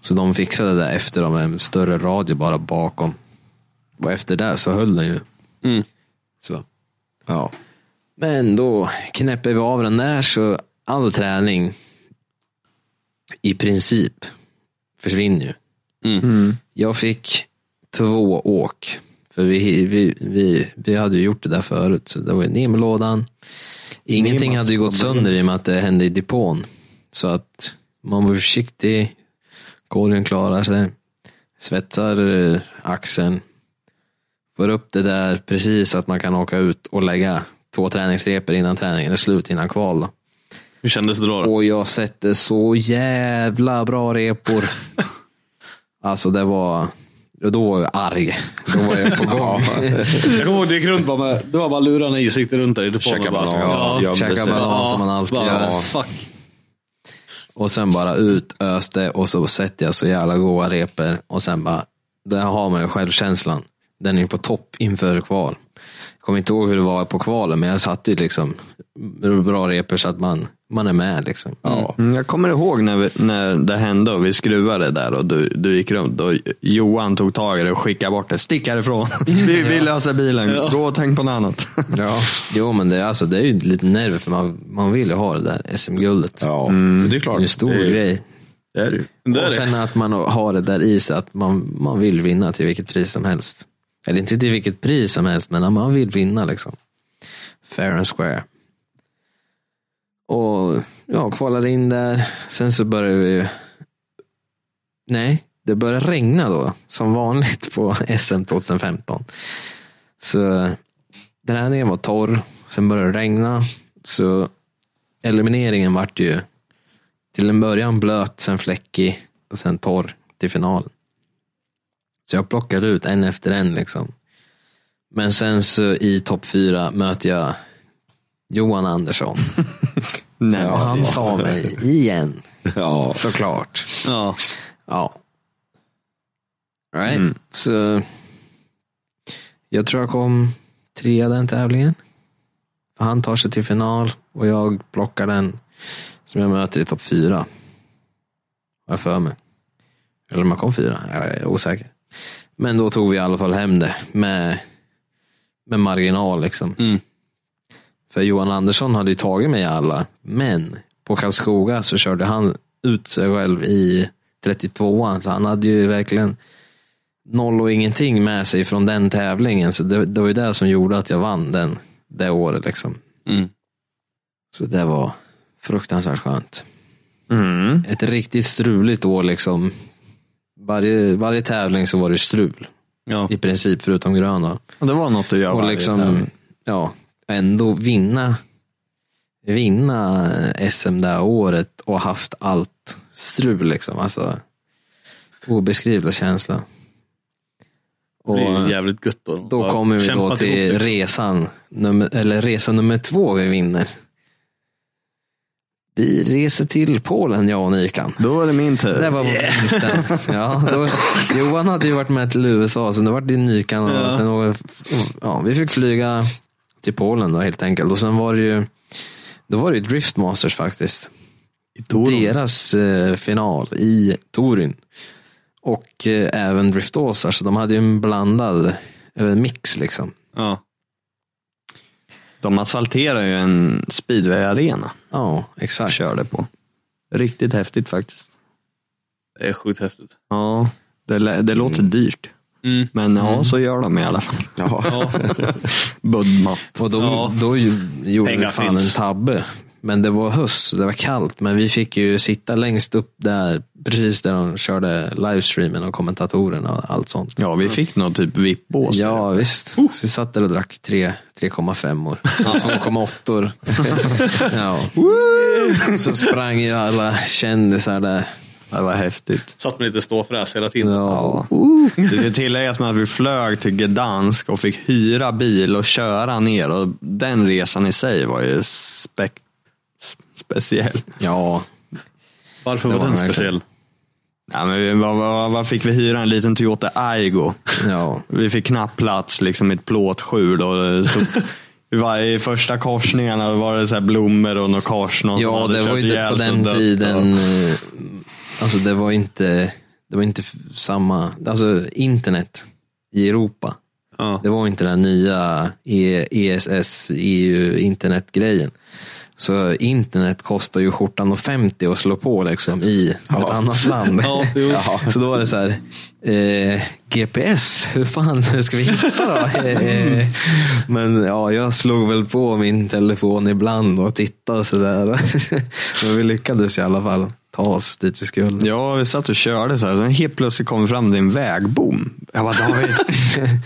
[SPEAKER 6] Så de fixade det där efter dem med en större radio bara bakom. Och efter det så höll den ju.
[SPEAKER 3] Mm.
[SPEAKER 6] Så. Ja. Men då knäpper vi av den där så all träning i princip försvinner ju. Jag fick två åk. För vi, vi, vi, vi hade ju gjort det där förut. Så det var ju ner med lådan. Ingenting hade ju gått sönder i och med att det hände i depån. Så att man var försiktig. Korgen klarar sig. Svetsar eh, axeln. Får upp det där precis så att man kan åka ut och lägga två träningsreper innan träningen är slut, innan kval. Då.
[SPEAKER 2] Hur kändes det då? då?
[SPEAKER 6] Och jag sätter så jävla bra repor. alltså det var, då var jag arg. Då var jag på gång.
[SPEAKER 2] Jag kommer ihåg det gick runt bara med, det var bara lurarna i sikte runt där i depån.
[SPEAKER 3] Käka
[SPEAKER 2] och bara-
[SPEAKER 3] banan.
[SPEAKER 2] Ja,
[SPEAKER 3] Ja,
[SPEAKER 6] Käka
[SPEAKER 3] precis.
[SPEAKER 6] banan som man alltid
[SPEAKER 2] bara,
[SPEAKER 6] gör.
[SPEAKER 2] Fuck.
[SPEAKER 6] [laughs] Och sen bara ut, öste och så sätter jag så jävla goa reper och sen bara, där har man ju självkänslan. Den är på topp inför kval. Jag kommer inte ihåg hur det var på kvalen, men jag satte ju liksom bra repor så att man, man är med liksom. Ja.
[SPEAKER 8] Mm, Jag kommer ihåg när, vi, när det hände och vi skruvade där och du, du gick runt och Johan tog tag i det och skickade bort det.
[SPEAKER 3] [laughs]
[SPEAKER 8] Stick härifrån. Vi, vi löser bilen. Gå och tänk på något annat.
[SPEAKER 6] Ja. [laughs] Jo men det, är alltså, det är ju lite nerver för man, man vill ju ha det där SM-guldet.
[SPEAKER 3] Ja, det är
[SPEAKER 6] Det
[SPEAKER 3] klart.
[SPEAKER 6] är en stor
[SPEAKER 3] Det är-
[SPEAKER 6] grej.
[SPEAKER 3] det är det ju.
[SPEAKER 2] Det är
[SPEAKER 6] och sen att man har det där i sig, att man, man vill vinna till vilket pris som helst. Eller inte till vilket pris som helst, men att man vill vinna liksom. Fair and square. Och ja, kvalade in där. Sen så började vi... Nej, det började regna då, som vanligt på [laughs] SM 2015. Så träningen var torr, sen började det regna. Så elimineringen vart ju till en början blöt, sen fläckig och sen torr till finalen. Så jag plockade ut en efter en liksom. Men sen så i topp fyra möter jag Johan Andersson.
[SPEAKER 8] Nej,
[SPEAKER 6] Och han tar mig igen,
[SPEAKER 3] Ja.
[SPEAKER 6] såklart.
[SPEAKER 2] Ja.
[SPEAKER 6] Ja. Right. Så jag tror jag kom trea den tävlingen. Han tar sig till final och jag plockar den som jag möter i topp fyra. Har jag för mig. Eller om jag kom fyra, jag är osäker. Men då tog vi i alla fall hem det med, med marginal. liksom. För Johan Andersson hade ju tagit mig i alla, men på Karlskoga så körde han ut sig själv i 32an, så han hade ju verkligen noll och ingenting med sig från den tävlingen. Så det, det var ju det som gjorde att jag vann den, det året. Liksom. Så det var fruktansvärt skönt.
[SPEAKER 8] Mm.
[SPEAKER 6] Ett riktigt struligt år. liksom. Varje, varje tävling så var det strul. I princip, förutom grön. då.
[SPEAKER 8] Och det var något att göra.
[SPEAKER 6] Och
[SPEAKER 8] varje
[SPEAKER 6] liksom,
[SPEAKER 8] tävling.
[SPEAKER 6] ja, ändå vinna vinna SM det här året och haft allt strul. Liksom. Alltså, obeskrivlig känsla. Och
[SPEAKER 2] Det är ju jävligt gött. Då,
[SPEAKER 6] då kommer vi då till
[SPEAKER 2] liksom.
[SPEAKER 6] resan, nummer, eller resa nummer två vi vinner. Vi reser till Polen, jag och Nykan.
[SPEAKER 8] Då är det min tur.
[SPEAKER 6] Det var på vinsten. Ja, då, Johan hade ju varit med till USA, så det var det Nykan. Och sen, åker- ja, vi fick flyga till Polen då, helt enkelt. Och sen var det ju, då var det ju Driftmasters faktiskt. Deras eh, final i Torin. Och eh, även Driftåsar, så de hade ju en blandad eller en mix liksom.
[SPEAKER 2] Ja.
[SPEAKER 8] De asfalterar ju en speedway-arena.
[SPEAKER 6] Ja,
[SPEAKER 8] och
[SPEAKER 6] exakt.
[SPEAKER 8] Körde på. Riktigt häftigt faktiskt.
[SPEAKER 2] Det är sjukt häftigt.
[SPEAKER 8] Ja, det, lä- det låter dyrt.
[SPEAKER 2] Mm.
[SPEAKER 8] Men ja, så gör de i alla fall. [laughs]
[SPEAKER 2] Ja.
[SPEAKER 8] Budmatt.
[SPEAKER 6] Och då,
[SPEAKER 2] Ja.
[SPEAKER 6] då ju- gjorde
[SPEAKER 2] Pengar
[SPEAKER 6] vi fan
[SPEAKER 2] finns.
[SPEAKER 6] en tabbe. Men det var höst, så det var kallt. Men vi fick ju sitta längst upp där, precis där de körde livestreamen och kommentatorerna och allt sånt.
[SPEAKER 8] Ja, vi fick nog typ VIP-bås.
[SPEAKER 6] Ja, visst.
[SPEAKER 2] Oh!
[SPEAKER 6] Så vi satt där och drack tre- 3,5-or.
[SPEAKER 2] [laughs]
[SPEAKER 6] [laughs] 2,8-or. ja. Så sprang ju alla kändisar där.
[SPEAKER 8] Det var häftigt.
[SPEAKER 2] Satt med lite ståfräs hela tiden.
[SPEAKER 6] Ja.
[SPEAKER 8] Det kan tilläggas med att vi flög till Gdansk och fick hyra bil och köra ner. Och den resan i sig var ju spek- speciell.
[SPEAKER 6] ja.
[SPEAKER 2] Varför
[SPEAKER 6] Det
[SPEAKER 2] var
[SPEAKER 6] var
[SPEAKER 2] den
[SPEAKER 6] verkligen.
[SPEAKER 2] speciell?
[SPEAKER 8] Ja, men vi, vad, vad, vad fick vi hyra? En liten Toyota Aygo.
[SPEAKER 6] Ja.
[SPEAKER 8] Vi fick knappt plats liksom, i ett plåtskjul. Och, eh, så, vi var, I första korsningarna var det så här blommor och något kors. Någon som
[SPEAKER 6] Ja,
[SPEAKER 8] hade
[SPEAKER 6] det var
[SPEAKER 8] kört
[SPEAKER 6] ju inte
[SPEAKER 8] ihjäl
[SPEAKER 6] på
[SPEAKER 8] sig
[SPEAKER 6] den
[SPEAKER 8] och dött.
[SPEAKER 6] tiden. eh, Alltså det var inte, det var inte f- samma, alltså internet i Europa.
[SPEAKER 2] Ja.
[SPEAKER 6] Det var inte den nya E- ESS, EU, internetgrejen. Så internet kostar ju skjortan och 50 att slå på liksom i ett annat land.
[SPEAKER 2] Ja,
[SPEAKER 6] [laughs]
[SPEAKER 2] jo.
[SPEAKER 6] Så då var det så här, eh, GPS, hur fan [laughs] hur ska vi hitta då? Eh, eh, Men ja, jag slog väl på min telefon ibland och tittade och sådär. [laughs] Men vi lyckades i alla fall ta oss dit vi skulle.
[SPEAKER 8] Ja, vi satt och körde så här. Sen helt plötsligt kom fram till en vägbom. Jag bara, David,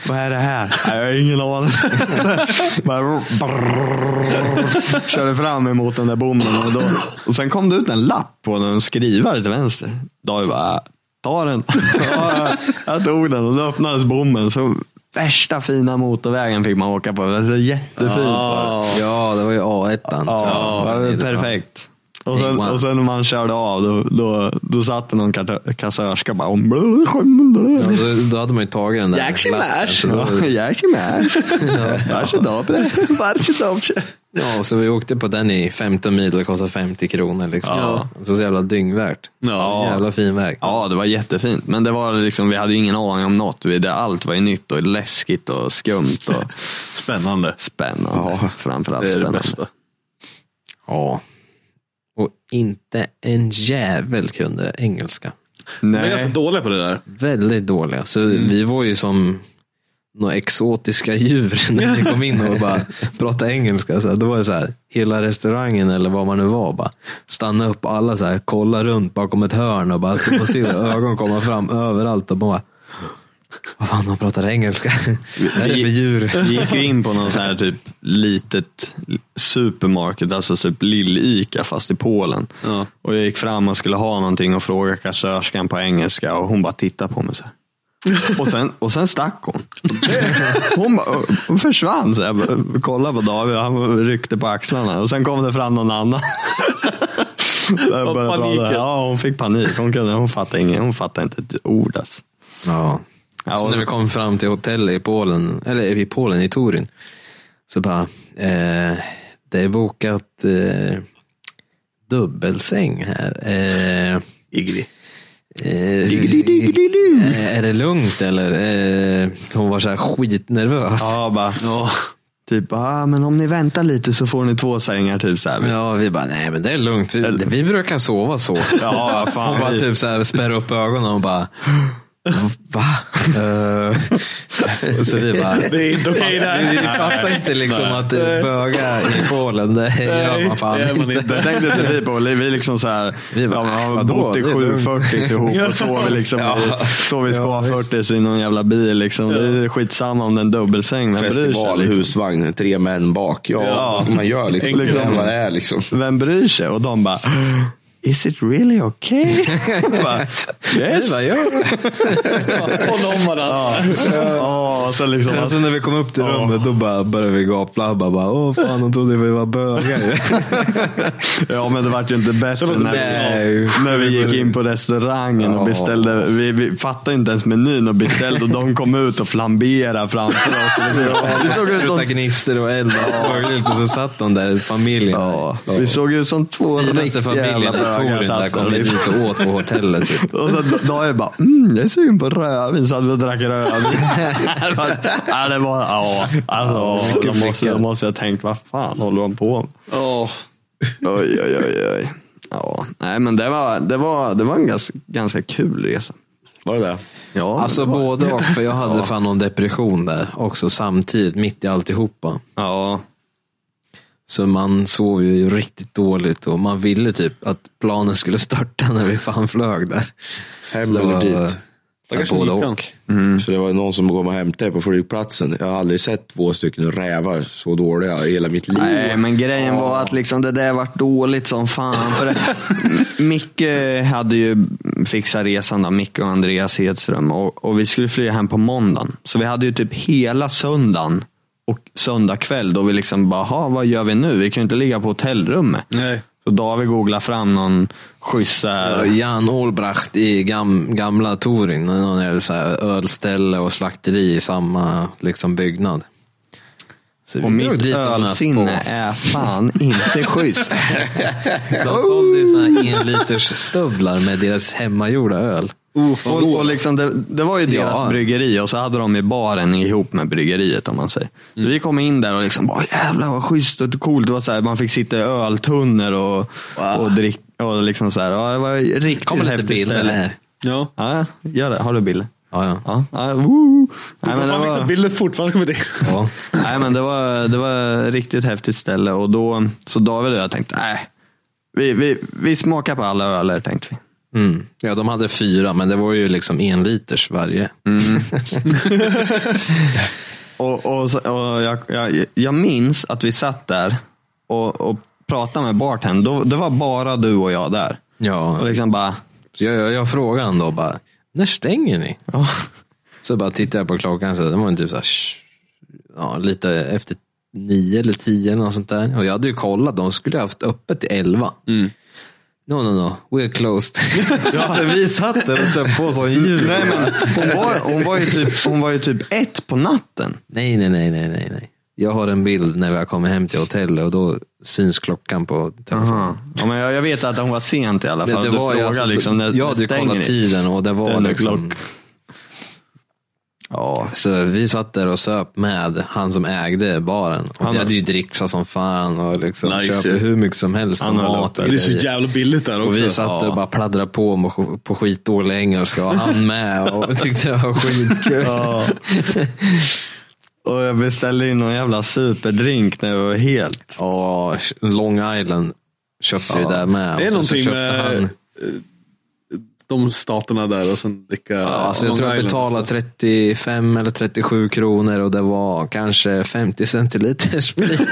[SPEAKER 8] vad är det här? Nej, jag har ingen aning. [laughs] bara, brrrr. körde fram emot den där bommen. Och, då, och sen kom det ut en lapp på en skrivare till vänster. David bara, "Äh, ta den. [laughs] Ja, jag tog den och då öppnades bommen. Så värsta fina motorvägen fick man åka på. Det var jättefint. var det.
[SPEAKER 6] Ja, det var ju A1. tror
[SPEAKER 8] Ja,
[SPEAKER 6] jag.
[SPEAKER 8] det var perfekt. Och sen,
[SPEAKER 6] Wow.
[SPEAKER 8] och sen när man körde av, då, då, då satt det någon kart- kassörska bara... "Om blå, sjön, blå."
[SPEAKER 6] Ja,
[SPEAKER 8] [laughs]
[SPEAKER 6] då, då hade man ju tagit den där. lappen, så då-
[SPEAKER 8] Ja, Jag är med. [laughs] Varsågod. Varsågod.
[SPEAKER 6] Ja, så vi åkte på den i 15 mil, det kostade 50 kronor. Liksom.
[SPEAKER 8] Ja.
[SPEAKER 6] Så så jävla dyngvärt.
[SPEAKER 8] Ja.
[SPEAKER 6] Så jävla fin väg.
[SPEAKER 8] Ja, det var jättefint. Men det var liksom, vi hade ju ingen aning om något. Vi, det, allt var ju nytt och läskigt och skumt [laughs] och
[SPEAKER 2] Spännande.
[SPEAKER 8] spännande. Framförallt
[SPEAKER 2] Det är det
[SPEAKER 8] spännande.
[SPEAKER 2] bästa.
[SPEAKER 6] Ja. Och inte en jävel kunde engelska.
[SPEAKER 2] Men alltså, jag är så
[SPEAKER 8] Nej.
[SPEAKER 2] dålig på det
[SPEAKER 6] [laughs]
[SPEAKER 2] där.
[SPEAKER 6] Väldigt dåliga. Så vi var ju som några exotiska djur [laughs] när vi kom in och bara pratade engelska. Så här, då var det så här, hela restaurangen eller vad man nu var, bara stanna upp och alla så här, kolla runt bakom ett hörn och bara stå still. Ögon komma fram överallt och bara, vad fan, de pratar engelska. Vad är det för djur?
[SPEAKER 8] Vi gick ju in på någon sån här typ litet supermarket, alltså typ Lill-Ica fast i Polen.
[SPEAKER 2] Ja.
[SPEAKER 8] Och jag gick fram och skulle ha någonting och frågade kassörskan på engelska och hon bara tittade på mig så här. Och sen, och sen stack hon. Hon, bara- hon försvann. Så jag bara kollade på David och han ryckte på axlarna. Och sen kom det fram någon annan. Så jag
[SPEAKER 2] Och
[SPEAKER 8] började prata.
[SPEAKER 2] paniken.
[SPEAKER 8] Ja, hon fick panik. Hon, kunde, hon, fattade, inget, hon fattade inte ett ord. Alltså.
[SPEAKER 6] Ja.
[SPEAKER 8] Ja,
[SPEAKER 6] så
[SPEAKER 8] och
[SPEAKER 6] när
[SPEAKER 8] så-
[SPEAKER 6] vi kom fram till hotellet i Polen, eller i Polen, i Torin, Så bara, eh, det är bokat eh, dubbelsäng här. Eh,
[SPEAKER 4] Igri.
[SPEAKER 6] Eh, eh, är det lugnt eller? Eh, hon var så här skitnervös.
[SPEAKER 8] Ja, bara. Typ, ah, men om ni väntar lite så får ni två sängar. Typ så här.
[SPEAKER 6] Ja, vi bara, nej men det är lugnt. Vi, vi brukar sova så.
[SPEAKER 8] Ja, fan,
[SPEAKER 6] Hon bara
[SPEAKER 8] vi-
[SPEAKER 6] typ så här spärrar upp ögonen och bara, va? Eh, och [laughs] så vi bara,
[SPEAKER 4] Det är inte okej
[SPEAKER 6] vi, vi
[SPEAKER 4] där.
[SPEAKER 6] fattar inte liksom att böga i Polen, det gör man fan
[SPEAKER 4] det gör man
[SPEAKER 6] inte.
[SPEAKER 8] Det tänkte inte vi på. Vi är liksom så här,
[SPEAKER 6] Vi bara,
[SPEAKER 8] ja, men har
[SPEAKER 6] vadå?
[SPEAKER 8] bott i
[SPEAKER 6] Det är lugnt.
[SPEAKER 8] 740
[SPEAKER 4] [laughs]
[SPEAKER 8] ihop och sover liksom i, sover i
[SPEAKER 6] Ja,
[SPEAKER 8] SKA40 i någon jävla bil. Liksom. Det är skitsamma om det är en dubbelsäng. Vem bryr sig?
[SPEAKER 24] Festival,
[SPEAKER 8] Liksom?
[SPEAKER 24] husvagn, tre män bak. Ja,
[SPEAKER 8] Ja.
[SPEAKER 24] vad ska man gör liksom.
[SPEAKER 8] Liksom.
[SPEAKER 24] Det är vad det är liksom.
[SPEAKER 8] Vem bryr sig? Och de bara, is it
[SPEAKER 6] [laughs]
[SPEAKER 8] really okay? Jag bara, yes.
[SPEAKER 6] Vad gör man?
[SPEAKER 4] Håll om varandra.
[SPEAKER 8] Ja, och så liksom,
[SPEAKER 6] [laughs] Sen, sen när vi kom upp till rummet då bara började vi gapla. Bara, bara, Åh fan, de trodde vi var bögar.
[SPEAKER 8] [laughs] ja, men det vart ju inte bättre
[SPEAKER 4] var det
[SPEAKER 8] när,
[SPEAKER 6] nej.
[SPEAKER 8] när vi gick in på restaurangen och beställde. Vi, vi fattade inte ens menyn och beställde och de kom ut och flamberade framför oss. [laughs] Vi såg ut som
[SPEAKER 6] Utan gnistor och eld och möjligt. Och så satt de där, familjen.
[SPEAKER 8] Ja, vi såg ut som två
[SPEAKER 6] Finaste
[SPEAKER 8] riktiga jävla
[SPEAKER 6] familjen i
[SPEAKER 8] bögar.
[SPEAKER 6] Toryn där
[SPEAKER 8] satt
[SPEAKER 6] kom
[SPEAKER 8] där
[SPEAKER 6] vi
[SPEAKER 8] liksom.
[SPEAKER 6] dit och åt på hotellet. Typ.
[SPEAKER 8] Och så Daniel bara, mm, jag är sugen på rödvin. Så hade vi och drack rödvin. [laughs] Det var- ja, det var, ja, alltså, då, måste, då måste jag tänkt, vad fan håller de på med?
[SPEAKER 4] Ja.
[SPEAKER 8] Oj, oj, oj. oj. Ja, nej, men det var, det var, det var en ganska, ganska kul resa.
[SPEAKER 24] Var det det?
[SPEAKER 8] Ja,
[SPEAKER 6] Alltså
[SPEAKER 8] det var-
[SPEAKER 6] både och, för jag hade fan någon depression där också samtidigt, mitt i alltihopa.
[SPEAKER 8] Ja,
[SPEAKER 6] Så man sov ju riktigt dåligt och man ville typ att planen skulle störta när vi fan flög där.
[SPEAKER 24] Hem
[SPEAKER 6] Det
[SPEAKER 24] eller
[SPEAKER 6] var-
[SPEAKER 24] dit.
[SPEAKER 6] Ja,
[SPEAKER 2] Stackars
[SPEAKER 6] både
[SPEAKER 2] Nikan.
[SPEAKER 6] och.
[SPEAKER 24] För Mm. det var någon som kom och hämtade på flygplatsen. Jag har aldrig sett två stycken rävar så dåliga i hela mitt liv.
[SPEAKER 8] Nej, men grejen var att liksom det där vart dåligt som fan. För det, Micke hade ju fixat resan, då, Micke och Andreas Hedström. Och, och vi skulle flyga hem på måndagen. Så vi hade ju typ hela söndagen och söndag kväll då vi liksom bara, "Ha, vad gör vi nu? Vi kan ju inte ligga på hotellrummet.
[SPEAKER 4] Nej.
[SPEAKER 8] Så David googlade fram någon schysst så här-
[SPEAKER 6] Ja, Jan Olbracht i gam, gamla Torin, någon jävla så här ölställe och slakteri i samma liksom, byggnad. Så vi
[SPEAKER 8] och
[SPEAKER 6] drog
[SPEAKER 8] mitt
[SPEAKER 6] dit och nös på. [laughs]
[SPEAKER 8] ölsinne är fan inte schysst.
[SPEAKER 6] De sålde ju såna
[SPEAKER 24] [laughs]
[SPEAKER 6] här enlitersstövlar med deras hemmagjorda öl.
[SPEAKER 8] Och, och liksom det, det var ju deras
[SPEAKER 6] Oh, Ja.
[SPEAKER 8] bryggeri och så hade de i baren ihop med bryggeriet om man säger.
[SPEAKER 6] Mm.
[SPEAKER 8] Så vi kom in där och liksom bara jävlar vad schysst och coolt. Det var så här, man fick sitta i öltunnor och, och dricka. Och liksom så här, ja, det var riktigt
[SPEAKER 6] Kommer lite
[SPEAKER 8] häftigt
[SPEAKER 6] bild
[SPEAKER 8] ställe.
[SPEAKER 6] eller? här?
[SPEAKER 4] Ja.
[SPEAKER 8] Ja, gör det. Har du bilder?
[SPEAKER 6] Ja, ja.
[SPEAKER 8] Ja. ja woo. Nej,
[SPEAKER 4] Fan,
[SPEAKER 8] men det
[SPEAKER 4] vissa
[SPEAKER 8] var,
[SPEAKER 4] bilder fortfarande kommer det.
[SPEAKER 6] ja.
[SPEAKER 8] nej, men det var, det var ett riktigt häftigt ställe. Och då, så David och jag tänkte, nej, vi, vi, vi smakar på alla öler tänkte vi.
[SPEAKER 6] Mm. Ja, de hade fyra, men det var ju liksom en liters varje.
[SPEAKER 8] Mm. Och, och, så- och jag, jag, jag minns att vi satt där och, och pratade med bartendern. Då- Det var bara du och jag där.
[SPEAKER 6] Ja,
[SPEAKER 8] Och liksom bara,
[SPEAKER 6] jag, jag, jag frågade han då bara, när stänger ni?
[SPEAKER 8] ja,
[SPEAKER 6] Så bara tittade jag på klockan, så det var typ så här, "Shh." ja, lite efter nio eller tio eller något sånt där. Och jag hade ju kollat, de skulle ha haft öppet till elva. No, no, no, we're closed. Mm. [laughs] så vi satt där och söp på som djur.
[SPEAKER 8] nej men hon var, hon, var ju typ, hon var ju typ ett på natten.
[SPEAKER 6] Nej, nej, nej, nej, nej, nej. Jag har en bild när vi har kommit hem till hotellet och då syns klockan på telefonen.
[SPEAKER 8] Ja, men jag, jag vet att hon var sent i alla
[SPEAKER 6] Det,
[SPEAKER 8] fall.
[SPEAKER 6] det
[SPEAKER 8] du
[SPEAKER 6] var ju
[SPEAKER 8] frågade
[SPEAKER 6] alltså,
[SPEAKER 8] liksom, när,
[SPEAKER 6] jag
[SPEAKER 8] när
[SPEAKER 6] hade ju
[SPEAKER 8] stänger
[SPEAKER 6] kollat
[SPEAKER 8] ni?
[SPEAKER 6] tiden och det var
[SPEAKER 8] Den är
[SPEAKER 6] liksom,
[SPEAKER 8] klock. Ja,
[SPEAKER 6] så vi satt där och söp med han som ägde baren. Och
[SPEAKER 8] Han
[SPEAKER 6] vi
[SPEAKER 8] har-
[SPEAKER 6] hade ju dricksat som fan och liksom
[SPEAKER 4] Nice,
[SPEAKER 6] köpte
[SPEAKER 4] ja.
[SPEAKER 6] hur mycket som helst och
[SPEAKER 8] Han har
[SPEAKER 6] mat
[SPEAKER 8] låtit.
[SPEAKER 6] och
[SPEAKER 4] Det är så
[SPEAKER 6] grejer.
[SPEAKER 4] jävla billigt där också.
[SPEAKER 6] Och vi satt där
[SPEAKER 4] Ja.
[SPEAKER 6] och bara pladdrade på med- på skitdålig engelska och han med och tyckte det
[SPEAKER 4] [laughs]
[SPEAKER 6] var skitkul. [laughs]
[SPEAKER 8] Ja. Och jag beställde in någon jävla superdrink när jag var helt.
[SPEAKER 6] Och Long Island köpte vi där med.
[SPEAKER 4] Det är
[SPEAKER 6] och sen så
[SPEAKER 4] någonting
[SPEAKER 6] köpte
[SPEAKER 4] med
[SPEAKER 6] han-
[SPEAKER 4] eh, de staterna där och sen dricka...
[SPEAKER 6] Ja, alltså jag
[SPEAKER 4] Long
[SPEAKER 6] tror jag
[SPEAKER 4] Island.
[SPEAKER 6] betalade 35 eller 37 kronor och det var kanske 50
[SPEAKER 4] [laughs]
[SPEAKER 6] centiliter sprit.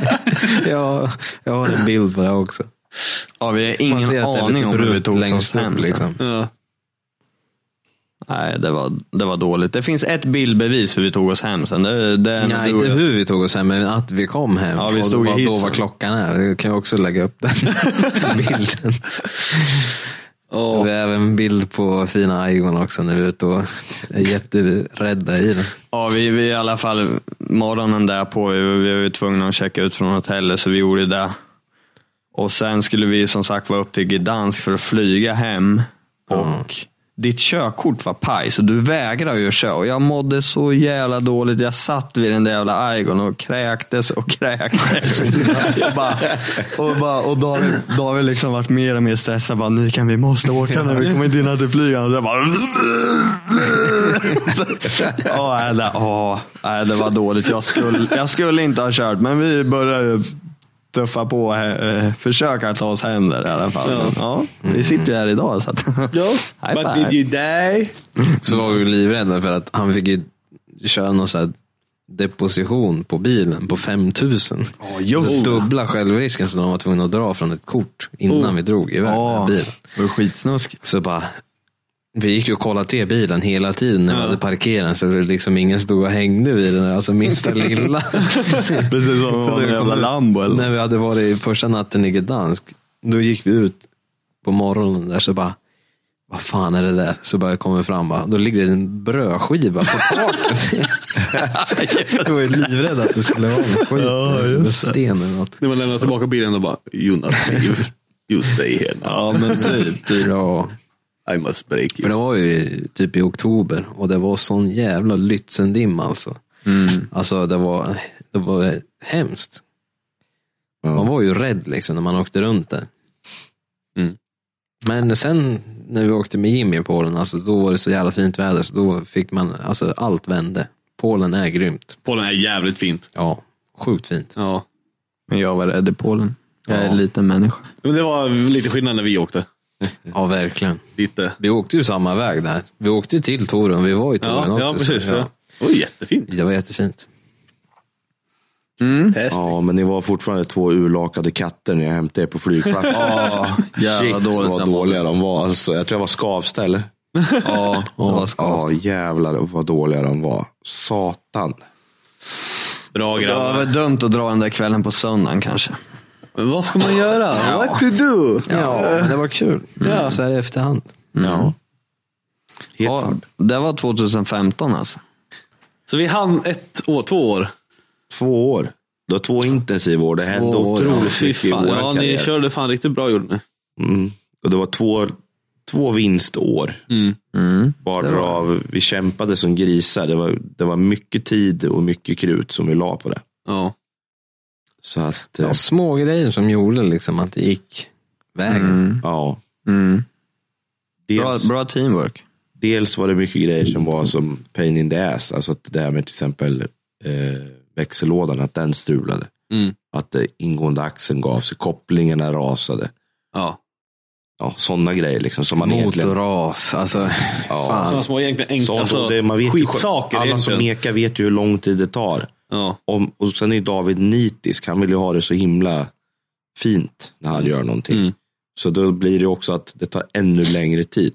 [SPEAKER 6] [laughs] jag, jag har en bild på det också.
[SPEAKER 8] Ja, vi har
[SPEAKER 6] Man ser
[SPEAKER 8] ingen
[SPEAKER 6] att det är lite
[SPEAKER 8] aning om hur vi
[SPEAKER 6] brunt
[SPEAKER 8] tog oss
[SPEAKER 6] längst upp,
[SPEAKER 8] hem. sen.
[SPEAKER 6] liksom.
[SPEAKER 4] Ja.
[SPEAKER 8] Nej, det var, det var dåligt. Det finns ett bildbevis hur vi tog oss hem sen. Det, det är när
[SPEAKER 6] Nej,
[SPEAKER 8] du och
[SPEAKER 6] inte
[SPEAKER 8] jag-
[SPEAKER 6] hur vi tog oss hem, men att vi kom hem.
[SPEAKER 8] Ja, vi
[SPEAKER 6] Och
[SPEAKER 8] stod i
[SPEAKER 6] vad, då
[SPEAKER 8] hissen.
[SPEAKER 6] [laughs] vad klockan är. Det kan jag också lägga upp den bilden. Och Vi har även en bild på fina Igon också när vi är ute och är jätterädda i den.
[SPEAKER 8] Ja, vi, vi i alla fall morgonen där på, vi vi var ju tvungna att checka ut från hotellet så vi gjorde det. Och sen skulle vi som sagt vara upp till Gdansk för att flyga hem. Och ditt körkort var paj, så du vägrade ju att köra. Och jag mådde så jävla dåligt. Jag satt vid den där jävla Igon och kräktes och kräktes. jag bara, och bara, och David, David liksom varit mer och mer stressad. Bara, Nykan, vi måste åka nu. Vi kommer inte hinna till flygan. Jag bara, [laughs] Ja, nej, det- ja, nej, det var dåligt. Jag skulle, jag skulle inte ha kört, men vi började ju tuffa på och eh, försöka ta oss hem där i alla fall. Ja. vi sitter ju här idag. Så att, High
[SPEAKER 2] But
[SPEAKER 8] five.
[SPEAKER 2] did you die?
[SPEAKER 6] Så var vi livrädda för att han fick ju köra någon sån här deposition på bilen på 5000.
[SPEAKER 8] just
[SPEAKER 6] så dubbla självrisken så de var tvungna att dra från ett kort innan vi drog iväg den här
[SPEAKER 8] Ja,
[SPEAKER 6] bilen.
[SPEAKER 8] det var skitsnuskigt.
[SPEAKER 6] Så bara, vi gick ju och kollade till bilen hela tiden när vi hade parkerat den, så det liksom ingen stod och hängde vid den, alltså
[SPEAKER 8] [laughs]
[SPEAKER 6] minsta lilla.
[SPEAKER 8] [laughs] Precis som
[SPEAKER 6] Så
[SPEAKER 8] om
[SPEAKER 6] det
[SPEAKER 8] det var
[SPEAKER 6] kommer-
[SPEAKER 8] en Lambo eller
[SPEAKER 6] när vi hade varit första natten i Gdansk, då gick vi ut på morgonen där så bara, vad fan är det där? Så bara jag kommer fram, bara, då ligger det en brödskiva på
[SPEAKER 8] [laughs]
[SPEAKER 6] taket. Jag var ju livrädd att det skulle vara någon skit, en sten eller något.
[SPEAKER 2] När man lämnar tillbaka bilen och bara, Jonas, you stay here now.
[SPEAKER 8] Ja, men typ.
[SPEAKER 6] Ja.
[SPEAKER 2] I must break
[SPEAKER 6] För
[SPEAKER 2] you.
[SPEAKER 6] det var ju typ i oktober och det var sån jävla Lützendimma alltså.
[SPEAKER 2] Mm.
[SPEAKER 6] Alltså det var, det var hemskt. Man var ju rädd liksom när man åkte runt där.
[SPEAKER 2] Mm.
[SPEAKER 6] Men sen när vi åkte med Jimmy i Polen, alltså, då var det så jävla fint väder så då fick man, alltså allt vände. Polen är grymt.
[SPEAKER 2] Polen är jävligt fint.
[SPEAKER 6] Ja, sjukt fint.
[SPEAKER 2] Ja.
[SPEAKER 8] Men jag var rädd i Polen. Jag är
[SPEAKER 6] Ja.
[SPEAKER 8] en liten människa.
[SPEAKER 2] Men det var lite skillnad när vi åkte. Mm. eh.
[SPEAKER 6] Ja, verkligen.
[SPEAKER 2] Lite.
[SPEAKER 6] Vi åkte ju samma väg där. Vi åkte ju till Torun, vi var i Torun
[SPEAKER 2] Ja,
[SPEAKER 6] också.
[SPEAKER 2] ja precis.
[SPEAKER 6] så, ja.
[SPEAKER 2] Ja. Det var jättefint.
[SPEAKER 6] Det var jättefint.
[SPEAKER 2] Mm.
[SPEAKER 3] Ja, men ni var fortfarande två urlakade katter när jag hämtade er på flygplatsen.
[SPEAKER 8] [laughs] Ja, jävla
[SPEAKER 3] Shit
[SPEAKER 8] dåligt.
[SPEAKER 3] vad
[SPEAKER 8] jag mådde.
[SPEAKER 3] dåliga de var. Alltså, jag tror jag var Skavsta eller?
[SPEAKER 8] Ja, det var skadligt.
[SPEAKER 3] Ja, jävlar vad dåliga de var. Satan.
[SPEAKER 2] Bra
[SPEAKER 8] Det var
[SPEAKER 2] grabbar.
[SPEAKER 8] väl dumt att dra den där kvällen på söndagen kanske.
[SPEAKER 2] Men vad ska man göra? What to do?
[SPEAKER 6] Ja, men det var kul. Mm. Så här i efterhand.
[SPEAKER 3] Mm.
[SPEAKER 8] Ja.
[SPEAKER 3] Helt
[SPEAKER 8] Ja, det var 2015 alltså.
[SPEAKER 2] Så vi hann ett år, två år.
[SPEAKER 3] Två år. Du har två intensiva år. Det hände
[SPEAKER 6] år, ja.
[SPEAKER 3] otroligt
[SPEAKER 2] Fy
[SPEAKER 3] mycket i
[SPEAKER 2] fan.
[SPEAKER 3] vår
[SPEAKER 2] Ja, ni
[SPEAKER 3] karriär.
[SPEAKER 2] körde fan riktigt bra gjorde ni.
[SPEAKER 3] Mm. Och det var två, två vinstår.
[SPEAKER 8] Mm.
[SPEAKER 3] Vardera av, vi kämpade som grisar. Det var, det var mycket tid och mycket krut som vi la på det.
[SPEAKER 2] Ja.
[SPEAKER 3] Så att, eh,
[SPEAKER 6] Ja, små grejer som gjorde liksom att det gick vägen.
[SPEAKER 8] Mm.
[SPEAKER 3] ja.
[SPEAKER 8] Mm. Bra,
[SPEAKER 3] Dels,
[SPEAKER 8] bra teamwork.
[SPEAKER 3] dels var det mycket grejer som var som pain in the ass. Alltså att det här med till exempel eh, växellådan, att den strulade.
[SPEAKER 2] Mm.
[SPEAKER 3] Att eh, ingående axeln gav sig, kopplingarna rasade.
[SPEAKER 2] ja.
[SPEAKER 3] Ja, sådana grejer liksom som man egentligen...
[SPEAKER 6] Motorras, alltså.
[SPEAKER 3] Ja.
[SPEAKER 6] Fan.
[SPEAKER 2] Sådana små egentligen enkla
[SPEAKER 3] Sånt,
[SPEAKER 2] alltså,
[SPEAKER 3] och det, man vet ju själv-
[SPEAKER 2] skitsaker.
[SPEAKER 3] Alla som
[SPEAKER 2] egentligen.
[SPEAKER 3] mekar vet ju hur lång tid det tar.
[SPEAKER 2] ja.
[SPEAKER 3] Om, och sen är ju David nitisk. Han vill ju ha det så himla fint när han gör någonting.
[SPEAKER 2] Mm.
[SPEAKER 3] Så då blir det också att det tar ännu längre tid.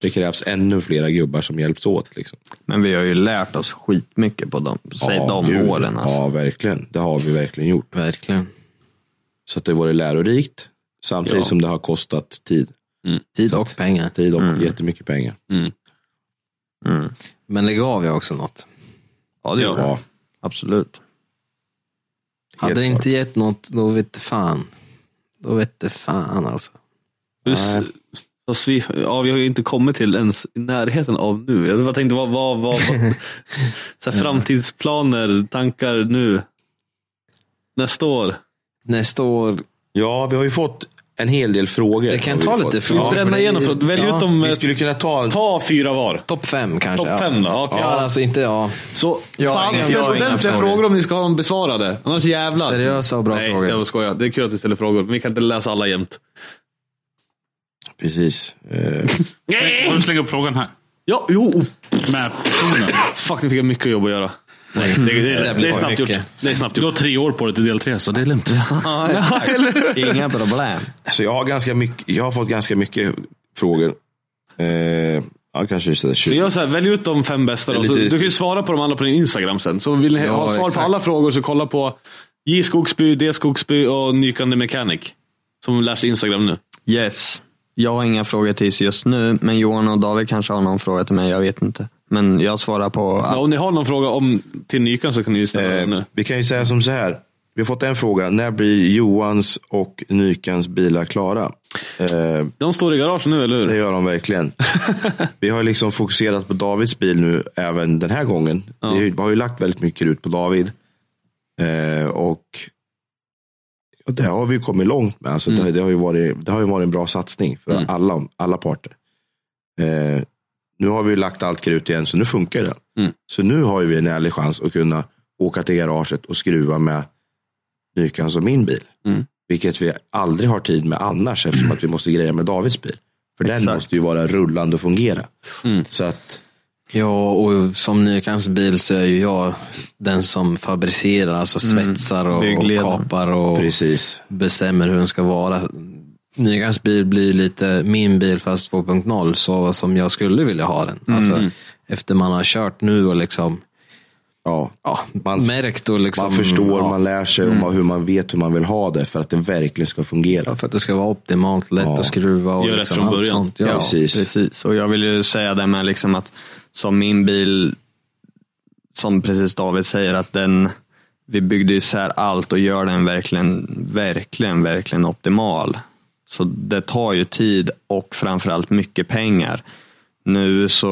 [SPEAKER 3] Det krävs ännu flera gubbar som hjälps åt. Liksom.
[SPEAKER 8] Men vi har ju lärt oss skitmycket på de, säg de
[SPEAKER 3] gud.
[SPEAKER 8] åren. Alltså.
[SPEAKER 3] Ja, verkligen. Det har vi verkligen gjort.
[SPEAKER 6] Verkligen.
[SPEAKER 3] Så att det har varit lärorikt. Samtidigt
[SPEAKER 2] Ja. Mm.
[SPEAKER 3] som det har kostat tid.
[SPEAKER 6] Tid och pengar.
[SPEAKER 3] Tid och jättemycket pengar.
[SPEAKER 8] Mm.
[SPEAKER 6] Men det gav ju också något.
[SPEAKER 8] Ja, det
[SPEAKER 2] Ja.
[SPEAKER 8] gjorde det. Absolut.
[SPEAKER 6] Hade det
[SPEAKER 3] klart.
[SPEAKER 6] inte gett något, då vet det fan. Då vet det fan alltså.
[SPEAKER 2] Hur- Fast vi, ja, vi har ju inte kommit till ens i närheten av nu. Jag bara tänkte, vad, vad, vad, vad så här, framtidsplaner, tankar nu? Nästa år?
[SPEAKER 6] Nästa år.
[SPEAKER 3] Ja, vi har ju fått en hel del frågor.
[SPEAKER 6] Det kan
[SPEAKER 3] har vi
[SPEAKER 6] ta
[SPEAKER 3] fått.
[SPEAKER 6] lite
[SPEAKER 2] Vi
[SPEAKER 6] frågor.
[SPEAKER 2] bränner igenom för välj ut de,
[SPEAKER 3] Vi
[SPEAKER 2] eh,
[SPEAKER 3] skulle kunna ta en
[SPEAKER 2] ta fyra var.
[SPEAKER 6] Topp fem kanske.
[SPEAKER 2] Topp fem
[SPEAKER 6] ja.
[SPEAKER 2] då? Ja, okej.
[SPEAKER 6] Ja, alltså inte, ja.
[SPEAKER 2] Så
[SPEAKER 8] Jag har
[SPEAKER 2] fan,
[SPEAKER 8] inga-
[SPEAKER 2] ställ
[SPEAKER 8] jag har inga
[SPEAKER 2] ordentliga
[SPEAKER 6] frågor.
[SPEAKER 2] frågor om ni ska ha dem besvarade. Annars jävlar.
[SPEAKER 6] Seriösa och bra
[SPEAKER 2] Nej,
[SPEAKER 6] frågor.
[SPEAKER 2] jag bara skojar. Det är kul att ni ställer frågor, men vi kan inte läsa alla jämt.
[SPEAKER 3] Precis. Eh,
[SPEAKER 5] Får du slänga upp frågan här?
[SPEAKER 2] Ja, jo!
[SPEAKER 5] Med personen.
[SPEAKER 2] Fuck, nu fick jag mycket jobb att göra. Nej, det, det, det,
[SPEAKER 6] blir
[SPEAKER 2] är snabbt
[SPEAKER 6] mycket.
[SPEAKER 2] gjort. Det är snabbt
[SPEAKER 5] Du
[SPEAKER 2] gjort.
[SPEAKER 5] har tre år på dig till del tre, så det är lugnt.
[SPEAKER 8] Inga problem.
[SPEAKER 3] Så Alltså, jag har, ganska mycket, jag har fått ganska mycket frågor. Eh, ja, kanske sådär
[SPEAKER 2] Vi
[SPEAKER 3] 20.
[SPEAKER 2] gör så här, välj ut de fem bästa då.
[SPEAKER 3] Det är
[SPEAKER 2] Så du
[SPEAKER 3] lite-
[SPEAKER 2] kan ju svara på de andra på din Instagram sen. Så vill ni
[SPEAKER 6] Ja,
[SPEAKER 2] ha svar på
[SPEAKER 6] exakt.
[SPEAKER 2] alla frågor så kolla på J Skogsby, D Skogsby och Nykande Mechanic. Som lär sig Instagram nu.
[SPEAKER 8] Yes. Jag har inga frågor till sig just nu, men Johan och David kanske har någon fråga till mig, jag vet inte. Men jag svarar på...
[SPEAKER 2] Ja, om ni har någon fråga om, till Nykan så kan ni ju ställa den
[SPEAKER 3] Eh,
[SPEAKER 2] nu.
[SPEAKER 3] vi kan ju säga som så här. Vi har fått en fråga. När blir Johans och Nykans bilar klara? Eh,
[SPEAKER 2] De står i garaget nu, eller
[SPEAKER 3] det
[SPEAKER 2] hur?
[SPEAKER 3] gör de verkligen. vi har ju liksom fokuserat på Davids bil nu även den här gången.
[SPEAKER 2] Ja.
[SPEAKER 3] Vi har ju lagt väldigt mycket krut på David. Eh, och och det har vi ju kommit långt med. Alltså, det, det, har ju varit, det har ju varit en bra satsning för alla, alla parter. Eh, nu har vi ju lagt allt krut igen, så nu funkar det. Så nu har ju vi en ärlig chans att kunna åka till garaget och skruva med Nykans och min bil. Vilket vi aldrig har tid med annars eftersom att vi måste greja med Davids bil. För den
[SPEAKER 8] Exakt.
[SPEAKER 3] måste ju vara rullande och fungera. Så att,
[SPEAKER 6] Ja, och som Nykans bil så är ju jag den som fabricerar, alltså svetsar och, och
[SPEAKER 8] byggledaren.
[SPEAKER 6] kapar och
[SPEAKER 3] precis.
[SPEAKER 6] bestämmer hur den ska vara. Nykans bil blir lite min bil fast 2.0, så som jag skulle vilja ha den. Alltså, efter man har kört nu och liksom
[SPEAKER 3] Ja.
[SPEAKER 6] ja,
[SPEAKER 3] Man-
[SPEAKER 6] märkt och liksom,
[SPEAKER 3] Alltså, Man förstår,
[SPEAKER 6] ja, Mm.
[SPEAKER 3] man lär sig och man, hur man vet hur man vill ha det för att det verkligen ska fungera.
[SPEAKER 6] för att det ska vara optimalt, lätt
[SPEAKER 3] Ja.
[SPEAKER 6] att skruva och
[SPEAKER 2] Gör rätt
[SPEAKER 6] liksom,
[SPEAKER 2] från
[SPEAKER 6] allt
[SPEAKER 2] början.
[SPEAKER 6] sånt. Ja,
[SPEAKER 3] Ja, precis.
[SPEAKER 8] Precis, och jag vill ju säga det med liksom att som min bil, som precis David säger, att den, vi byggde isär allt och gör den verkligen, verkligen, verkligen optimal. Så det tar ju tid och framförallt mycket pengar. Nu så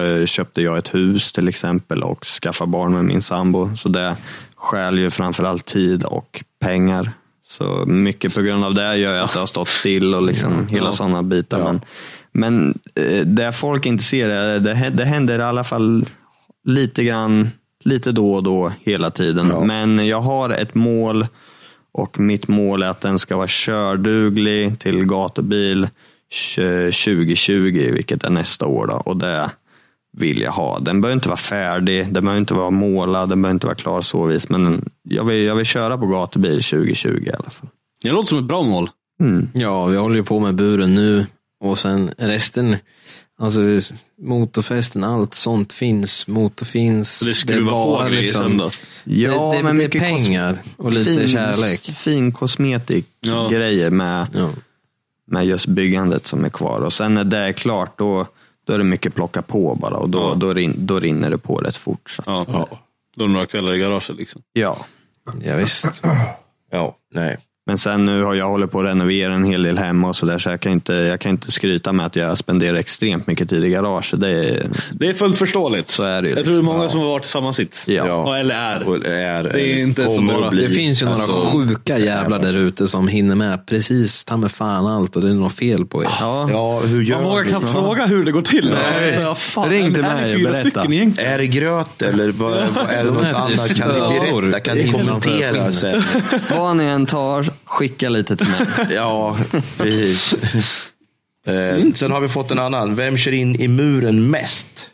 [SPEAKER 8] eh, köpte jag ett hus till exempel och skaffade barn med min sambo. Så det stjäl ju framförallt tid och pengar. Så mycket på grund av det gör jag att det har stått still och liksom hela sådana bitar. Men, men eh, det folk inte ser, är- det, hä- det händer i alla fall lite grann, lite då och då hela tiden. Men jag har ett mål och mitt mål är att den ska vara körduglig till gatubil 2020, vilket är nästa år. Då. Och det vill jag ha. Den behöver inte vara färdig, den behöver inte vara målad, den behöver inte vara klar så vis. Men jag vill, jag vill köra på gatubil 2020 i alla fall.
[SPEAKER 2] Det låter som ett bra mål.
[SPEAKER 6] Ja, vi håller ju på med buren nu och sen resten, alltså motorfästen, allt sånt finns. Motor finns.
[SPEAKER 2] Så det skruvar på grejer
[SPEAKER 3] liksom-
[SPEAKER 2] sen då.
[SPEAKER 6] Ja, liksom- det, det, men det är pengar och lite kärlek.
[SPEAKER 8] Fin
[SPEAKER 2] Ja.
[SPEAKER 8] kosmetikgrejer med,
[SPEAKER 6] Ja.
[SPEAKER 8] med just byggandet som är kvar. Och sen när det är klart, då, då är det mycket plocka på bara. Och då,
[SPEAKER 2] Ja.
[SPEAKER 8] då, rin, då rinner det på rätt fort. Så. att-
[SPEAKER 2] Ja. Då är det några kvällar i garaget liksom.
[SPEAKER 8] Ja.
[SPEAKER 6] Ja, visst.
[SPEAKER 3] Ja, nej.
[SPEAKER 8] Men sen nu har jag hållit på att renovera en hel del hemma och sådär, så jag kan, inte, jag kan inte skryta med att jag spenderar extremt mycket tid i garage. Det är,
[SPEAKER 2] Det är fullt förståeligt.
[SPEAKER 8] Så är det ju,
[SPEAKER 2] Jag tror det är
[SPEAKER 8] liksom.
[SPEAKER 2] många
[SPEAKER 8] Ja.
[SPEAKER 2] som har varit i samma sits.
[SPEAKER 8] Ja.
[SPEAKER 2] Och, eller är.
[SPEAKER 3] Och är,
[SPEAKER 2] Det är inte så
[SPEAKER 3] kommer
[SPEAKER 2] bara-
[SPEAKER 3] att bli-
[SPEAKER 6] Det finns ju några
[SPEAKER 3] alltså,
[SPEAKER 6] sjuka jävlar där ute som hinner med precis ta med fan allt och det är något fel på er. [laughs]
[SPEAKER 8] ja.
[SPEAKER 3] Ja, hur gör
[SPEAKER 2] Man vågar
[SPEAKER 3] du?
[SPEAKER 2] knappt fråga hur det går till.
[SPEAKER 8] Nej.
[SPEAKER 2] Så, ja, fan,
[SPEAKER 8] Ring till
[SPEAKER 2] är ni
[SPEAKER 8] mig och
[SPEAKER 2] fyra
[SPEAKER 8] berätta.
[SPEAKER 2] stycken egentligen?
[SPEAKER 3] Är det gröt eller vad, vad är det något annat? Kan ni berätta? Kan ni kommentera sen?
[SPEAKER 8] Vad ni än tar, skicka lite till mig.
[SPEAKER 3] Ja, precis. Eh,
[SPEAKER 6] Mm.
[SPEAKER 3] Sen har vi fått en annan. Vem kör in i muren mest?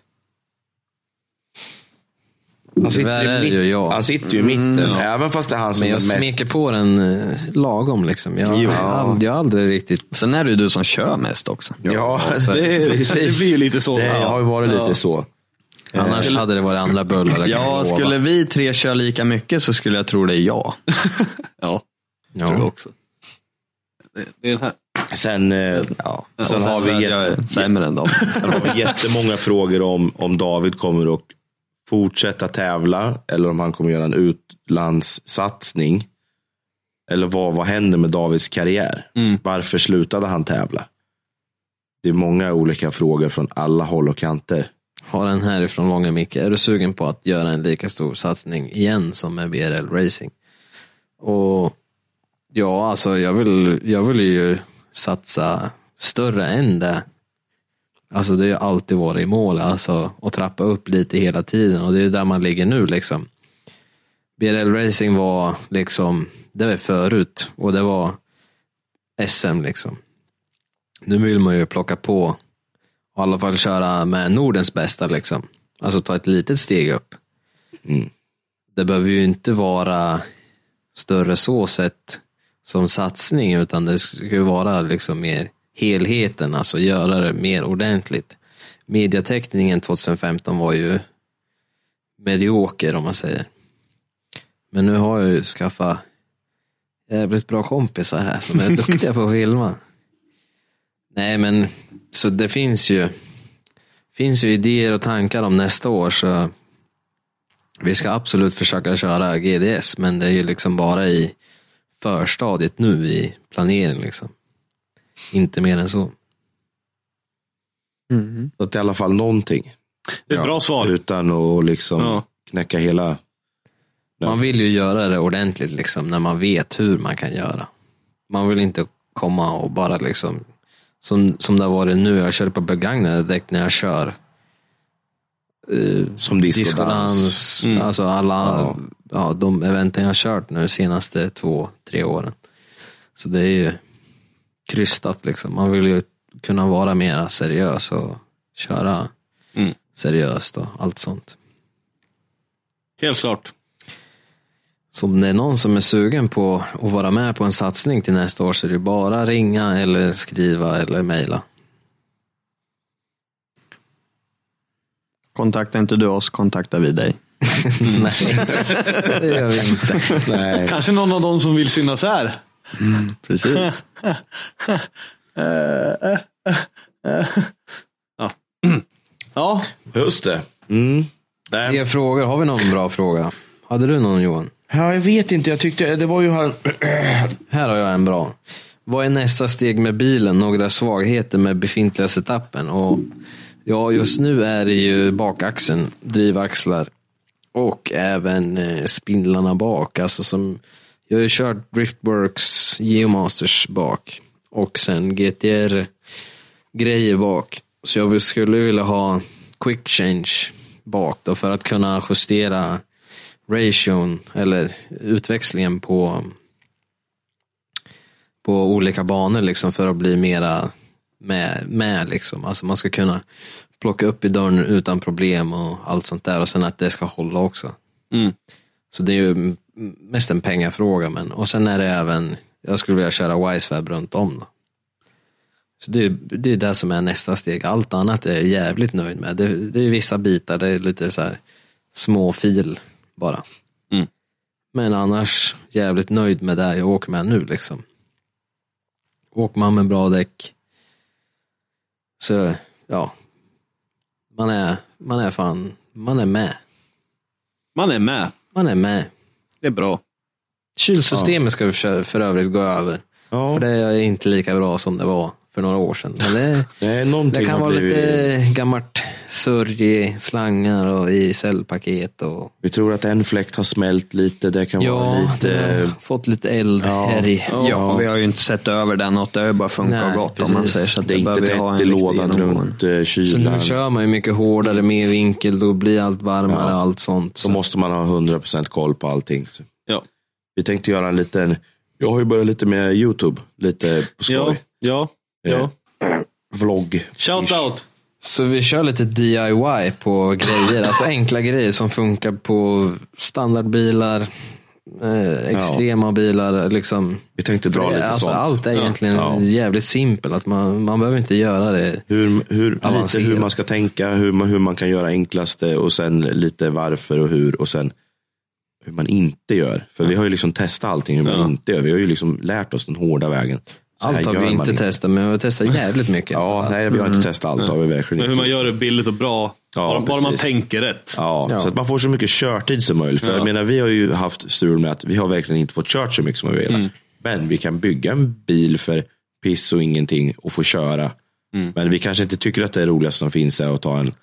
[SPEAKER 3] Han
[SPEAKER 6] Tyvärr är
[SPEAKER 3] sitter,
[SPEAKER 6] det
[SPEAKER 3] i
[SPEAKER 6] ju jag. Mm,
[SPEAKER 3] mitt, han sitter ju i mitten, även fast det är han som
[SPEAKER 6] Men
[SPEAKER 3] är
[SPEAKER 6] jag
[SPEAKER 3] mest.
[SPEAKER 6] smeker på den eh, lagom liksom. Jag, jag, har ald- jag har aldrig riktigt
[SPEAKER 8] Sen är det ju du som kör mest också.
[SPEAKER 3] Ja,
[SPEAKER 2] Det, är, det blir ju lite så.
[SPEAKER 3] det har ju varit lite så. Eh,
[SPEAKER 6] Annars hade det varit andra bullar. det kan
[SPEAKER 8] Ja,
[SPEAKER 6] jag lova.
[SPEAKER 8] skulle vi tre köra lika mycket så skulle jag tro det är jag.
[SPEAKER 2] Ja,
[SPEAKER 6] Ja.
[SPEAKER 2] tror jag också. Det, det är den här.
[SPEAKER 3] Sen, eh,
[SPEAKER 8] Ja.
[SPEAKER 3] sen, har vi
[SPEAKER 8] jag,
[SPEAKER 3] jätte-
[SPEAKER 8] är sämre än dem.
[SPEAKER 3] Sen har vi jättemånga frågor om, om David kommer att fortsätta tävla eller om han kommer göra en utlandssatsning. Eller vad, vad händer med Davids karriär? Varför slutade han tävla? Det är många olika frågor från alla håll och kanter.
[SPEAKER 6] Har den härifrån Långa Micke. Är du sugen på att göra en lika stor satsning igen som med BRL Racing? Och ja, alltså jag vill, jag vill ju satsa större än det. Alltså det har ju alltid varit i mål, alltså att trappa upp lite hela tiden och det är där man ligger nu liksom. BRL Racing var liksom, det var förut och det var SM liksom. Nu vill man ju plocka på och i alla fall köra med Nordens bästa liksom. Alltså ta ett litet steg upp. Det behöver ju inte vara större så sett som satsning utan det ska ju vara liksom mer helheten, alltså göra det mer ordentligt. Mediateckningen 2015 var ju medioker om man säger. Men nu har jag ju skaffat
[SPEAKER 3] [laughs]
[SPEAKER 6] jävligt bra kompisar här som är duktiga på att filma.
[SPEAKER 3] Nej, men så det finns ju, finns ju idéer och tankar om nästa år. så Vi ska absolut försöka köra GDS, men det är ju liksom bara i förstadiet nu i planeringen. Liksom. Inte mer än så.
[SPEAKER 6] Så att det är i alla fall någonting.
[SPEAKER 2] Det är ett bra svar.
[SPEAKER 6] Utan att liksom
[SPEAKER 2] Ja.
[SPEAKER 6] knäcka hela...
[SPEAKER 3] Man vill ju göra det ordentligt liksom, när man vet hur man kan göra. Man vill inte komma och bara liksom, som, som det har varit nu, jag kör på begagnade däck när jag kör. Eh,
[SPEAKER 6] Som discodans.
[SPEAKER 3] discodans,
[SPEAKER 2] Mm.
[SPEAKER 3] Alltså alla
[SPEAKER 6] Ja.
[SPEAKER 3] ja. de eventen jag har kört nu senaste två, tre åren. Så det är ju krystat liksom. Man vill ju kunna vara mer seriös och köra
[SPEAKER 2] Mm.
[SPEAKER 3] seriöst och allt sånt.
[SPEAKER 2] Helt klart.
[SPEAKER 3] Så om det är någon som är sugen på att vara med på en satsning till nästa år så är det bara ringa eller skriva eller mejla.
[SPEAKER 8] [laughs] Kontaktar inte du oss kontaktar vi dig.
[SPEAKER 3] [laughs] Nej, det gör vi inte.
[SPEAKER 6] Nej.
[SPEAKER 2] Kanske någon av dem som vill synas här.
[SPEAKER 8] Precis.
[SPEAKER 2] [laughs] Ja,
[SPEAKER 6] Just det. Mm. Nej.
[SPEAKER 3] Fler frågor, har vi någon bra fråga? Hade du någon Johan?
[SPEAKER 6] Ja, jag vet inte. Jag tyckte det var ju han...
[SPEAKER 3] Här har jag en bra. Vad är nästa steg med bilen? Några svagheter med befintliga setupen? Och ja, just nu är det ju bakaxeln, drivaxlar och även eh, spindlarna bak. Alltså som, jag har ju kört Driftworks Geomasters bak och sen GTR grejer bak. Så jag vill- skulle vilja ha quick change bak då för att kunna justera ration eller utväxlingen på på olika banor liksom för att bli mera med, med liksom. Alltså man ska kunna plocka upp i dörren utan problem och allt sånt där och sen att det ska hålla också. Så det är ju m- mest en pengafråga men och sen är det även, jag skulle vilja köra Wisefab runt om då. Så det är det, är det som är nästa steg. Allt annat är jag jävligt nöjd med. Det, det är vissa bitar, det är lite så här små fil bara.
[SPEAKER 2] Mm.
[SPEAKER 3] Men annars jävligt nöjd med det jag åker med nu liksom. Åker man med bra däck så, ja. Man är, man är fan, man är med.
[SPEAKER 2] man är med.
[SPEAKER 3] Man är med.
[SPEAKER 2] Det är bra.
[SPEAKER 3] Kylsystemet ska vi för, för övrigt gå över. För det är inte lika bra som det var för några år sedan. Men det,
[SPEAKER 6] Nej, någonting
[SPEAKER 3] det kan
[SPEAKER 6] har
[SPEAKER 3] vara
[SPEAKER 6] blivit...
[SPEAKER 3] lite gammalt surr i slangar och i cellpaket. Och,
[SPEAKER 6] Vi tror att en fläkt har smält lite. Det kan vara
[SPEAKER 3] det
[SPEAKER 6] lite...
[SPEAKER 3] har fått lite eld
[SPEAKER 6] Ja.
[SPEAKER 3] här i.
[SPEAKER 8] Ja, vi har ju inte sett över den något. Det har ju bara funkat
[SPEAKER 3] Nej,
[SPEAKER 8] gott om man
[SPEAKER 3] precis.
[SPEAKER 8] säger så. Att
[SPEAKER 6] Det är inte
[SPEAKER 8] behöver ju ha en
[SPEAKER 6] tätt i
[SPEAKER 8] riktig
[SPEAKER 6] lådan
[SPEAKER 8] genomgång.
[SPEAKER 6] runt eh,
[SPEAKER 3] Så
[SPEAKER 6] kylan.
[SPEAKER 3] nu kör man ju mycket hårdare, mer vinkel, då blir allt varmare
[SPEAKER 6] Ja.
[SPEAKER 3] och allt sånt.
[SPEAKER 6] Så
[SPEAKER 3] Så.
[SPEAKER 6] måste man ha 100% koll på allting. Så
[SPEAKER 2] Ja.
[SPEAKER 6] Vi tänkte göra en liten... Jag har ju börjat lite med YouTube. Lite på
[SPEAKER 2] Ja,
[SPEAKER 6] skoj.
[SPEAKER 2] ja, ja.
[SPEAKER 6] Vlogg.
[SPEAKER 2] Shout out.
[SPEAKER 3] Så vi kör lite DIY på grejer, alltså enkla grejer som funkar på standardbilar, eh, extrema bilar. Liksom.
[SPEAKER 6] Vi tänkte dra lite
[SPEAKER 3] alltså,
[SPEAKER 6] sånt.
[SPEAKER 3] Allt är egentligen
[SPEAKER 6] Ja.
[SPEAKER 3] jävligt simpelt, att man, man behöver inte göra det.
[SPEAKER 6] Hur, hur, lite
[SPEAKER 3] Avancerat.
[SPEAKER 6] hur man ska tänka, hur man, hur man kan göra enklaste och sen lite varför och hur och sen hur man inte gör. För vi har ju liksom testat allting hur man
[SPEAKER 2] Ja.
[SPEAKER 6] inte gör. Vi har ju liksom lärt oss den hårda vägen. Så här
[SPEAKER 3] Allt har
[SPEAKER 6] gör
[SPEAKER 3] vi
[SPEAKER 6] man
[SPEAKER 3] inte testat, men vi har testat jävligt mycket. Mm.
[SPEAKER 6] Ja, nej, vi har inte testat allt har vi verkligen
[SPEAKER 2] Men hur
[SPEAKER 6] inte.
[SPEAKER 2] man gör det billigt och bra.
[SPEAKER 6] Ja,
[SPEAKER 2] bara, bara man
[SPEAKER 6] precis.
[SPEAKER 2] tänker rätt.
[SPEAKER 6] Ja,
[SPEAKER 3] Ja.
[SPEAKER 6] så att man får så mycket körtid som möjligt. För jag menar, vi har ju haft strul med att vi har verkligen inte fått kört så mycket som vi vill. Men vi kan bygga en bil för piss och ingenting och få köra. Men vi kanske inte tycker att det är roligast som finns är att ta en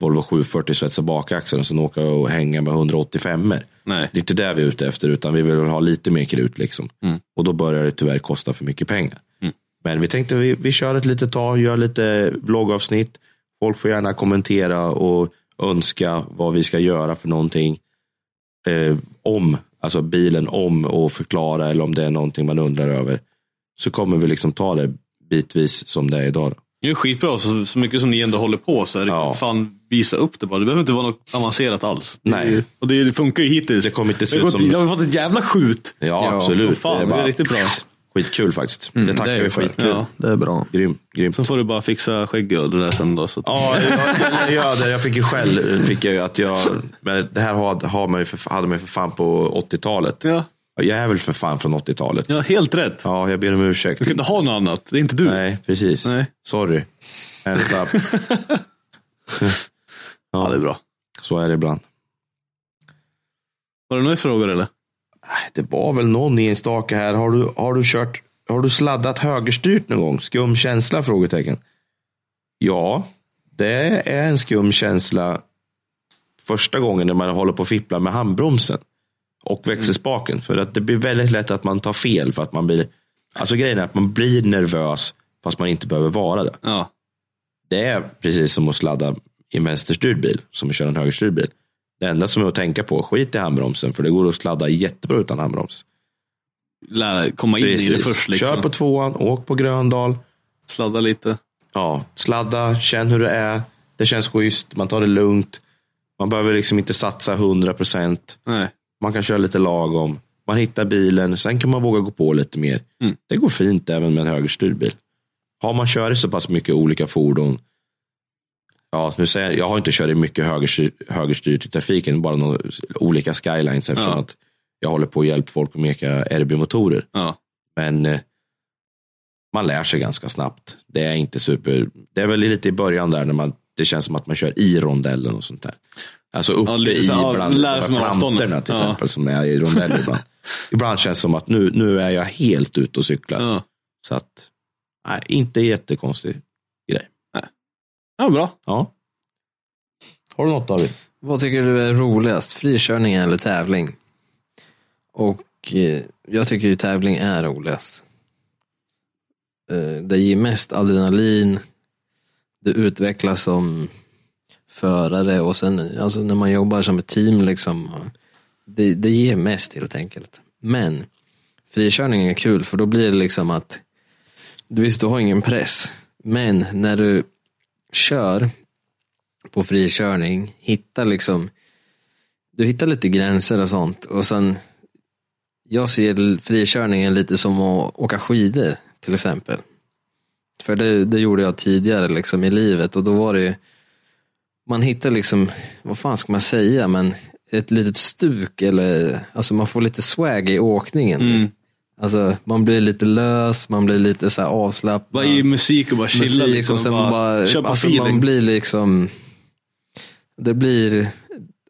[SPEAKER 6] Volvo 740, svetsa bakaxeln och sen åka och hänga med 185 er
[SPEAKER 2] Nej.
[SPEAKER 6] Det är inte det vi är ute efter, utan vi vill väl ha lite mer krut liksom. Och då börjar det tyvärr kosta för mycket pengar. Men vi tänkte vi, vi kör ett litet tag, gör lite vloggavsnitt. Folk får gärna kommentera och önska vad vi ska göra för någonting. Eh, om, alltså bilen om och förklara eller om det är någonting man undrar över. Så kommer vi liksom ta det bitvis som det är idag. Då.
[SPEAKER 2] Det är ju skitbra, så, så mycket som ni ändå håller på så är det
[SPEAKER 6] Ja.
[SPEAKER 2] fan visa upp det bara. Det behöver inte vara något avancerat alls. Det är
[SPEAKER 6] Nej.
[SPEAKER 2] ju- Och det, det funkar ju hittills.
[SPEAKER 6] Det kommer inte se
[SPEAKER 2] Det har
[SPEAKER 6] ut
[SPEAKER 2] gått-
[SPEAKER 6] som-
[SPEAKER 2] Jag har fått ett jävla skjut.
[SPEAKER 6] Ja,
[SPEAKER 2] som
[SPEAKER 6] absolut.
[SPEAKER 2] Fan, det, är
[SPEAKER 6] bara-
[SPEAKER 2] riktigt bra.
[SPEAKER 6] Skitkul faktiskt. det tackar
[SPEAKER 8] det är
[SPEAKER 6] vi för.
[SPEAKER 8] skitkul.
[SPEAKER 2] Ja.
[SPEAKER 8] Det är bra.
[SPEAKER 6] Grym, grymt.
[SPEAKER 2] Sen får du bara fixa skägg och det där sen då. Så att...
[SPEAKER 6] Ja, [laughs] jag, jag, gör det. jag fick ju själv, fick jag ju att jag, men det här har, har man ju för, hade man ju för fan på 80-talet.
[SPEAKER 2] Ja.
[SPEAKER 3] Jag är väl för fan från 80-talet.
[SPEAKER 2] Ja, helt rätt.
[SPEAKER 3] Ja, jag ber om ursäkt.
[SPEAKER 2] Du kan inte ha något annat. Det är inte du.
[SPEAKER 3] Nej, precis.
[SPEAKER 2] Nej.
[SPEAKER 3] Sorry. Hands up.
[SPEAKER 2] Ja, det är bra.
[SPEAKER 3] Så är det ibland.
[SPEAKER 2] Var det några frågor eller?
[SPEAKER 3] Nej, Det var väl någon enstaka här. Har du, har du kört, har du sladdat högerstyrt någon gång? Skum känsla? Frågetecken. Ja, det är en skum känsla första gången när man håller på och fipplar med handbromsen och växelspaken. För att det blir väldigt lätt att man tar fel för att man blir, alltså grejen är att man blir nervös fast man inte behöver vara det.
[SPEAKER 2] Ja.
[SPEAKER 3] Det är precis som att sladda i en vänsterstyrd bil, som att köra en högerstyrd bil. Det enda som är att tänka på, skit i handbromsen, för det går att sladda jättebra utan handbroms.
[SPEAKER 2] Lära, komma in i det
[SPEAKER 3] Precis.
[SPEAKER 2] först liksom.
[SPEAKER 3] Kör på tvåan, åk på Gröndal.
[SPEAKER 2] Sladda lite.
[SPEAKER 3] Ja, sladda, känn hur det är. Det känns schysst, man tar det lugnt. Man behöver liksom inte satsa 100 procent.
[SPEAKER 2] Nej.
[SPEAKER 3] Man kan köra lite lagom. Man hittar bilen, sen kan man våga gå på lite mer.
[SPEAKER 2] Mm.
[SPEAKER 3] Det går fint även med en högerstyrd bil. Har man kört i så pass mycket olika fordon. Ja, nu säger jag, jag har inte kört i mycket högerstyr, högerstyrt i trafiken, bara några olika skylines eftersom
[SPEAKER 2] Ja.
[SPEAKER 3] att jag håller på att hjälpa folk att meka RB-motorer.
[SPEAKER 2] Ja.
[SPEAKER 3] Men eh, man lär sig ganska snabbt. Det är inte super, det är väl lite i början där när man, det känns som att man kör i rondellen och sånt där. Alltså uppe
[SPEAKER 2] Ja, lite
[SPEAKER 3] i
[SPEAKER 2] så här, ja,
[SPEAKER 3] bland
[SPEAKER 2] lär sig
[SPEAKER 3] de
[SPEAKER 2] med
[SPEAKER 3] här
[SPEAKER 2] avstånden.
[SPEAKER 3] plantorna till
[SPEAKER 2] Ja.
[SPEAKER 3] exempel som är i rondeller
[SPEAKER 2] [laughs]
[SPEAKER 3] ibland. Ibland känns det som att nu, nu är jag helt ute och cyklar.
[SPEAKER 2] Ja.
[SPEAKER 3] Så att, nej, inte jättekonstig grej.
[SPEAKER 2] ja, bra.
[SPEAKER 3] Ja. Har du något David?
[SPEAKER 6] Vad tycker du är roligast, frikörning eller tävling? Och eh, jag tycker ju tävling är roligast. Eh, det ger mest adrenalin, det utvecklas som förare och sen alltså när man jobbar som ett team liksom. Det, det ger mest helt enkelt. Men frikörning är kul för då blir det liksom att du visst, du har ingen press. Men när du kör på frikörning, hitta liksom, du hittar lite gränser och sånt och sen, jag ser l- frikörningen lite som att åka skidor till exempel. För det, det gjorde jag tidigare liksom i livet och då var det ju, man hittar liksom, vad fan ska man säga, men ett litet stuk eller, alltså man får lite swag i åkningen. Alltså man blir lite lös, man blir lite så här avslappnad
[SPEAKER 2] Bara i musik och bara chilla
[SPEAKER 6] musik
[SPEAKER 2] liksom.
[SPEAKER 6] och sen bara,
[SPEAKER 2] köpa
[SPEAKER 6] alltså
[SPEAKER 2] feeling.
[SPEAKER 6] man blir liksom, det blir,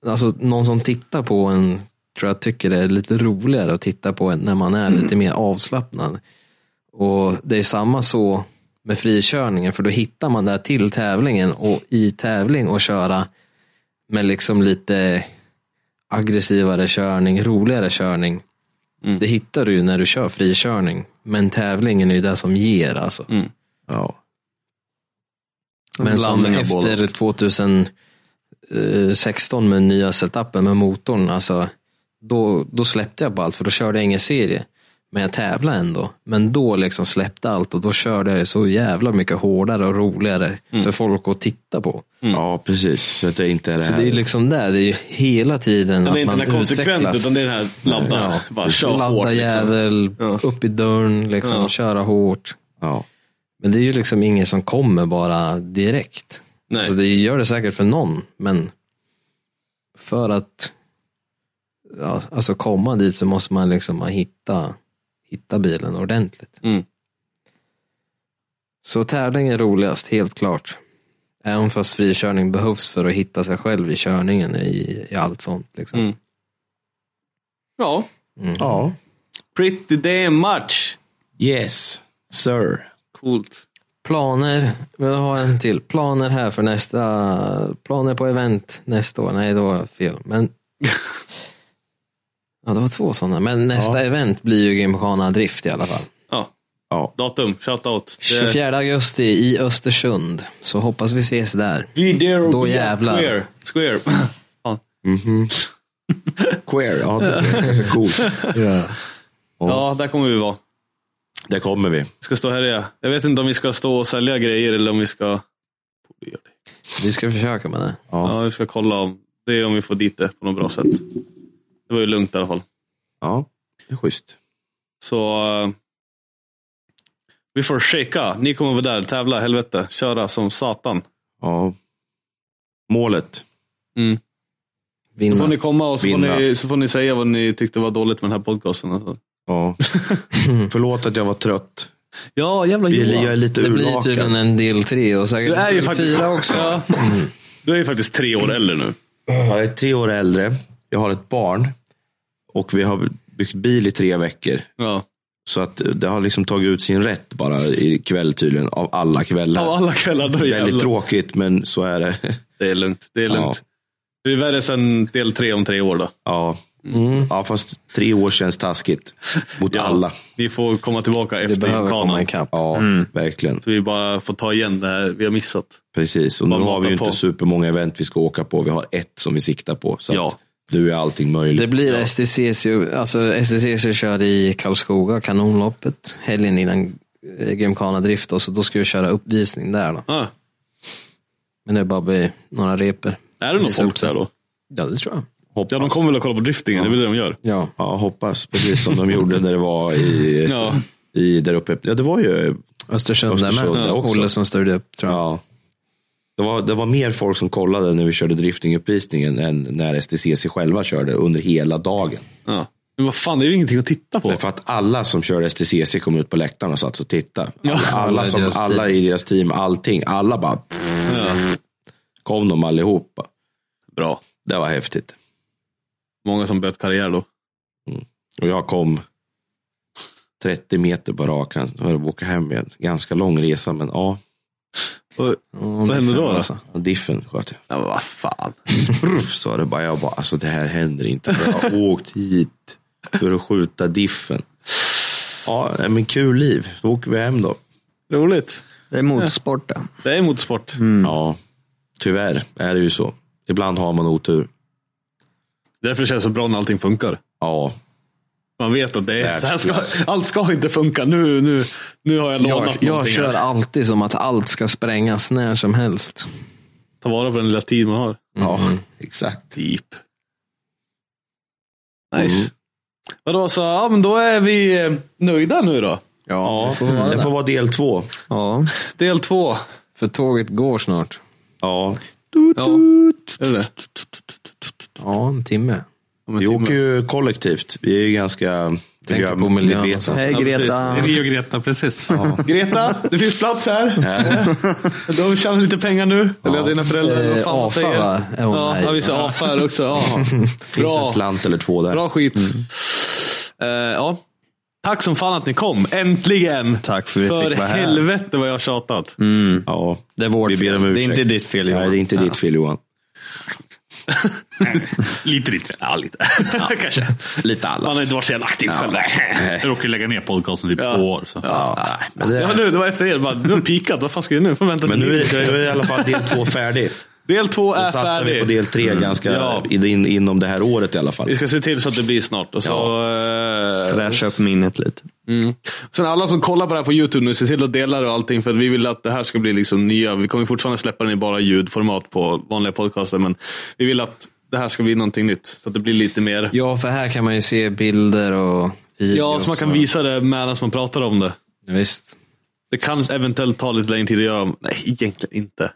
[SPEAKER 6] alltså någon som tittar på en tror jag tycker det är lite roligare att titta på en när man är lite mer avslappnad. Och det är samma så med frikörningen för då hittar man det här till tävlingen och i tävling och köra med liksom lite aggressivare körning, roligare körning.
[SPEAKER 2] Mm.
[SPEAKER 6] Det hittar du ju när du kör frikörning. Men tävlingen är ju det som ger alltså. Ja. Men som
[SPEAKER 2] blandning av
[SPEAKER 6] efter 2016 med nya setupen med motorn, alltså, då, då släppte jag på allt för då körde jag ingen serie. Men jag tävlade ändå. Men då liksom släppte allt och då körde jag så jävla mycket hårdare och roligare
[SPEAKER 2] Mm.
[SPEAKER 6] för folk att titta på.
[SPEAKER 3] Ja, precis. Så att det inte är det
[SPEAKER 6] Så
[SPEAKER 3] här.
[SPEAKER 6] det är ju liksom det, det är ju hela tiden
[SPEAKER 2] Den är
[SPEAKER 6] att
[SPEAKER 2] inte
[SPEAKER 6] man
[SPEAKER 2] den här konsekvent
[SPEAKER 6] utvecklas.
[SPEAKER 2] utan det är den här ladda.
[SPEAKER 6] Ja.
[SPEAKER 2] Bara kör
[SPEAKER 6] Ladda
[SPEAKER 2] hårt. Liksom.
[SPEAKER 6] jävel,
[SPEAKER 2] Ja.
[SPEAKER 6] upp i dörren, liksom,
[SPEAKER 2] Ja.
[SPEAKER 6] köra hårt.
[SPEAKER 3] ja.
[SPEAKER 6] Men det är ju liksom ingen som kommer bara direkt.
[SPEAKER 2] Nej.
[SPEAKER 6] Så Alltså, det gör det säkert för någon, men för att ja, alltså komma dit så måste man liksom ha hitta, hitta bilen ordentligt.
[SPEAKER 2] Mm.
[SPEAKER 6] Så tävling är roligast, helt klart. Även fast frikörning behövs för att hitta sig själv i körningen, i, i allt sånt. Liksom.
[SPEAKER 2] Mm. Ja,
[SPEAKER 6] Mm.
[SPEAKER 3] ja.
[SPEAKER 2] pretty damn much.
[SPEAKER 3] Yes, sir.
[SPEAKER 2] Coolt.
[SPEAKER 6] Planer, jag har en till. Planer här för nästa, planer på event nästa år. Nej, det var fel. Men,
[SPEAKER 3] [laughs]
[SPEAKER 6] ja, det var två sådana. Men nästa event blir ju Gymkhana Drift i alla fall.
[SPEAKER 2] Ja.
[SPEAKER 3] Ja.
[SPEAKER 2] Datum, shoutout.
[SPEAKER 6] 24 augusti i Östersund. Så hoppas vi ses där. Då jävlar.
[SPEAKER 2] Square. Square.
[SPEAKER 6] [laughs]
[SPEAKER 3] Queer, ja. Det
[SPEAKER 6] [laughs]
[SPEAKER 3] är ganska coolt.
[SPEAKER 2] Ja, där kommer vi vara.
[SPEAKER 3] Det kommer vi.
[SPEAKER 2] Vi ska stå här igen. Jag vet inte om vi ska stå och sälja grejer eller om vi ska...
[SPEAKER 6] Vi ska försöka med det.
[SPEAKER 2] Ja, vi ska kolla om det är om vi får dit det på något bra sätt. Det var ju lugnt i alla fall.
[SPEAKER 3] Ja, det är schysst.
[SPEAKER 2] Så... eh, vi får shakea. Ni kommer vara där, tävla, helvete. Köra som satan.
[SPEAKER 3] Ja. Målet.
[SPEAKER 2] Då får ni komma och så får
[SPEAKER 3] Vinna.
[SPEAKER 2] ni, så får ni säga vad ni tyckte var dåligt med den här podcasten. Alltså.
[SPEAKER 3] Ja. [laughs] Förlåt att jag var trött.
[SPEAKER 2] Ja, jävla
[SPEAKER 3] Vi-
[SPEAKER 2] Johan.
[SPEAKER 3] Jag är lite
[SPEAKER 6] Det blir
[SPEAKER 3] urlakad.
[SPEAKER 6] tydligen en del tre och säkert
[SPEAKER 2] Du är ju
[SPEAKER 6] en del
[SPEAKER 2] faktiskt-
[SPEAKER 6] fyra också.
[SPEAKER 2] Ja. Du är ju faktiskt tre år äldre nu.
[SPEAKER 3] Jag är tre år äldre. Jag har ett barn. Och vi har byggt bil i tre veckor.
[SPEAKER 2] Ja.
[SPEAKER 3] Så att det har liksom tagit ut sin rätt bara ikväll tydligen. Av alla kvällar.
[SPEAKER 2] Av alla kvällar. Då
[SPEAKER 3] Väldigt
[SPEAKER 2] jävlar.
[SPEAKER 3] tråkigt men så är det. [laughs]
[SPEAKER 2] Det är lugnt. Det är lugnt.
[SPEAKER 3] Ja.
[SPEAKER 2] Det är värre sen del tre om tre år då.
[SPEAKER 3] Ja. ja, fast tre år känns taskigt. Mot
[SPEAKER 2] Mm. [laughs] Ja.
[SPEAKER 3] alla.
[SPEAKER 2] Ni får komma tillbaka efter
[SPEAKER 6] behöver komma
[SPEAKER 2] kanan.
[SPEAKER 6] ikapp.
[SPEAKER 3] Ja,
[SPEAKER 2] Mm.
[SPEAKER 3] verkligen.
[SPEAKER 2] Så vi bara får ta igen det här vi har missat.
[SPEAKER 3] Precis. Och nu
[SPEAKER 2] Bara
[SPEAKER 3] har vi ju
[SPEAKER 2] mata på.
[SPEAKER 3] inte supermånga event vi ska åka på. Vi har ett som vi siktar på. Så
[SPEAKER 2] Ja.
[SPEAKER 3] att nu är allting möjligt.
[SPEAKER 6] Det blir STCC, alltså STCC kör i Karlskoga, kanonloppet, helgen innan eh, Gymkhana Drift och så då ska vi köra uppvisning där då.
[SPEAKER 2] Ah,
[SPEAKER 6] Men det är bara bli några repor.
[SPEAKER 2] är det någon
[SPEAKER 6] Visa upp
[SPEAKER 2] folk
[SPEAKER 6] sig.
[SPEAKER 2] där då?
[SPEAKER 6] Ja, det tror jag.
[SPEAKER 2] Ja, de kommer väl att kolla på driftingen. Det är väl det de gör.
[SPEAKER 6] Ja.
[SPEAKER 3] Ja, hoppas. Precis som de gjorde när det var i,
[SPEAKER 2] Ja.
[SPEAKER 3] i där uppe. Ja, det var ju...
[SPEAKER 6] Östersund,
[SPEAKER 3] Östersund,
[SPEAKER 6] där med.
[SPEAKER 3] ja, också.
[SPEAKER 6] Olle som styrde upp tror jag.
[SPEAKER 3] Ja. Det var, det var mer folk som kollade när vi körde driftinguppvisningen än när STCC själva körde under hela dagen.
[SPEAKER 2] Ja. Men vad fan, det är ju ingenting att titta på.
[SPEAKER 3] För att alla som körde STCC kom ut på läktaren och satt och tittade. Alla, alla,
[SPEAKER 6] i
[SPEAKER 3] som,
[SPEAKER 6] deras
[SPEAKER 3] alla i deras team, allting. Alla bara... Kom de allihopa.
[SPEAKER 2] Bra.
[SPEAKER 3] Det var häftigt.
[SPEAKER 2] Många som bytt karriär då.
[SPEAKER 3] Och jag kom 30 meter på rakan och åka hem igen. Ganska lång resa, men ja. Alltså,
[SPEAKER 2] Och,
[SPEAKER 6] Vad
[SPEAKER 2] hände då, då?
[SPEAKER 3] Diffen sköt jag.
[SPEAKER 2] ja, men vad fan.
[SPEAKER 3] Spruff sa det bara. Jag bara, alltså det här händer inte. Jag har åkt hit för att skjuta diffen. Ja, nej, men kul liv. Då åker vi hem då.
[SPEAKER 2] Roligt.
[SPEAKER 8] Det är motorsport det.
[SPEAKER 2] Det är motorsport.
[SPEAKER 3] Ja, tyvärr är det ju så. Ibland har man otur.
[SPEAKER 2] Därför känns det så bra när allting funkar.
[SPEAKER 3] Ja,
[SPEAKER 2] Man vet att det är så här
[SPEAKER 3] Världsklass.
[SPEAKER 2] ska, [laughs] Allt ska inte funka. Nu, nu, nu har jag lånat
[SPEAKER 6] Jag, jag
[SPEAKER 2] någonting.
[SPEAKER 6] kör
[SPEAKER 2] här.
[SPEAKER 6] alltid som att allt ska sprängas när som helst.
[SPEAKER 2] Ta vara på den lilla tid man har.
[SPEAKER 3] ja [laughs] exakt.
[SPEAKER 2] Typ. Mm. Nice. Vadå, så ja, men då är vi eh, nöjda nu då.
[SPEAKER 6] Ja,
[SPEAKER 3] Ja, det får vara del två.
[SPEAKER 8] Ja.
[SPEAKER 2] Del två.
[SPEAKER 6] för tåget går snart.
[SPEAKER 3] Ja,
[SPEAKER 2] Ja. Är det det?
[SPEAKER 6] Ja, en timme.
[SPEAKER 2] Om en
[SPEAKER 3] vi
[SPEAKER 2] timme.
[SPEAKER 3] åker ju kollektivt. Vi är ju ganska
[SPEAKER 6] Tänker på miljön och så.
[SPEAKER 8] Hej
[SPEAKER 2] Ja, precis.
[SPEAKER 8] Greta.
[SPEAKER 2] Rio Greta, precis. [laughs] Greta, det finns plats här. [laughs] Du har tjänat lite pengar nu. Eller ja. dina föräldrar. eller vad fan
[SPEAKER 6] Eh,
[SPEAKER 2] man
[SPEAKER 6] AFA,
[SPEAKER 2] säger.
[SPEAKER 6] va? Eh, oh,
[SPEAKER 2] ja,
[SPEAKER 6] nej.
[SPEAKER 2] ja, vi sa AFA här också. Ja.
[SPEAKER 3] Finns en
[SPEAKER 2] Bra.
[SPEAKER 3] slant eller två där.
[SPEAKER 2] Bra skit. Eh, ja. Tack som fan att ni kom. Äntligen!
[SPEAKER 8] Tack för att vi
[SPEAKER 2] För
[SPEAKER 8] fick vara här.
[SPEAKER 2] helvete vad jag har tjatat.
[SPEAKER 3] Ja,
[SPEAKER 8] Det är vårt
[SPEAKER 3] vi ber om
[SPEAKER 8] fel. Det är
[SPEAKER 3] ursäkt.
[SPEAKER 8] inte ditt fel
[SPEAKER 3] Nej,
[SPEAKER 8] Johan.
[SPEAKER 3] det är inte ditt fel Johan.
[SPEAKER 28] Lite lite. Ja, lite.
[SPEAKER 2] [laughs]
[SPEAKER 28] Kanske.
[SPEAKER 3] Lite
[SPEAKER 2] Man har
[SPEAKER 3] allas.
[SPEAKER 2] inte varit så jävla aktiv själv.
[SPEAKER 28] Jag råkade lägga ner podcasten i typ
[SPEAKER 2] Ja.
[SPEAKER 28] två år. Så.
[SPEAKER 3] Ja, nej, men det,
[SPEAKER 2] Ja, nu, det var efter er. Bara, nu har de pikat. Vad fan ska vi nu? Får vänta
[SPEAKER 3] Men
[SPEAKER 2] till
[SPEAKER 3] nu
[SPEAKER 2] [laughs]
[SPEAKER 3] är, nu är i alla fall del två färdig.
[SPEAKER 2] Del två
[SPEAKER 3] Då
[SPEAKER 2] är
[SPEAKER 3] satsar vi
[SPEAKER 2] färdig.
[SPEAKER 3] på del tre ganska
[SPEAKER 2] Mm. Ja.
[SPEAKER 3] i- in, inom det här året i alla fall.
[SPEAKER 2] Vi ska se till så att det blir snart. Och så, eh,
[SPEAKER 8] Fräscha upp minnet lite.
[SPEAKER 2] Mm. Sen alla som kollar på det här på YouTube nu, se till att dela det och allting. För att vi vill att det här ska bli liksom nya. Vi kommer fortfarande släppa den i bara ljudformat på vanliga podcaster. Men vi vill att det här ska bli någonting nytt. Så att det blir lite mer.
[SPEAKER 6] Ja, för här kan man ju se bilder och videos.
[SPEAKER 2] Ja, så man kan
[SPEAKER 6] och-
[SPEAKER 2] visa det medan man pratar om det.
[SPEAKER 6] Visst.
[SPEAKER 2] Det kan eventuellt ta lite längre tid att göra. om- Nej, egentligen inte.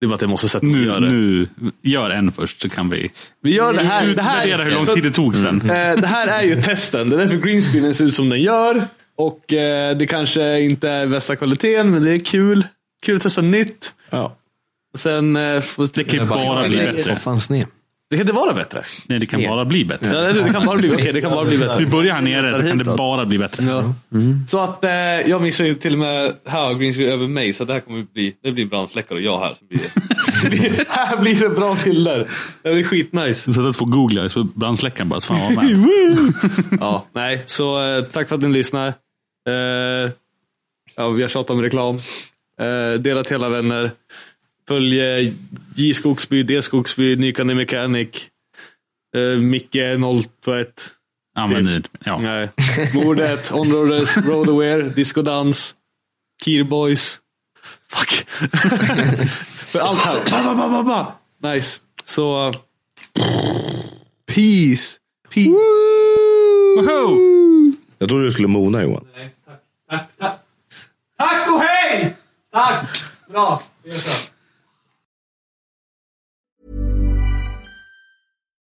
[SPEAKER 2] Det är bara att jag måste sätta mig och
[SPEAKER 28] Nu,
[SPEAKER 2] göra det.
[SPEAKER 28] nu, gör en först så kan vi
[SPEAKER 2] Vi gör det här. Det här
[SPEAKER 28] utvärdera hur lång
[SPEAKER 2] så-
[SPEAKER 28] tid det tog sen.
[SPEAKER 2] Eh, det här är ju testen. Det är därför greenscreenen ser ut som den gör. Och eh, det kanske inte är bästa kvaliteten, men det är kul. Kul att testa nytt.
[SPEAKER 3] Ja.
[SPEAKER 2] Och sen... Eh, får- det,
[SPEAKER 28] kan ju bara bli bättre.
[SPEAKER 6] Soffan sned.
[SPEAKER 2] det kan inte vara bättre.
[SPEAKER 28] Nej, det kan bara bli bättre.
[SPEAKER 2] Ja, det, det
[SPEAKER 28] [laughs]
[SPEAKER 2] kan bara bli, okej, det kan bara bli bättre.
[SPEAKER 28] Vi börjar här nere så kan det
[SPEAKER 8] Hitåt.
[SPEAKER 28] bara bli bättre. Mm.
[SPEAKER 2] Så att eh, jag missar ju till och med här har greenscreen över mig, så det här kommer bli, det blir brandsläckare och jag här. Så blir
[SPEAKER 28] [laughs]
[SPEAKER 2] det, här blir det bra bilder. Det blir skitnice.
[SPEAKER 28] Så att få googla så brandsläckaren bara, fan
[SPEAKER 2] [laughs]
[SPEAKER 28] vad med.
[SPEAKER 2] Ja, nej. Så eh, tack för att ni lyssnar. Eh, ja, vi har tjatat om reklam. Eh, dela till alla vänner. Följ eh, J Skogsby, D Skogsby, Nykander Mechanic. Eh, Micke 021.
[SPEAKER 28] Använder inte. Ja.
[SPEAKER 2] Nej. Mordet, Onroaders, Roadaware, Discodans, Keyboys. [laughs] Fuck. För allt här. Ba, ba, ba, ba, ba. Nice. Så... eh, Peace. Peace. Woho!
[SPEAKER 3] Jag trodde du skulle mona Johan.
[SPEAKER 2] Tack och hej! Tack! Bra. Vi hörs då.